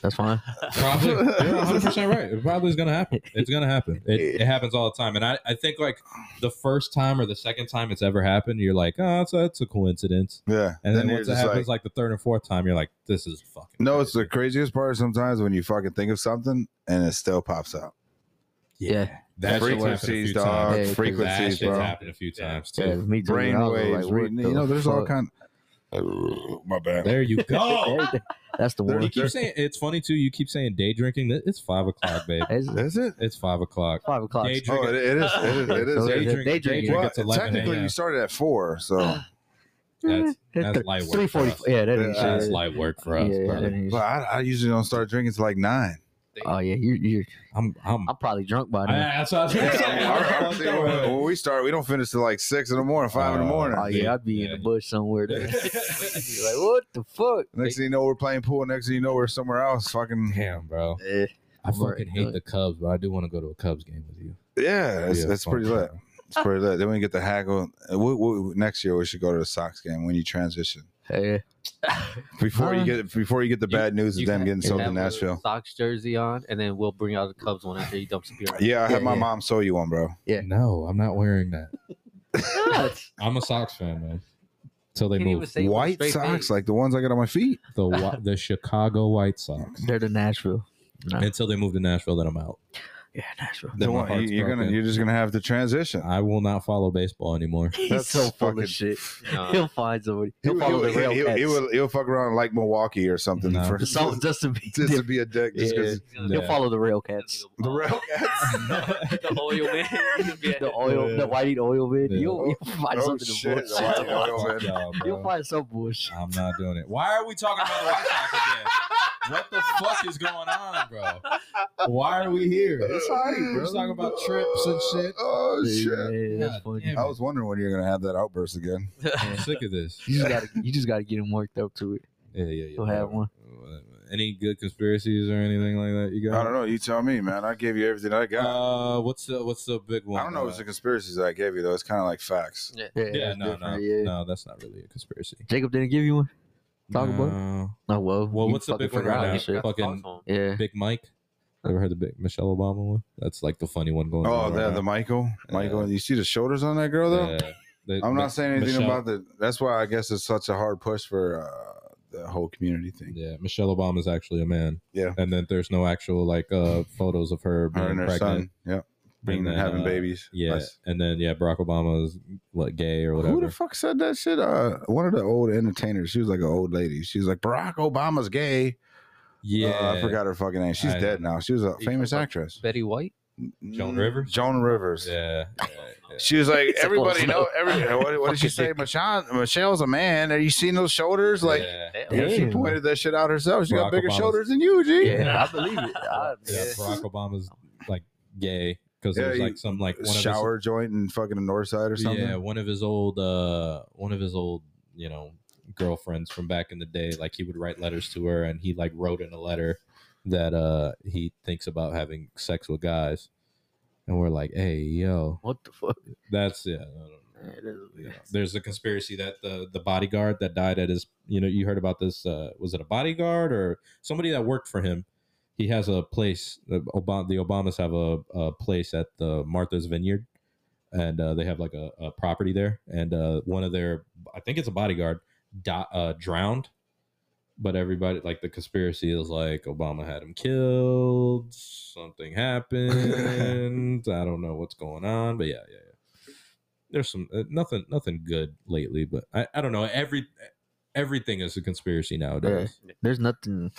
[SPEAKER 2] That's fine.
[SPEAKER 1] probably you're 100 percent right it probably is gonna happen it's gonna happen it,
[SPEAKER 4] Yeah.
[SPEAKER 1] it happens all the time and I, I think like the first time or the second time it's ever happened you're like oh that's, that's a coincidence
[SPEAKER 4] Yeah,
[SPEAKER 1] and then,
[SPEAKER 4] you're
[SPEAKER 1] once it
[SPEAKER 4] just
[SPEAKER 1] happens like, the third and fourth time you're like this is fucking
[SPEAKER 4] No, it's the
[SPEAKER 1] crazy.
[SPEAKER 4] craziest part sometimes when you fucking think of something and it still pops out.
[SPEAKER 2] Yeah.
[SPEAKER 1] That's what's happened a
[SPEAKER 4] frequencies,
[SPEAKER 1] few
[SPEAKER 4] dog.
[SPEAKER 1] times.
[SPEAKER 2] Yeah, 'cause
[SPEAKER 1] That
[SPEAKER 4] frequencies,
[SPEAKER 1] shit's
[SPEAKER 4] bro.
[SPEAKER 1] happened a few times too.
[SPEAKER 2] Yeah, me too.
[SPEAKER 4] Brain
[SPEAKER 2] I was like,
[SPEAKER 4] waves.
[SPEAKER 2] what
[SPEAKER 4] reading,
[SPEAKER 2] the
[SPEAKER 4] you know, there's all
[SPEAKER 2] fuck?
[SPEAKER 4] kind. my bad.
[SPEAKER 1] There you go.
[SPEAKER 2] Everything- That's the
[SPEAKER 1] you
[SPEAKER 2] one.
[SPEAKER 1] keep saying it's funny too. You keep saying day drinking. It's five o'clock, babe.
[SPEAKER 2] It's
[SPEAKER 4] Is it?
[SPEAKER 1] It's five o'clock.
[SPEAKER 2] five o'clock.
[SPEAKER 1] Day
[SPEAKER 4] Oh,
[SPEAKER 1] drinking.
[SPEAKER 4] it, it is. It is. It is.
[SPEAKER 2] So
[SPEAKER 1] Day drinking.
[SPEAKER 2] Day
[SPEAKER 1] Day
[SPEAKER 2] drinking.
[SPEAKER 1] drinking
[SPEAKER 4] Well,
[SPEAKER 1] gets eleven
[SPEAKER 4] technically,
[SPEAKER 1] a.m.
[SPEAKER 4] you started at four, so
[SPEAKER 1] That's- that's
[SPEAKER 2] Eh,
[SPEAKER 1] light work
[SPEAKER 2] Three
[SPEAKER 1] for
[SPEAKER 2] forty.
[SPEAKER 1] us.
[SPEAKER 2] Yeah, that is.
[SPEAKER 4] Yeah,
[SPEAKER 1] That's
[SPEAKER 2] shit.
[SPEAKER 1] light work for us.
[SPEAKER 2] Yeah, yeah,
[SPEAKER 1] bro.
[SPEAKER 2] that ain't
[SPEAKER 4] but
[SPEAKER 2] shit.
[SPEAKER 4] I, I usually don't start drinking till like nine.
[SPEAKER 2] Oh yeah, you you.
[SPEAKER 1] I'm. I'm.
[SPEAKER 2] I'm probably drunk by
[SPEAKER 1] I-
[SPEAKER 2] now.
[SPEAKER 1] that's what I was
[SPEAKER 4] Yeah,
[SPEAKER 1] gonna say.
[SPEAKER 4] our- our thing, when, when we start, we don't finish till like six in the morning, five in the morning.
[SPEAKER 2] Oh yeah, I'd be in
[SPEAKER 1] Yeah.
[SPEAKER 2] the bush somewhere. There. Be like what the fuck?
[SPEAKER 4] Next thing you know, we're playing pool. Next thing you know, we're somewhere else. Fucking
[SPEAKER 1] Damn, bro.
[SPEAKER 2] Eh,
[SPEAKER 1] I
[SPEAKER 2] I'm already
[SPEAKER 1] fucking hate
[SPEAKER 2] done.
[SPEAKER 1] the Cubs, but I do want to go to a Cubs game with you.
[SPEAKER 4] yeah, that's,
[SPEAKER 1] Yeah,
[SPEAKER 4] that's
[SPEAKER 1] fuck
[SPEAKER 4] pretty
[SPEAKER 1] yeah.
[SPEAKER 4] lit. It's pretty lit. Then we get the haggle. uh, We, we, next year, we should go to the Sox game when you transition
[SPEAKER 2] eh.
[SPEAKER 4] before
[SPEAKER 2] Uh,
[SPEAKER 4] you get before you get the
[SPEAKER 3] you-
[SPEAKER 4] bad news of
[SPEAKER 3] You
[SPEAKER 4] them
[SPEAKER 3] have
[SPEAKER 4] getting
[SPEAKER 3] to
[SPEAKER 4] sold
[SPEAKER 3] have
[SPEAKER 4] to
[SPEAKER 3] a
[SPEAKER 4] Nashville.
[SPEAKER 3] Sox jersey on, and then we'll bring out the Cubs one after he dumps a beer. on it.
[SPEAKER 4] Yeah, I had
[SPEAKER 2] Yeah,
[SPEAKER 4] my
[SPEAKER 2] yeah.
[SPEAKER 4] mom sew you one, bro.
[SPEAKER 2] Yeah.
[SPEAKER 1] No, I'm not wearing that.
[SPEAKER 2] Nuts.
[SPEAKER 1] I'm a Sox fan, man. Till they
[SPEAKER 3] Can't even
[SPEAKER 1] move
[SPEAKER 3] say it with a
[SPEAKER 4] White
[SPEAKER 3] straight
[SPEAKER 4] socks,
[SPEAKER 3] face.
[SPEAKER 4] like the ones I got on my feet.
[SPEAKER 1] the Wa- the Chicago White Sox.
[SPEAKER 2] They're to Nashville. No.
[SPEAKER 1] Until they move to Nashville, then I'm out.
[SPEAKER 2] Yeah, Nashville.
[SPEAKER 1] Then
[SPEAKER 4] The
[SPEAKER 1] my
[SPEAKER 4] one-
[SPEAKER 1] heart's
[SPEAKER 4] you, are gonna,
[SPEAKER 1] broken.
[SPEAKER 4] you're just gonna have to transition.
[SPEAKER 1] I will not follow baseball anymore.
[SPEAKER 2] He's
[SPEAKER 4] That's
[SPEAKER 2] so full
[SPEAKER 4] fucking-
[SPEAKER 2] of shit.
[SPEAKER 3] Nah.
[SPEAKER 2] He'll find somebody.
[SPEAKER 4] He,
[SPEAKER 2] He'll
[SPEAKER 4] he,
[SPEAKER 2] follow the
[SPEAKER 4] he,
[SPEAKER 2] rail.
[SPEAKER 4] he,
[SPEAKER 2] cats.
[SPEAKER 4] he will, he'll fuck around like Milwaukee or something.
[SPEAKER 1] No.
[SPEAKER 4] for-
[SPEAKER 2] The song just to be.
[SPEAKER 4] just to be a dick. Just
[SPEAKER 2] Yeah.
[SPEAKER 4] 'cause-
[SPEAKER 1] Yeah.
[SPEAKER 2] He'll follow the rail cats.
[SPEAKER 4] The rail cats.
[SPEAKER 3] the oil man.
[SPEAKER 2] The oil, the white oil man.
[SPEAKER 1] Yeah.
[SPEAKER 2] You'll, you'll find
[SPEAKER 4] Oh,
[SPEAKER 2] something
[SPEAKER 4] shit,
[SPEAKER 2] to
[SPEAKER 4] the white
[SPEAKER 2] bullshit.
[SPEAKER 4] oil.
[SPEAKER 1] Fuck y'all,
[SPEAKER 2] You'll
[SPEAKER 1] bro.
[SPEAKER 2] find some bullshit.
[SPEAKER 1] I'm not doing it. Why are we talking about the White Sox again? What the fuck is going on, bro? Why are we here? It's all right, bro. We're talking about trips and shit.
[SPEAKER 4] Oh
[SPEAKER 2] Yeah,
[SPEAKER 4] shit!
[SPEAKER 2] that's
[SPEAKER 1] God
[SPEAKER 2] funny.
[SPEAKER 1] damn
[SPEAKER 4] I was wondering when you're gonna have that outburst again.
[SPEAKER 1] I'm sick of this.
[SPEAKER 2] You just gotta, you just gotta get him worked up to it.
[SPEAKER 1] Yeah, yeah, yeah.
[SPEAKER 2] We'll have one.
[SPEAKER 1] Any good conspiracies or anything like that you got?
[SPEAKER 4] I don't know. You tell me, man. I gave you everything I got.
[SPEAKER 1] Uh, what's the what's the big one?
[SPEAKER 4] I don't know.
[SPEAKER 1] Uh,
[SPEAKER 4] It's the conspiracies that I gave you though. It's kind of like facts.
[SPEAKER 2] Yeah,
[SPEAKER 1] yeah,
[SPEAKER 2] it's
[SPEAKER 1] no, no,
[SPEAKER 2] different, yeah.
[SPEAKER 1] no. That's not really a conspiracy.
[SPEAKER 2] Jacob didn't give you one. Talk about it.
[SPEAKER 1] No.
[SPEAKER 2] Oh well.
[SPEAKER 1] Well,
[SPEAKER 2] you
[SPEAKER 1] what's the
[SPEAKER 2] fucking
[SPEAKER 1] big one
[SPEAKER 2] forgot
[SPEAKER 1] right now?
[SPEAKER 2] and shit.
[SPEAKER 1] Fucking-
[SPEAKER 2] Yeah,
[SPEAKER 1] Big Mike. Ever heard the big Michelle Obama one? That's like the funny one going.
[SPEAKER 4] Oh,
[SPEAKER 1] on
[SPEAKER 4] the,
[SPEAKER 1] right
[SPEAKER 4] the
[SPEAKER 1] now.
[SPEAKER 4] Michael, Michael.
[SPEAKER 1] Yeah.
[SPEAKER 4] You see the shoulders on that girl though.
[SPEAKER 1] Yeah. They-
[SPEAKER 4] I'm
[SPEAKER 1] Mi-
[SPEAKER 4] not saying anything
[SPEAKER 1] Michelle-
[SPEAKER 4] about the. That's why I guess it's such a hard push for uh, the whole community thing.
[SPEAKER 1] Yeah, Michelle Obama is actually a man.
[SPEAKER 4] Yeah.
[SPEAKER 1] and then there's no actual like uh photos of her being
[SPEAKER 4] Her and her
[SPEAKER 1] pregnant.
[SPEAKER 4] son. Yeah, being
[SPEAKER 1] then,
[SPEAKER 4] having
[SPEAKER 1] uh,
[SPEAKER 4] babies.
[SPEAKER 1] Yeah,
[SPEAKER 4] That's-
[SPEAKER 1] and then yeah, Barack Obama is like gay or
[SPEAKER 4] Who the
[SPEAKER 1] whatever.
[SPEAKER 4] fuck said that shit? Uh, one of the old entertainers. She was like an old lady. She was like Barack Obama's gay.
[SPEAKER 1] yeah,
[SPEAKER 4] Uh, I forgot her fucking name. She's
[SPEAKER 1] I-
[SPEAKER 4] dead now. She was a
[SPEAKER 3] You
[SPEAKER 4] famous
[SPEAKER 3] talking about-
[SPEAKER 4] actress.
[SPEAKER 3] Betty White.
[SPEAKER 1] Joan
[SPEAKER 4] Mm,
[SPEAKER 1] Rivers?
[SPEAKER 4] Joan Rivers.
[SPEAKER 1] Yeah, yeah, yeah.
[SPEAKER 4] She was like,
[SPEAKER 2] It's a
[SPEAKER 4] everybody
[SPEAKER 2] close
[SPEAKER 4] know. Every what, what did she say?
[SPEAKER 2] Fucking
[SPEAKER 4] Michelle, Michelle's a man. Are you seeing those shoulders? Like
[SPEAKER 1] yeah.
[SPEAKER 4] you know, she
[SPEAKER 2] Damn.
[SPEAKER 4] pointed that shit out herself. She
[SPEAKER 1] Barack
[SPEAKER 4] got bigger
[SPEAKER 1] Obama's-
[SPEAKER 4] shoulders than you, G.
[SPEAKER 2] yeah, I believe it. I,
[SPEAKER 1] Yeah, Barack Obama's like gay because
[SPEAKER 4] Yeah,
[SPEAKER 1] there's
[SPEAKER 4] he-
[SPEAKER 1] like some like one
[SPEAKER 4] Shower joint and fucking the north side or
[SPEAKER 1] of his,
[SPEAKER 4] something.
[SPEAKER 1] yeah, one of his old uh one of his old you know girlfriends from back in the day. Like he would write letters to her, and he like wrote in a letter that uh he thinks about having sex with guys, and we're like, hey yo,
[SPEAKER 2] What the fuck?
[SPEAKER 1] that's yeah. I don't- yeah. There's a conspiracy that the the bodyguard that died at his you know you heard about this uh, was it a bodyguard or somebody that worked for him? He has a place. The, Obama, the Obamas have a, a place at the Martha's Vineyard, and uh, they have like a, a property there. And uh, one of their I think it's a bodyguard di- uh, drowned. But everybody, like the conspiracy is like Obama had him killed, something happened. I don't know what's going on, but yeah, yeah, yeah. There's some uh, nothing, nothing good lately, but I, I don't know. Every everything is a conspiracy nowadays.
[SPEAKER 2] There's nothing.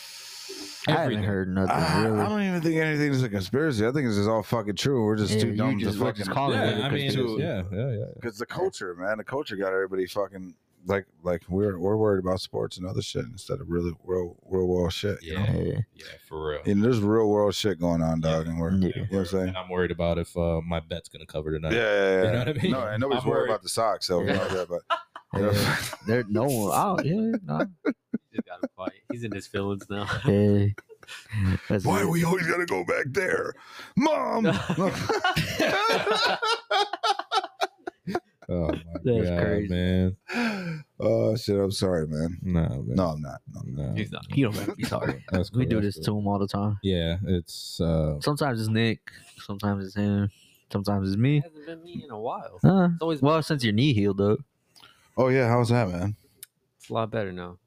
[SPEAKER 2] I haven't
[SPEAKER 1] Everything.
[SPEAKER 2] heard nothing
[SPEAKER 4] I,
[SPEAKER 2] really.
[SPEAKER 4] I don't even think anything is a conspiracy. I think it's just all fucking true. We're just
[SPEAKER 2] Yeah,
[SPEAKER 4] too
[SPEAKER 2] you
[SPEAKER 4] dumb
[SPEAKER 2] just-
[SPEAKER 4] to
[SPEAKER 2] we're
[SPEAKER 4] fucking
[SPEAKER 2] just calling
[SPEAKER 1] yeah,
[SPEAKER 2] it
[SPEAKER 1] I mean,
[SPEAKER 2] conspiracy.
[SPEAKER 1] yeah, yeah, yeah.
[SPEAKER 4] Because the culture, man, the culture got everybody fucking like like we're we're worried about sports and other shit instead of really real real world shit. You know?
[SPEAKER 1] Yeah.
[SPEAKER 2] Yeah.
[SPEAKER 1] Yeah, for real.
[SPEAKER 4] And there's real world shit going on, dog, and we're
[SPEAKER 2] Yeah.
[SPEAKER 4] you know what I'm saying.
[SPEAKER 1] And I'm worried about if uh, my bet's gonna cover
[SPEAKER 4] Yeah,
[SPEAKER 1] tonight.
[SPEAKER 4] yeah, yeah.
[SPEAKER 1] You know what I mean?
[SPEAKER 4] No, and nobody's
[SPEAKER 1] I'm
[SPEAKER 4] worried,
[SPEAKER 1] worried.
[SPEAKER 4] about the socks, so
[SPEAKER 3] Yeah.
[SPEAKER 4] yeah. but you know,
[SPEAKER 2] yeah. There, no one. I don't, yeah, nah.
[SPEAKER 3] Just got him quiet. He's in his feelings now.
[SPEAKER 2] yeah. That's
[SPEAKER 4] why
[SPEAKER 2] it.
[SPEAKER 4] we always gotta go back there, mom?
[SPEAKER 1] Oh my
[SPEAKER 2] That's
[SPEAKER 1] god,
[SPEAKER 2] crazy.
[SPEAKER 1] man.
[SPEAKER 4] oh shit, I'm sorry, man.
[SPEAKER 1] Nah, man.
[SPEAKER 4] No, I'm not. No.
[SPEAKER 1] Nah.
[SPEAKER 3] He's not.
[SPEAKER 2] You don't gotta be sorry.
[SPEAKER 1] That's
[SPEAKER 2] we
[SPEAKER 1] cool,
[SPEAKER 2] do
[SPEAKER 1] that's
[SPEAKER 2] this
[SPEAKER 1] cool.
[SPEAKER 2] to him all the time.
[SPEAKER 1] Yeah, it's uh,
[SPEAKER 2] Sometimes it's Nick. Sometimes it's him. Sometimes it's me.
[SPEAKER 3] It hasn't been me in a while.
[SPEAKER 2] Uh,
[SPEAKER 3] It's always
[SPEAKER 2] well, since your knee healed up,
[SPEAKER 4] Oh yeah, how's that, man?
[SPEAKER 3] it's a lot better now.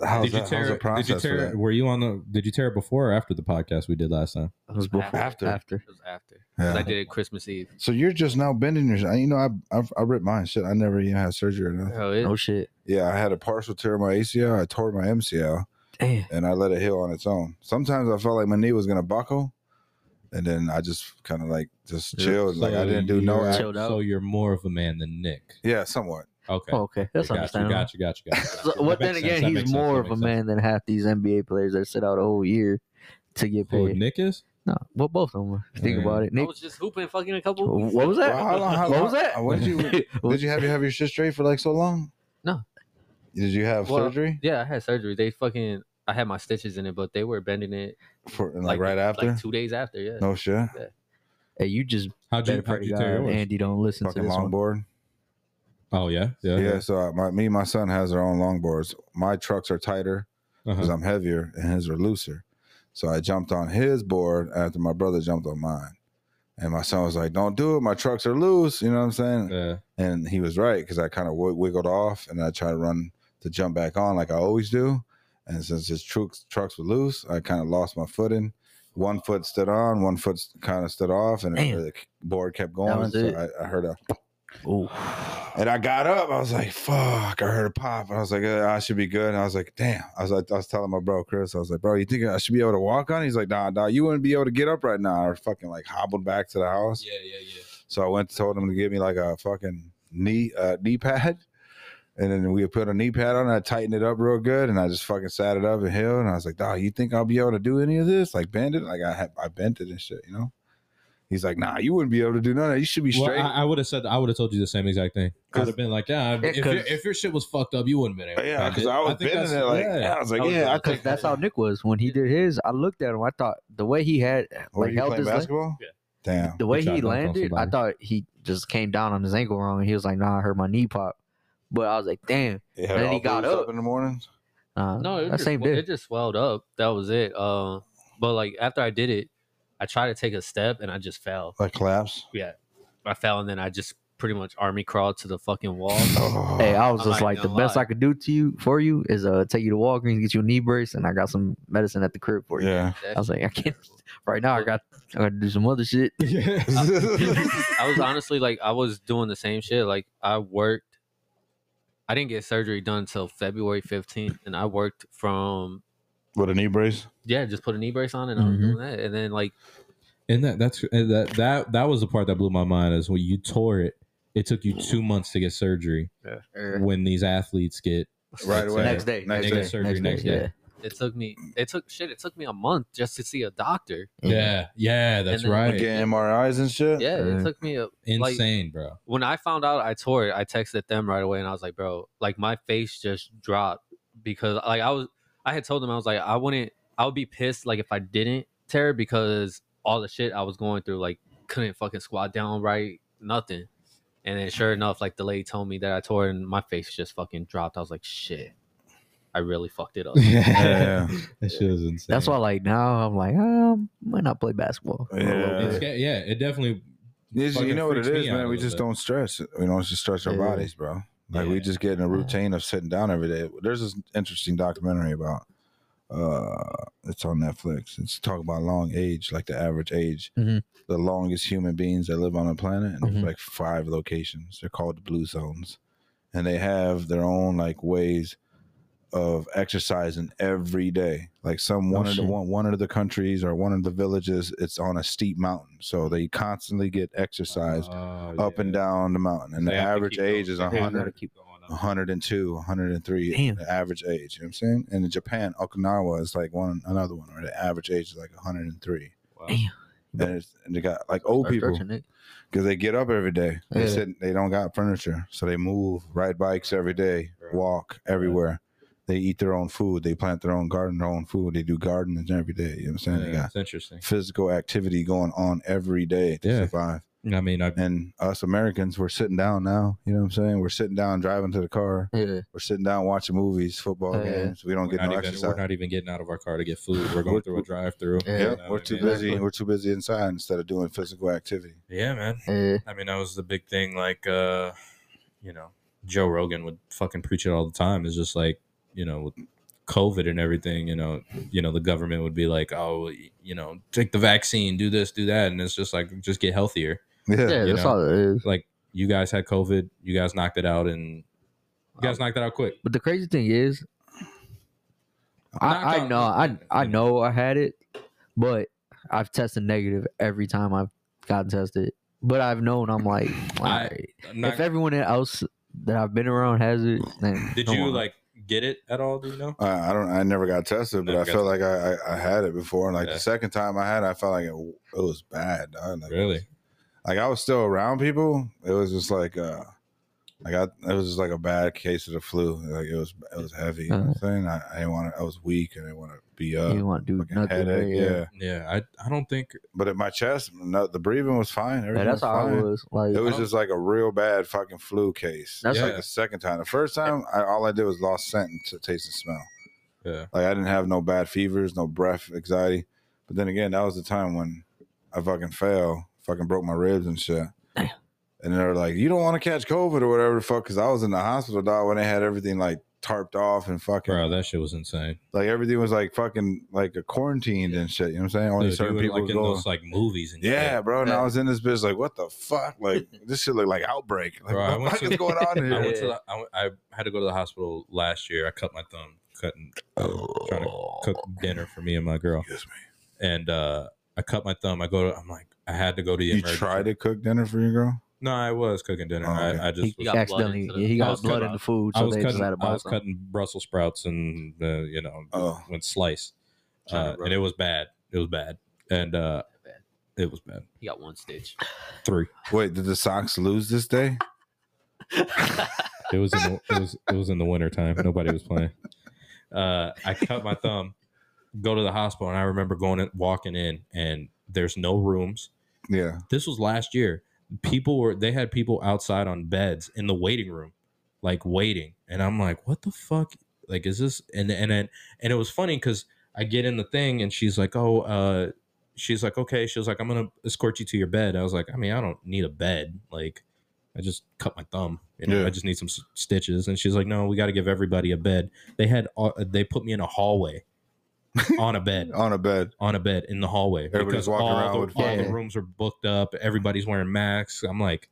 [SPEAKER 4] How's
[SPEAKER 1] did you
[SPEAKER 4] that? how's
[SPEAKER 1] tear?
[SPEAKER 4] the
[SPEAKER 1] it- Did you
[SPEAKER 4] process
[SPEAKER 1] tear?
[SPEAKER 4] for
[SPEAKER 1] it-
[SPEAKER 4] that?
[SPEAKER 1] Were you on the? Did you tear it before or after the podcast we did last time?
[SPEAKER 2] it was before
[SPEAKER 4] After.
[SPEAKER 2] After.
[SPEAKER 3] It was after. 'Cause I
[SPEAKER 4] Yeah.
[SPEAKER 3] did it Christmas Eve.
[SPEAKER 4] So you're just now bending your. You know, I I, I ripped mine. Shit, I never even had surgery or nothing.
[SPEAKER 3] Oh, it,
[SPEAKER 2] Oh shit.
[SPEAKER 4] Yeah, I had a partial tear of my ACL. I tore my MCL,
[SPEAKER 2] Damn.
[SPEAKER 4] and I let it heal on its own. Sometimes I felt like my knee was gonna buckle, and then I just kind of like just chilled. Like I didn't do no.
[SPEAKER 1] you're-
[SPEAKER 4] act-
[SPEAKER 2] Chilled
[SPEAKER 1] So
[SPEAKER 2] out.
[SPEAKER 1] you're more of a man than Nick.
[SPEAKER 4] Yeah, somewhat.
[SPEAKER 1] Okay.
[SPEAKER 2] Oh, okay. That's
[SPEAKER 1] got you,
[SPEAKER 2] understandable.
[SPEAKER 1] got you, got you, got you.
[SPEAKER 2] So,
[SPEAKER 1] That
[SPEAKER 2] well,
[SPEAKER 1] makes
[SPEAKER 2] then
[SPEAKER 1] sense,
[SPEAKER 2] again,
[SPEAKER 1] that
[SPEAKER 2] he's
[SPEAKER 1] makes sense,
[SPEAKER 2] more
[SPEAKER 1] that
[SPEAKER 2] of a
[SPEAKER 1] makes
[SPEAKER 2] man than half these NBA players that sit out a whole year to get
[SPEAKER 1] sense. Who
[SPEAKER 2] paid.
[SPEAKER 1] Oh, Nick is?
[SPEAKER 2] No, well, both of them. were. If you think
[SPEAKER 1] Yeah.
[SPEAKER 2] about it.
[SPEAKER 3] I
[SPEAKER 2] Nick,
[SPEAKER 3] was just hooping fucking a couple. weeks
[SPEAKER 2] what was
[SPEAKER 3] ago.
[SPEAKER 2] that?
[SPEAKER 4] Well, how long- how
[SPEAKER 2] what
[SPEAKER 4] long-
[SPEAKER 2] was that?
[SPEAKER 4] when did you- Did you have you have your shit straight for like so long?
[SPEAKER 3] No.
[SPEAKER 4] Did you have
[SPEAKER 3] Well,
[SPEAKER 4] surgery
[SPEAKER 3] Yeah, I had surgery. They fucking. I had my stitches in it, but they were bending it
[SPEAKER 4] for like, right after?
[SPEAKER 3] like two days after. Yeah.
[SPEAKER 4] no shit.
[SPEAKER 2] hey, you just
[SPEAKER 1] How'd you,
[SPEAKER 2] better pray
[SPEAKER 1] how'd
[SPEAKER 2] to
[SPEAKER 1] you
[SPEAKER 2] God,
[SPEAKER 1] tear yours?
[SPEAKER 2] Andy don't listen to
[SPEAKER 4] Fucking
[SPEAKER 2] this one.
[SPEAKER 4] longboard.
[SPEAKER 1] Oh yeah, yeah.
[SPEAKER 4] Yeah. So I, my, me and my son has our own longboards. My trucks are tighter. because
[SPEAKER 1] Uh-huh.
[SPEAKER 4] I'm heavier and his are looser. So I jumped on his board after my brother jumped on mine. And my son was like, Don't do it. My trucks are loose. You know what I'm saying?
[SPEAKER 1] Yeah.
[SPEAKER 4] And he was right because I kind of w- wiggled off and I tried to run to jump back on like I always do. And since his trucks trucks were loose, I kind of lost my footing. One foot stood on, one foot kind of stood off, and
[SPEAKER 2] Damn.
[SPEAKER 4] the board kept going.
[SPEAKER 2] was
[SPEAKER 4] So
[SPEAKER 2] it.
[SPEAKER 4] I, I heard a
[SPEAKER 2] Ooh.
[SPEAKER 4] and I got up. I was like, fuck. I heard a pop. And I was like, uh, I should be good. And I was like, damn. I was like, I was telling my bro Chris, I was like, bro, you think I should be able to walk on? it?" He's like, nah, nah, you wouldn't be able to get up right now. I fucking like hobbled back to the house.
[SPEAKER 1] Yeah, yeah, yeah.
[SPEAKER 4] So I went and told him to give me like a fucking knee uh, knee pad. And then we put a knee pad on. I tightened it up real good, and I just fucking sat it up and held. And I was like, "Dog, you think I'll be able to do any of this? Like bend it? Like I had, I bent it and shit, you know." He's like, "Nah, you wouldn't be able to do none of that. You should be
[SPEAKER 1] Well,
[SPEAKER 4] straight."
[SPEAKER 1] I, I would have said I would have told you the same exact thing. I would have been like, yeah,
[SPEAKER 2] Yeah,
[SPEAKER 1] if, your,
[SPEAKER 2] 'cause-
[SPEAKER 1] if your shit was fucked up, you wouldn't been able. to
[SPEAKER 4] yeah,
[SPEAKER 1] bend
[SPEAKER 4] because
[SPEAKER 1] it.
[SPEAKER 4] I was
[SPEAKER 1] think
[SPEAKER 4] bending
[SPEAKER 1] that's-
[SPEAKER 4] it like
[SPEAKER 1] yeah.
[SPEAKER 4] I was like,
[SPEAKER 3] I was
[SPEAKER 4] "Yeah,
[SPEAKER 3] gonna
[SPEAKER 4] I
[SPEAKER 2] Because
[SPEAKER 4] think
[SPEAKER 2] that's how Nick was when he did his. I looked at him. I thought the way he had
[SPEAKER 4] Were
[SPEAKER 2] like
[SPEAKER 4] you
[SPEAKER 2] held
[SPEAKER 4] playing
[SPEAKER 2] his leg-
[SPEAKER 4] basketball?
[SPEAKER 3] Yeah.
[SPEAKER 4] Damn.
[SPEAKER 2] the way
[SPEAKER 1] Good
[SPEAKER 2] he
[SPEAKER 1] shot, dunk on
[SPEAKER 2] landed, I
[SPEAKER 1] somebody.
[SPEAKER 2] thought he just came down on his ankle wrong, and he was like, "Nah, I heard my knee pop." But I was like, "Damn,
[SPEAKER 4] Yeah,
[SPEAKER 2] then
[SPEAKER 4] all
[SPEAKER 2] he got
[SPEAKER 4] bruised
[SPEAKER 2] up.
[SPEAKER 4] in the morning.
[SPEAKER 2] uh,
[SPEAKER 3] No, it
[SPEAKER 2] that
[SPEAKER 3] just,
[SPEAKER 2] same
[SPEAKER 3] sw-
[SPEAKER 2] day."
[SPEAKER 3] it just swelled up. That was it. Uh, but like after I did it, I tried to take a step and I just fell.
[SPEAKER 4] Like collapse.
[SPEAKER 3] I fell and then I just pretty much army crawled to the fucking wall.
[SPEAKER 4] Oh.
[SPEAKER 2] Hey, I was
[SPEAKER 3] I'm
[SPEAKER 2] just
[SPEAKER 3] not
[SPEAKER 2] like, the
[SPEAKER 3] gonna
[SPEAKER 2] best
[SPEAKER 3] lie.
[SPEAKER 2] I could do to you for you is uh take you to Walgreens, get you a knee brace, and I got some medicine at the crib for you.
[SPEAKER 4] Oh, yeah.
[SPEAKER 3] That
[SPEAKER 2] I was
[SPEAKER 3] shit
[SPEAKER 2] like, I can't.
[SPEAKER 3] terrible.
[SPEAKER 2] Right now, I got I got to do some other shit.
[SPEAKER 3] I was honestly like, I was doing the same shit. Like I worked. I didn't get surgery done until February 15th, and I worked from
[SPEAKER 4] With a knee brace.
[SPEAKER 3] yeah, just put a knee brace on and I was
[SPEAKER 2] Mhm.
[SPEAKER 3] doing that, and then like
[SPEAKER 1] And that that's and that that that was the part that blew my mind is when you tore it. It took you two months to get surgery. When these athletes get
[SPEAKER 4] Right away.
[SPEAKER 2] Next day,
[SPEAKER 4] Next
[SPEAKER 2] next
[SPEAKER 1] they get
[SPEAKER 4] day.
[SPEAKER 1] surgery next,
[SPEAKER 2] yeah.
[SPEAKER 1] day.
[SPEAKER 3] it took me, it took shit, it took me a month just to see a doctor.
[SPEAKER 1] Yeah, yeah, that's
[SPEAKER 3] then-
[SPEAKER 1] right.
[SPEAKER 4] Like getting MRIs and shit.
[SPEAKER 3] Yeah,
[SPEAKER 2] Yeah.
[SPEAKER 3] it took me a like-
[SPEAKER 1] Insane, bro.
[SPEAKER 3] when I found out I tore it, I texted them right away and I was like, bro, like my face just dropped because like I was I had told them I was like, I wouldn't I would be pissed like if I didn't tear it because all the shit I was going through, like couldn't fucking squat down right, nothing. And then sure enough, like the lady told me that I tore it and my face just fucking dropped. I was like, shit. I really fucked it up.
[SPEAKER 4] Yeah.
[SPEAKER 1] that shit was insane.
[SPEAKER 2] That's why, like now, I'm like, um, might not play basketball. for a little
[SPEAKER 4] Yeah.
[SPEAKER 2] bit.
[SPEAKER 1] It's, get- yeah, it definitely.
[SPEAKER 4] You, just- you
[SPEAKER 1] fucking
[SPEAKER 4] know what it
[SPEAKER 1] freaks me
[SPEAKER 4] is,
[SPEAKER 1] out a
[SPEAKER 4] man. We
[SPEAKER 1] little
[SPEAKER 4] just
[SPEAKER 1] bit.
[SPEAKER 4] don't stress. We don't just stretch our
[SPEAKER 2] Yeah.
[SPEAKER 4] bodies, bro. Like we
[SPEAKER 1] Yeah.
[SPEAKER 4] just get in a routine of sitting down every day. There's this interesting documentary about uh it's on Netflix. It's talk about long age, like the average age.
[SPEAKER 2] Mhm.
[SPEAKER 4] The longest human beings that live on the planet, and
[SPEAKER 2] Mhm.
[SPEAKER 4] there's like five locations. They're called the blue zones. And they have their own like ways of exercising every day. Like some one of the
[SPEAKER 2] shit.
[SPEAKER 4] one, one of the countries or one of the villages, it's on a steep mountain, so they constantly get
[SPEAKER 1] Oh,
[SPEAKER 4] exercise
[SPEAKER 2] Oh,
[SPEAKER 4] up and down the mountain. And the average age is
[SPEAKER 2] Yeah, you gotta
[SPEAKER 4] 100,
[SPEAKER 2] keep
[SPEAKER 4] 102, 103.
[SPEAKER 2] Damn.
[SPEAKER 4] The average age, you know what I'm saying? And in Japan, Okinawa is like one another one where the average age is like 103.
[SPEAKER 2] Damn.
[SPEAKER 4] And, it's, and they got like old
[SPEAKER 2] start
[SPEAKER 4] people
[SPEAKER 2] stretching it.
[SPEAKER 4] because they get up every day. They
[SPEAKER 2] Yeah.
[SPEAKER 4] sit. They don't got furniture, so they move, ride bikes every day,
[SPEAKER 1] Right.
[SPEAKER 4] walk everywhere. They eat their own food. They plant their own garden, their own food. They do gardening every day. You know what I'm saying? They got
[SPEAKER 1] It's interesting.
[SPEAKER 4] physical activity going on every day to
[SPEAKER 1] Yeah.
[SPEAKER 4] survive.
[SPEAKER 1] I mean, I,
[SPEAKER 4] And us Americans, we're sitting down now. You know what I'm saying? We're sitting down, driving to the car.
[SPEAKER 2] Yeah,
[SPEAKER 4] We're sitting down, watching movies, football
[SPEAKER 2] Yeah.
[SPEAKER 4] games. We don't
[SPEAKER 1] we're
[SPEAKER 4] get no
[SPEAKER 1] not, even,
[SPEAKER 4] exercise.
[SPEAKER 1] we're not even getting out of our car to get food. We're going
[SPEAKER 4] We're-
[SPEAKER 1] through a drive-through.
[SPEAKER 2] Yeah.
[SPEAKER 4] Yep,
[SPEAKER 1] You know
[SPEAKER 4] we're
[SPEAKER 1] what I
[SPEAKER 4] too
[SPEAKER 1] mean?
[SPEAKER 4] busy.
[SPEAKER 2] Exactly.
[SPEAKER 4] We're too busy inside instead of doing physical activity.
[SPEAKER 1] Yeah, man.
[SPEAKER 2] yeah.
[SPEAKER 1] I mean, that was the big thing. Like, uh, you know, Joe Rogan would fucking preach it all the time. It's just like, you know, with COVID and everything, you know, you know, the government would be like, oh, you know, take the vaccine, do this, do that, and it's just like, just get healthier.
[SPEAKER 4] Yeah.
[SPEAKER 2] Yeah,
[SPEAKER 1] you
[SPEAKER 2] that's
[SPEAKER 1] know.
[SPEAKER 2] all it is.
[SPEAKER 1] Like, you guys had COVID, you guys knocked it out, and you guys knocked it out quick.
[SPEAKER 2] But the crazy thing is, I, I
[SPEAKER 1] Knockout.
[SPEAKER 2] know, I I
[SPEAKER 1] You
[SPEAKER 2] know I had it, but I've tested negative every time I've gotten tested. But I've known I'm like,
[SPEAKER 1] I-
[SPEAKER 2] alright,
[SPEAKER 1] Knock-
[SPEAKER 2] if everyone else that I've been around has it, then
[SPEAKER 1] did
[SPEAKER 2] come
[SPEAKER 1] you
[SPEAKER 2] on.
[SPEAKER 1] like get it at all? Do you know?
[SPEAKER 4] I, I don't. I never got tested, but
[SPEAKER 1] Never
[SPEAKER 4] I
[SPEAKER 1] got
[SPEAKER 4] felt like I, I, I had it before. Like
[SPEAKER 1] Yeah.
[SPEAKER 4] the second time I had, it, I felt like it, w- it was bad. Dog. Like,
[SPEAKER 1] Really?
[SPEAKER 4] Like I was still around people. It was just like uh, like I it was just like a bad case of the flu. Like it was it was heavy. You know what I'm saying I, I didn't want to. I was weak. I didn't want to be
[SPEAKER 2] Uh-huh. you
[SPEAKER 4] up.
[SPEAKER 2] want to do
[SPEAKER 4] Fucking
[SPEAKER 2] nothing?
[SPEAKER 4] headache.
[SPEAKER 2] yeah,
[SPEAKER 4] Yeah.
[SPEAKER 1] Yeah. I I don't think
[SPEAKER 4] But at my chest, no, the breathing was fine.
[SPEAKER 2] Yeah,
[SPEAKER 4] Everything
[SPEAKER 2] that's
[SPEAKER 4] was
[SPEAKER 2] how I
[SPEAKER 4] fine.
[SPEAKER 2] was. Like,
[SPEAKER 4] It was
[SPEAKER 1] don't-
[SPEAKER 4] just like a real bad fucking flu case.
[SPEAKER 2] That's
[SPEAKER 4] That's
[SPEAKER 1] Yeah.
[SPEAKER 4] like the second time. The first time, I, all I did was lost scent and t- taste and smell.
[SPEAKER 1] Yeah.
[SPEAKER 4] Like I didn't have no bad fevers, no breath anxiety. But then again, that was the time when I fucking fell, fucking broke my ribs and shit.
[SPEAKER 2] Damn.
[SPEAKER 4] And they were like, "You don't want to catch COVID or whatever the fuck," because I was in the hospital, dog, when they had everything like tarped off and fucking
[SPEAKER 1] bro, that shit was insane.
[SPEAKER 4] like everything was like fucking like a quarantined and shit. You know what I'm saying? Only
[SPEAKER 1] Dude, you
[SPEAKER 4] certain
[SPEAKER 1] were,
[SPEAKER 4] people
[SPEAKER 1] like
[SPEAKER 4] could
[SPEAKER 1] in
[SPEAKER 4] go.
[SPEAKER 1] those like movies and
[SPEAKER 4] yeah,
[SPEAKER 1] shit.
[SPEAKER 4] bro. And
[SPEAKER 2] Yeah.
[SPEAKER 4] I was in this bitch like, what the fuck? Like this shit look like outbreak. Like
[SPEAKER 1] Bro, I
[SPEAKER 4] what
[SPEAKER 1] went
[SPEAKER 4] the fuck
[SPEAKER 1] to-
[SPEAKER 4] is going on
[SPEAKER 1] I
[SPEAKER 4] here?
[SPEAKER 1] went to the, I, went- I had to go to the hospital last year. I cut my thumb cutting trying
[SPEAKER 4] Oh.
[SPEAKER 1] to
[SPEAKER 3] Oh,
[SPEAKER 1] cook dinner for me and my girl,
[SPEAKER 4] Excuse me.
[SPEAKER 1] and uh, I cut my thumb. I go to I'm like I had to go to the
[SPEAKER 4] You
[SPEAKER 1] emergency.
[SPEAKER 4] tried to cook dinner for your girl?
[SPEAKER 1] No, I was cooking dinner.
[SPEAKER 4] Oh, okay.
[SPEAKER 1] I, I
[SPEAKER 2] he
[SPEAKER 1] just was,
[SPEAKER 3] got blood
[SPEAKER 2] accidentally
[SPEAKER 3] into the-
[SPEAKER 2] yeah, he
[SPEAKER 1] I
[SPEAKER 2] got
[SPEAKER 1] was
[SPEAKER 2] blood
[SPEAKER 1] cutting-
[SPEAKER 2] in the food,
[SPEAKER 1] I
[SPEAKER 2] so
[SPEAKER 1] was
[SPEAKER 2] they
[SPEAKER 1] cutting
[SPEAKER 2] just had to
[SPEAKER 1] I
[SPEAKER 2] buy
[SPEAKER 1] was
[SPEAKER 2] something.
[SPEAKER 1] cutting Brussels sprouts and uh, you know
[SPEAKER 4] Oh.
[SPEAKER 1] went slice,
[SPEAKER 3] China
[SPEAKER 1] uh, and
[SPEAKER 3] Brussels.
[SPEAKER 1] it was bad. It was bad, and uh, it was bad.
[SPEAKER 3] He got one stitch.
[SPEAKER 1] Three.
[SPEAKER 4] Wait, did the Sox lose this day?
[SPEAKER 1] It was in the, it was it was in the winter time. Nobody was playing. Uh, I cut my thumb, go to the hospital, and I remember going in, walking in, and there's no rooms.
[SPEAKER 4] Yeah.
[SPEAKER 1] This was last year. People were they had people outside on beds in the waiting room, like waiting, and I'm like, what the fuck? Like, is this? And and then and it was funny because I get in the thing, and she's like, oh, uh, she's like, okay, she was like, I'm gonna escort you to your bed. I was like, I mean, I don't need a bed, like. I just cut my thumb. You know,
[SPEAKER 4] Yeah.
[SPEAKER 1] I just need some s- stitches. And she's like, "No, we got to give everybody a bed." They had all, they put me in a hallway on a bed
[SPEAKER 4] On a bed.
[SPEAKER 1] on a bed in the hallway.
[SPEAKER 4] Everybody's
[SPEAKER 1] because
[SPEAKER 4] walking
[SPEAKER 1] all
[SPEAKER 4] around
[SPEAKER 1] The,
[SPEAKER 4] with
[SPEAKER 1] all the
[SPEAKER 2] fucking-
[SPEAKER 1] rooms are booked up. Everybody's wearing masks. I'm like,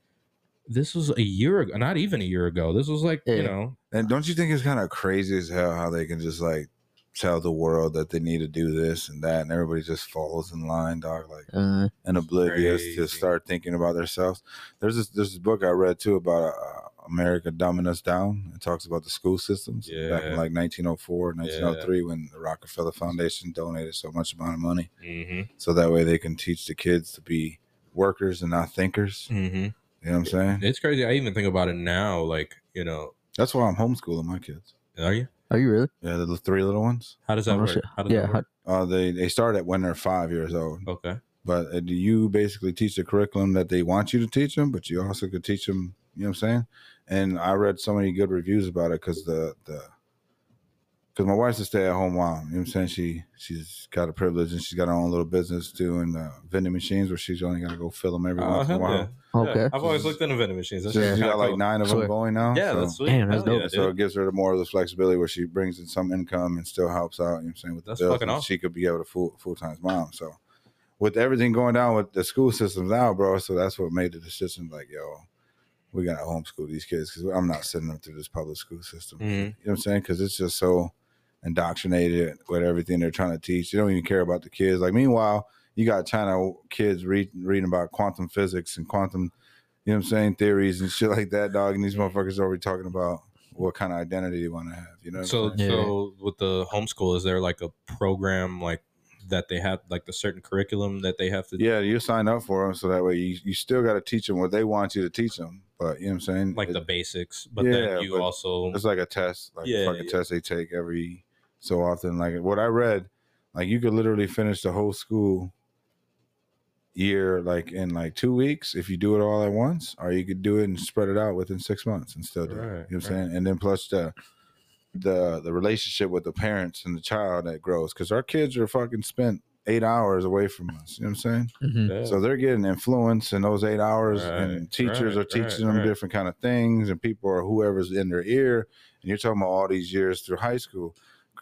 [SPEAKER 1] this was a year ago, not even a year ago. This was like you
[SPEAKER 2] Yeah.
[SPEAKER 1] know,
[SPEAKER 4] And don't you think it's kind of crazy as hell how they can just like tell the world that they need to do this and that and everybody just falls in line, dog, like
[SPEAKER 2] Uh,
[SPEAKER 4] and oblivious
[SPEAKER 1] crazy.
[SPEAKER 4] to start thinking about themselves. There's this there's this book I read too about uh, America dumbing us down. It talks about the school systems back
[SPEAKER 1] Yeah.
[SPEAKER 4] in like 1904, 1903 when the Rockefeller Foundation donated so much amount of money
[SPEAKER 1] mm-hmm,
[SPEAKER 4] so that way they can teach the kids to be workers and not thinkers.
[SPEAKER 1] mm-hmm.
[SPEAKER 4] You know what I'm saying?
[SPEAKER 1] it's crazy. I even think about it now. Like you know,
[SPEAKER 4] That's why I'm homeschooling my kids.
[SPEAKER 1] are you?
[SPEAKER 2] are you really?
[SPEAKER 4] Yeah, the three little ones.
[SPEAKER 1] How does that
[SPEAKER 2] Oh, no
[SPEAKER 1] work?
[SPEAKER 2] shit.
[SPEAKER 1] How does
[SPEAKER 2] Yeah,
[SPEAKER 1] that work?
[SPEAKER 4] Uh, they they start at when they're five years old,
[SPEAKER 1] okay.
[SPEAKER 4] but uh, you basically teach the curriculum that they want you to teach them, but you also could teach them. You know what I'm saying? And I read so many good reviews about it because the the because my wife's a stay at home mom. You know what I'm saying? She she's got a privilege and she's got her own little business doing uh, vending machines where she's only gotta go fill them every
[SPEAKER 1] Oh,
[SPEAKER 4] once in a
[SPEAKER 1] hell
[SPEAKER 4] while.
[SPEAKER 1] yeah. Yeah,
[SPEAKER 2] Okay.
[SPEAKER 1] I've always looked into vending machines. That's
[SPEAKER 4] So
[SPEAKER 1] just
[SPEAKER 4] she
[SPEAKER 1] kinda
[SPEAKER 4] got like
[SPEAKER 1] cool.
[SPEAKER 4] nine of
[SPEAKER 2] Sweet.
[SPEAKER 4] them going now.
[SPEAKER 1] Yeah,
[SPEAKER 4] so-
[SPEAKER 1] that's sweet.
[SPEAKER 2] Damn, that's
[SPEAKER 1] Hell yeah,
[SPEAKER 2] dope.
[SPEAKER 1] dude.
[SPEAKER 4] So it gives her more of the flexibility where she brings in some income and still helps out. You know what I'm saying? With the
[SPEAKER 1] That's
[SPEAKER 4] bills,
[SPEAKER 1] fucking
[SPEAKER 4] and
[SPEAKER 1] awesome.
[SPEAKER 4] She could be able to full full time mom. So with everything going down with the school systems now, bro. So that's what made the decision. Like, yo, we gotta homeschool these kids because I'm not sending them through this public school system.
[SPEAKER 1] Mhm.
[SPEAKER 4] You know what I'm saying? Because it's just so indoctrinated with everything they're trying to teach. They don't even care about the kids. Like meanwhile, you got China kids read, reading about quantum physics and quantum, you know what I'm saying, theories and shit like that, dog. And these motherfuckers are already talking about what kind of identity they want to have. You know? what I'm
[SPEAKER 1] So,
[SPEAKER 4] saying?
[SPEAKER 2] Yeah.
[SPEAKER 1] so with the homeschool, is there like a program like that they have, like the certain curriculum that they have to,
[SPEAKER 4] yeah, you sign up for them so that way you, you still got to teach them what they want you to teach them. But you know what I'm saying?
[SPEAKER 1] like
[SPEAKER 4] It-
[SPEAKER 1] the basics, but
[SPEAKER 4] Yeah,
[SPEAKER 1] then you
[SPEAKER 4] but
[SPEAKER 1] also,
[SPEAKER 4] It's like a test, like
[SPEAKER 1] Yeah,
[SPEAKER 4] a fucking
[SPEAKER 1] yeah.
[SPEAKER 4] test they take every so often. Like what I read, like you could literally finish the whole school year like in like two weeks if you do it all at once, or you could do it and spread it out within six months and still do it. You know
[SPEAKER 1] Right,
[SPEAKER 4] what I'm saying? And then plus the the the relationship with the parents and the child that grows because our kids are fucking spent eight hours away from us. You know what I'm saying?
[SPEAKER 2] Mhm.
[SPEAKER 1] Mm. Yeah.
[SPEAKER 4] So they're getting influence in those eight hours,
[SPEAKER 1] Right,
[SPEAKER 4] and teachers
[SPEAKER 1] right,
[SPEAKER 4] are teaching
[SPEAKER 1] right,
[SPEAKER 4] them
[SPEAKER 1] right.
[SPEAKER 4] different kind of things, and people are whoever's in their ear. And you're talking about all these years through high school,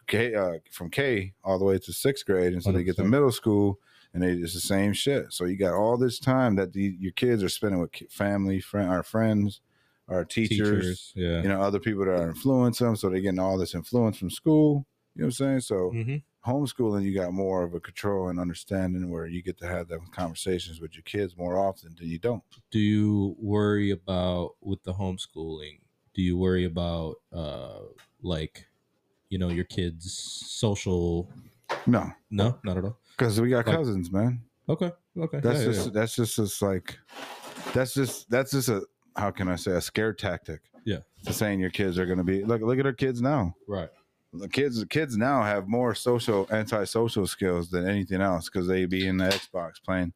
[SPEAKER 4] K, uh, from K all the way to sixth grade, and so they get to
[SPEAKER 1] 100%.
[SPEAKER 4] middle school, and they, it's the same shit. So you got all this time that the, your kids are spending with ki- family, friend, our friends, our teachers
[SPEAKER 1] yeah.
[SPEAKER 4] you know, other people that are influencing them. So they're getting all this influence from school. You know what I'm saying? So
[SPEAKER 2] Mm-hmm.
[SPEAKER 1] Mhm.
[SPEAKER 4] homeschooling, you got more of a control and understanding where you get to have them conversations with your kids more often than you don't.
[SPEAKER 1] Do you worry about with the homeschooling? Do you worry about, uh, like, you know, your kids' social?
[SPEAKER 4] No,
[SPEAKER 1] No, not at all.
[SPEAKER 4] because we got
[SPEAKER 1] Like-
[SPEAKER 4] cousins, man.
[SPEAKER 1] Okay. Okay.
[SPEAKER 4] That's
[SPEAKER 1] Yeah, yeah,
[SPEAKER 4] just that's just it's like that's just that's just a how can I say a scare tactic?
[SPEAKER 1] Yeah.
[SPEAKER 4] to saying your kids are going to be look look at our kids now.
[SPEAKER 1] yeah. right.
[SPEAKER 4] The kids the kids now have more social antisocial skills than anything else because they be in the Xbox playing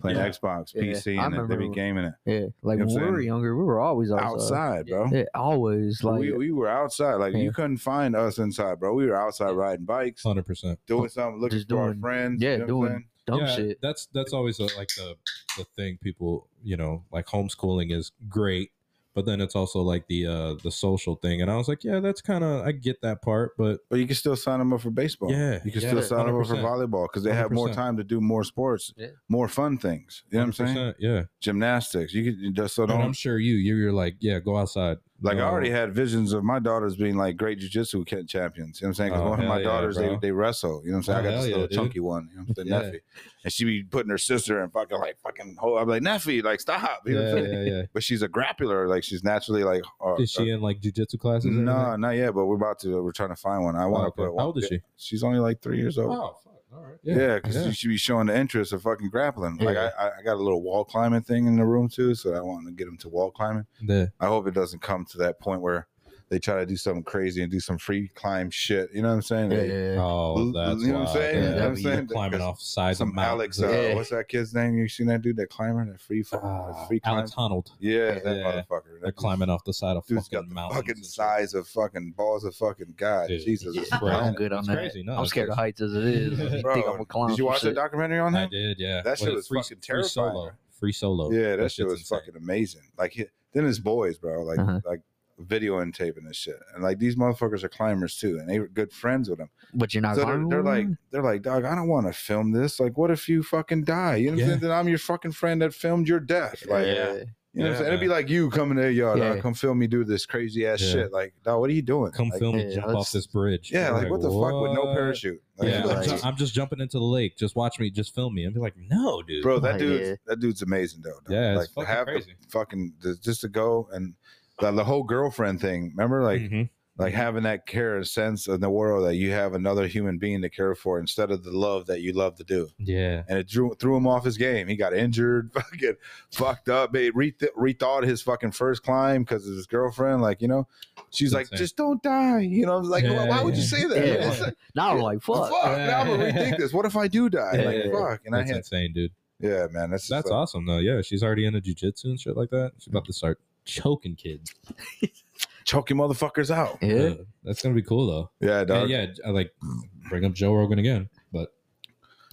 [SPEAKER 4] playing
[SPEAKER 1] Yeah.
[SPEAKER 4] Xbox
[SPEAKER 2] Yeah.
[SPEAKER 4] PC
[SPEAKER 2] I
[SPEAKER 4] and they- they be
[SPEAKER 2] remember-
[SPEAKER 4] gaming it.
[SPEAKER 2] Yeah, like
[SPEAKER 4] You know what
[SPEAKER 2] when
[SPEAKER 4] I'm
[SPEAKER 2] we were
[SPEAKER 4] saying?
[SPEAKER 2] younger, we were always outside.
[SPEAKER 4] outside, bro.
[SPEAKER 2] uh, Yeah, always like
[SPEAKER 4] we, we were outside. Like
[SPEAKER 2] Yeah.
[SPEAKER 4] you couldn't find us inside, bro. We were outside riding bikes,
[SPEAKER 1] 100%.
[SPEAKER 4] doing something, looking
[SPEAKER 2] Just
[SPEAKER 4] for our
[SPEAKER 2] doing-
[SPEAKER 4] friends.
[SPEAKER 2] yeah,
[SPEAKER 4] you know what I'm
[SPEAKER 2] doing- dumb shit.
[SPEAKER 1] That's that's always a, like the the thing people you know like homeschooling is great, but then it's also like the uh the social thing. And I was like, yeah, that's kind of I get that part, but
[SPEAKER 4] But you can still sign them up for baseball.
[SPEAKER 1] Yeah,
[SPEAKER 4] you can
[SPEAKER 1] yeah,
[SPEAKER 4] still sign them up for
[SPEAKER 1] 100%.
[SPEAKER 4] volleyball because they have more
[SPEAKER 1] 100%.
[SPEAKER 4] time to do more sports,
[SPEAKER 3] Yeah.
[SPEAKER 4] more fun things. You know what I'm saying?
[SPEAKER 1] 100%, yeah.
[SPEAKER 4] Gymnastics. You could you just so
[SPEAKER 1] And
[SPEAKER 4] don't
[SPEAKER 1] I'm sure you you- you're like yeah, go outside.
[SPEAKER 4] Like I
[SPEAKER 1] No.
[SPEAKER 4] already had visions of my daughters being like great jujitsu kid champions. You know what I'm saying? Because
[SPEAKER 1] Oh,
[SPEAKER 4] one of
[SPEAKER 1] hell
[SPEAKER 4] my
[SPEAKER 1] yeah,
[SPEAKER 4] daughters, they,
[SPEAKER 1] bro.
[SPEAKER 4] they wrestle. You know what I'm saying?
[SPEAKER 1] Oh,
[SPEAKER 4] I got
[SPEAKER 1] hell
[SPEAKER 4] this
[SPEAKER 1] yeah,
[SPEAKER 4] little
[SPEAKER 1] dude.
[SPEAKER 4] chunky one. You know what I'm saying?
[SPEAKER 1] Yeah.
[SPEAKER 4] Nephi. And she be putting her sister and fucking like fucking hold. I'm like Nephi, like stop. You know what
[SPEAKER 1] Yeah,
[SPEAKER 4] I'm saying?
[SPEAKER 1] yeah, yeah.
[SPEAKER 4] But she's a grappler. Like she's naturally like. Uh,
[SPEAKER 1] Is she in like jujitsu classes? and
[SPEAKER 4] no,
[SPEAKER 1] everything?
[SPEAKER 4] not yet. But we're about to. We're trying to find one. I
[SPEAKER 1] Oh,
[SPEAKER 4] want
[SPEAKER 1] okay.
[SPEAKER 4] to put one.
[SPEAKER 1] How old is she?
[SPEAKER 4] She's only like three years old.
[SPEAKER 1] Oh, fuck. all right. Yeah.
[SPEAKER 4] Yeah, because she be showing the interest of fucking grappling. Like
[SPEAKER 1] Yeah.
[SPEAKER 4] I, I got a little wall climbing thing in the room too, so I want to get them to wall climbing.
[SPEAKER 1] The-
[SPEAKER 4] I hope it doesn't come to that point where they try to do something crazy and do some free climb shit. You know what I'm saying? They-
[SPEAKER 1] oh,
[SPEAKER 4] You
[SPEAKER 1] that's
[SPEAKER 4] know what I'm
[SPEAKER 1] wild.
[SPEAKER 4] saying?
[SPEAKER 1] Yeah,
[SPEAKER 2] You know
[SPEAKER 1] that'd
[SPEAKER 2] what
[SPEAKER 1] be
[SPEAKER 4] I'm saying?
[SPEAKER 1] climbing off sides of
[SPEAKER 4] some
[SPEAKER 1] mountains.
[SPEAKER 4] Alex, uh,
[SPEAKER 2] Yeah.
[SPEAKER 4] what's that kid's name? You seen that dude, that climber, that free, fall,
[SPEAKER 1] Ah,
[SPEAKER 4] free climb?
[SPEAKER 1] Alex Honnold.
[SPEAKER 4] yeah, that
[SPEAKER 1] Yeah.
[SPEAKER 4] motherfucker. That
[SPEAKER 1] They're climbing off the side of
[SPEAKER 4] Dude's
[SPEAKER 1] fucking
[SPEAKER 4] got the
[SPEAKER 1] mountains.
[SPEAKER 4] fucking
[SPEAKER 1] and shit.
[SPEAKER 4] size of fucking balls of fucking God.
[SPEAKER 1] Oh, Dude,
[SPEAKER 4] Jesus,
[SPEAKER 1] yeah.
[SPEAKER 4] it's
[SPEAKER 1] Right.
[SPEAKER 2] I'm
[SPEAKER 4] planet.
[SPEAKER 2] good on
[SPEAKER 1] It's
[SPEAKER 2] that.
[SPEAKER 1] crazy. No,
[SPEAKER 2] I'm
[SPEAKER 1] it's
[SPEAKER 2] scared of
[SPEAKER 1] crazy.
[SPEAKER 2] heights as it is. You think
[SPEAKER 4] Bro,
[SPEAKER 2] I'm gonna climb
[SPEAKER 4] Did you
[SPEAKER 2] some
[SPEAKER 4] watch
[SPEAKER 2] shit.
[SPEAKER 4] that documentary on
[SPEAKER 1] I
[SPEAKER 4] him?
[SPEAKER 1] did, yeah.
[SPEAKER 4] That shit
[SPEAKER 1] Well,
[SPEAKER 4] was
[SPEAKER 1] free,
[SPEAKER 4] fucking terrifying,
[SPEAKER 1] Free solo,
[SPEAKER 4] bro.
[SPEAKER 1] free solo.
[SPEAKER 4] Yeah, that
[SPEAKER 1] That
[SPEAKER 4] shit
[SPEAKER 1] shit's
[SPEAKER 4] was
[SPEAKER 1] insane.
[SPEAKER 4] fucking amazing. Like he- then his boys, bro, like
[SPEAKER 2] Uh-huh.
[SPEAKER 4] like video and taping this shit, and like these motherfuckers are climbers too, and they were good friends with him.
[SPEAKER 2] But you're not
[SPEAKER 4] So they're,
[SPEAKER 2] climbing.
[SPEAKER 4] they're
[SPEAKER 2] with
[SPEAKER 4] like,
[SPEAKER 2] me?
[SPEAKER 4] they're like, dog, I don't want to film this. Like, what if you fucking die? You know what
[SPEAKER 1] Yeah.
[SPEAKER 4] I'm saying? Then I'm your fucking friend that filmed your death. Like,
[SPEAKER 2] yeah.
[SPEAKER 4] you know what
[SPEAKER 1] Yeah,
[SPEAKER 4] I'm saying? It'd be
[SPEAKER 1] man.
[SPEAKER 4] like you coming there, y'all,
[SPEAKER 2] Yeah.
[SPEAKER 4] dog, come film me do this crazy ass
[SPEAKER 1] Yeah.
[SPEAKER 4] shit. Like, dog, what are you doing?
[SPEAKER 1] Come
[SPEAKER 4] Like,
[SPEAKER 1] film me
[SPEAKER 2] yeah,
[SPEAKER 1] jump
[SPEAKER 2] let's-
[SPEAKER 1] off this bridge. I'm
[SPEAKER 4] Yeah, like, what the fuck with no
[SPEAKER 1] what?
[SPEAKER 4] parachute? Like,
[SPEAKER 1] yeah,
[SPEAKER 2] like-
[SPEAKER 1] I'm, ju- I'm just jumping into the lake. Just watch me. Just film me. And be like, no, dude.
[SPEAKER 4] bro, that
[SPEAKER 2] Like,
[SPEAKER 4] dude,
[SPEAKER 2] yeah.
[SPEAKER 4] that dude's amazing though. dog.
[SPEAKER 1] Yeah,
[SPEAKER 4] like
[SPEAKER 1] it's
[SPEAKER 4] to
[SPEAKER 1] fucking
[SPEAKER 4] have the
[SPEAKER 1] crazy.
[SPEAKER 4] fucking the- just to go and the, the whole girlfriend thing. Remember, like.
[SPEAKER 2] Mm-hmm.
[SPEAKER 1] Mhm.
[SPEAKER 4] Like having that care and sense in the world that you have another human being to care for instead of the love that you love to do.
[SPEAKER 1] yeah,
[SPEAKER 4] and it drew, threw him off his game. He got injured, fucking fucked up. They re- rethought his fucking first climb because of his girlfriend. Like, you know, she's
[SPEAKER 1] That's
[SPEAKER 4] like,
[SPEAKER 1] insane.
[SPEAKER 4] just don't die. You know, I was like,
[SPEAKER 1] Yeah,
[SPEAKER 4] why would you
[SPEAKER 1] yeah.
[SPEAKER 4] say that?
[SPEAKER 2] Yeah.
[SPEAKER 4] It's like,
[SPEAKER 2] Now I'm like,
[SPEAKER 4] fuck,
[SPEAKER 2] fuck.
[SPEAKER 4] now I'm gonna rethink this. What if I do die?
[SPEAKER 1] Yeah,
[SPEAKER 4] like,
[SPEAKER 1] yeah, yeah.
[SPEAKER 4] fuck. And
[SPEAKER 1] that's
[SPEAKER 4] I had,
[SPEAKER 1] insane, dude.
[SPEAKER 4] yeah, man, that's just
[SPEAKER 1] That's
[SPEAKER 4] like-
[SPEAKER 1] awesome though. Yeah, she's already into jujitsu and shit like that. She's about to start choking kids.
[SPEAKER 4] choke you motherfuckers out.
[SPEAKER 2] Yeah.
[SPEAKER 1] Uh, that's gonna be cool though.
[SPEAKER 4] Yeah,
[SPEAKER 1] Yeah,
[SPEAKER 4] dog.
[SPEAKER 1] yeah, I like bring up Joe Rogan again, but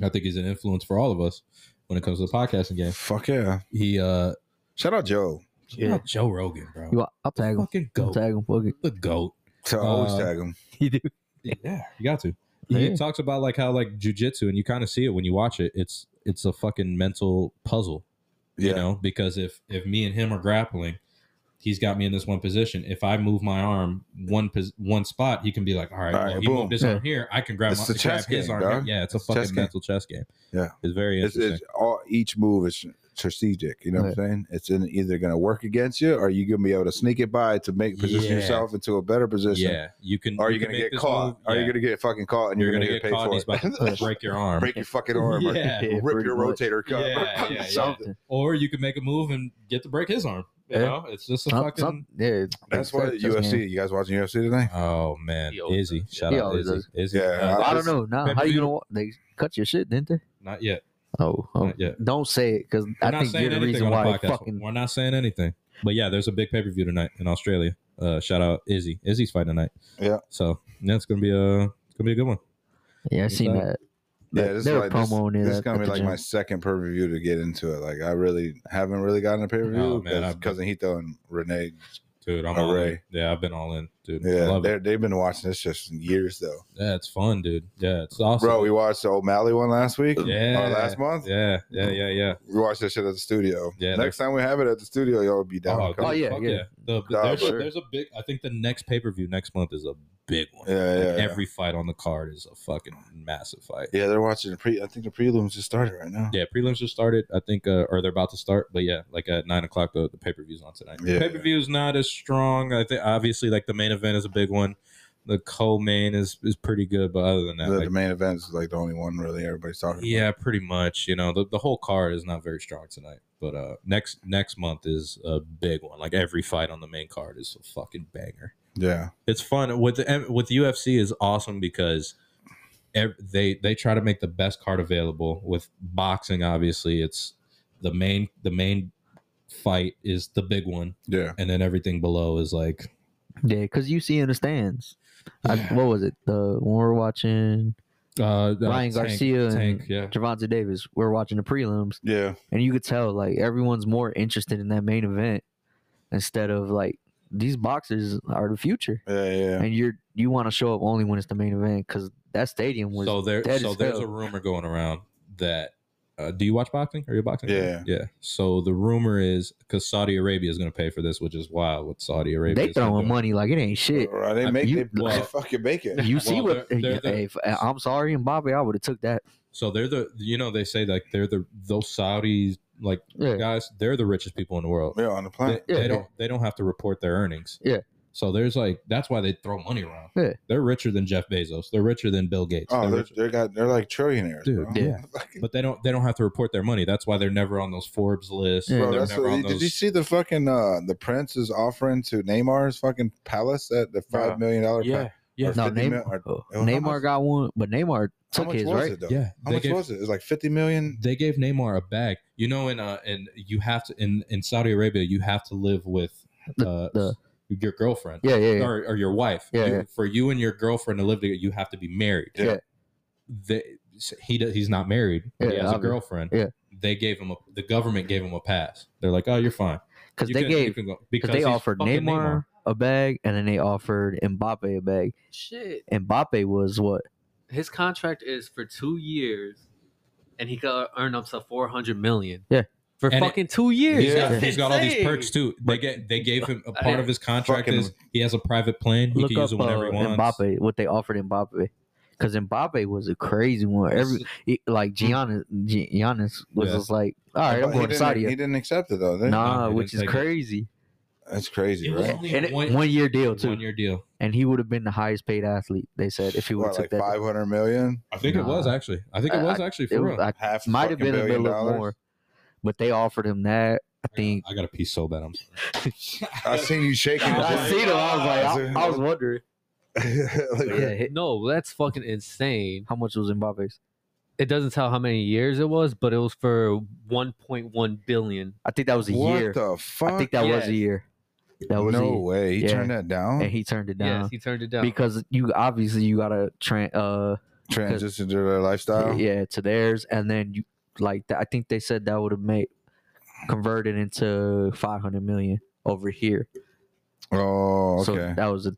[SPEAKER 1] I think he's an influence for all of us when it comes to the podcasting game.
[SPEAKER 4] Fuck yeah.
[SPEAKER 1] He uh,
[SPEAKER 4] Shout out Joe.
[SPEAKER 2] Yeah.
[SPEAKER 1] yeah, Joe Rogan, bro.
[SPEAKER 2] You, I'll tag him.
[SPEAKER 1] fucking
[SPEAKER 2] I'll
[SPEAKER 1] goat.
[SPEAKER 2] tag him. Fuck it.
[SPEAKER 1] The goat.
[SPEAKER 4] So I always
[SPEAKER 1] Uh,
[SPEAKER 4] tag him.
[SPEAKER 1] Yeah, you got to. He
[SPEAKER 2] Yeah.
[SPEAKER 1] talks about like how like jujitsu, and you kind of see it when you watch it. It's it's a fucking mental puzzle,
[SPEAKER 4] Yeah.
[SPEAKER 1] you know. Because if if me and him are grappling, he's got me in this one position. If I move my arm one pos- one spot, he can be like, all right,
[SPEAKER 4] All
[SPEAKER 1] well,
[SPEAKER 4] right,
[SPEAKER 1] he
[SPEAKER 4] boom.
[SPEAKER 1] moved his
[SPEAKER 2] Yeah.
[SPEAKER 1] arm here. I can grab,
[SPEAKER 4] It's
[SPEAKER 1] my,
[SPEAKER 4] a
[SPEAKER 1] grab
[SPEAKER 4] chess
[SPEAKER 1] his
[SPEAKER 4] game,
[SPEAKER 1] arm.
[SPEAKER 4] dog.
[SPEAKER 1] here." Yeah, it's a
[SPEAKER 4] It's a
[SPEAKER 1] fucking
[SPEAKER 4] chess game.
[SPEAKER 1] mental chess game.
[SPEAKER 4] Yeah.
[SPEAKER 1] it's very
[SPEAKER 4] It's,
[SPEAKER 1] interesting.
[SPEAKER 4] it's all each move is strategic. You know what I'm saying? It's in, either going to work against you, or you're going to be able to sneak it by to make position
[SPEAKER 1] Yeah.
[SPEAKER 4] yourself into a better position.
[SPEAKER 1] yeah, you can.
[SPEAKER 4] Or
[SPEAKER 1] you
[SPEAKER 4] you're
[SPEAKER 1] can
[SPEAKER 4] going to
[SPEAKER 1] make
[SPEAKER 4] get
[SPEAKER 1] this
[SPEAKER 4] caught.
[SPEAKER 1] move. Yeah.
[SPEAKER 4] Or you're going to get fucking caught, and
[SPEAKER 1] You're
[SPEAKER 4] you're, going to get,
[SPEAKER 1] caught. and
[SPEAKER 4] paid
[SPEAKER 1] He's
[SPEAKER 4] for
[SPEAKER 1] about
[SPEAKER 4] it.
[SPEAKER 1] to break your arm.
[SPEAKER 4] Break your fucking arm,
[SPEAKER 1] Yeah.
[SPEAKER 2] Yeah,
[SPEAKER 4] or rip
[SPEAKER 2] pretty
[SPEAKER 4] your
[SPEAKER 2] much.
[SPEAKER 4] rotator cuff,
[SPEAKER 1] Yeah,
[SPEAKER 4] or
[SPEAKER 1] yeah, yeah.
[SPEAKER 4] something.
[SPEAKER 1] or you can make a move and get to break his arm. You
[SPEAKER 2] Yeah.
[SPEAKER 1] know, it's just a
[SPEAKER 2] Some-
[SPEAKER 1] fucking.
[SPEAKER 2] some- yeah,
[SPEAKER 4] That's why the
[SPEAKER 2] chess game.
[SPEAKER 4] UFC. You guys watching UFC today?
[SPEAKER 1] Oh man,
[SPEAKER 3] He always
[SPEAKER 1] Izzy!
[SPEAKER 3] does.
[SPEAKER 1] Shout
[SPEAKER 2] He
[SPEAKER 1] out
[SPEAKER 2] always
[SPEAKER 1] Izzy.
[SPEAKER 2] does.
[SPEAKER 1] Izzy.
[SPEAKER 4] Yeah,
[SPEAKER 1] Uh,
[SPEAKER 2] I don't know. Now, how you
[SPEAKER 1] Pay-per-view?
[SPEAKER 2] gonna? wa- They cut your shit, didn't they?
[SPEAKER 1] not yet.
[SPEAKER 2] Oh, oh.
[SPEAKER 1] Not yet.
[SPEAKER 2] don't say it because
[SPEAKER 1] We're
[SPEAKER 2] I
[SPEAKER 1] not
[SPEAKER 2] think you're
[SPEAKER 1] saying
[SPEAKER 2] the
[SPEAKER 1] anything
[SPEAKER 2] reason
[SPEAKER 1] on the
[SPEAKER 2] why. it
[SPEAKER 1] podcast.
[SPEAKER 2] Fucking
[SPEAKER 1] We're not saying anything. But yeah, there's a big pay per view tonight in Australia. Uh, shout out Izzy. Izzy's fighting tonight.
[SPEAKER 4] Yeah.
[SPEAKER 1] So yeah, it's gonna be a it's gonna be a good one.
[SPEAKER 2] yeah, I seen
[SPEAKER 1] that-
[SPEAKER 2] that.
[SPEAKER 4] Yeah, this is
[SPEAKER 2] They're
[SPEAKER 4] like this,
[SPEAKER 2] promoing it
[SPEAKER 4] this is
[SPEAKER 2] at-
[SPEAKER 4] gonna
[SPEAKER 2] at
[SPEAKER 4] be
[SPEAKER 2] the
[SPEAKER 4] like
[SPEAKER 2] gym.
[SPEAKER 4] my second pay per view to get into it. Like I really haven't really gotten a pay per
[SPEAKER 1] Oh,
[SPEAKER 4] view
[SPEAKER 1] man, I've-
[SPEAKER 4] cousin Hito and Renee.
[SPEAKER 1] Dude, I'm
[SPEAKER 4] All
[SPEAKER 1] all
[SPEAKER 4] right.
[SPEAKER 1] in. Yeah, I've been all in, dude. I
[SPEAKER 4] Yeah,
[SPEAKER 1] love it.
[SPEAKER 4] they they've been watching this just years though.
[SPEAKER 1] Yeah, it's fun, dude. Yeah, it's awesome.
[SPEAKER 4] Bro, we watched the O'Malley one last week.
[SPEAKER 1] yeah.
[SPEAKER 4] Or last month.
[SPEAKER 1] Yeah, yeah, yeah, yeah.
[SPEAKER 4] We watched that shit at the studio.
[SPEAKER 1] Yeah,
[SPEAKER 4] Next time we have it at the studio, y'all be down. to
[SPEAKER 1] dude,
[SPEAKER 4] come.
[SPEAKER 2] Oh, yeah,
[SPEAKER 1] fuck
[SPEAKER 2] yeah.
[SPEAKER 1] The-
[SPEAKER 4] Nah,
[SPEAKER 1] there's,
[SPEAKER 4] but-
[SPEAKER 1] a, there's a big. I think the next pay per view next month is a big one.
[SPEAKER 4] yeah, yeah.
[SPEAKER 1] Like,
[SPEAKER 4] yeah.
[SPEAKER 1] every fight on the card is a fucking massive fight.
[SPEAKER 4] yeah, they're watching the pre. I think the prelims just started right now.
[SPEAKER 1] Yeah, prelims just started. I think, uh, or they're about to start. But yeah, like at nine o'clock, the, the pay per view's on tonight.
[SPEAKER 4] Yeah.
[SPEAKER 1] The pay per view is not as strong. I think obviously, like the main event is a big one. The co-main is is pretty good, but other than that,
[SPEAKER 4] the,
[SPEAKER 1] like,
[SPEAKER 4] the main event is like the only one really everybody's talking. about.
[SPEAKER 1] yeah, pretty much. You know, the, the whole card is not very strong tonight. But uh, next next month is a big one. Like every fight on the main card is a fucking banger.
[SPEAKER 4] yeah,
[SPEAKER 1] It's fun with the M- with UFC is awesome because ev- they they try to make the best card available. With boxing, obviously, it's the main the main fight is the big one,
[SPEAKER 4] yeah.
[SPEAKER 1] and then everything below is like
[SPEAKER 2] Yeah, because you see in the stands. I, what was it? The when we were watching
[SPEAKER 1] uh, the
[SPEAKER 2] Ryan
[SPEAKER 1] Tank-
[SPEAKER 2] Garcia
[SPEAKER 1] Tank,
[SPEAKER 2] and
[SPEAKER 1] yeah,
[SPEAKER 2] Javante Davis, we were watching the prelims,
[SPEAKER 4] Yeah,
[SPEAKER 2] and you could tell like everyone's more interested in that main event instead of like these boxers are the future,
[SPEAKER 4] yeah, yeah.
[SPEAKER 2] and you're you want to show up only when it's the main event because that stadium was
[SPEAKER 1] so there
[SPEAKER 2] dead
[SPEAKER 1] so
[SPEAKER 2] as
[SPEAKER 1] there's
[SPEAKER 2] hell.
[SPEAKER 1] a rumor going around that uh, do you watch boxing are you a boxing fan?
[SPEAKER 4] Yeah.
[SPEAKER 1] yeah so the rumor is because saudi arabia is going to pay for this which is wild what saudi arabia
[SPEAKER 2] they
[SPEAKER 1] is gonna
[SPEAKER 2] throwing
[SPEAKER 1] do.
[SPEAKER 2] money like it ain't shit.
[SPEAKER 4] Right, they
[SPEAKER 1] I-
[SPEAKER 4] make
[SPEAKER 2] you-
[SPEAKER 4] they, they
[SPEAKER 1] well-
[SPEAKER 4] fucking make it.
[SPEAKER 2] You see
[SPEAKER 1] Well,
[SPEAKER 2] what?
[SPEAKER 1] they're- they're the-
[SPEAKER 2] hey, if- uh, I'm sorry, and Bobby, I would have took that.
[SPEAKER 1] so they're the you know they say like they're the those saudis like
[SPEAKER 2] Yeah,
[SPEAKER 1] guys they're the richest people in the world
[SPEAKER 4] Yeah, on the
[SPEAKER 1] they,
[SPEAKER 4] planet.
[SPEAKER 1] they
[SPEAKER 2] Yeah.
[SPEAKER 1] don't they don't have to report their earnings
[SPEAKER 2] Yeah.
[SPEAKER 1] so there's like that's why they throw money around
[SPEAKER 2] Yeah.
[SPEAKER 1] they're richer than jeff bezos they're richer than bill gates
[SPEAKER 4] Oh,
[SPEAKER 1] They're
[SPEAKER 4] they're
[SPEAKER 1] richer-
[SPEAKER 4] they got they're like trillionaires,
[SPEAKER 1] Dude,
[SPEAKER 4] bro.
[SPEAKER 1] yeah. but they don't they don't have to report their money that's why they're never on those forbes lists
[SPEAKER 2] Yeah.
[SPEAKER 4] Bro,
[SPEAKER 1] they're
[SPEAKER 4] that's
[SPEAKER 1] never
[SPEAKER 4] what,
[SPEAKER 1] on
[SPEAKER 4] did you see the fucking uh the prince is offering to Neymar's fucking palace at the five million dollar?
[SPEAKER 1] yeah yeah
[SPEAKER 4] or
[SPEAKER 2] no,
[SPEAKER 4] 50
[SPEAKER 2] Neymar,
[SPEAKER 4] mil-
[SPEAKER 2] oh,
[SPEAKER 4] how
[SPEAKER 2] Neymar
[SPEAKER 4] much-
[SPEAKER 2] got one, but Neymar
[SPEAKER 4] how
[SPEAKER 2] took
[SPEAKER 4] much
[SPEAKER 2] his
[SPEAKER 4] was
[SPEAKER 2] right.
[SPEAKER 4] it though?
[SPEAKER 1] yeah
[SPEAKER 4] How
[SPEAKER 1] They
[SPEAKER 4] much
[SPEAKER 1] gave-
[SPEAKER 4] was it? It was like fifty million.
[SPEAKER 1] they gave Neymar a bag. You know, in uh, in you have to in in Saudi Arabia, you have to live with
[SPEAKER 2] The-
[SPEAKER 1] uh,
[SPEAKER 2] the-
[SPEAKER 1] your girlfriend
[SPEAKER 2] Yeah, yeah, yeah.
[SPEAKER 1] or, or your wife.
[SPEAKER 2] Yeah,
[SPEAKER 1] You-
[SPEAKER 2] yeah.
[SPEAKER 1] For you and your girlfriend to live together, you have to be married.
[SPEAKER 2] Yeah.
[SPEAKER 1] They, he do- he's not married. but he
[SPEAKER 2] Yeah,
[SPEAKER 1] has a
[SPEAKER 2] obvious.
[SPEAKER 1] girlfriend.
[SPEAKER 2] Yeah.
[SPEAKER 1] They gave him a the government gave him a pass. They're like, oh, you're fine
[SPEAKER 2] because
[SPEAKER 1] You
[SPEAKER 2] they
[SPEAKER 1] can- you
[SPEAKER 2] gave
[SPEAKER 1] can go-
[SPEAKER 2] because they
[SPEAKER 1] he's
[SPEAKER 2] offered
[SPEAKER 1] fucking
[SPEAKER 2] Neymar, a bag and then they offered Mbappe a bag.
[SPEAKER 3] Shit.
[SPEAKER 2] Mbappe was what?
[SPEAKER 3] his contract is for two years, and he could earn up to four hundred million.
[SPEAKER 2] Yeah.
[SPEAKER 3] for
[SPEAKER 1] And it-
[SPEAKER 3] fucking two
[SPEAKER 1] Neymar.
[SPEAKER 3] years.
[SPEAKER 1] He's got-
[SPEAKER 3] That's
[SPEAKER 1] he's got all these
[SPEAKER 3] insane.
[SPEAKER 1] perks too. They get they gave him a
[SPEAKER 3] I
[SPEAKER 1] part of his contract
[SPEAKER 4] fucking-
[SPEAKER 1] is he has a private plane. He
[SPEAKER 2] Look
[SPEAKER 1] can
[SPEAKER 2] up
[SPEAKER 1] use it whenever
[SPEAKER 2] uh,
[SPEAKER 1] he wants.
[SPEAKER 2] Mbappe. What they offered Mbappe? Because Mbappe was a crazy one. Every it- like Giannis, Gi- Giannis was
[SPEAKER 1] Yeah.
[SPEAKER 2] just like, all right, I'm
[SPEAKER 4] Hmm.
[SPEAKER 2] going
[SPEAKER 4] But he
[SPEAKER 2] to
[SPEAKER 4] didn't- He
[SPEAKER 2] Saudi.
[SPEAKER 4] didn't accept it though. did he?
[SPEAKER 1] Nah,
[SPEAKER 2] Nah,
[SPEAKER 1] he
[SPEAKER 2] which
[SPEAKER 1] didn't
[SPEAKER 2] is
[SPEAKER 1] take it.
[SPEAKER 2] crazy.
[SPEAKER 4] That's crazy,
[SPEAKER 1] It was
[SPEAKER 4] right?
[SPEAKER 1] only
[SPEAKER 2] And it- one year deal
[SPEAKER 1] One
[SPEAKER 2] too,
[SPEAKER 1] year deal.
[SPEAKER 2] and he would have been the highest paid athlete. They said if he would have took
[SPEAKER 4] What, like
[SPEAKER 2] that.
[SPEAKER 4] five hundred million?
[SPEAKER 1] I think it
[SPEAKER 2] Nah.
[SPEAKER 1] was actually. I think it
[SPEAKER 2] I-
[SPEAKER 1] was actually for
[SPEAKER 2] It
[SPEAKER 1] real.
[SPEAKER 2] was, I,
[SPEAKER 4] Half a
[SPEAKER 2] might have
[SPEAKER 4] fucking
[SPEAKER 2] been a
[SPEAKER 4] billion
[SPEAKER 2] little
[SPEAKER 4] dollars.
[SPEAKER 2] more, but they offered him that. I think
[SPEAKER 1] I got to pee so bad. I'm
[SPEAKER 4] I seen you shaking.
[SPEAKER 1] I
[SPEAKER 4] it.
[SPEAKER 1] was
[SPEAKER 2] I
[SPEAKER 1] like,
[SPEAKER 2] seen him. I was like,
[SPEAKER 4] "Wow."
[SPEAKER 2] I, I was wondering.
[SPEAKER 4] Like,
[SPEAKER 2] Yeah, hit-
[SPEAKER 3] No, that's fucking insane.
[SPEAKER 2] how much was Mbappe's?
[SPEAKER 3] It doesn't tell how many years it was, but it was for one point one billion.
[SPEAKER 2] I think that was a
[SPEAKER 4] what
[SPEAKER 2] year.
[SPEAKER 4] the fuck?
[SPEAKER 2] I think that was
[SPEAKER 3] Yes.
[SPEAKER 2] a year. That was
[SPEAKER 4] no
[SPEAKER 2] a year.
[SPEAKER 4] way. He
[SPEAKER 2] Yeah.
[SPEAKER 4] turned that down.
[SPEAKER 2] and he turned it down
[SPEAKER 3] Yes, he turned it down.
[SPEAKER 2] because you obviously you gotta tra- uh
[SPEAKER 4] Transitioned to their lifestyle.
[SPEAKER 2] yeah to theirs, and then you like th- I think they said that would have made converted into five hundred million over here.
[SPEAKER 4] Oh, okay.
[SPEAKER 2] So that was a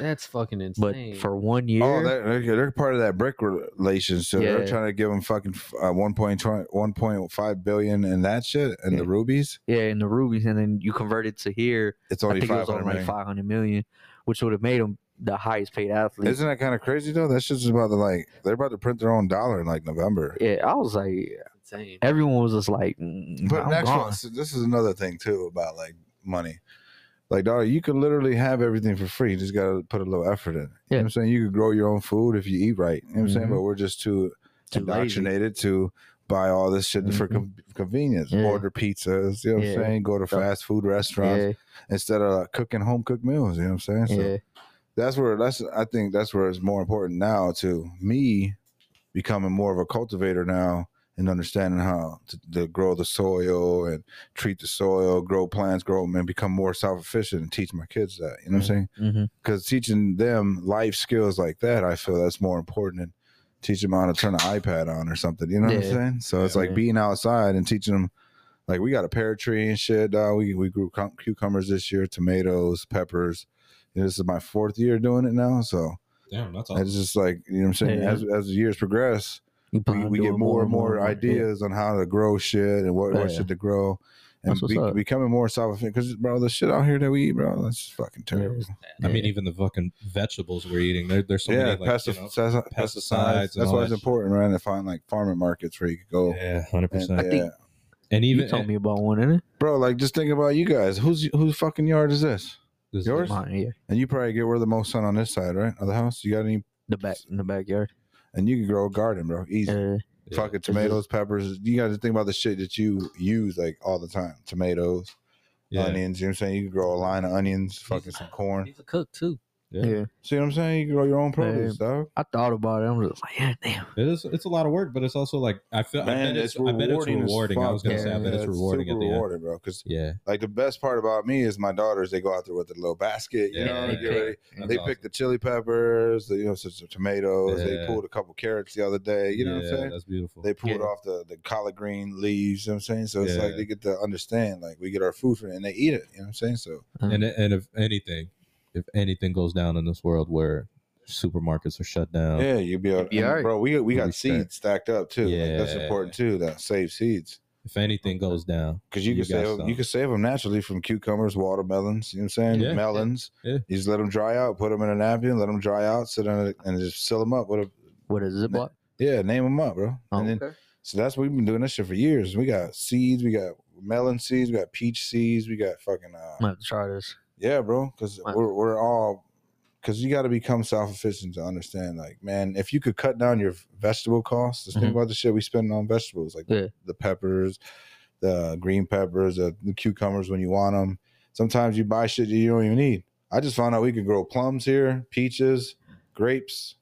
[SPEAKER 3] That's fucking
[SPEAKER 2] But
[SPEAKER 3] insane.
[SPEAKER 2] for one year,
[SPEAKER 4] Oh, they're, they're, they're part of that brick relation. So
[SPEAKER 2] Yeah.
[SPEAKER 4] they're trying to give them fucking uh, 1.20 1.5 billion and that shit and the
[SPEAKER 2] Yeah.
[SPEAKER 4] rubies.
[SPEAKER 2] yeah, in the rubies, and then you convert it to here.
[SPEAKER 4] It's
[SPEAKER 2] I
[SPEAKER 4] only
[SPEAKER 2] think it was
[SPEAKER 4] 500
[SPEAKER 2] only like
[SPEAKER 4] million.
[SPEAKER 2] five hundred million, which would have made him the highest paid athlete.
[SPEAKER 4] Isn't that kind of crazy though? That's just about to like they're about to print their own dollar in like November.
[SPEAKER 2] yeah, I was like,
[SPEAKER 3] insane.
[SPEAKER 2] everyone was just like, mm,
[SPEAKER 4] But
[SPEAKER 2] I'm
[SPEAKER 4] next
[SPEAKER 2] gone.
[SPEAKER 4] one, so this is another thing too about like money. Like, daughter, you could literally have everything for free. You just got to put a little effort in. You know
[SPEAKER 2] Yeah.
[SPEAKER 4] what I'm saying? You could grow your own food if you eat right. You know what I'm saying?
[SPEAKER 2] Mhm.
[SPEAKER 4] But we're just too,
[SPEAKER 2] Too lazy.
[SPEAKER 4] indoctrinated to buy all this shit for
[SPEAKER 2] Mhm.
[SPEAKER 4] con- convenience.
[SPEAKER 2] Yeah.
[SPEAKER 4] Order pizzas, you know what
[SPEAKER 2] Yeah.
[SPEAKER 4] I'm saying? Go to fast food restaurants instead of like, cooking home cooked meals. You know what
[SPEAKER 2] yeah,
[SPEAKER 4] I'm saying? So
[SPEAKER 2] yeah,
[SPEAKER 4] that's where that's I think that's where it's more important now to me becoming more of a cultivator now and understanding how to, to grow the soil and treat the soil, grow plants, grow them, and become more self efficient and teach my kids that. You know what I'm saying?
[SPEAKER 2] hmm
[SPEAKER 4] Because teaching them life skills like that, I feel that's more important than teaching them how to turn an iPad on or something. You know what
[SPEAKER 2] Yeah.
[SPEAKER 4] I'm saying? So it's
[SPEAKER 2] Yeah.
[SPEAKER 4] like being outside and teaching them. Like we got a pear tree and shit. dawg. we we grew cum- cucumbers this year, tomatoes, peppers. And this is my fourth year doing it now, so
[SPEAKER 1] Damn, that's
[SPEAKER 4] it's just like you know what I'm saying.
[SPEAKER 2] Oh. Yeah.
[SPEAKER 4] As as the years progress,
[SPEAKER 2] You plan
[SPEAKER 4] we,
[SPEAKER 2] on
[SPEAKER 4] we get
[SPEAKER 2] doing
[SPEAKER 4] more and more,
[SPEAKER 2] yeah.
[SPEAKER 4] ideas on how to grow shit and what, what
[SPEAKER 2] Yeah.
[SPEAKER 4] shit to grow and
[SPEAKER 2] That's what's
[SPEAKER 4] be,
[SPEAKER 2] up.
[SPEAKER 4] becoming more self because bro the shit out here that we eat bro that's just fucking terrible
[SPEAKER 1] I mean, even the fucking vegetables we're eating. There, there's so
[SPEAKER 4] yeah,
[SPEAKER 1] many like,
[SPEAKER 4] pestic-
[SPEAKER 1] you know,
[SPEAKER 4] pesticides,
[SPEAKER 1] pesticides and
[SPEAKER 4] that's
[SPEAKER 1] all
[SPEAKER 4] why
[SPEAKER 1] that
[SPEAKER 4] it's
[SPEAKER 1] shit.
[SPEAKER 4] important man to find like farming markets where you could go
[SPEAKER 1] yeah, hundred
[SPEAKER 4] and,
[SPEAKER 1] percent.
[SPEAKER 4] yeah.
[SPEAKER 1] And
[SPEAKER 2] You
[SPEAKER 1] even
[SPEAKER 2] told me about one, innit?
[SPEAKER 4] bro like just think about you guys whose whose fucking yard is this
[SPEAKER 1] This-
[SPEAKER 4] Yours?
[SPEAKER 2] Mine, yeah,
[SPEAKER 4] and you probably get where the most sun on this side right of the house you got any
[SPEAKER 2] the back in the backyard.
[SPEAKER 4] and you can grow a garden bro easy
[SPEAKER 2] Yeah,
[SPEAKER 1] Yeah.
[SPEAKER 4] fucking tomatoes peppers you got to think about the shit that you use like all the time tomatoes
[SPEAKER 1] Yeah,
[SPEAKER 4] onions. You know what I'm saying? You can grow a line of onions, fucking some corn.
[SPEAKER 3] He's a cook too.
[SPEAKER 1] Yeah.
[SPEAKER 2] yeah.
[SPEAKER 4] See what I'm saying? You can grow your own produce, dog.
[SPEAKER 2] I thought about it. I'm just like, yeah, damn.
[SPEAKER 1] it is. It's a lot of work, but it's also like I feel. I bet it's, I bet it's
[SPEAKER 4] as
[SPEAKER 1] rewarding. I
[SPEAKER 4] fuck,
[SPEAKER 1] was gonna say I
[SPEAKER 4] man.
[SPEAKER 1] bet
[SPEAKER 4] Yeah,
[SPEAKER 1] it's rewarding
[SPEAKER 4] super
[SPEAKER 1] at the end.
[SPEAKER 4] rewarding, bro. Because
[SPEAKER 1] Yeah,
[SPEAKER 4] like the best part about me is my daughters. They go out there with a little basket.
[SPEAKER 1] Yeah,
[SPEAKER 4] You know,
[SPEAKER 1] they
[SPEAKER 4] get
[SPEAKER 1] pick.
[SPEAKER 4] ready.
[SPEAKER 1] That's
[SPEAKER 4] they
[SPEAKER 1] awesome.
[SPEAKER 4] pick the chili peppers. The, you know, some, some tomatoes.
[SPEAKER 1] Yeah.
[SPEAKER 4] They pulled a couple carrots the other day. You know what
[SPEAKER 1] Yeah,
[SPEAKER 4] I'm saying?
[SPEAKER 1] That's beautiful.
[SPEAKER 4] They pulled
[SPEAKER 2] Yeah.
[SPEAKER 4] off the, the collard green leaves, you know what I'm saying? So it's
[SPEAKER 1] Yeah.
[SPEAKER 4] like they get to understand, like we get our food from it and they eat it, you know what I'm saying? So
[SPEAKER 2] Mm-hmm.
[SPEAKER 1] And and if anything, if anything goes down in this world where supermarkets are shut down,
[SPEAKER 4] Yeah, you'd be able
[SPEAKER 2] be
[SPEAKER 4] and,
[SPEAKER 2] alright.
[SPEAKER 4] bro. We we
[SPEAKER 1] Really
[SPEAKER 4] got
[SPEAKER 1] stacked.
[SPEAKER 4] seeds stacked up too. Like, that's
[SPEAKER 1] Yeah.
[SPEAKER 4] important too. That save seeds
[SPEAKER 1] if anything goes down,
[SPEAKER 4] because you,
[SPEAKER 1] You
[SPEAKER 4] can save
[SPEAKER 1] got
[SPEAKER 4] 'em-
[SPEAKER 1] some.
[SPEAKER 4] you can save them naturally from cucumbers, watermelons. You know what I'm saying?
[SPEAKER 1] Yeah, yeah,
[SPEAKER 4] Melons.
[SPEAKER 1] yeah.
[SPEAKER 4] You just let them dry out. Put them in a napkin. Let them dry out. Sit on it and just seal them up with a
[SPEAKER 2] With a Ziploc.
[SPEAKER 4] yeah. Name them up, bro.
[SPEAKER 2] Oh,
[SPEAKER 4] and then
[SPEAKER 2] okay.
[SPEAKER 4] so that's what we've been doing this shit for years. We got seeds. We got melon seeds. We got peach seeds. We got fucking
[SPEAKER 2] I'm
[SPEAKER 4] uh,
[SPEAKER 2] gonna have to try this.
[SPEAKER 4] yeah, bro. Because
[SPEAKER 2] Wow.
[SPEAKER 4] we're we're all. Because you got to become self-efficient to understand, like, man, if you could cut down your vegetable costs, just
[SPEAKER 2] Mhm.
[SPEAKER 4] think about the shit we spend on vegetables, like
[SPEAKER 2] Yeah.
[SPEAKER 4] the peppers, the green peppers, the, the cucumbers when you want them. Sometimes you buy shit that you don't even need. I just found out we could grow plums here, peaches, grapes,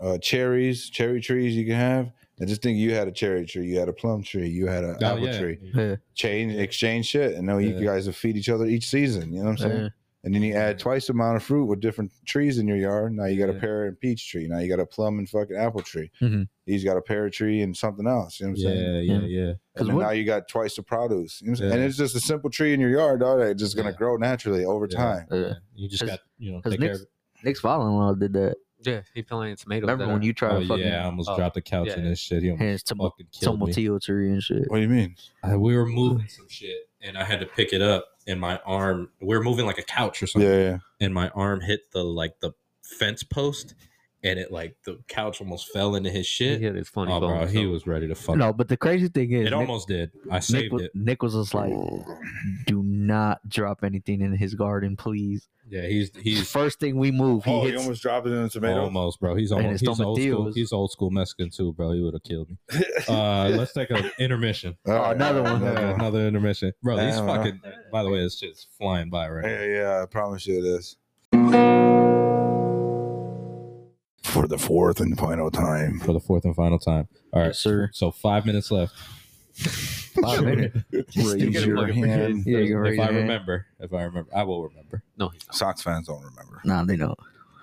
[SPEAKER 4] uh, cherries, cherry trees you can have. And just think you had a cherry tree, you had a plum tree, you had an
[SPEAKER 1] Oh,
[SPEAKER 4] apple
[SPEAKER 1] yeah.
[SPEAKER 4] tree.
[SPEAKER 2] Yeah,
[SPEAKER 4] Change, exchange shit, and then
[SPEAKER 1] Yeah.
[SPEAKER 4] you guys would feed each other each season. You know what I'm saying?
[SPEAKER 2] yeah.
[SPEAKER 4] And then you add twice the amount of fruit with different trees in your yard. Now you got
[SPEAKER 1] Yeah. Mm-hmm.
[SPEAKER 4] a pear and peach tree. Now you got a plum and fucking apple tree.
[SPEAKER 2] Mhm.
[SPEAKER 4] He's got a pear tree and something else. You know what I'm saying?
[SPEAKER 1] Yeah, yeah,
[SPEAKER 2] Yeah.
[SPEAKER 1] yeah.
[SPEAKER 2] Because
[SPEAKER 4] And then
[SPEAKER 2] what-
[SPEAKER 4] now you got twice the produce. You know what I'm saying?
[SPEAKER 1] Yeah.
[SPEAKER 4] And it's just a simple tree in your yard, dog. That's just gonna
[SPEAKER 1] Yeah.
[SPEAKER 4] grow naturally over
[SPEAKER 1] Yeah.
[SPEAKER 4] time.
[SPEAKER 2] yeah.
[SPEAKER 1] You just
[SPEAKER 2] 'Cause-
[SPEAKER 1] got you know
[SPEAKER 2] 'cause
[SPEAKER 1] take care.
[SPEAKER 2] Nick's-
[SPEAKER 1] of it.
[SPEAKER 2] Nick's father-in-law did that.
[SPEAKER 3] Yeah, he planted tomatoes.
[SPEAKER 2] Remember
[SPEAKER 3] that
[SPEAKER 2] when
[SPEAKER 3] are-
[SPEAKER 2] you tried
[SPEAKER 1] Oh
[SPEAKER 2] to fucking
[SPEAKER 1] yeah, I almost
[SPEAKER 3] Oh,
[SPEAKER 1] dropped the couch
[SPEAKER 3] yeah.
[SPEAKER 1] and this shit. He almost
[SPEAKER 2] hands tomo-
[SPEAKER 1] fucking killed me.
[SPEAKER 2] tomatillo tree and shit?
[SPEAKER 4] What do you mean?
[SPEAKER 1] I- Uh, we were moving some shit and I had to pick it up and my arm we were moving like a couch or
[SPEAKER 4] Yeah,
[SPEAKER 1] something
[SPEAKER 4] yeah.
[SPEAKER 1] and my arm hit the like the fence post and it like the couch almost fell into his
[SPEAKER 3] He
[SPEAKER 1] shit.
[SPEAKER 3] hit his funny
[SPEAKER 1] Oh
[SPEAKER 3] bone.
[SPEAKER 1] bro, he
[SPEAKER 3] so-
[SPEAKER 1] was ready to fuck.
[SPEAKER 2] No, but the crazy thing is,
[SPEAKER 1] it
[SPEAKER 2] Nick-
[SPEAKER 1] almost did. I
[SPEAKER 2] Nick,
[SPEAKER 1] saved
[SPEAKER 2] was,
[SPEAKER 1] it.
[SPEAKER 2] Nick was just like,
[SPEAKER 4] Oh,
[SPEAKER 2] "Do not drop anything in his garden, please."
[SPEAKER 1] Yeah, he's he's
[SPEAKER 2] First thing we move, he
[SPEAKER 4] oh, he
[SPEAKER 2] hits.
[SPEAKER 4] almost dropped it in a tomato.
[SPEAKER 1] almost bro. He's
[SPEAKER 2] And
[SPEAKER 1] almost he's
[SPEAKER 2] his
[SPEAKER 1] old school.
[SPEAKER 2] tomatillos.
[SPEAKER 1] He's old school Mexican too, bro. He would have killed me. Uh, let's take an intermission.
[SPEAKER 4] All right,
[SPEAKER 2] another
[SPEAKER 4] all right,
[SPEAKER 2] one.
[SPEAKER 4] another
[SPEAKER 1] Yeah, another intermission, bro. These
[SPEAKER 4] Damn, bro.
[SPEAKER 1] fucking. By the way, it's just flying by right. now.
[SPEAKER 4] Yeah, yeah, I promise you this. For the fourth and final time.
[SPEAKER 1] for the fourth and final time. All right,
[SPEAKER 2] Yes, sir.
[SPEAKER 1] So five minutes left.
[SPEAKER 2] Five minutes.
[SPEAKER 4] Raise
[SPEAKER 2] You gotta
[SPEAKER 4] your
[SPEAKER 3] fucking forget.
[SPEAKER 4] hand.
[SPEAKER 2] Yeah, you can raise
[SPEAKER 1] if I
[SPEAKER 2] your hand.
[SPEAKER 1] remember, if I remember, I will remember.
[SPEAKER 3] no, he's not.
[SPEAKER 4] Sox fans don't remember.
[SPEAKER 2] Nah, they don't.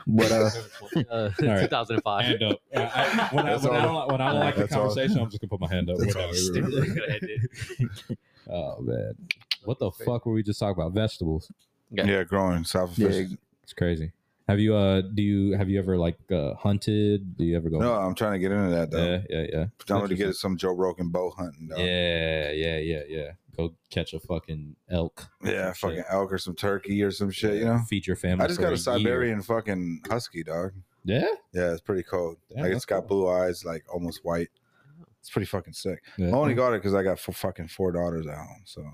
[SPEAKER 2] But uh,
[SPEAKER 3] Uh,
[SPEAKER 1] right.
[SPEAKER 3] 2005.
[SPEAKER 1] Hand up. uh, I, I, when, I,
[SPEAKER 4] That's
[SPEAKER 1] when, I
[SPEAKER 4] all.
[SPEAKER 1] don't, like- when I don't like the
[SPEAKER 4] That's all.
[SPEAKER 1] conversation, I'm just gonna put my hand up.
[SPEAKER 4] That's all
[SPEAKER 1] Whatever.
[SPEAKER 4] we
[SPEAKER 3] Stupid. Look at that dude.
[SPEAKER 1] Oh man, what the fuck were we just talking about? Vegetables.
[SPEAKER 3] Yeah.
[SPEAKER 4] Yeah, growing self
[SPEAKER 2] Yeah,
[SPEAKER 4] efficient.
[SPEAKER 1] It's crazy. Have you uh do you have you ever like uh hunted? Do you ever go
[SPEAKER 4] No, I'm trying to get into that though.
[SPEAKER 1] Yeah, yeah, yeah.
[SPEAKER 4] I'm going to get some Joe Rogan bow hunting though.
[SPEAKER 1] Yeah, yeah, yeah, yeah. Go catch a fucking elk. or
[SPEAKER 4] Yeah,
[SPEAKER 1] some
[SPEAKER 4] fucking
[SPEAKER 1] shit.
[SPEAKER 4] elk or some turkey or some shit, you know.
[SPEAKER 1] Feed your family.
[SPEAKER 4] I just
[SPEAKER 1] for
[SPEAKER 4] got a
[SPEAKER 1] year.
[SPEAKER 4] Siberian fucking husky dog.
[SPEAKER 1] Yeah,
[SPEAKER 4] Yeah, it's pretty cold.
[SPEAKER 1] Damn,
[SPEAKER 4] like
[SPEAKER 1] that's
[SPEAKER 4] it's got
[SPEAKER 1] cool.
[SPEAKER 4] blue eyes, like almost white. It's pretty fucking sick.
[SPEAKER 1] yeah.
[SPEAKER 4] I only got it because I got f- fucking four daughters at home. So I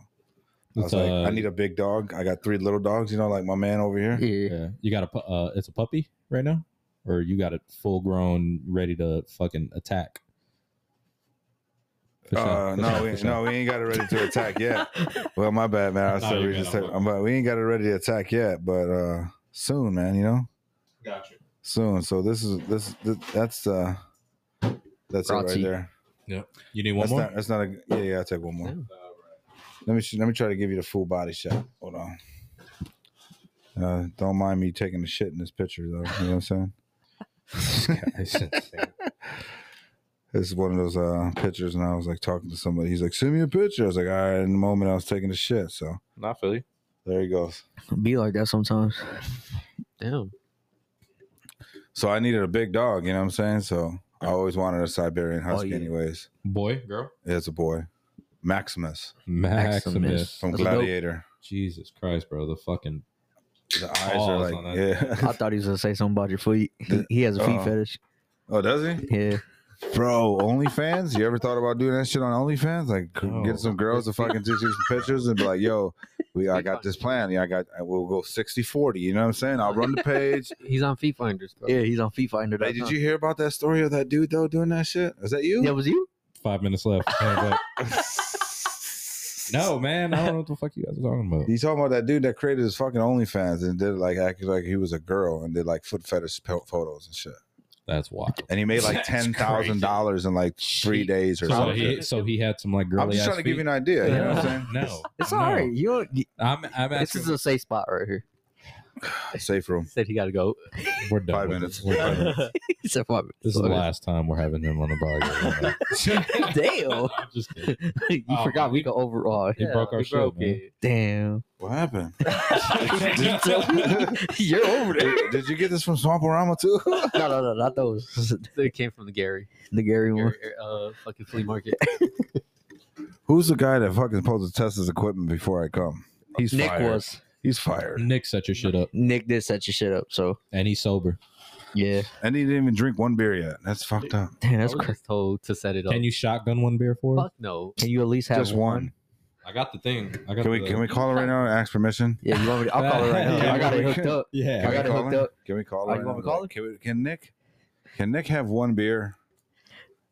[SPEAKER 4] was
[SPEAKER 1] It's,
[SPEAKER 4] like,
[SPEAKER 1] uh,
[SPEAKER 4] I need a big dog. I got three little dogs, you know, like my man over here.
[SPEAKER 2] Yeah.
[SPEAKER 1] Yeah, you got a pu- uh, it's a puppy right now, or you got it full grown, ready to fucking attack. For sure,
[SPEAKER 4] Uh,
[SPEAKER 1] for
[SPEAKER 4] no,
[SPEAKER 1] sure,
[SPEAKER 4] we,
[SPEAKER 1] for sure.
[SPEAKER 4] no, we ain't got it ready to attack yet. well, my bad, man. I
[SPEAKER 1] No,
[SPEAKER 4] said
[SPEAKER 1] you're
[SPEAKER 4] we
[SPEAKER 1] good.
[SPEAKER 4] just
[SPEAKER 1] I'm
[SPEAKER 4] said-
[SPEAKER 1] fucking-
[SPEAKER 4] but we ain't got it ready to attack yet, but uh, soon, man. You know,
[SPEAKER 1] Gotcha.
[SPEAKER 4] soon. So this is this, this that's uh, that's it right
[SPEAKER 2] Grazie.
[SPEAKER 4] there.
[SPEAKER 1] You need one
[SPEAKER 4] that's
[SPEAKER 1] more.
[SPEAKER 4] not that's not a yeah yeah. I'll take one more. Let me sh- let me try to give you the full body shot. Hold on. Uh, don't mind me taking a shit in this picture though. You know what I'm saying? This is one of those uh, pictures, and I was like talking to somebody. He's like, "Send me a picture." I was like, "All right." In the moment, I was taking a shit, so
[SPEAKER 1] Not Philly.
[SPEAKER 4] there he goes.
[SPEAKER 2] Be like that sometimes.
[SPEAKER 3] Damn.
[SPEAKER 4] So I needed a big dog. You know what I'm saying? So I always wanted a Siberian
[SPEAKER 2] Oh,
[SPEAKER 4] Husky,
[SPEAKER 2] yeah.
[SPEAKER 4] anyways.
[SPEAKER 1] Boy, girl,
[SPEAKER 4] Yeah, It's a boy, Maximus
[SPEAKER 1] Maximus.
[SPEAKER 2] Maximus.
[SPEAKER 4] from
[SPEAKER 2] That's dope.
[SPEAKER 4] Gladiator.
[SPEAKER 1] Jesus Christ, bro, the fucking
[SPEAKER 4] The eyes
[SPEAKER 2] Oh,
[SPEAKER 4] are
[SPEAKER 1] Paws on
[SPEAKER 4] like,
[SPEAKER 1] that.
[SPEAKER 4] yeah.
[SPEAKER 2] I thought he was gonna say something about your feet. He, he has a feet
[SPEAKER 4] Uh,
[SPEAKER 2] fetish.
[SPEAKER 4] oh, does he?
[SPEAKER 2] Yeah.
[SPEAKER 4] Bro, OnlyFans? You ever thought about doing that shit on OnlyFans? Like, c-
[SPEAKER 1] No.
[SPEAKER 4] get some girls to fucking just do some pictures and be like, yo, we I got this plan. Yeah, I got, I- we'll go 60 40. You know what I'm saying? I'll run the page.
[SPEAKER 3] He's on Feet Finders. Bro.
[SPEAKER 2] Yeah, he's on Feet Finder.
[SPEAKER 4] hey, did you hear about that story of that dude, though, doing that shit? Is that you?
[SPEAKER 2] Yeah, was you?
[SPEAKER 1] five minutes left. Hands up. no, man, I don't know what the fuck you guys are talking about.
[SPEAKER 4] You talking about that dude that created his fucking OnlyFans and did like acted like he was a girl and did like foot fetish po- photos and shit.
[SPEAKER 1] That's wild.
[SPEAKER 4] And he made like
[SPEAKER 1] That's
[SPEAKER 4] ten thousand dollars in like three
[SPEAKER 1] Shit.
[SPEAKER 4] days or
[SPEAKER 1] So
[SPEAKER 3] Sorry.
[SPEAKER 4] something.
[SPEAKER 1] he, so he had some like girly.
[SPEAKER 4] I'm just
[SPEAKER 1] ass
[SPEAKER 4] trying to give
[SPEAKER 1] feet?
[SPEAKER 4] you an idea. You know what I'm saying?
[SPEAKER 1] No,
[SPEAKER 2] It's
[SPEAKER 1] no.
[SPEAKER 2] all right. You don't, you-
[SPEAKER 1] I'm, I'm
[SPEAKER 2] this
[SPEAKER 1] asking.
[SPEAKER 2] is a safe spot right here.
[SPEAKER 4] Safe room.
[SPEAKER 3] Said he got to go.
[SPEAKER 1] we're done.
[SPEAKER 4] Five
[SPEAKER 1] with
[SPEAKER 4] minutes.
[SPEAKER 1] this. We're done.
[SPEAKER 2] He said, "Fuck it."
[SPEAKER 1] This is the last time we're having him on the podcast.
[SPEAKER 2] Damn.
[SPEAKER 1] I'm just kidding.
[SPEAKER 2] you
[SPEAKER 1] Oh,
[SPEAKER 2] forgot
[SPEAKER 1] he-
[SPEAKER 2] we could overall.
[SPEAKER 1] He broke our
[SPEAKER 3] we
[SPEAKER 1] shit, man.
[SPEAKER 3] it.
[SPEAKER 2] Damn.
[SPEAKER 4] What happened?
[SPEAKER 2] You're over there.
[SPEAKER 4] Did, did you get this from Swamporama too?
[SPEAKER 2] No, no, no, not those.
[SPEAKER 3] It came from the Gary.
[SPEAKER 2] The Gary one.
[SPEAKER 3] Gary uh, fucking flea market.
[SPEAKER 4] Who's the guy that fucking supposed to test his equipment before I come? He's
[SPEAKER 2] Nick
[SPEAKER 4] fired.
[SPEAKER 2] was.
[SPEAKER 4] He's fired,
[SPEAKER 1] Nick set your shit up,
[SPEAKER 2] Nick did set your shit up. So
[SPEAKER 1] and he's sober.
[SPEAKER 2] yeah.
[SPEAKER 4] and he didn't even drink one beer yet. That's fucked up.
[SPEAKER 2] Damn,
[SPEAKER 3] I
[SPEAKER 2] that's
[SPEAKER 3] was
[SPEAKER 2] crazy.
[SPEAKER 3] just told to set it up.
[SPEAKER 1] Can you shotgun one beer for him?
[SPEAKER 3] Fuck no.
[SPEAKER 2] Can you at least have
[SPEAKER 4] Just one.
[SPEAKER 1] I got the thing. I got
[SPEAKER 4] Can we
[SPEAKER 1] the-
[SPEAKER 4] can we call her right now and ask permission?
[SPEAKER 2] Yeah, you want me to, I'll call it right now.
[SPEAKER 1] Yeah,
[SPEAKER 2] I got it
[SPEAKER 4] we
[SPEAKER 2] hooked
[SPEAKER 4] could.
[SPEAKER 2] up.
[SPEAKER 1] Yeah.
[SPEAKER 4] Can
[SPEAKER 2] I
[SPEAKER 4] we
[SPEAKER 2] got it
[SPEAKER 4] call
[SPEAKER 2] hooked
[SPEAKER 4] her?
[SPEAKER 2] up.
[SPEAKER 4] Can we call
[SPEAKER 2] Oh,
[SPEAKER 4] her?
[SPEAKER 2] you
[SPEAKER 4] right
[SPEAKER 2] want
[SPEAKER 4] now?
[SPEAKER 2] me to call her?
[SPEAKER 4] Can, we, can Nick? Can Nick have one beer?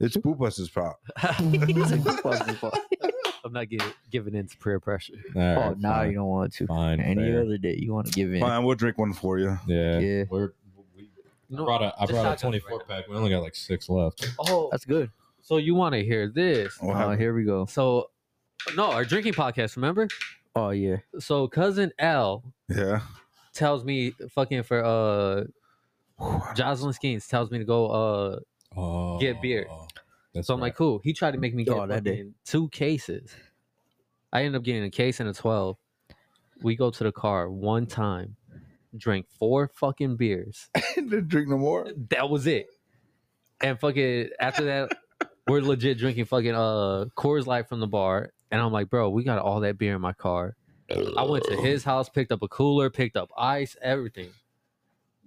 [SPEAKER 4] It's Boopus's prop.
[SPEAKER 2] He's like, "Fuck, fuck, fuck."
[SPEAKER 3] I'm not giving giving in to peer pressure.
[SPEAKER 1] All right,
[SPEAKER 2] Oh, now
[SPEAKER 1] fine.
[SPEAKER 2] you don't want to.
[SPEAKER 1] Fine.
[SPEAKER 2] Any
[SPEAKER 1] fair.
[SPEAKER 2] other day you want to give in.
[SPEAKER 4] Fine, we'll drink one for you.
[SPEAKER 1] Yeah.
[SPEAKER 2] Yeah.
[SPEAKER 1] We're, we I
[SPEAKER 3] You know-
[SPEAKER 1] brought a, I
[SPEAKER 3] just
[SPEAKER 1] brought a
[SPEAKER 3] shotgun it
[SPEAKER 1] 24
[SPEAKER 3] right now.
[SPEAKER 1] pack. We only got like six left.
[SPEAKER 3] Oh,
[SPEAKER 2] That's good.
[SPEAKER 3] so you want to hear this?
[SPEAKER 4] We'll
[SPEAKER 2] Oh,
[SPEAKER 4] have-
[SPEAKER 2] here we go.
[SPEAKER 3] So, no, our drinking podcast. Remember?
[SPEAKER 2] Oh yeah.
[SPEAKER 3] So cousin L
[SPEAKER 4] yeah.
[SPEAKER 3] tells me fucking for uh Jocelyn Skeens tells me to go uh
[SPEAKER 1] Oh,
[SPEAKER 3] Get beer.
[SPEAKER 1] That's
[SPEAKER 3] so I'm like cool. He tried to make me get
[SPEAKER 2] Oh, that day.
[SPEAKER 3] fucking two cases. I ended up getting a case and a twelve. We go to the car one time, drank four fucking beers.
[SPEAKER 4] Didn't drink no more.
[SPEAKER 3] That was it. And fucking after that, we're legit drinking fucking uh Coors Light from the bar. And I'm like, bro, we got all that beer in my car. I went to his house, picked up a cooler, picked up ice, everything.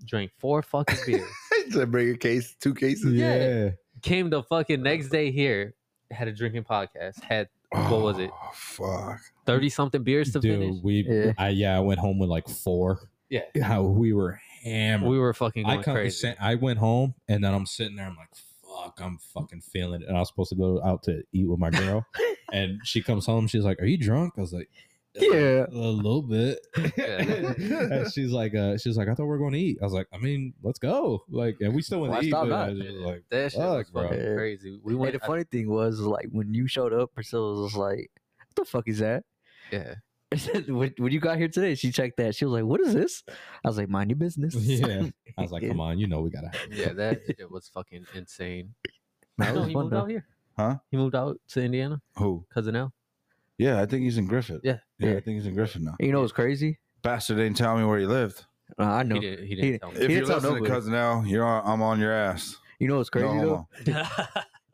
[SPEAKER 3] Drank four fucking beers.
[SPEAKER 4] to bring a case, two cases.
[SPEAKER 1] yeah.
[SPEAKER 3] Yeah. Came the fucking next day here, had a drinking podcast, had What was it?
[SPEAKER 4] Oh, fuck.
[SPEAKER 3] thirty something beers to
[SPEAKER 1] Dude,
[SPEAKER 3] finish.
[SPEAKER 1] we,
[SPEAKER 2] Yeah.
[SPEAKER 1] I, yeah, I went home with like four.
[SPEAKER 3] Yeah.
[SPEAKER 1] How we were hammered.
[SPEAKER 3] We were fucking
[SPEAKER 1] I
[SPEAKER 3] going
[SPEAKER 1] kind of
[SPEAKER 3] crazy.
[SPEAKER 1] sent, I went home and then I'm sitting there. I'm like, fuck, I'm fucking feeling it. And I was supposed to go out to eat with my girl, and she comes home. She's like, "Are you drunk?" I was like,
[SPEAKER 2] Yeah.
[SPEAKER 1] a little bit."
[SPEAKER 4] Yeah.
[SPEAKER 1] and she's like, uh, "She's like, I thought we were going to eat." I was like, "I mean, let's go." Like, and we still went
[SPEAKER 2] Why
[SPEAKER 1] to eat.
[SPEAKER 2] stop
[SPEAKER 1] But I
[SPEAKER 2] not?
[SPEAKER 1] was just like,
[SPEAKER 3] that shit was
[SPEAKER 1] Fuck, bro.
[SPEAKER 3] fucking
[SPEAKER 2] Yeah.
[SPEAKER 3] crazy. We
[SPEAKER 2] Hey,
[SPEAKER 3] went.
[SPEAKER 2] the funny thing was like when you showed up, Priscilla was just like, "What the fuck is that?"
[SPEAKER 3] yeah.
[SPEAKER 2] when, when you got here today, she checked that. She was like, "What is this?" I was like, "Mind your business."
[SPEAKER 1] yeah. I was like, "Come on, you know we gotta." Have
[SPEAKER 3] Yeah, that shit was fucking insane.
[SPEAKER 2] That
[SPEAKER 3] No,
[SPEAKER 2] was
[SPEAKER 3] he
[SPEAKER 2] fun,
[SPEAKER 3] moved
[SPEAKER 2] though.
[SPEAKER 3] out here.
[SPEAKER 4] Huh?
[SPEAKER 3] He moved out to Indiana.
[SPEAKER 4] Who?
[SPEAKER 3] Cousin L.
[SPEAKER 4] Yeah, I think he's in Griffith.
[SPEAKER 3] Yeah.
[SPEAKER 4] Yeah,
[SPEAKER 2] Yeah.
[SPEAKER 4] I think he's in Griffith now.
[SPEAKER 2] And You know what's crazy?
[SPEAKER 4] Bastard didn't tell me where he lived.
[SPEAKER 2] Uh, I
[SPEAKER 3] He,
[SPEAKER 2] know.
[SPEAKER 3] did, he didn't
[SPEAKER 2] He-
[SPEAKER 3] tell me.
[SPEAKER 4] If
[SPEAKER 2] He didn't
[SPEAKER 4] you're
[SPEAKER 2] tell
[SPEAKER 4] listening to
[SPEAKER 2] nobody.
[SPEAKER 4] Cousin Al, you're on, I'm on your ass.
[SPEAKER 2] You know what's crazy
[SPEAKER 4] no
[SPEAKER 2] though?
[SPEAKER 4] homo.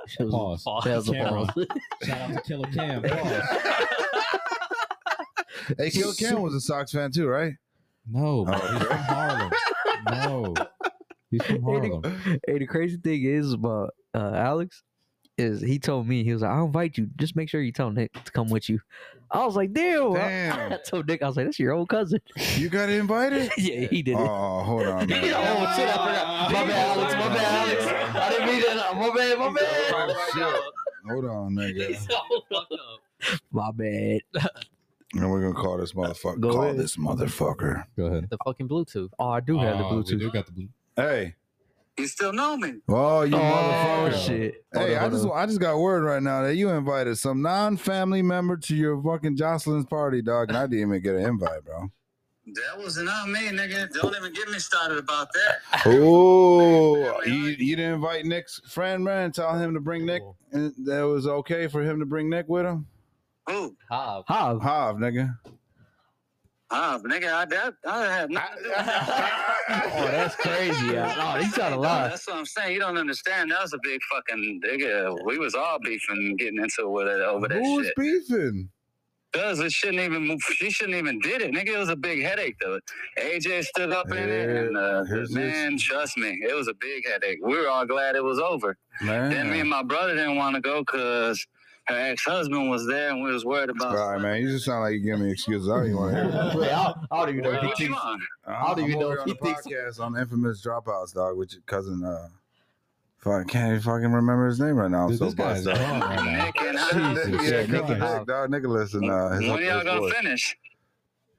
[SPEAKER 2] Shit was-
[SPEAKER 1] Pause.
[SPEAKER 3] Pause.
[SPEAKER 2] that was a
[SPEAKER 1] Camera.
[SPEAKER 2] pause.
[SPEAKER 1] Shout out to Killer Cam.
[SPEAKER 4] Hey, Kill Cam was a Sox fan too, right?
[SPEAKER 1] No,
[SPEAKER 4] Oh,
[SPEAKER 1] he's
[SPEAKER 4] okay.
[SPEAKER 1] from Harlem. No, he's from Harlem.
[SPEAKER 2] hey, the crazy thing is about uh, Alex is he told me he was like, "I'll invite you. Just make sure you tell Nick to come with you." I was like, "Damn!" I,
[SPEAKER 4] Damn.
[SPEAKER 2] told Nick, I was like, "That's your old cousin."
[SPEAKER 4] You got invited?
[SPEAKER 2] yeah, he did it.
[SPEAKER 4] Oh, hold on,
[SPEAKER 2] Oh, shit,
[SPEAKER 4] man.
[SPEAKER 2] I forgot. My bad, Alex. My bad, Alex. I didn't mean that. My bad. My bad.
[SPEAKER 4] Oh, Hold on, nigga.
[SPEAKER 3] He's so fucked up.
[SPEAKER 2] My bad.
[SPEAKER 4] And we're gonna call this motherfucker.
[SPEAKER 2] Go
[SPEAKER 4] call
[SPEAKER 2] ahead.
[SPEAKER 4] this motherfucker.
[SPEAKER 1] Go ahead.
[SPEAKER 3] The fucking Bluetooth.
[SPEAKER 2] Oh, I do have the
[SPEAKER 1] Oh, we do
[SPEAKER 2] Bluetooth.
[SPEAKER 1] got the Bluetooth.
[SPEAKER 4] Hey.
[SPEAKER 5] You still know me?
[SPEAKER 4] Oh, you
[SPEAKER 2] Oh
[SPEAKER 4] motherfucker.
[SPEAKER 2] shit.
[SPEAKER 4] Hey,
[SPEAKER 2] Hold on,
[SPEAKER 4] I
[SPEAKER 2] hold
[SPEAKER 4] just
[SPEAKER 2] on.
[SPEAKER 4] I just got word right now that you invited some non-family member to your fucking Jocelyn's party, dog, and I didn't even get an invite, bro.
[SPEAKER 5] That was not me, nigga. Don't even get me started about that.
[SPEAKER 4] Oh, you, you didn't invite Nick's friend, man. Tell him to bring Nick,
[SPEAKER 3] Cool.
[SPEAKER 4] and that was okay for him to bring Nick with him.
[SPEAKER 5] Who?
[SPEAKER 3] Hob.
[SPEAKER 2] Hob.
[SPEAKER 4] Hav, nigga.
[SPEAKER 5] Ah, nigga, I that I had nothing to do with
[SPEAKER 2] Oh,
[SPEAKER 5] that.
[SPEAKER 2] that's crazy. yeah. Oh, he's trying to lie.
[SPEAKER 5] That's what I'm saying. You don't understand. That was a big fucking nigga. We was all beefing, getting into it with it over that
[SPEAKER 4] Who's
[SPEAKER 5] shit.
[SPEAKER 4] beefing?
[SPEAKER 5] Cause it shouldn't even move. She shouldn't even did it, nigga. It was a big headache though. AJ stood up in it, and uh,
[SPEAKER 4] Here's this.
[SPEAKER 5] man, trust me, it was a big headache. We were all glad it was over. Then me and
[SPEAKER 4] Man.
[SPEAKER 5] my brother didn't want to go because her ex husband was there, and we was worried
[SPEAKER 4] All
[SPEAKER 5] about.
[SPEAKER 4] right, man. You just sound like you giving me excuses. I don't even want to hear it.
[SPEAKER 2] Wait, I, I don't even know if he
[SPEAKER 5] What you
[SPEAKER 2] thinks.
[SPEAKER 5] on?
[SPEAKER 4] I
[SPEAKER 2] don't even know if
[SPEAKER 4] on
[SPEAKER 2] he
[SPEAKER 4] the podcast on Infamous Dropouts, dog, with your cousin. Uh, fuck, can't even fucking remember his name right now. I'm
[SPEAKER 1] Dude,
[SPEAKER 4] so
[SPEAKER 1] this guy is
[SPEAKER 4] buzzed up.
[SPEAKER 1] gone right now.
[SPEAKER 5] Nick and
[SPEAKER 4] yeah,
[SPEAKER 5] I.
[SPEAKER 1] Jesus
[SPEAKER 4] Nick,
[SPEAKER 1] Christ.
[SPEAKER 4] Nick, dog, Nicholas and uh, his,
[SPEAKER 5] when
[SPEAKER 4] his
[SPEAKER 5] y'all gonna
[SPEAKER 4] boy.
[SPEAKER 5] finish?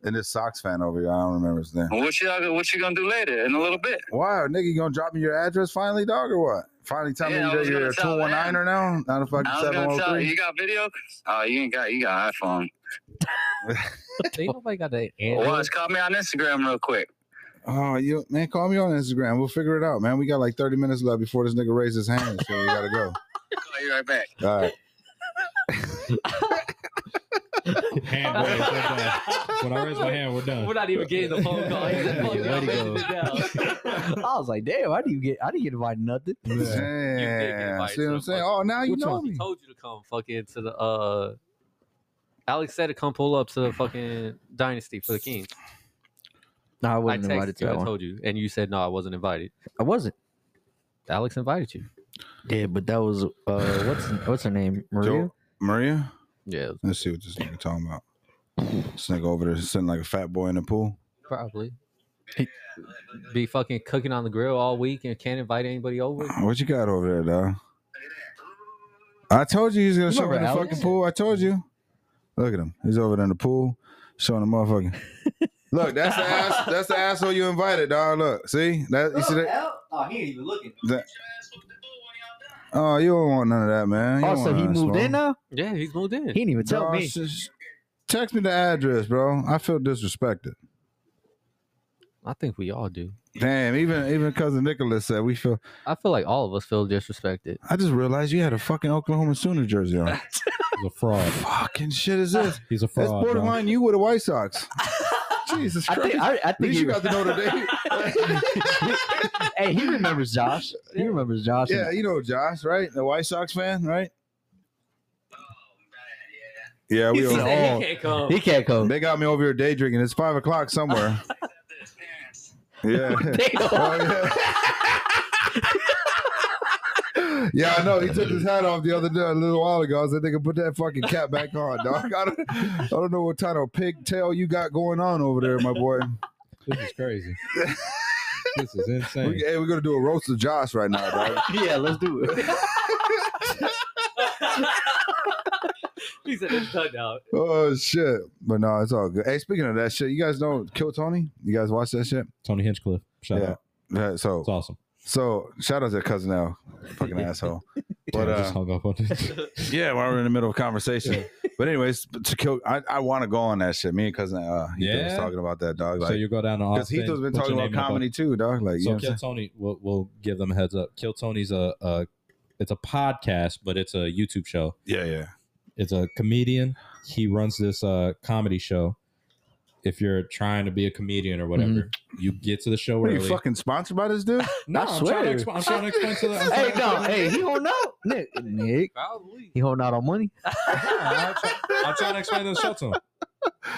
[SPEAKER 4] and this Sox fan over here. I don't remember his name.
[SPEAKER 5] What y'all gonna- what you gonna do later in a little bit?
[SPEAKER 4] Wow, nigga, you gonna drop me your address finally, dog, or what? Finally, tell
[SPEAKER 5] Yeah, I
[SPEAKER 4] me that
[SPEAKER 5] was
[SPEAKER 4] you're
[SPEAKER 5] gonna
[SPEAKER 4] a
[SPEAKER 5] tell
[SPEAKER 4] 219 er now, not a fucking
[SPEAKER 5] I was gonna tell you,
[SPEAKER 4] 703.
[SPEAKER 5] you got video? Oh, you ain't got you got iPhone.
[SPEAKER 3] Ain't nobody got that Android.
[SPEAKER 5] Watch, call me on Instagram real quick.
[SPEAKER 4] Oh, you man, call me on Instagram. We'll figure it out, man. We got like 30 minutes left before this nigga raises his hand, so we gotta go.
[SPEAKER 5] Call you right back.
[SPEAKER 4] All right.
[SPEAKER 1] Hand raised. we're done. When I raise my hand, we're done.
[SPEAKER 3] We're not even getting the phone call. He's
[SPEAKER 1] Yeah,
[SPEAKER 3] fucking
[SPEAKER 2] there you
[SPEAKER 3] up.
[SPEAKER 2] I was like, damn, I didn't even get, I didn't get invited nothing.
[SPEAKER 4] Damn.
[SPEAKER 3] invite
[SPEAKER 4] See what I'm
[SPEAKER 3] him,
[SPEAKER 4] saying?
[SPEAKER 3] but-
[SPEAKER 4] Oh, now you
[SPEAKER 3] Which
[SPEAKER 4] know
[SPEAKER 3] one? He
[SPEAKER 4] me.
[SPEAKER 3] told you to come fucking to the uh Alex said to come pull up to the fucking dynasty for the Kings.
[SPEAKER 2] No, I
[SPEAKER 3] I
[SPEAKER 2] wasn't invited
[SPEAKER 3] texted
[SPEAKER 2] to
[SPEAKER 3] you, I
[SPEAKER 2] that one.
[SPEAKER 3] told you, and you said no, I wasn't invited.
[SPEAKER 2] I wasn't.
[SPEAKER 3] Alex invited you.
[SPEAKER 2] Yeah, but that was uh, what's what's her name? Maria.
[SPEAKER 4] Joe- Maria?
[SPEAKER 3] Yeah,
[SPEAKER 4] Let's see what this nigga talking about. This nigga over there sitting like a fat boy in the pool.
[SPEAKER 3] probably. Be fucking cooking on the grill all week and can't invite anybody over.
[SPEAKER 4] What you got over there, dog? I told you he's gonna
[SPEAKER 2] You
[SPEAKER 4] show up in the
[SPEAKER 2] remember Alex?
[SPEAKER 4] fucking pool. I told you. Look at him. He's over there in the pool showing the motherfucking. Look, that's the ass, that's the asshole you invited, dog. Look, see that? You see that?
[SPEAKER 2] Oh, he ain't even looking.
[SPEAKER 4] Oh, you don't want none of that, man. You don't
[SPEAKER 2] Also,
[SPEAKER 4] want
[SPEAKER 2] Oh, he
[SPEAKER 4] none of that
[SPEAKER 2] moved in
[SPEAKER 4] smoke.
[SPEAKER 2] now.
[SPEAKER 3] Yeah, he's moved in.
[SPEAKER 2] He didn't even tell
[SPEAKER 4] Dog,
[SPEAKER 2] me.
[SPEAKER 4] sh- Text me the address, bro. I feel disrespected.
[SPEAKER 3] I think we all do.
[SPEAKER 4] Damn, even even cousin Nicholas said we feel.
[SPEAKER 3] I feel like all of us feel disrespected.
[SPEAKER 4] I just realized you had a fucking Oklahoma Sooner jersey on.
[SPEAKER 1] He's a fraud.
[SPEAKER 4] fucking shit is this?
[SPEAKER 1] He's a
[SPEAKER 4] That's
[SPEAKER 1] fraud. bro.
[SPEAKER 4] borderline you with a White Sox. Jesus
[SPEAKER 2] I
[SPEAKER 4] Christ.
[SPEAKER 2] think I, I
[SPEAKER 4] At
[SPEAKER 2] think
[SPEAKER 4] least
[SPEAKER 2] he,
[SPEAKER 4] you got to know today.
[SPEAKER 2] hey, he remembers Josh. He remembers Josh.
[SPEAKER 4] yeah, you know Josh, right? The White Sox fan, right? Yeah, we
[SPEAKER 2] He
[SPEAKER 4] are
[SPEAKER 2] said-
[SPEAKER 4] all.
[SPEAKER 3] can't come.
[SPEAKER 2] He can't come.
[SPEAKER 4] They got me over here day drinking. It's five o'clock somewhere. Yeah.
[SPEAKER 2] Damn.
[SPEAKER 4] Oh, yeah. yeah, I know. He took his hat off the other day, a little while ago. I said, "Nigga, put that fucking cap back on, dog." I don't, I don't know what kind of pigtail you got going on over there, my boy.
[SPEAKER 1] This is crazy. this is
[SPEAKER 4] We,
[SPEAKER 1] insane.
[SPEAKER 4] hey, we're gonna do a roast of Josh right now, dog.
[SPEAKER 2] yeah, let's do it.
[SPEAKER 3] he said it's done now.
[SPEAKER 4] Oh shit! But no, it's all good. Hey, speaking of that shit, you guys know Kill Tony? You guys watch that shit?
[SPEAKER 1] Tony Hinchcliffe. Shout
[SPEAKER 4] yeah.
[SPEAKER 1] out.
[SPEAKER 4] That- so
[SPEAKER 1] It's awesome.
[SPEAKER 4] so shout out to cousin Al, fucking asshole. But
[SPEAKER 1] Damn, I just
[SPEAKER 4] uh,
[SPEAKER 1] hung up on it.
[SPEAKER 4] yeah, while we're in the middle of conversation. But anyways, to kill, I, I want to go on that shit. Me and cousin Al, he was
[SPEAKER 1] Yeah?
[SPEAKER 4] talking about that dog,
[SPEAKER 1] so
[SPEAKER 4] like
[SPEAKER 1] you go down to
[SPEAKER 4] because
[SPEAKER 1] Austin.
[SPEAKER 4] Heath's been
[SPEAKER 1] put your
[SPEAKER 4] talking about
[SPEAKER 1] name up on-
[SPEAKER 4] comedy too, dog. Like, you know
[SPEAKER 1] So
[SPEAKER 4] what
[SPEAKER 1] Kill
[SPEAKER 4] I'm
[SPEAKER 1] Tony, we'll, we'll give them a heads up. Kill Tony's a, a it's a podcast, but it's a YouTube show.
[SPEAKER 4] saying? yeah, yeah.
[SPEAKER 1] It's a comedian. He runs this uh, comedy show if you're trying to be a comedian or whatever, you get to the show
[SPEAKER 4] Mm-hmm. What, are
[SPEAKER 1] early.
[SPEAKER 4] you fucking sponsored by this dude?
[SPEAKER 1] no,
[SPEAKER 2] I
[SPEAKER 1] I'm trying, to exp-
[SPEAKER 2] swear.
[SPEAKER 1] I'm trying to explain to the. I'm
[SPEAKER 2] Hey,
[SPEAKER 1] trying to
[SPEAKER 2] no,
[SPEAKER 1] explain-
[SPEAKER 2] hey, he don't know. Nick, Nick,
[SPEAKER 3] Probably.
[SPEAKER 2] he holding out on money.
[SPEAKER 1] I'm, trying, I'm trying to explain the show to him.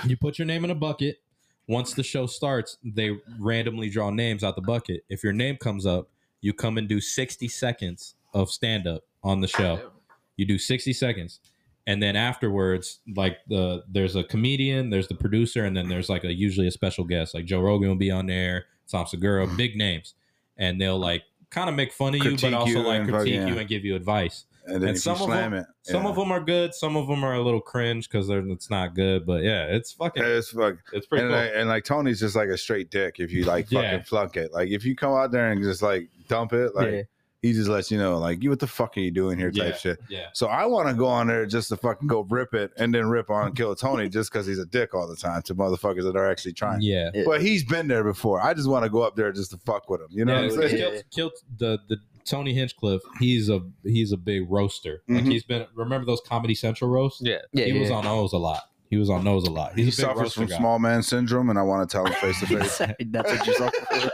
[SPEAKER 1] You put your name in a bucket. Once the show starts, they randomly draw names out the bucket. If your name comes up, you come and do 60 seconds of stand up on the show. You do 60 seconds. And then afterwards, like the there's a comedian, there's the producer, and then there's like a usually a special guest. Like Joe Rogan will be on there, Tom Segura, big names. And they'll like kind of make fun of you,
[SPEAKER 4] Critique
[SPEAKER 1] but also
[SPEAKER 4] you
[SPEAKER 1] like
[SPEAKER 4] and-
[SPEAKER 1] critique
[SPEAKER 4] yeah.
[SPEAKER 1] you and give you advice.
[SPEAKER 4] And then
[SPEAKER 1] And
[SPEAKER 4] if
[SPEAKER 1] some
[SPEAKER 4] you
[SPEAKER 1] of
[SPEAKER 4] slam it.
[SPEAKER 1] Some
[SPEAKER 4] yeah.
[SPEAKER 1] of them are good. Some of them are a little cringe because they're it's not good. But yeah, it's fucking
[SPEAKER 4] It's fuck,
[SPEAKER 1] it's pretty
[SPEAKER 4] and,
[SPEAKER 1] cool.
[SPEAKER 4] like, and like Tony's just like a straight dick if you like fucking
[SPEAKER 1] Yeah.
[SPEAKER 4] flunk it. Like if you come out there and just like dump it, like
[SPEAKER 2] yeah,
[SPEAKER 4] he just lets you know, like you what the fuck are you doing here type shit.
[SPEAKER 1] yeah,
[SPEAKER 4] So I want to go on there just to fucking go rip it and then rip on Kill Tony just because he's a dick all the time to motherfuckers that are actually trying.
[SPEAKER 1] yeah.
[SPEAKER 4] But he's been there before. I just want to go up there just to fuck with him. You know
[SPEAKER 1] yeah,
[SPEAKER 4] what I'm saying?
[SPEAKER 2] yeah.
[SPEAKER 1] Kilt- Kilt- the the Tony Hinchcliffe. He's a he's a big roaster. Like
[SPEAKER 4] Mhm.
[SPEAKER 1] he's been remember those Comedy Central roasts.
[SPEAKER 3] Yeah.
[SPEAKER 2] yeah.
[SPEAKER 1] he was
[SPEAKER 2] yeah.
[SPEAKER 1] on those a lot. He was on those a lot. He's
[SPEAKER 4] He
[SPEAKER 1] a big
[SPEAKER 4] suffers
[SPEAKER 1] roaster
[SPEAKER 4] from
[SPEAKER 1] guy.
[SPEAKER 4] small man syndrome, and I want to tell him face to
[SPEAKER 2] He
[SPEAKER 4] face.
[SPEAKER 2] said, That's what you saw.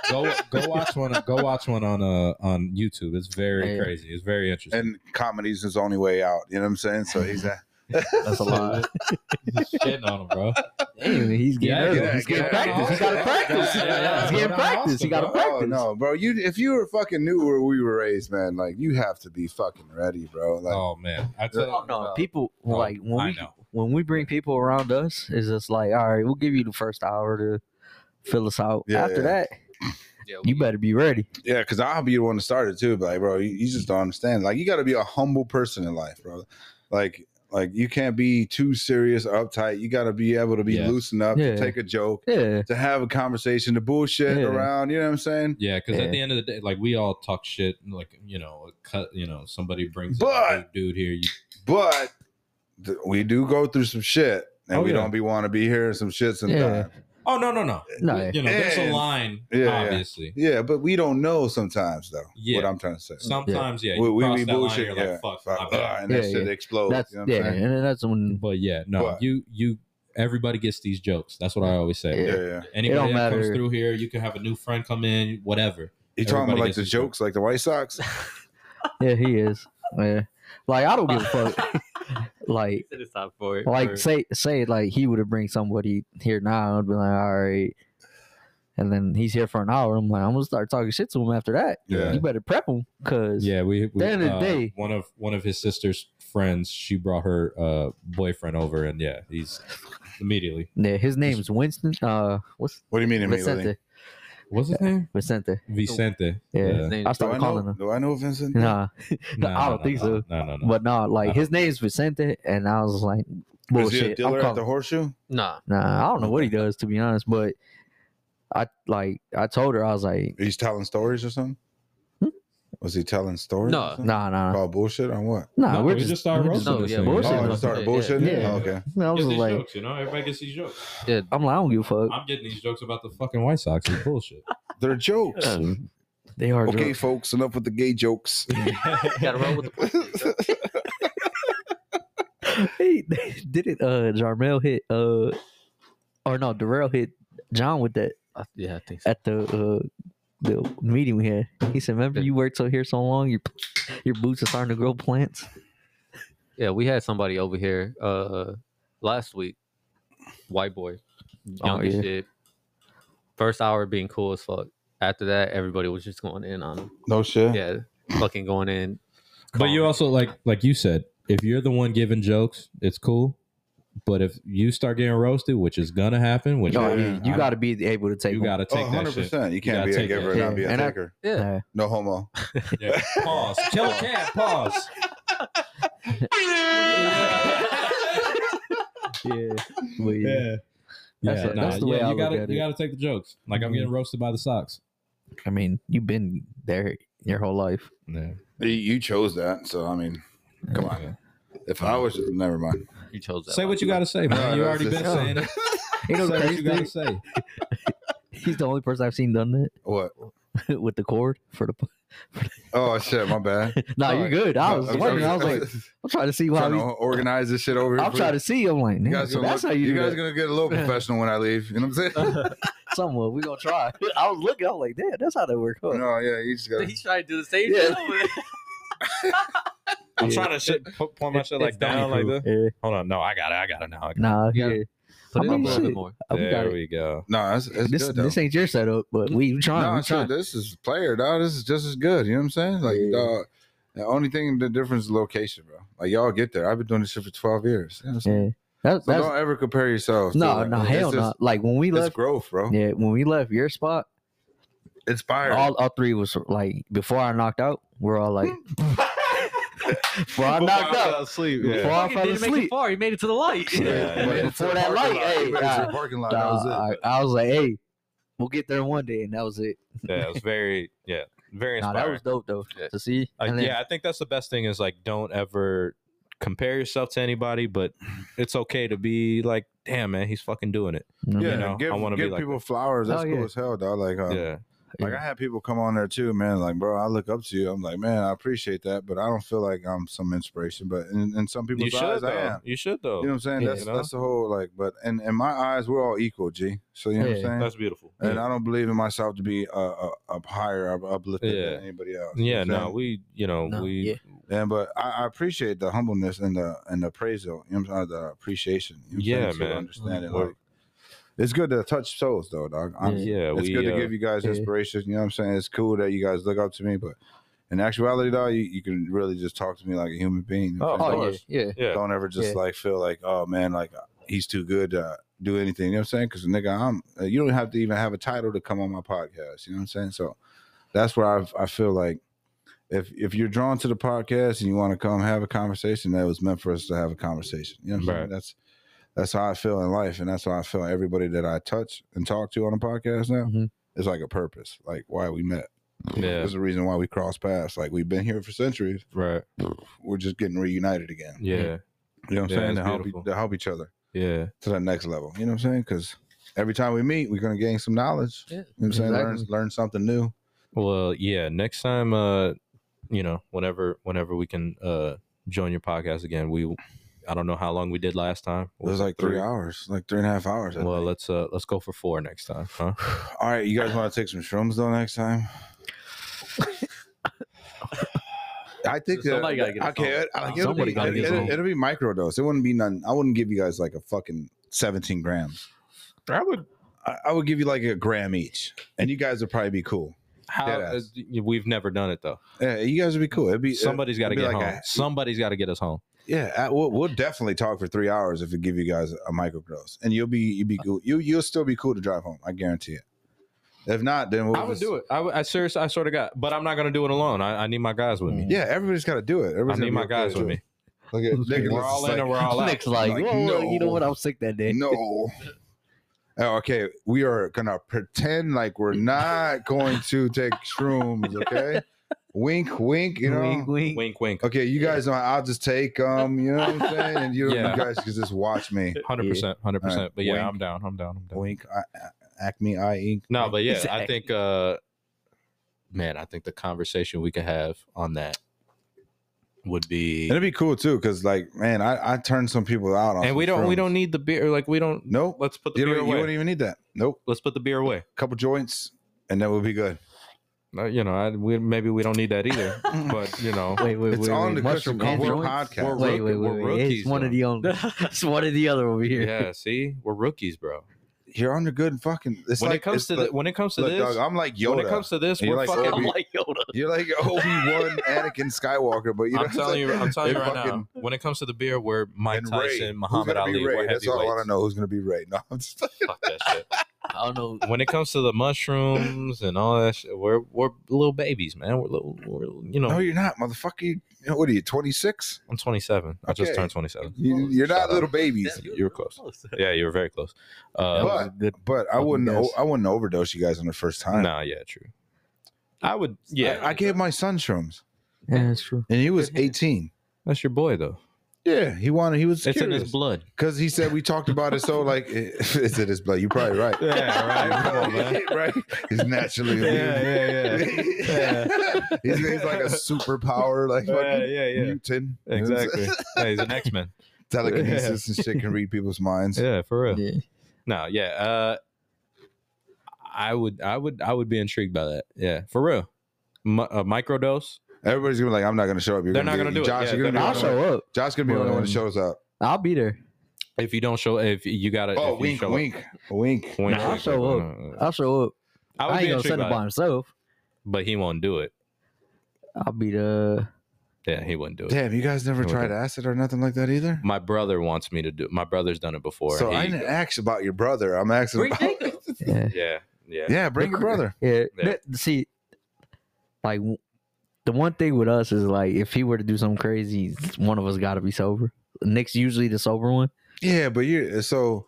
[SPEAKER 1] go go watch one. Go watch one on uh on YouTube. It's very
[SPEAKER 2] Yeah.
[SPEAKER 1] crazy. It's very interesting.
[SPEAKER 4] And comedy's his only way out. You know what I'm saying? So he's a,
[SPEAKER 2] That's a lot.
[SPEAKER 1] Just shitting on him, bro.
[SPEAKER 2] Damn, he's getting
[SPEAKER 1] Yeah,
[SPEAKER 2] early.
[SPEAKER 1] yeah,
[SPEAKER 2] he's getting
[SPEAKER 4] yeah.
[SPEAKER 2] practice. He gotta practice.
[SPEAKER 1] Yeah, yeah, yeah.
[SPEAKER 2] He's getting practice. He gotta
[SPEAKER 4] oh
[SPEAKER 2] practice.
[SPEAKER 4] no, bro. You if you were fucking knew where we were raised, man, like you have to be fucking ready, bro. Like
[SPEAKER 1] Oh man, I tell
[SPEAKER 2] Oh,
[SPEAKER 1] you,
[SPEAKER 2] no, people
[SPEAKER 1] Oh,
[SPEAKER 2] like when
[SPEAKER 1] I
[SPEAKER 2] we
[SPEAKER 1] know.
[SPEAKER 2] when we bring people around us, it's just like, all right, we'll give you the first hour to fill us out.
[SPEAKER 4] Yeah,
[SPEAKER 2] After
[SPEAKER 4] yeah.
[SPEAKER 2] that,
[SPEAKER 3] Yeah,
[SPEAKER 2] you better be ready.
[SPEAKER 4] Yeah, because I'll be the one to start it too. But like, bro, you, you just don't understand. Like, you got to be a humble person in life, bro. Like, like you can't be too serious, uptight. You got to be able to be
[SPEAKER 1] Yeah.
[SPEAKER 4] loosened up,
[SPEAKER 2] Yeah.
[SPEAKER 4] to take a joke,
[SPEAKER 2] Yeah,
[SPEAKER 4] to have a conversation, to bullshit
[SPEAKER 2] Yeah.
[SPEAKER 4] around. You know what I'm saying?
[SPEAKER 1] Yeah, because
[SPEAKER 2] Yeah.
[SPEAKER 1] at the end of the day, like we all talk shit, and, like you know, cut, you know, somebody brings in
[SPEAKER 4] But-
[SPEAKER 1] a new dude here. You,
[SPEAKER 4] But th- we do go through some shit, and
[SPEAKER 1] Oh,
[SPEAKER 4] we
[SPEAKER 1] yeah.
[SPEAKER 4] don't be want to be hearing some shit
[SPEAKER 2] yeah,
[SPEAKER 4] sometimes.
[SPEAKER 1] oh no, no, no,
[SPEAKER 2] no,
[SPEAKER 1] you know, there's a
[SPEAKER 4] And-
[SPEAKER 1] line,
[SPEAKER 4] Yeah, yeah.
[SPEAKER 1] obviously.
[SPEAKER 4] Yeah, but we don't know sometimes though. What
[SPEAKER 1] Yeah.
[SPEAKER 4] I'm trying to say.
[SPEAKER 1] Sometimes, yeah, you
[SPEAKER 4] we, we
[SPEAKER 1] cross
[SPEAKER 4] be
[SPEAKER 1] that line,
[SPEAKER 4] bullshit.
[SPEAKER 1] you're
[SPEAKER 4] yeah.
[SPEAKER 1] like, fuck,
[SPEAKER 4] Fuck,
[SPEAKER 1] my
[SPEAKER 4] uh,
[SPEAKER 1] bad.
[SPEAKER 4] and that
[SPEAKER 2] Yeah,
[SPEAKER 4] shit
[SPEAKER 2] yeah.
[SPEAKER 4] explodes.
[SPEAKER 2] that's
[SPEAKER 4] you know what I'm
[SPEAKER 2] yeah,
[SPEAKER 4] saying?
[SPEAKER 2] and then that's when
[SPEAKER 1] But yeah, no,
[SPEAKER 4] But-
[SPEAKER 1] you, you, everybody gets these jokes. That's what I always say.
[SPEAKER 2] Yeah.
[SPEAKER 4] yeah, yeah.
[SPEAKER 1] Anybody
[SPEAKER 2] don't
[SPEAKER 1] that comes
[SPEAKER 2] matter.
[SPEAKER 1] through here, you can have a new friend come in, whatever.
[SPEAKER 4] You talking about
[SPEAKER 1] Everybody
[SPEAKER 4] like
[SPEAKER 1] gets
[SPEAKER 4] the
[SPEAKER 1] his joke.
[SPEAKER 4] jokes, like the White Sox?
[SPEAKER 2] yeah, he is. Yeah, like I don't give a fuck. like
[SPEAKER 3] it's time for it.
[SPEAKER 2] like
[SPEAKER 3] for-
[SPEAKER 2] say say like he would have bring somebody here now and be like, all right. And then he's here for an hour. I'm like, I'm gonna start talking shit to him after that.
[SPEAKER 4] Yeah.
[SPEAKER 2] You better prep him, cause
[SPEAKER 1] Yeah, we. we
[SPEAKER 2] the end of the
[SPEAKER 1] uh,
[SPEAKER 2] day-
[SPEAKER 1] one of one of his sister's friends, she brought her uh boyfriend over, and yeah, he's immediately.
[SPEAKER 2] yeah, his name is Winston. Uh, what's
[SPEAKER 4] What do you mean immediately?
[SPEAKER 2] Vicente?
[SPEAKER 1] What's his name?
[SPEAKER 2] Vicente.
[SPEAKER 1] Vicente.
[SPEAKER 2] Yeah.
[SPEAKER 3] His name-
[SPEAKER 2] I
[SPEAKER 4] Do
[SPEAKER 2] started
[SPEAKER 4] I,
[SPEAKER 2] calling
[SPEAKER 4] know,
[SPEAKER 2] him.
[SPEAKER 4] do I know Vincent?
[SPEAKER 2] Nah,
[SPEAKER 1] No,
[SPEAKER 2] I don't
[SPEAKER 1] no,
[SPEAKER 2] think
[SPEAKER 1] no,
[SPEAKER 2] so.
[SPEAKER 1] No, no, no.
[SPEAKER 2] but no,
[SPEAKER 1] I
[SPEAKER 2] like
[SPEAKER 1] don't-
[SPEAKER 2] his name's Vicente, and I was like,
[SPEAKER 4] Was he a
[SPEAKER 2] bullshit. I'm
[SPEAKER 4] dealer at the
[SPEAKER 2] calling-
[SPEAKER 4] horseshoe?
[SPEAKER 3] nah.
[SPEAKER 2] Nah, I don't know what he does to be honest, but I like I told her I was like,
[SPEAKER 4] He's telling stories or something?
[SPEAKER 2] Hmm?
[SPEAKER 4] Was he telling stories?
[SPEAKER 3] No.
[SPEAKER 4] or something?
[SPEAKER 2] nah, nah, nah.
[SPEAKER 4] Call bullshit on what?
[SPEAKER 1] No,
[SPEAKER 2] we're
[SPEAKER 1] we
[SPEAKER 2] just
[SPEAKER 1] just started
[SPEAKER 2] we're just-
[SPEAKER 1] roasting
[SPEAKER 3] No,
[SPEAKER 1] this
[SPEAKER 3] yeah,
[SPEAKER 1] thing.
[SPEAKER 2] bullshit.
[SPEAKER 4] Oh,
[SPEAKER 2] Yeah.
[SPEAKER 4] he started bullshitting?
[SPEAKER 2] Yeah.
[SPEAKER 4] Oh, okay.
[SPEAKER 2] I was
[SPEAKER 1] Get
[SPEAKER 2] just
[SPEAKER 1] these
[SPEAKER 2] like,
[SPEAKER 1] jokes, you know, everybody gets these jokes.
[SPEAKER 3] Yeah.
[SPEAKER 2] I'm like, I don't give a fuck.
[SPEAKER 1] I'm getting these jokes about the fucking White Sox. It's bullshit.
[SPEAKER 4] They're jokes.
[SPEAKER 2] They are
[SPEAKER 4] Okay,
[SPEAKER 2] jokes.
[SPEAKER 4] folks, enough with the gay jokes.
[SPEAKER 3] Gotta roll with the
[SPEAKER 2] Hey, didn't uh Jarmel hit uh or no Darrell hit John with that
[SPEAKER 3] I- Yeah, I think so.
[SPEAKER 2] at the uh the meeting we had. He said, Remember you worked so here so long, your your boots are starting to grow plants.
[SPEAKER 3] Yeah, we had somebody over here uh last week. White boy.
[SPEAKER 2] Oh,
[SPEAKER 3] Young as
[SPEAKER 2] yeah.
[SPEAKER 3] shit. First hour being cool as fuck. After that, everybody was just going in on him.
[SPEAKER 4] no shit. Oh,
[SPEAKER 3] Yeah. Fucking going in.
[SPEAKER 1] but you
[SPEAKER 3] Calm.
[SPEAKER 1] also like like you said, if you're the one giving jokes, it's cool. But if you start getting roasted, which is gonna happen, which
[SPEAKER 2] No,
[SPEAKER 4] Yeah.
[SPEAKER 2] you, Oh, you
[SPEAKER 1] I-
[SPEAKER 2] gotta be able to take
[SPEAKER 1] you
[SPEAKER 2] them.
[SPEAKER 1] gotta
[SPEAKER 4] Oh,
[SPEAKER 1] take that shit.
[SPEAKER 4] 100%.
[SPEAKER 1] gotta
[SPEAKER 4] You can't be a
[SPEAKER 1] take
[SPEAKER 4] giver
[SPEAKER 1] that
[SPEAKER 4] and
[SPEAKER 2] shit.
[SPEAKER 4] not be a
[SPEAKER 2] And I-
[SPEAKER 4] taker.
[SPEAKER 3] Yeah.
[SPEAKER 2] Uh,
[SPEAKER 4] No homo.
[SPEAKER 1] Yeah. Pause. Kill can pause.
[SPEAKER 2] yeah. But yeah.
[SPEAKER 1] Yeah.
[SPEAKER 2] That's
[SPEAKER 1] yeah,
[SPEAKER 2] it.
[SPEAKER 1] nah,
[SPEAKER 2] That's the way
[SPEAKER 1] yeah,
[SPEAKER 2] I
[SPEAKER 1] you
[SPEAKER 2] look
[SPEAKER 1] gotta
[SPEAKER 2] at
[SPEAKER 1] you
[SPEAKER 2] it. Mm-hmm.
[SPEAKER 1] gotta take the jokes. Like I'm getting roasted by the Sox.
[SPEAKER 2] I mean, you've been there your whole life.
[SPEAKER 1] Yeah.
[SPEAKER 4] You- You chose that, so I mean, come on. If I was, never mind.
[SPEAKER 3] You chose that.
[SPEAKER 1] Say
[SPEAKER 3] one.
[SPEAKER 1] what you gotta say,
[SPEAKER 4] No,
[SPEAKER 1] man. You
[SPEAKER 4] no,
[SPEAKER 1] already
[SPEAKER 4] it's
[SPEAKER 1] been
[SPEAKER 4] just-
[SPEAKER 1] saying it.
[SPEAKER 2] You know,
[SPEAKER 1] Say
[SPEAKER 2] the
[SPEAKER 1] what you
[SPEAKER 2] crazy
[SPEAKER 1] gotta
[SPEAKER 2] thing?
[SPEAKER 1] say.
[SPEAKER 2] He's the only person I've seen done
[SPEAKER 4] What?
[SPEAKER 2] that with the cord for the
[SPEAKER 4] Oh shit, my bad.
[SPEAKER 2] nah,
[SPEAKER 4] All
[SPEAKER 2] you're
[SPEAKER 4] right.
[SPEAKER 2] good. I was
[SPEAKER 4] I'm
[SPEAKER 2] wondering. I was
[SPEAKER 4] sorry.
[SPEAKER 2] like, I'm trying to see why.
[SPEAKER 4] trying
[SPEAKER 2] we-
[SPEAKER 4] to organize this shit over. here
[SPEAKER 2] I'm
[SPEAKER 4] for
[SPEAKER 2] trying to see. I'm like,
[SPEAKER 4] You
[SPEAKER 2] "Nigga,
[SPEAKER 4] guys
[SPEAKER 2] so
[SPEAKER 4] gonna
[SPEAKER 2] that's
[SPEAKER 4] look-
[SPEAKER 2] how you,
[SPEAKER 4] you
[SPEAKER 2] do
[SPEAKER 4] guys
[SPEAKER 2] that.
[SPEAKER 4] gonna get a little professional when I leave. You know what I'm saying?
[SPEAKER 2] Somewhat. We're gonna try. I was looking. I was like, damn, that's how that worked. Huh?
[SPEAKER 4] no, yeah, you just gotta.
[SPEAKER 3] He's trying to do the same
[SPEAKER 2] Yeah.
[SPEAKER 3] shit. over there.
[SPEAKER 1] I'm
[SPEAKER 2] Yeah.
[SPEAKER 1] trying to shit, pu- point my shit
[SPEAKER 2] It's
[SPEAKER 1] like down
[SPEAKER 2] dummy
[SPEAKER 1] like
[SPEAKER 2] proof.
[SPEAKER 1] this.
[SPEAKER 2] Yeah.
[SPEAKER 1] Hold on, no, I got it, I got it now. I got
[SPEAKER 2] Nah,
[SPEAKER 3] Yeah.
[SPEAKER 2] yeah.
[SPEAKER 3] Put
[SPEAKER 2] I
[SPEAKER 3] it up a
[SPEAKER 2] mean,
[SPEAKER 3] little bit
[SPEAKER 2] shit.
[SPEAKER 3] more.
[SPEAKER 2] I-
[SPEAKER 1] it.
[SPEAKER 2] we got
[SPEAKER 1] There
[SPEAKER 2] it.
[SPEAKER 1] we go.
[SPEAKER 4] No, that's, that's
[SPEAKER 2] This
[SPEAKER 4] good though.
[SPEAKER 2] this ain't your setup, but we trying.
[SPEAKER 4] no,
[SPEAKER 2] we
[SPEAKER 4] it's true.
[SPEAKER 2] trying.
[SPEAKER 4] this is player, dog. This is just as good. You know what I'm saying? Like,
[SPEAKER 2] Yeah.
[SPEAKER 4] dog. The only thing the difference is location, bro. Like y'all get there. I've been doing this shit for 12 years. You know what I'm saying?
[SPEAKER 2] Yeah. That's,
[SPEAKER 4] So
[SPEAKER 2] that's
[SPEAKER 4] don't ever compare yourself. to,
[SPEAKER 2] no,
[SPEAKER 4] like,
[SPEAKER 2] no,
[SPEAKER 4] it's
[SPEAKER 2] hell
[SPEAKER 4] just-
[SPEAKER 2] no. Like when we
[SPEAKER 4] It's
[SPEAKER 2] left,
[SPEAKER 4] growth, bro.
[SPEAKER 2] yeah, when we left your spot,
[SPEAKER 4] It's fire.
[SPEAKER 2] all all three was like before I knocked out. We're all like, before I knocked out,
[SPEAKER 4] Sleep.
[SPEAKER 2] before
[SPEAKER 4] Yeah.
[SPEAKER 2] I
[SPEAKER 3] Fucking
[SPEAKER 2] fell
[SPEAKER 3] didn't make
[SPEAKER 2] asleep.
[SPEAKER 3] it far. He made it to the light.
[SPEAKER 4] Yeah,
[SPEAKER 2] But
[SPEAKER 4] yeah.
[SPEAKER 2] before that light, hey,
[SPEAKER 4] it's
[SPEAKER 2] nah,
[SPEAKER 4] a parking lot.
[SPEAKER 2] nah,
[SPEAKER 4] that was it.
[SPEAKER 2] I, I was like, hey, we'll get there one day, and that was it.
[SPEAKER 1] Yeah, it was very, yeah, very
[SPEAKER 2] Nah,
[SPEAKER 1] inspiring.
[SPEAKER 2] that was dope though
[SPEAKER 3] Yeah.
[SPEAKER 2] to see.
[SPEAKER 1] Like,
[SPEAKER 2] And then-
[SPEAKER 1] Uh, yeah, I think that's the best thing is like don't ever compare yourself to anybody, but it's okay to be like, damn man, he's fucking doing it.
[SPEAKER 2] Mhm.
[SPEAKER 4] yeah,
[SPEAKER 1] you know,
[SPEAKER 4] give,
[SPEAKER 1] I wanna be
[SPEAKER 4] give
[SPEAKER 1] like
[SPEAKER 4] people flowers. That's
[SPEAKER 2] Oh,
[SPEAKER 4] cool
[SPEAKER 2] yeah.
[SPEAKER 4] as hell, dog. Like, uh,
[SPEAKER 1] yeah,
[SPEAKER 4] like I had people come on there too, man. Like, bro, I look up to you. I'm like, man, I appreciate that, but I don't feel like I'm some inspiration. But in, in some
[SPEAKER 1] you
[SPEAKER 4] people's
[SPEAKER 1] should
[SPEAKER 4] eyes,
[SPEAKER 1] though.
[SPEAKER 4] I am.
[SPEAKER 1] You should though.
[SPEAKER 4] You know what I'm saying?
[SPEAKER 2] Yeah.
[SPEAKER 4] that's
[SPEAKER 1] You know?
[SPEAKER 4] that's the whole like. But in in my eyes, we're all equal, G. So you know what
[SPEAKER 2] Yeah.
[SPEAKER 4] I'm saying?
[SPEAKER 1] that's beautiful.
[SPEAKER 4] and
[SPEAKER 1] yeah,
[SPEAKER 4] I don't believe in myself to be uh, uh, up higher, up uplifted
[SPEAKER 1] Yeah.
[SPEAKER 4] than anybody else. you
[SPEAKER 1] yeah
[SPEAKER 4] know what I'm
[SPEAKER 1] no,
[SPEAKER 4] saying?
[SPEAKER 1] we, you know,
[SPEAKER 2] No,
[SPEAKER 1] we,
[SPEAKER 2] yeah.
[SPEAKER 4] Yeah, but I, I appreciate the humbleness and the and the appraisal, you know, what I'm saying, the appreciation. You know what I'm
[SPEAKER 1] Yeah,
[SPEAKER 4] saying,
[SPEAKER 1] man.
[SPEAKER 4] To understand it,
[SPEAKER 2] Mm-hmm.
[SPEAKER 1] We're-
[SPEAKER 4] like, it's good to touch souls, though, dog.
[SPEAKER 1] yeah,
[SPEAKER 4] I'm, It's
[SPEAKER 1] we,
[SPEAKER 4] good to
[SPEAKER 1] uh,
[SPEAKER 4] give you guys
[SPEAKER 2] yeah.
[SPEAKER 4] inspiration. You know what I'm saying? It's cool that you guys look up to me, but in actuality, dog, you, you can really just talk to me like a human being. you know
[SPEAKER 1] Oh,
[SPEAKER 4] what I'm saying?
[SPEAKER 2] Oh yeah,
[SPEAKER 1] course.
[SPEAKER 2] yeah.
[SPEAKER 1] yeah.
[SPEAKER 4] Don't ever just
[SPEAKER 2] Yeah.
[SPEAKER 4] like feel like, oh man, like he's too good to do anything. You know what I'm saying? Because nigga, I'm. uh, You don't have to even have a title to come on my podcast. You know what I'm saying? So that's where I I feel like if if you're drawn to the podcast and you want to come have a conversation, that was meant for us to have a conversation. You know what I'm saying?
[SPEAKER 1] Right.
[SPEAKER 4] That's that's how I feel in life, and that's how I feel everybody that I touch and talk to on the podcast now.
[SPEAKER 2] Mhm.
[SPEAKER 4] It's like a purpose, like why we met.
[SPEAKER 1] Yeah.
[SPEAKER 4] There's a reason why we cross paths. Like we've been here for centuries.
[SPEAKER 1] right,
[SPEAKER 4] We're just getting reunited again.
[SPEAKER 1] yeah,
[SPEAKER 4] You know what I'm
[SPEAKER 1] Yeah,
[SPEAKER 4] saying?
[SPEAKER 1] it's
[SPEAKER 4] To help, e-
[SPEAKER 1] beautiful.
[SPEAKER 4] to help each other
[SPEAKER 1] yeah,
[SPEAKER 4] to that next level. You know what I'm saying? Because every time we meet, we're gonna gain some knowledge.
[SPEAKER 3] Yeah,
[SPEAKER 4] you know what I'm saying? Learn,
[SPEAKER 2] exactly.
[SPEAKER 4] learn something new.
[SPEAKER 1] Well, yeah, next time uh you know, whenever whenever we can uh join your podcast again, we I don't know how long we did last time.
[SPEAKER 4] It was like three hours, like three and a half hours. I
[SPEAKER 1] Well,
[SPEAKER 4] think.
[SPEAKER 1] let's uh let's go for 4 next time, huh?
[SPEAKER 4] all right, you guys want to take some shrooms though next time? I think that,
[SPEAKER 3] Somebody gotta get a
[SPEAKER 4] okay.
[SPEAKER 3] phone.
[SPEAKER 4] I, like, it'll,
[SPEAKER 2] Somebody
[SPEAKER 4] be,
[SPEAKER 2] gotta
[SPEAKER 4] it,
[SPEAKER 2] get a
[SPEAKER 4] it'll,
[SPEAKER 2] phone.
[SPEAKER 4] it'll be microdose. It wouldn't be none. I wouldn't give you guys like a fucking 17 grams.
[SPEAKER 1] I would
[SPEAKER 4] I, I would give you like a gram each, and you guys would probably be cool.
[SPEAKER 1] how
[SPEAKER 4] Deadass.
[SPEAKER 1] uh, we've never done it though.
[SPEAKER 4] Yeah, you guys would be cool. It'd be uh,
[SPEAKER 1] Somebody's got to
[SPEAKER 4] it'd
[SPEAKER 1] get
[SPEAKER 4] be like
[SPEAKER 1] home.
[SPEAKER 4] a-
[SPEAKER 1] Somebody's got to get us home.
[SPEAKER 4] Yeah, I, we'll, we'll definitely talk for three hours if we give you guys a microdose, and you'll be you'll be
[SPEAKER 1] Uh,
[SPEAKER 4] cool. You you'll still be cool to drive home. I guarantee it. If not, then we'll
[SPEAKER 1] I would do it. I, w- I seriously, I sort of got, but I'm not gonna do it alone. I, I need my guys with me.
[SPEAKER 4] Yeah, everybody's got to do it.
[SPEAKER 1] I
[SPEAKER 4] Everybody's
[SPEAKER 1] need
[SPEAKER 4] gotta
[SPEAKER 1] my
[SPEAKER 4] be okay
[SPEAKER 1] guys with me.
[SPEAKER 4] Look at
[SPEAKER 2] We're
[SPEAKER 4] Nicholas
[SPEAKER 1] We're
[SPEAKER 4] is
[SPEAKER 1] all in
[SPEAKER 4] like,
[SPEAKER 1] or we're all out.
[SPEAKER 2] Nick's like,
[SPEAKER 4] Like,
[SPEAKER 2] whoa, whoa, you know
[SPEAKER 4] no.
[SPEAKER 2] what? I'm sick that day.
[SPEAKER 4] No. Oh, okay, we are gonna pretend like we're not going to take shrooms. Okay, wink, wink. You know.
[SPEAKER 2] wink, wink.
[SPEAKER 1] Wink, wink.
[SPEAKER 4] Okay, you guys know I'll just take them. You know what I'm saying? And you,
[SPEAKER 1] Yeah.
[SPEAKER 4] you guys can just watch me.
[SPEAKER 1] Hundred percent, hundred percent. But yeah,
[SPEAKER 4] Wink.
[SPEAKER 1] I'm down. I'm down. I'm down.
[SPEAKER 4] Wink. I, I- Acme. I ink.
[SPEAKER 1] No, but yeah, I
[SPEAKER 2] Exactly.
[SPEAKER 1] think uh man, I think the conversation we could have on that would be
[SPEAKER 4] And It'd be cool too, because like, man, I I turned some people out on.
[SPEAKER 1] and we don't we don't need the beer like we don't
[SPEAKER 4] Nope.
[SPEAKER 1] let's put the
[SPEAKER 4] You
[SPEAKER 1] beer
[SPEAKER 4] don't, you
[SPEAKER 1] away.
[SPEAKER 4] wouldn't even need that. Nope.
[SPEAKER 1] let's put the beer away.
[SPEAKER 4] Couple joints, and that would be good.
[SPEAKER 1] Uh, you know, I, we, maybe we don't need that either. but you know,
[SPEAKER 2] Wait, wait,
[SPEAKER 4] It's
[SPEAKER 2] wait.
[SPEAKER 4] on
[SPEAKER 2] wait.
[SPEAKER 4] the Crystal
[SPEAKER 2] Mushroom and
[SPEAKER 4] Combo
[SPEAKER 2] joints?
[SPEAKER 4] podcast. We're
[SPEAKER 2] Wait, wait,
[SPEAKER 1] rookie-
[SPEAKER 2] wait,
[SPEAKER 1] we're
[SPEAKER 2] wait.
[SPEAKER 1] rookies,
[SPEAKER 2] It's one of
[SPEAKER 1] though.
[SPEAKER 2] the other. It's one of the other over here.
[SPEAKER 1] yeah. See, we're rookies, bro.
[SPEAKER 4] You're under good fucking. It's
[SPEAKER 1] when
[SPEAKER 4] like
[SPEAKER 1] it comes
[SPEAKER 4] it's
[SPEAKER 1] to
[SPEAKER 4] the,
[SPEAKER 1] the, when it comes to
[SPEAKER 4] look,
[SPEAKER 1] this,
[SPEAKER 4] dog, I'm like Yoda.
[SPEAKER 1] when it comes to this,
[SPEAKER 4] You're
[SPEAKER 1] we're
[SPEAKER 4] like
[SPEAKER 1] fucking.
[SPEAKER 4] Obi-
[SPEAKER 3] I'm like Yoda.
[SPEAKER 4] You're like Obi Wan, Anakin Skywalker, but you know
[SPEAKER 1] I'm telling you, I'm telling you
[SPEAKER 4] They're
[SPEAKER 1] right
[SPEAKER 4] fucking-
[SPEAKER 1] now. When it comes to the beer, we're Mike
[SPEAKER 4] and Ray.
[SPEAKER 1] Tyson,
[SPEAKER 4] Who's
[SPEAKER 1] Muhammad
[SPEAKER 4] gonna be
[SPEAKER 1] Ali,
[SPEAKER 4] Ray?
[SPEAKER 1] we're
[SPEAKER 4] That's all I want
[SPEAKER 1] heavyweights.
[SPEAKER 4] to know. Who's gonna be Ray? No, I'm just.
[SPEAKER 1] Fuck that shit.
[SPEAKER 2] I don't know.
[SPEAKER 1] when it comes to the mushrooms and all that shit, we're we're little babies, man. We're little, we're, you know.
[SPEAKER 4] No, you're not, motherfucker. You, you know, what are you? 26?
[SPEAKER 1] I'm 27. I just
[SPEAKER 4] Okay.
[SPEAKER 1] turned 27.
[SPEAKER 4] You, you're
[SPEAKER 1] Shout
[SPEAKER 4] not
[SPEAKER 1] out.
[SPEAKER 4] little babies.
[SPEAKER 1] you were close. Yeah, you were very close.
[SPEAKER 2] That
[SPEAKER 1] Uh,
[SPEAKER 2] was a good.
[SPEAKER 4] But I
[SPEAKER 2] Fucking
[SPEAKER 4] wouldn't.
[SPEAKER 2] guess.
[SPEAKER 4] I wouldn't overdose you guys on the first time.
[SPEAKER 1] nah, yeah, true. I would, yeah.
[SPEAKER 4] I, I gave my son shrooms,
[SPEAKER 2] Yeah, that's true.
[SPEAKER 4] and he was 18.
[SPEAKER 1] that's your boy though.
[SPEAKER 4] Yeah, he wanted. He was
[SPEAKER 1] It's in his blood.
[SPEAKER 4] because he said we talked about it. So like, it, it's in his blood. You're probably right.
[SPEAKER 1] Yeah, right. Come on, man.
[SPEAKER 4] right? He's naturally. immune.
[SPEAKER 1] yeah,
[SPEAKER 4] he's, he's like a superpower, like fucking
[SPEAKER 1] yeah,
[SPEAKER 4] mutant. You know what I'm
[SPEAKER 1] Exactly.
[SPEAKER 4] saying?
[SPEAKER 1] Yeah, he's an X Men.
[SPEAKER 4] Telekinesis and shit can read people's minds.
[SPEAKER 1] Yeah, for real.
[SPEAKER 2] Yeah.
[SPEAKER 1] No, yeah. Uh, I would, I would, I would be intrigued by that. Yeah, for real. Mi- uh, microdose.
[SPEAKER 4] Everybody's gonna be like, I'm not gonna show up. You're
[SPEAKER 1] They're not gonna
[SPEAKER 4] be-
[SPEAKER 1] do it.
[SPEAKER 4] Josh,
[SPEAKER 1] Yeah,
[SPEAKER 4] you're
[SPEAKER 1] they're not
[SPEAKER 2] I'll
[SPEAKER 4] gonna be.
[SPEAKER 1] gonna
[SPEAKER 4] the
[SPEAKER 2] show
[SPEAKER 4] one-
[SPEAKER 2] up.
[SPEAKER 4] Josh gonna be the only one that shows up.
[SPEAKER 2] I'll be there.
[SPEAKER 1] If you don't show, if you got to,
[SPEAKER 4] Oh,
[SPEAKER 1] if you
[SPEAKER 4] wink,
[SPEAKER 1] show
[SPEAKER 4] wink, wink.
[SPEAKER 1] Up, wink,
[SPEAKER 2] Nah, I'll
[SPEAKER 1] wink,
[SPEAKER 2] show
[SPEAKER 1] wink, wink, wink.
[SPEAKER 2] I'll show up.
[SPEAKER 1] uh, I
[SPEAKER 2] I,
[SPEAKER 1] would
[SPEAKER 2] ain't
[SPEAKER 1] be
[SPEAKER 2] gonna
[SPEAKER 1] intrigued
[SPEAKER 2] send it by
[SPEAKER 1] by it,
[SPEAKER 2] himself.
[SPEAKER 1] but he won't do it.
[SPEAKER 2] I'll be the.
[SPEAKER 1] Yeah, he wouldn't do it.
[SPEAKER 4] Damn, you guys never
[SPEAKER 1] Okay.
[SPEAKER 4] tried acid or nothing like that either.
[SPEAKER 1] My brother wants me to do. My brother's done it before.
[SPEAKER 4] So
[SPEAKER 1] He-
[SPEAKER 4] I didn't ask about your brother. I'm asking
[SPEAKER 3] Bring
[SPEAKER 4] about.
[SPEAKER 3] Jacob.
[SPEAKER 2] Yeah.
[SPEAKER 1] yeah, yeah,
[SPEAKER 4] Yeah, bring your brother.
[SPEAKER 2] Yeah.
[SPEAKER 1] Yeah.
[SPEAKER 2] That- see, like w- the one thing with us is like if he were to do something crazy, one of us got to be sober. Nick's usually the sober one.
[SPEAKER 4] Yeah, but you're so.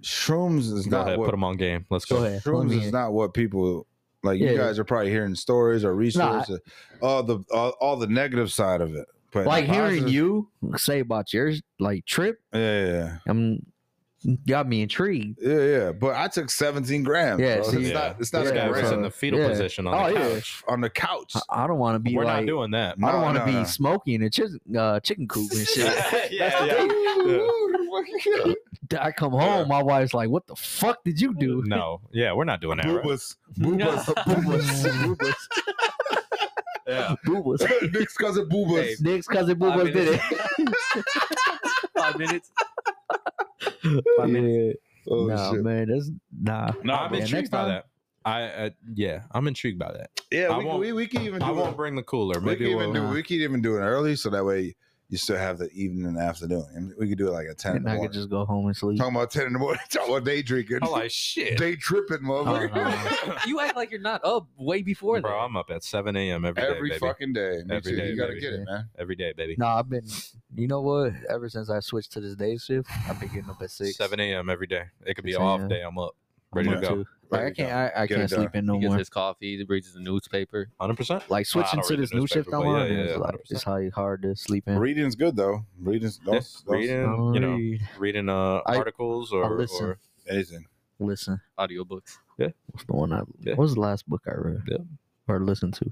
[SPEAKER 4] Shrooms is
[SPEAKER 1] Go
[SPEAKER 4] not
[SPEAKER 1] ahead,
[SPEAKER 4] what
[SPEAKER 1] put him on game. Let's
[SPEAKER 2] Go
[SPEAKER 1] go.
[SPEAKER 2] ahead. let
[SPEAKER 4] Shrooms
[SPEAKER 2] me
[SPEAKER 4] is
[SPEAKER 2] in.
[SPEAKER 4] not what people like. You
[SPEAKER 2] Yeah.
[SPEAKER 4] guys are probably hearing stories or resources, all the all, all the negative side of it. But
[SPEAKER 2] like
[SPEAKER 4] the
[SPEAKER 2] hearing
[SPEAKER 4] positive-
[SPEAKER 2] you say about your like trip.
[SPEAKER 4] yeah,
[SPEAKER 2] I'm got me intrigued.
[SPEAKER 4] yeah, yeah, yeah. But I took seventeen grams.
[SPEAKER 2] Yeah,
[SPEAKER 4] bro.
[SPEAKER 2] see-
[SPEAKER 4] it's
[SPEAKER 1] Yeah.
[SPEAKER 4] not it's not
[SPEAKER 1] This
[SPEAKER 4] a
[SPEAKER 1] guy was
[SPEAKER 4] gram.
[SPEAKER 1] in the fetal
[SPEAKER 2] Yeah.
[SPEAKER 1] position
[SPEAKER 2] Oh,
[SPEAKER 1] on the
[SPEAKER 2] yeah.
[SPEAKER 1] couch.
[SPEAKER 4] on the couch.
[SPEAKER 2] I- I don't want to be
[SPEAKER 1] We're not
[SPEAKER 2] like
[SPEAKER 1] doing that.
[SPEAKER 2] I don't want to
[SPEAKER 4] No,
[SPEAKER 2] be
[SPEAKER 4] no, no.
[SPEAKER 2] smoking a chicken uh, chicken coop and shit.
[SPEAKER 1] yeah, yeah.
[SPEAKER 2] I come home, my wife's like, "What the fuck did you do?"
[SPEAKER 1] No, yeah, we're not doing that. Right?
[SPEAKER 4] Boobas, boobas,
[SPEAKER 2] Boobas,
[SPEAKER 1] Yeah,
[SPEAKER 2] boobas.
[SPEAKER 4] Nick's cousin boobas.
[SPEAKER 3] Hey,
[SPEAKER 2] Nick's cousin
[SPEAKER 3] Five
[SPEAKER 2] boobas did it.
[SPEAKER 3] Five minutes.
[SPEAKER 2] Five minutes.
[SPEAKER 4] oh
[SPEAKER 2] nah,
[SPEAKER 4] shit!
[SPEAKER 2] man, that's nah.
[SPEAKER 1] no, I'm
[SPEAKER 2] man,
[SPEAKER 1] intrigued
[SPEAKER 2] next
[SPEAKER 1] by
[SPEAKER 2] time-
[SPEAKER 1] that. I, uh, yeah, I'm intrigued by that.
[SPEAKER 4] Yeah,
[SPEAKER 1] I
[SPEAKER 4] we, can
[SPEAKER 1] won't-
[SPEAKER 4] we, we can even
[SPEAKER 1] I
[SPEAKER 4] do
[SPEAKER 1] won't
[SPEAKER 4] it.
[SPEAKER 1] bring the cooler.
[SPEAKER 4] We
[SPEAKER 1] Maybe
[SPEAKER 4] can even
[SPEAKER 1] we'll.
[SPEAKER 4] do we can even do it early, so that way you still have the evening and afternoon. And we could do it like at ten. in
[SPEAKER 2] And
[SPEAKER 4] the
[SPEAKER 2] I
[SPEAKER 4] morning.
[SPEAKER 2] could just go home and sleep.
[SPEAKER 4] Talking about ten in the morning. Talking about day drinking.
[SPEAKER 1] I'm like shit,
[SPEAKER 4] day tripping, motherfucker.
[SPEAKER 2] Oh, no.
[SPEAKER 3] You act like you're not up way before
[SPEAKER 1] bro.
[SPEAKER 3] that.
[SPEAKER 1] I'm up at 7 a.m. every day,
[SPEAKER 4] Every
[SPEAKER 1] baby.
[SPEAKER 4] fucking day. Me
[SPEAKER 1] Every
[SPEAKER 4] too.
[SPEAKER 1] day,
[SPEAKER 4] you gotta
[SPEAKER 1] baby.
[SPEAKER 4] get it,
[SPEAKER 2] Yeah.
[SPEAKER 4] man.
[SPEAKER 1] every day, baby.
[SPEAKER 2] Nah, I've been. You know what? Ever since I switched to this day shift, I've been getting up at six,
[SPEAKER 1] 7 a.m. every day. It could be
[SPEAKER 2] 6
[SPEAKER 1] an off
[SPEAKER 2] a.m..
[SPEAKER 1] day. I'm up, ready to
[SPEAKER 4] up
[SPEAKER 1] go.
[SPEAKER 2] Like I
[SPEAKER 4] Ready to
[SPEAKER 2] can't,
[SPEAKER 4] go.
[SPEAKER 2] I, I
[SPEAKER 4] Get it
[SPEAKER 2] can't sleep
[SPEAKER 4] done.
[SPEAKER 2] in no
[SPEAKER 3] he gets
[SPEAKER 2] more.
[SPEAKER 3] his coffee. He reads the newspaper.
[SPEAKER 1] 100%.
[SPEAKER 2] Like switching
[SPEAKER 1] don't
[SPEAKER 2] to
[SPEAKER 1] read
[SPEAKER 2] this
[SPEAKER 1] the
[SPEAKER 2] new
[SPEAKER 1] newspaper,
[SPEAKER 2] shift
[SPEAKER 1] but
[SPEAKER 2] I'm
[SPEAKER 1] yeah,
[SPEAKER 2] on,
[SPEAKER 1] yeah,
[SPEAKER 2] it's
[SPEAKER 1] yeah,
[SPEAKER 2] like
[SPEAKER 1] 100%.
[SPEAKER 2] it's how you hard to sleep in.
[SPEAKER 4] Reading's good though. Reading's don't,
[SPEAKER 1] Yeah,
[SPEAKER 4] don't-
[SPEAKER 1] reading,
[SPEAKER 2] I don't
[SPEAKER 1] you know,
[SPEAKER 2] read.
[SPEAKER 1] reading uh,
[SPEAKER 2] I-
[SPEAKER 1] articles or,
[SPEAKER 2] listen.
[SPEAKER 1] or
[SPEAKER 4] anything.
[SPEAKER 2] Listen,
[SPEAKER 3] Audiobooks.
[SPEAKER 2] what's the one I?
[SPEAKER 1] Yeah.
[SPEAKER 2] What was the last book I read
[SPEAKER 1] Yeah.
[SPEAKER 2] or listened to?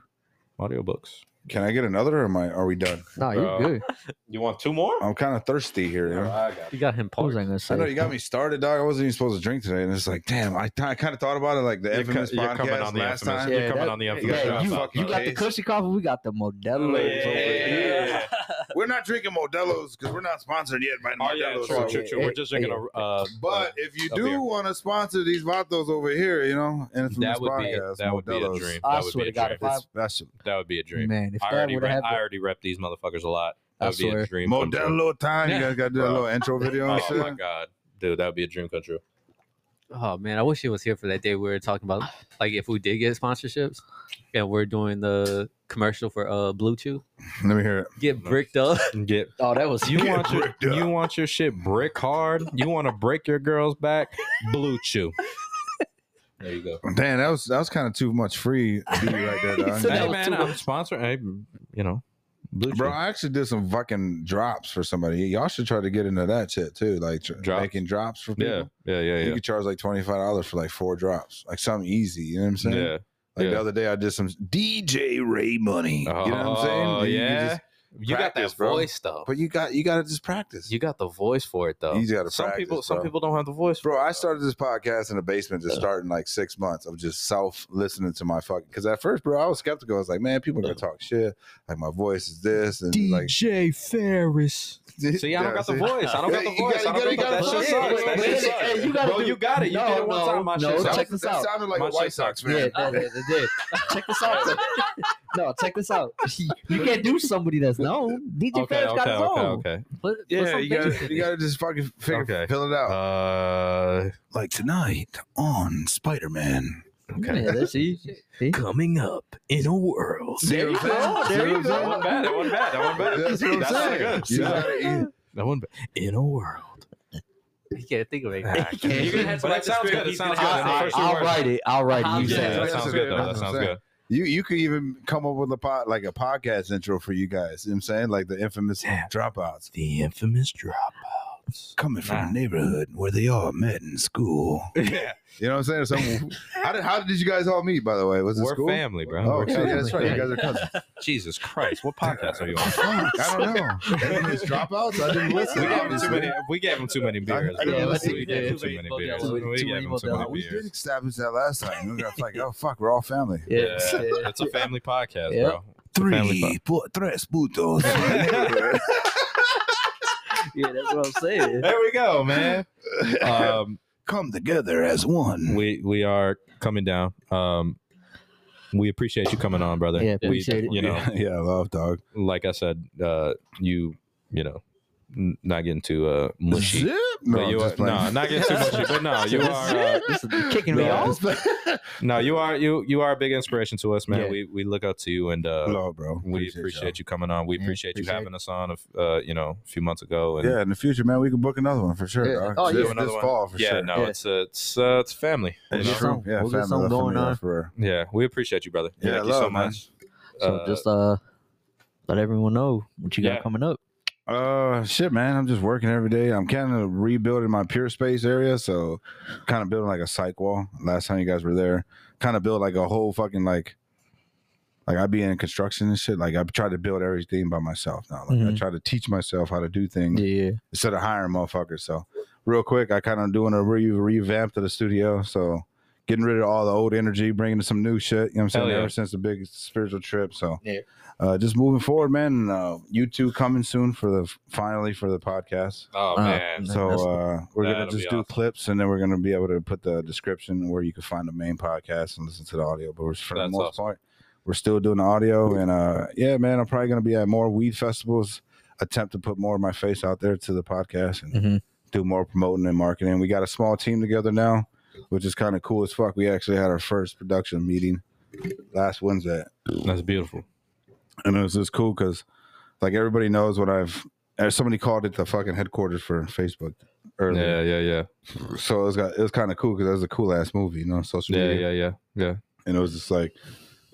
[SPEAKER 1] audiobooks.
[SPEAKER 4] Can I get another or am I are we done?
[SPEAKER 2] No, you're
[SPEAKER 1] Bro.
[SPEAKER 2] good.
[SPEAKER 1] You want two more?
[SPEAKER 4] I'm kinda thirsty here. you know?
[SPEAKER 3] You got him
[SPEAKER 2] What was
[SPEAKER 3] paused.
[SPEAKER 2] I gonna
[SPEAKER 4] I
[SPEAKER 2] say?
[SPEAKER 4] know you got me started, dog. I wasn't even supposed to drink today, and it's like, damn, I, I kind of thought about it, like the
[SPEAKER 1] You're, co-
[SPEAKER 4] infamous
[SPEAKER 1] you're
[SPEAKER 4] podcast
[SPEAKER 1] coming on the
[SPEAKER 4] last
[SPEAKER 1] infamous.
[SPEAKER 4] time.
[SPEAKER 1] You're
[SPEAKER 2] Yeah,
[SPEAKER 1] coming
[SPEAKER 2] that-
[SPEAKER 1] on the infamous.
[SPEAKER 2] yeah, you,
[SPEAKER 1] dropout,
[SPEAKER 4] fucking-
[SPEAKER 2] you
[SPEAKER 1] bro.
[SPEAKER 2] got the
[SPEAKER 4] Case.
[SPEAKER 2] cushy coffee. We got the Modelo.
[SPEAKER 1] Yeah.
[SPEAKER 4] We're not drinking Modelo's because we're not sponsored yet by
[SPEAKER 1] Oh yeah,
[SPEAKER 4] Modelo.
[SPEAKER 1] true,
[SPEAKER 4] so-
[SPEAKER 1] true, true. We're just drinking a. Uh,
[SPEAKER 4] But if you
[SPEAKER 1] A
[SPEAKER 4] do
[SPEAKER 1] beer.
[SPEAKER 4] want to sponsor these vatos over here, you know, infamous
[SPEAKER 1] that would be
[SPEAKER 4] podcast,
[SPEAKER 1] that would be a
[SPEAKER 4] Modelo's.
[SPEAKER 1] dream.
[SPEAKER 2] I
[SPEAKER 1] That would
[SPEAKER 2] swear
[SPEAKER 1] be a
[SPEAKER 2] to God,
[SPEAKER 1] dream.
[SPEAKER 2] if I-
[SPEAKER 4] It's special.
[SPEAKER 1] That would be a dream.
[SPEAKER 2] Man, if
[SPEAKER 1] I
[SPEAKER 2] that
[SPEAKER 1] already
[SPEAKER 2] would have
[SPEAKER 1] rep, I
[SPEAKER 2] happened,
[SPEAKER 1] already rep these motherfuckers a lot. That
[SPEAKER 2] I
[SPEAKER 1] would be a
[SPEAKER 2] swear.
[SPEAKER 1] dream. come true.
[SPEAKER 4] Modelo time. You guys got to do a little intro video and
[SPEAKER 1] Oh
[SPEAKER 4] shit.
[SPEAKER 1] my god, dude, that would be a dream come true.
[SPEAKER 3] Oh man, I wish he was here for that day we were talking about like if we did get sponsorships and we're doing the commercial for uh Blue Chew.
[SPEAKER 4] Let me hear it.
[SPEAKER 3] Get bricked up.
[SPEAKER 1] Get
[SPEAKER 2] oh, that was
[SPEAKER 1] you
[SPEAKER 4] Get
[SPEAKER 1] want your
[SPEAKER 4] bricked up.
[SPEAKER 1] you want your shit brick hard. You want to break your girl's back, blue chew. There you go.
[SPEAKER 4] Damn, that was that was kind of too much free beat right there, dog.
[SPEAKER 2] said
[SPEAKER 1] Hey
[SPEAKER 2] was
[SPEAKER 1] man,
[SPEAKER 2] too
[SPEAKER 1] I'm sponsoring. Hey, you know, blue chew.
[SPEAKER 4] Bro, I actually did some fucking drops for somebody. Y'all should try to get into that shit too, like tr-
[SPEAKER 1] Drops?
[SPEAKER 4] making drops for people.
[SPEAKER 1] yeah, yeah, yeah,
[SPEAKER 4] You
[SPEAKER 1] yeah.
[SPEAKER 4] could charge like twenty five dollars for like four drops, like something easy. You know what I'm saying?
[SPEAKER 1] Yeah.
[SPEAKER 4] Like the
[SPEAKER 1] yeah.
[SPEAKER 4] other day, I did some DJ Ray money. you know what I'm saying?
[SPEAKER 1] Oh,
[SPEAKER 4] And you could
[SPEAKER 1] yeah.
[SPEAKER 4] just-
[SPEAKER 1] you got
[SPEAKER 4] practice,
[SPEAKER 1] that
[SPEAKER 4] bro.
[SPEAKER 1] voice though.
[SPEAKER 4] but you got you got to just practice.
[SPEAKER 1] You got the voice for it though.
[SPEAKER 4] You just gotta
[SPEAKER 1] some
[SPEAKER 4] practice,
[SPEAKER 1] people, some
[SPEAKER 4] bro.
[SPEAKER 1] people don't have the voice.
[SPEAKER 4] Bro, I started this podcast in the basement just starting like six months of just self listening to my fucking. Because at first, bro, I was skeptical. I was like, man, people are gonna talk shit. Like my voice is this and like.
[SPEAKER 1] Ferris. See, I don't got the voice. I don't got the
[SPEAKER 4] Yeah, you
[SPEAKER 1] voice.
[SPEAKER 4] gotta-
[SPEAKER 1] I don't
[SPEAKER 4] you
[SPEAKER 1] think that
[SPEAKER 4] gotta- you
[SPEAKER 1] shit
[SPEAKER 4] gotta-
[SPEAKER 1] sucks. That shit
[SPEAKER 4] wait, wait,
[SPEAKER 1] sucks.
[SPEAKER 4] hey, you
[SPEAKER 2] gotta
[SPEAKER 1] Bro,
[SPEAKER 2] do-
[SPEAKER 1] you got it. You
[SPEAKER 2] No,
[SPEAKER 1] did it
[SPEAKER 2] no,
[SPEAKER 1] one time. My
[SPEAKER 2] no,
[SPEAKER 1] shit
[SPEAKER 4] That,
[SPEAKER 1] sucks.
[SPEAKER 2] check
[SPEAKER 4] was-
[SPEAKER 2] this
[SPEAKER 4] that
[SPEAKER 2] out.
[SPEAKER 4] sounded like
[SPEAKER 1] My
[SPEAKER 4] a
[SPEAKER 1] shit
[SPEAKER 4] White
[SPEAKER 1] sucks.
[SPEAKER 4] Sox
[SPEAKER 2] Yeah, that,
[SPEAKER 4] fan.
[SPEAKER 2] that, that did. Check this out. no, check this out. You can't do somebody that's known. DJ okay,
[SPEAKER 1] Okay,
[SPEAKER 2] got his
[SPEAKER 1] okay,
[SPEAKER 2] own.
[SPEAKER 1] okay, okay.
[SPEAKER 3] Put, put
[SPEAKER 4] Yeah,
[SPEAKER 3] some
[SPEAKER 4] you
[SPEAKER 3] pictures
[SPEAKER 4] gotta,
[SPEAKER 3] in
[SPEAKER 4] you
[SPEAKER 3] it.
[SPEAKER 4] gotta just fucking figure,
[SPEAKER 1] Okay.
[SPEAKER 4] fill it out.
[SPEAKER 1] Uh,
[SPEAKER 4] like tonight on Spider Man.
[SPEAKER 2] Yeah, that's see. see?
[SPEAKER 1] coming up in a world.
[SPEAKER 4] There you
[SPEAKER 1] Oh,
[SPEAKER 4] go. There you
[SPEAKER 1] That wasn't bad. That wasn't bad. That wasn't bad.
[SPEAKER 4] That's what I'm
[SPEAKER 1] That's
[SPEAKER 4] saying.
[SPEAKER 1] good.
[SPEAKER 4] You
[SPEAKER 1] Yeah.
[SPEAKER 4] gotta-
[SPEAKER 1] That wasn't bad. In a world.
[SPEAKER 3] You can't think of it.
[SPEAKER 1] You're
[SPEAKER 3] You're gonna have to
[SPEAKER 1] But that
[SPEAKER 3] write the
[SPEAKER 1] sounds
[SPEAKER 3] script.
[SPEAKER 1] good. It
[SPEAKER 3] He's
[SPEAKER 1] sounds
[SPEAKER 3] gonna
[SPEAKER 1] good.
[SPEAKER 3] have
[SPEAKER 1] I-
[SPEAKER 3] to
[SPEAKER 1] I-
[SPEAKER 3] first
[SPEAKER 1] I-
[SPEAKER 2] I'll
[SPEAKER 3] word.
[SPEAKER 2] write it. I'll write it. You
[SPEAKER 3] Yeah,
[SPEAKER 1] Yeah, that
[SPEAKER 2] say it.
[SPEAKER 4] that's
[SPEAKER 1] sounds
[SPEAKER 4] what
[SPEAKER 1] good
[SPEAKER 4] I'm
[SPEAKER 1] though. That
[SPEAKER 4] saying.
[SPEAKER 1] sounds good.
[SPEAKER 4] You you could even come up with a pod like a podcast intro for you guys. You know what I'm saying? Like the infamous dropouts.
[SPEAKER 1] The infamous dropouts.
[SPEAKER 4] Coming from
[SPEAKER 1] Nah.
[SPEAKER 4] the neighborhood where they all met in school.
[SPEAKER 1] yeah,
[SPEAKER 4] You know what I'm saying? Some, how, did, how did you guys all meet, by the way? Was it
[SPEAKER 1] we're
[SPEAKER 4] school?
[SPEAKER 1] family, bro.
[SPEAKER 4] Oh,
[SPEAKER 1] We're
[SPEAKER 4] okay,
[SPEAKER 1] family.
[SPEAKER 4] yeah, that's right. You guys are cousins.
[SPEAKER 1] Jesus Christ, what podcast are you on?
[SPEAKER 4] Fuck, I don't know. Infamous dropouts? I didn't
[SPEAKER 1] We
[SPEAKER 4] listen.
[SPEAKER 1] gave him too
[SPEAKER 4] obviously.
[SPEAKER 1] many. We gave him too many beers.
[SPEAKER 4] I- I
[SPEAKER 1] bro.
[SPEAKER 4] didn't listen.
[SPEAKER 1] we gave him too
[SPEAKER 3] Yeah,
[SPEAKER 1] many
[SPEAKER 3] we-
[SPEAKER 1] beers.
[SPEAKER 3] yeah,
[SPEAKER 2] we-
[SPEAKER 1] We
[SPEAKER 2] too
[SPEAKER 1] gave
[SPEAKER 2] many
[SPEAKER 1] him too
[SPEAKER 2] emails.
[SPEAKER 1] many
[SPEAKER 4] We did
[SPEAKER 1] beers.
[SPEAKER 4] establish that last time. We got like, oh fuck, we're all family.
[SPEAKER 2] Yeah.
[SPEAKER 1] Yeah, it's a family podcast,
[SPEAKER 2] Yeah.
[SPEAKER 1] bro. It's a family pod-
[SPEAKER 4] po- tres putos. yeah,
[SPEAKER 2] yeah, that's what I'm saying.
[SPEAKER 1] There we go, man. Um,
[SPEAKER 4] Come together as one.
[SPEAKER 1] we we are coming down. Um, we appreciate you coming on, brother.
[SPEAKER 2] Yeah,
[SPEAKER 1] We-
[SPEAKER 2] appreciate it.
[SPEAKER 1] You know,
[SPEAKER 4] yeah, yeah, love dog.
[SPEAKER 1] like I said, uh, you you know, n- not getting too uh, mushy.
[SPEAKER 4] Zip. No,
[SPEAKER 1] but
[SPEAKER 4] I'm
[SPEAKER 1] you are,
[SPEAKER 4] just playing.
[SPEAKER 1] no, not getting too mushy. But no, you are uh,
[SPEAKER 2] this is kicking
[SPEAKER 4] No,
[SPEAKER 2] me
[SPEAKER 4] I'm
[SPEAKER 2] off.
[SPEAKER 4] just playing.
[SPEAKER 1] no, you are you you are a big inspiration to us, man.
[SPEAKER 2] Yeah.
[SPEAKER 1] We we look up to you and uh,
[SPEAKER 4] Love, bro.
[SPEAKER 1] we appreciate you coming on. We
[SPEAKER 2] Yeah,
[SPEAKER 1] appreciate, you
[SPEAKER 2] Mm, appreciate
[SPEAKER 1] having us on, a f- uh, you know, a few months ago. And
[SPEAKER 4] Yeah, in the future, man, we can book another one for sure.
[SPEAKER 2] Yeah.
[SPEAKER 4] Dog.
[SPEAKER 2] Oh,
[SPEAKER 4] This-
[SPEAKER 2] yeah.
[SPEAKER 1] Another
[SPEAKER 4] this
[SPEAKER 1] one.
[SPEAKER 4] fall for
[SPEAKER 1] yeah,
[SPEAKER 4] sure.
[SPEAKER 1] no,
[SPEAKER 2] Yeah.
[SPEAKER 1] it's uh, it's uh, it's family. you
[SPEAKER 4] It's
[SPEAKER 1] know?
[SPEAKER 2] We'll get
[SPEAKER 4] true.
[SPEAKER 2] some-
[SPEAKER 4] Yeah,
[SPEAKER 2] we'll get
[SPEAKER 4] family,
[SPEAKER 2] some
[SPEAKER 4] love,
[SPEAKER 2] going
[SPEAKER 4] family,
[SPEAKER 2] on.
[SPEAKER 4] love for
[SPEAKER 1] Yeah, we appreciate you, brother.
[SPEAKER 4] Yeah,
[SPEAKER 1] Thank you
[SPEAKER 4] love,
[SPEAKER 1] so
[SPEAKER 4] man.
[SPEAKER 1] much.
[SPEAKER 2] So
[SPEAKER 1] Uh,
[SPEAKER 2] just uh, let everyone know what you got
[SPEAKER 1] yeah.
[SPEAKER 2] coming up.
[SPEAKER 4] Uh, shit, man. I'm just working every day. I'm kind of rebuilding my pure space area, so kind of building like a psych wall. Last time you guys were there, kind of build like a whole fucking like, like I be in construction and shit. Like I try to build everything by myself now. Like I
[SPEAKER 1] Mm-hmm.
[SPEAKER 2] Mhm.
[SPEAKER 4] try to teach myself how to do
[SPEAKER 1] Mm.
[SPEAKER 4] things
[SPEAKER 2] Yeah,
[SPEAKER 4] instead of hiring motherfuckers. So real quick, I kind of doing a re- revamp to the studio. So getting rid of all the old energy, bringing some new shit. You know what I'm saying?
[SPEAKER 1] Hell yeah.
[SPEAKER 4] Ever since the big spiritual trip. So
[SPEAKER 2] Yeah.
[SPEAKER 4] uh, just moving forward, man. And, uh, you two coming soon for the finally for the podcast.
[SPEAKER 1] oh
[SPEAKER 2] Uh,
[SPEAKER 1] man,
[SPEAKER 4] So
[SPEAKER 2] That's-
[SPEAKER 4] uh, we're gonna
[SPEAKER 1] that'll
[SPEAKER 4] just
[SPEAKER 1] be
[SPEAKER 4] do
[SPEAKER 1] awesome.
[SPEAKER 4] clips, and then we're gonna be able to put the description where you can find the main podcast and listen to the audio. But we're- for the
[SPEAKER 1] That's
[SPEAKER 4] most
[SPEAKER 1] awesome.
[SPEAKER 4] part, we're still doing the audio, and uh, yeah, man, I'm probably gonna be at more weed festivals. Attempt to put more of my face out there to the podcast and
[SPEAKER 2] Mhm.
[SPEAKER 4] do more promoting and marketing. We got a small team together now, which is kind of cool as fuck. We actually had our first production meeting last Wednesday,
[SPEAKER 1] that's beautiful.
[SPEAKER 4] and it was just cool because like everybody knows what I've. uh, Somebody called it the fucking headquarters for Facebook earlier
[SPEAKER 1] Yeah, yeah, yeah,
[SPEAKER 4] so it was got, it was kind of cool because that was a cool ass movie, you know, social
[SPEAKER 1] yeah,
[SPEAKER 4] media,
[SPEAKER 1] yeah, yeah, yeah.
[SPEAKER 4] and it was just like,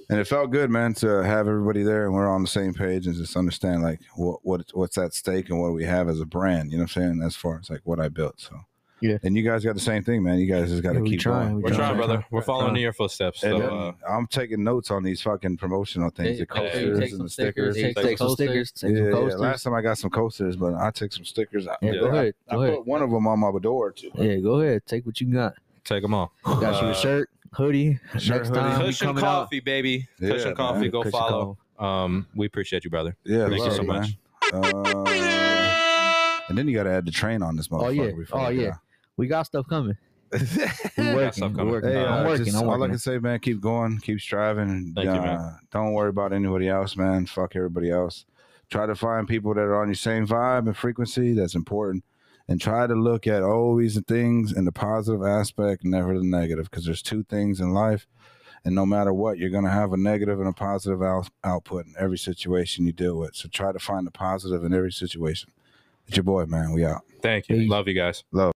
[SPEAKER 4] and it felt good, man, to have everybody there and we're on the same page and just understand like what what what's at stake and what do we have as a brand, you know what I'm saying? As far as like what I built, so
[SPEAKER 2] Yeah.
[SPEAKER 4] and you guys got the same thing, man. You guys just got to
[SPEAKER 2] Yeah, we
[SPEAKER 4] keep
[SPEAKER 2] trying,
[SPEAKER 4] going.
[SPEAKER 2] we
[SPEAKER 1] We're trying,
[SPEAKER 2] trying,
[SPEAKER 1] brother.
[SPEAKER 2] trying,
[SPEAKER 1] We're following
[SPEAKER 2] trying.
[SPEAKER 1] in your footsteps.
[SPEAKER 4] And
[SPEAKER 1] So
[SPEAKER 4] then
[SPEAKER 1] uh,
[SPEAKER 4] I'm taking notes on these fucking promotional things,
[SPEAKER 3] Yeah,
[SPEAKER 4] the
[SPEAKER 1] yeah, you
[SPEAKER 4] coasters
[SPEAKER 1] take
[SPEAKER 4] and the stickers.
[SPEAKER 3] take
[SPEAKER 2] take some
[SPEAKER 3] posters.
[SPEAKER 2] stickers, take
[SPEAKER 4] yeah,
[SPEAKER 2] some
[SPEAKER 4] yeah.
[SPEAKER 2] posters.
[SPEAKER 4] Last time I got some coasters, but I took some stickers. I,
[SPEAKER 2] Yeah,
[SPEAKER 1] Yeah.
[SPEAKER 2] go ahead,
[SPEAKER 4] I
[SPEAKER 2] go ahead.
[SPEAKER 4] put one of them on my door too.
[SPEAKER 2] Yeah, go ahead. Take what you got.
[SPEAKER 1] take them all.
[SPEAKER 2] Got you
[SPEAKER 1] Uh,
[SPEAKER 2] a shirt, hoodie.
[SPEAKER 4] shirt,
[SPEAKER 2] Next
[SPEAKER 4] hoodie.
[SPEAKER 2] time we
[SPEAKER 1] Cushion
[SPEAKER 2] coming out.
[SPEAKER 1] coffee, baby.
[SPEAKER 4] Yeah,
[SPEAKER 1] Cushion
[SPEAKER 4] man.
[SPEAKER 1] coffee. Go
[SPEAKER 2] Cushion
[SPEAKER 1] follow.
[SPEAKER 2] coffee.
[SPEAKER 1] Um, we appreciate you, brother.
[SPEAKER 4] Yeah,
[SPEAKER 1] Thank you
[SPEAKER 4] love
[SPEAKER 1] so
[SPEAKER 4] it, man.
[SPEAKER 1] much.
[SPEAKER 4] Uh, and then you got to add the train on this motherfucker.
[SPEAKER 2] Oh, yeah.
[SPEAKER 4] before
[SPEAKER 2] Oh,
[SPEAKER 4] we get
[SPEAKER 2] yeah. We got stuff coming.
[SPEAKER 4] out.
[SPEAKER 2] We
[SPEAKER 1] got
[SPEAKER 2] working.
[SPEAKER 1] stuff
[SPEAKER 2] We
[SPEAKER 1] coming.
[SPEAKER 2] working.
[SPEAKER 4] Hey,
[SPEAKER 2] I'm
[SPEAKER 4] uh,
[SPEAKER 2] working.
[SPEAKER 4] just-
[SPEAKER 2] I'm
[SPEAKER 4] All I
[SPEAKER 2] working.
[SPEAKER 4] can say, man, keep going, keep striving.
[SPEAKER 1] Thank you, man.
[SPEAKER 4] Uh, Don't worry about anybody else, man. Fuck everybody else. Try to find people that are on your same vibe and frequency. That's important. And try to look at always the things in the positive aspect, never the negative, because there's two things in life. And no matter what, you're going to have a negative and a positive out- output in every situation you deal with. So try to find the positive in every situation. It's your boy, man. We out.
[SPEAKER 1] Thank you.
[SPEAKER 2] Peace.
[SPEAKER 1] Love you guys.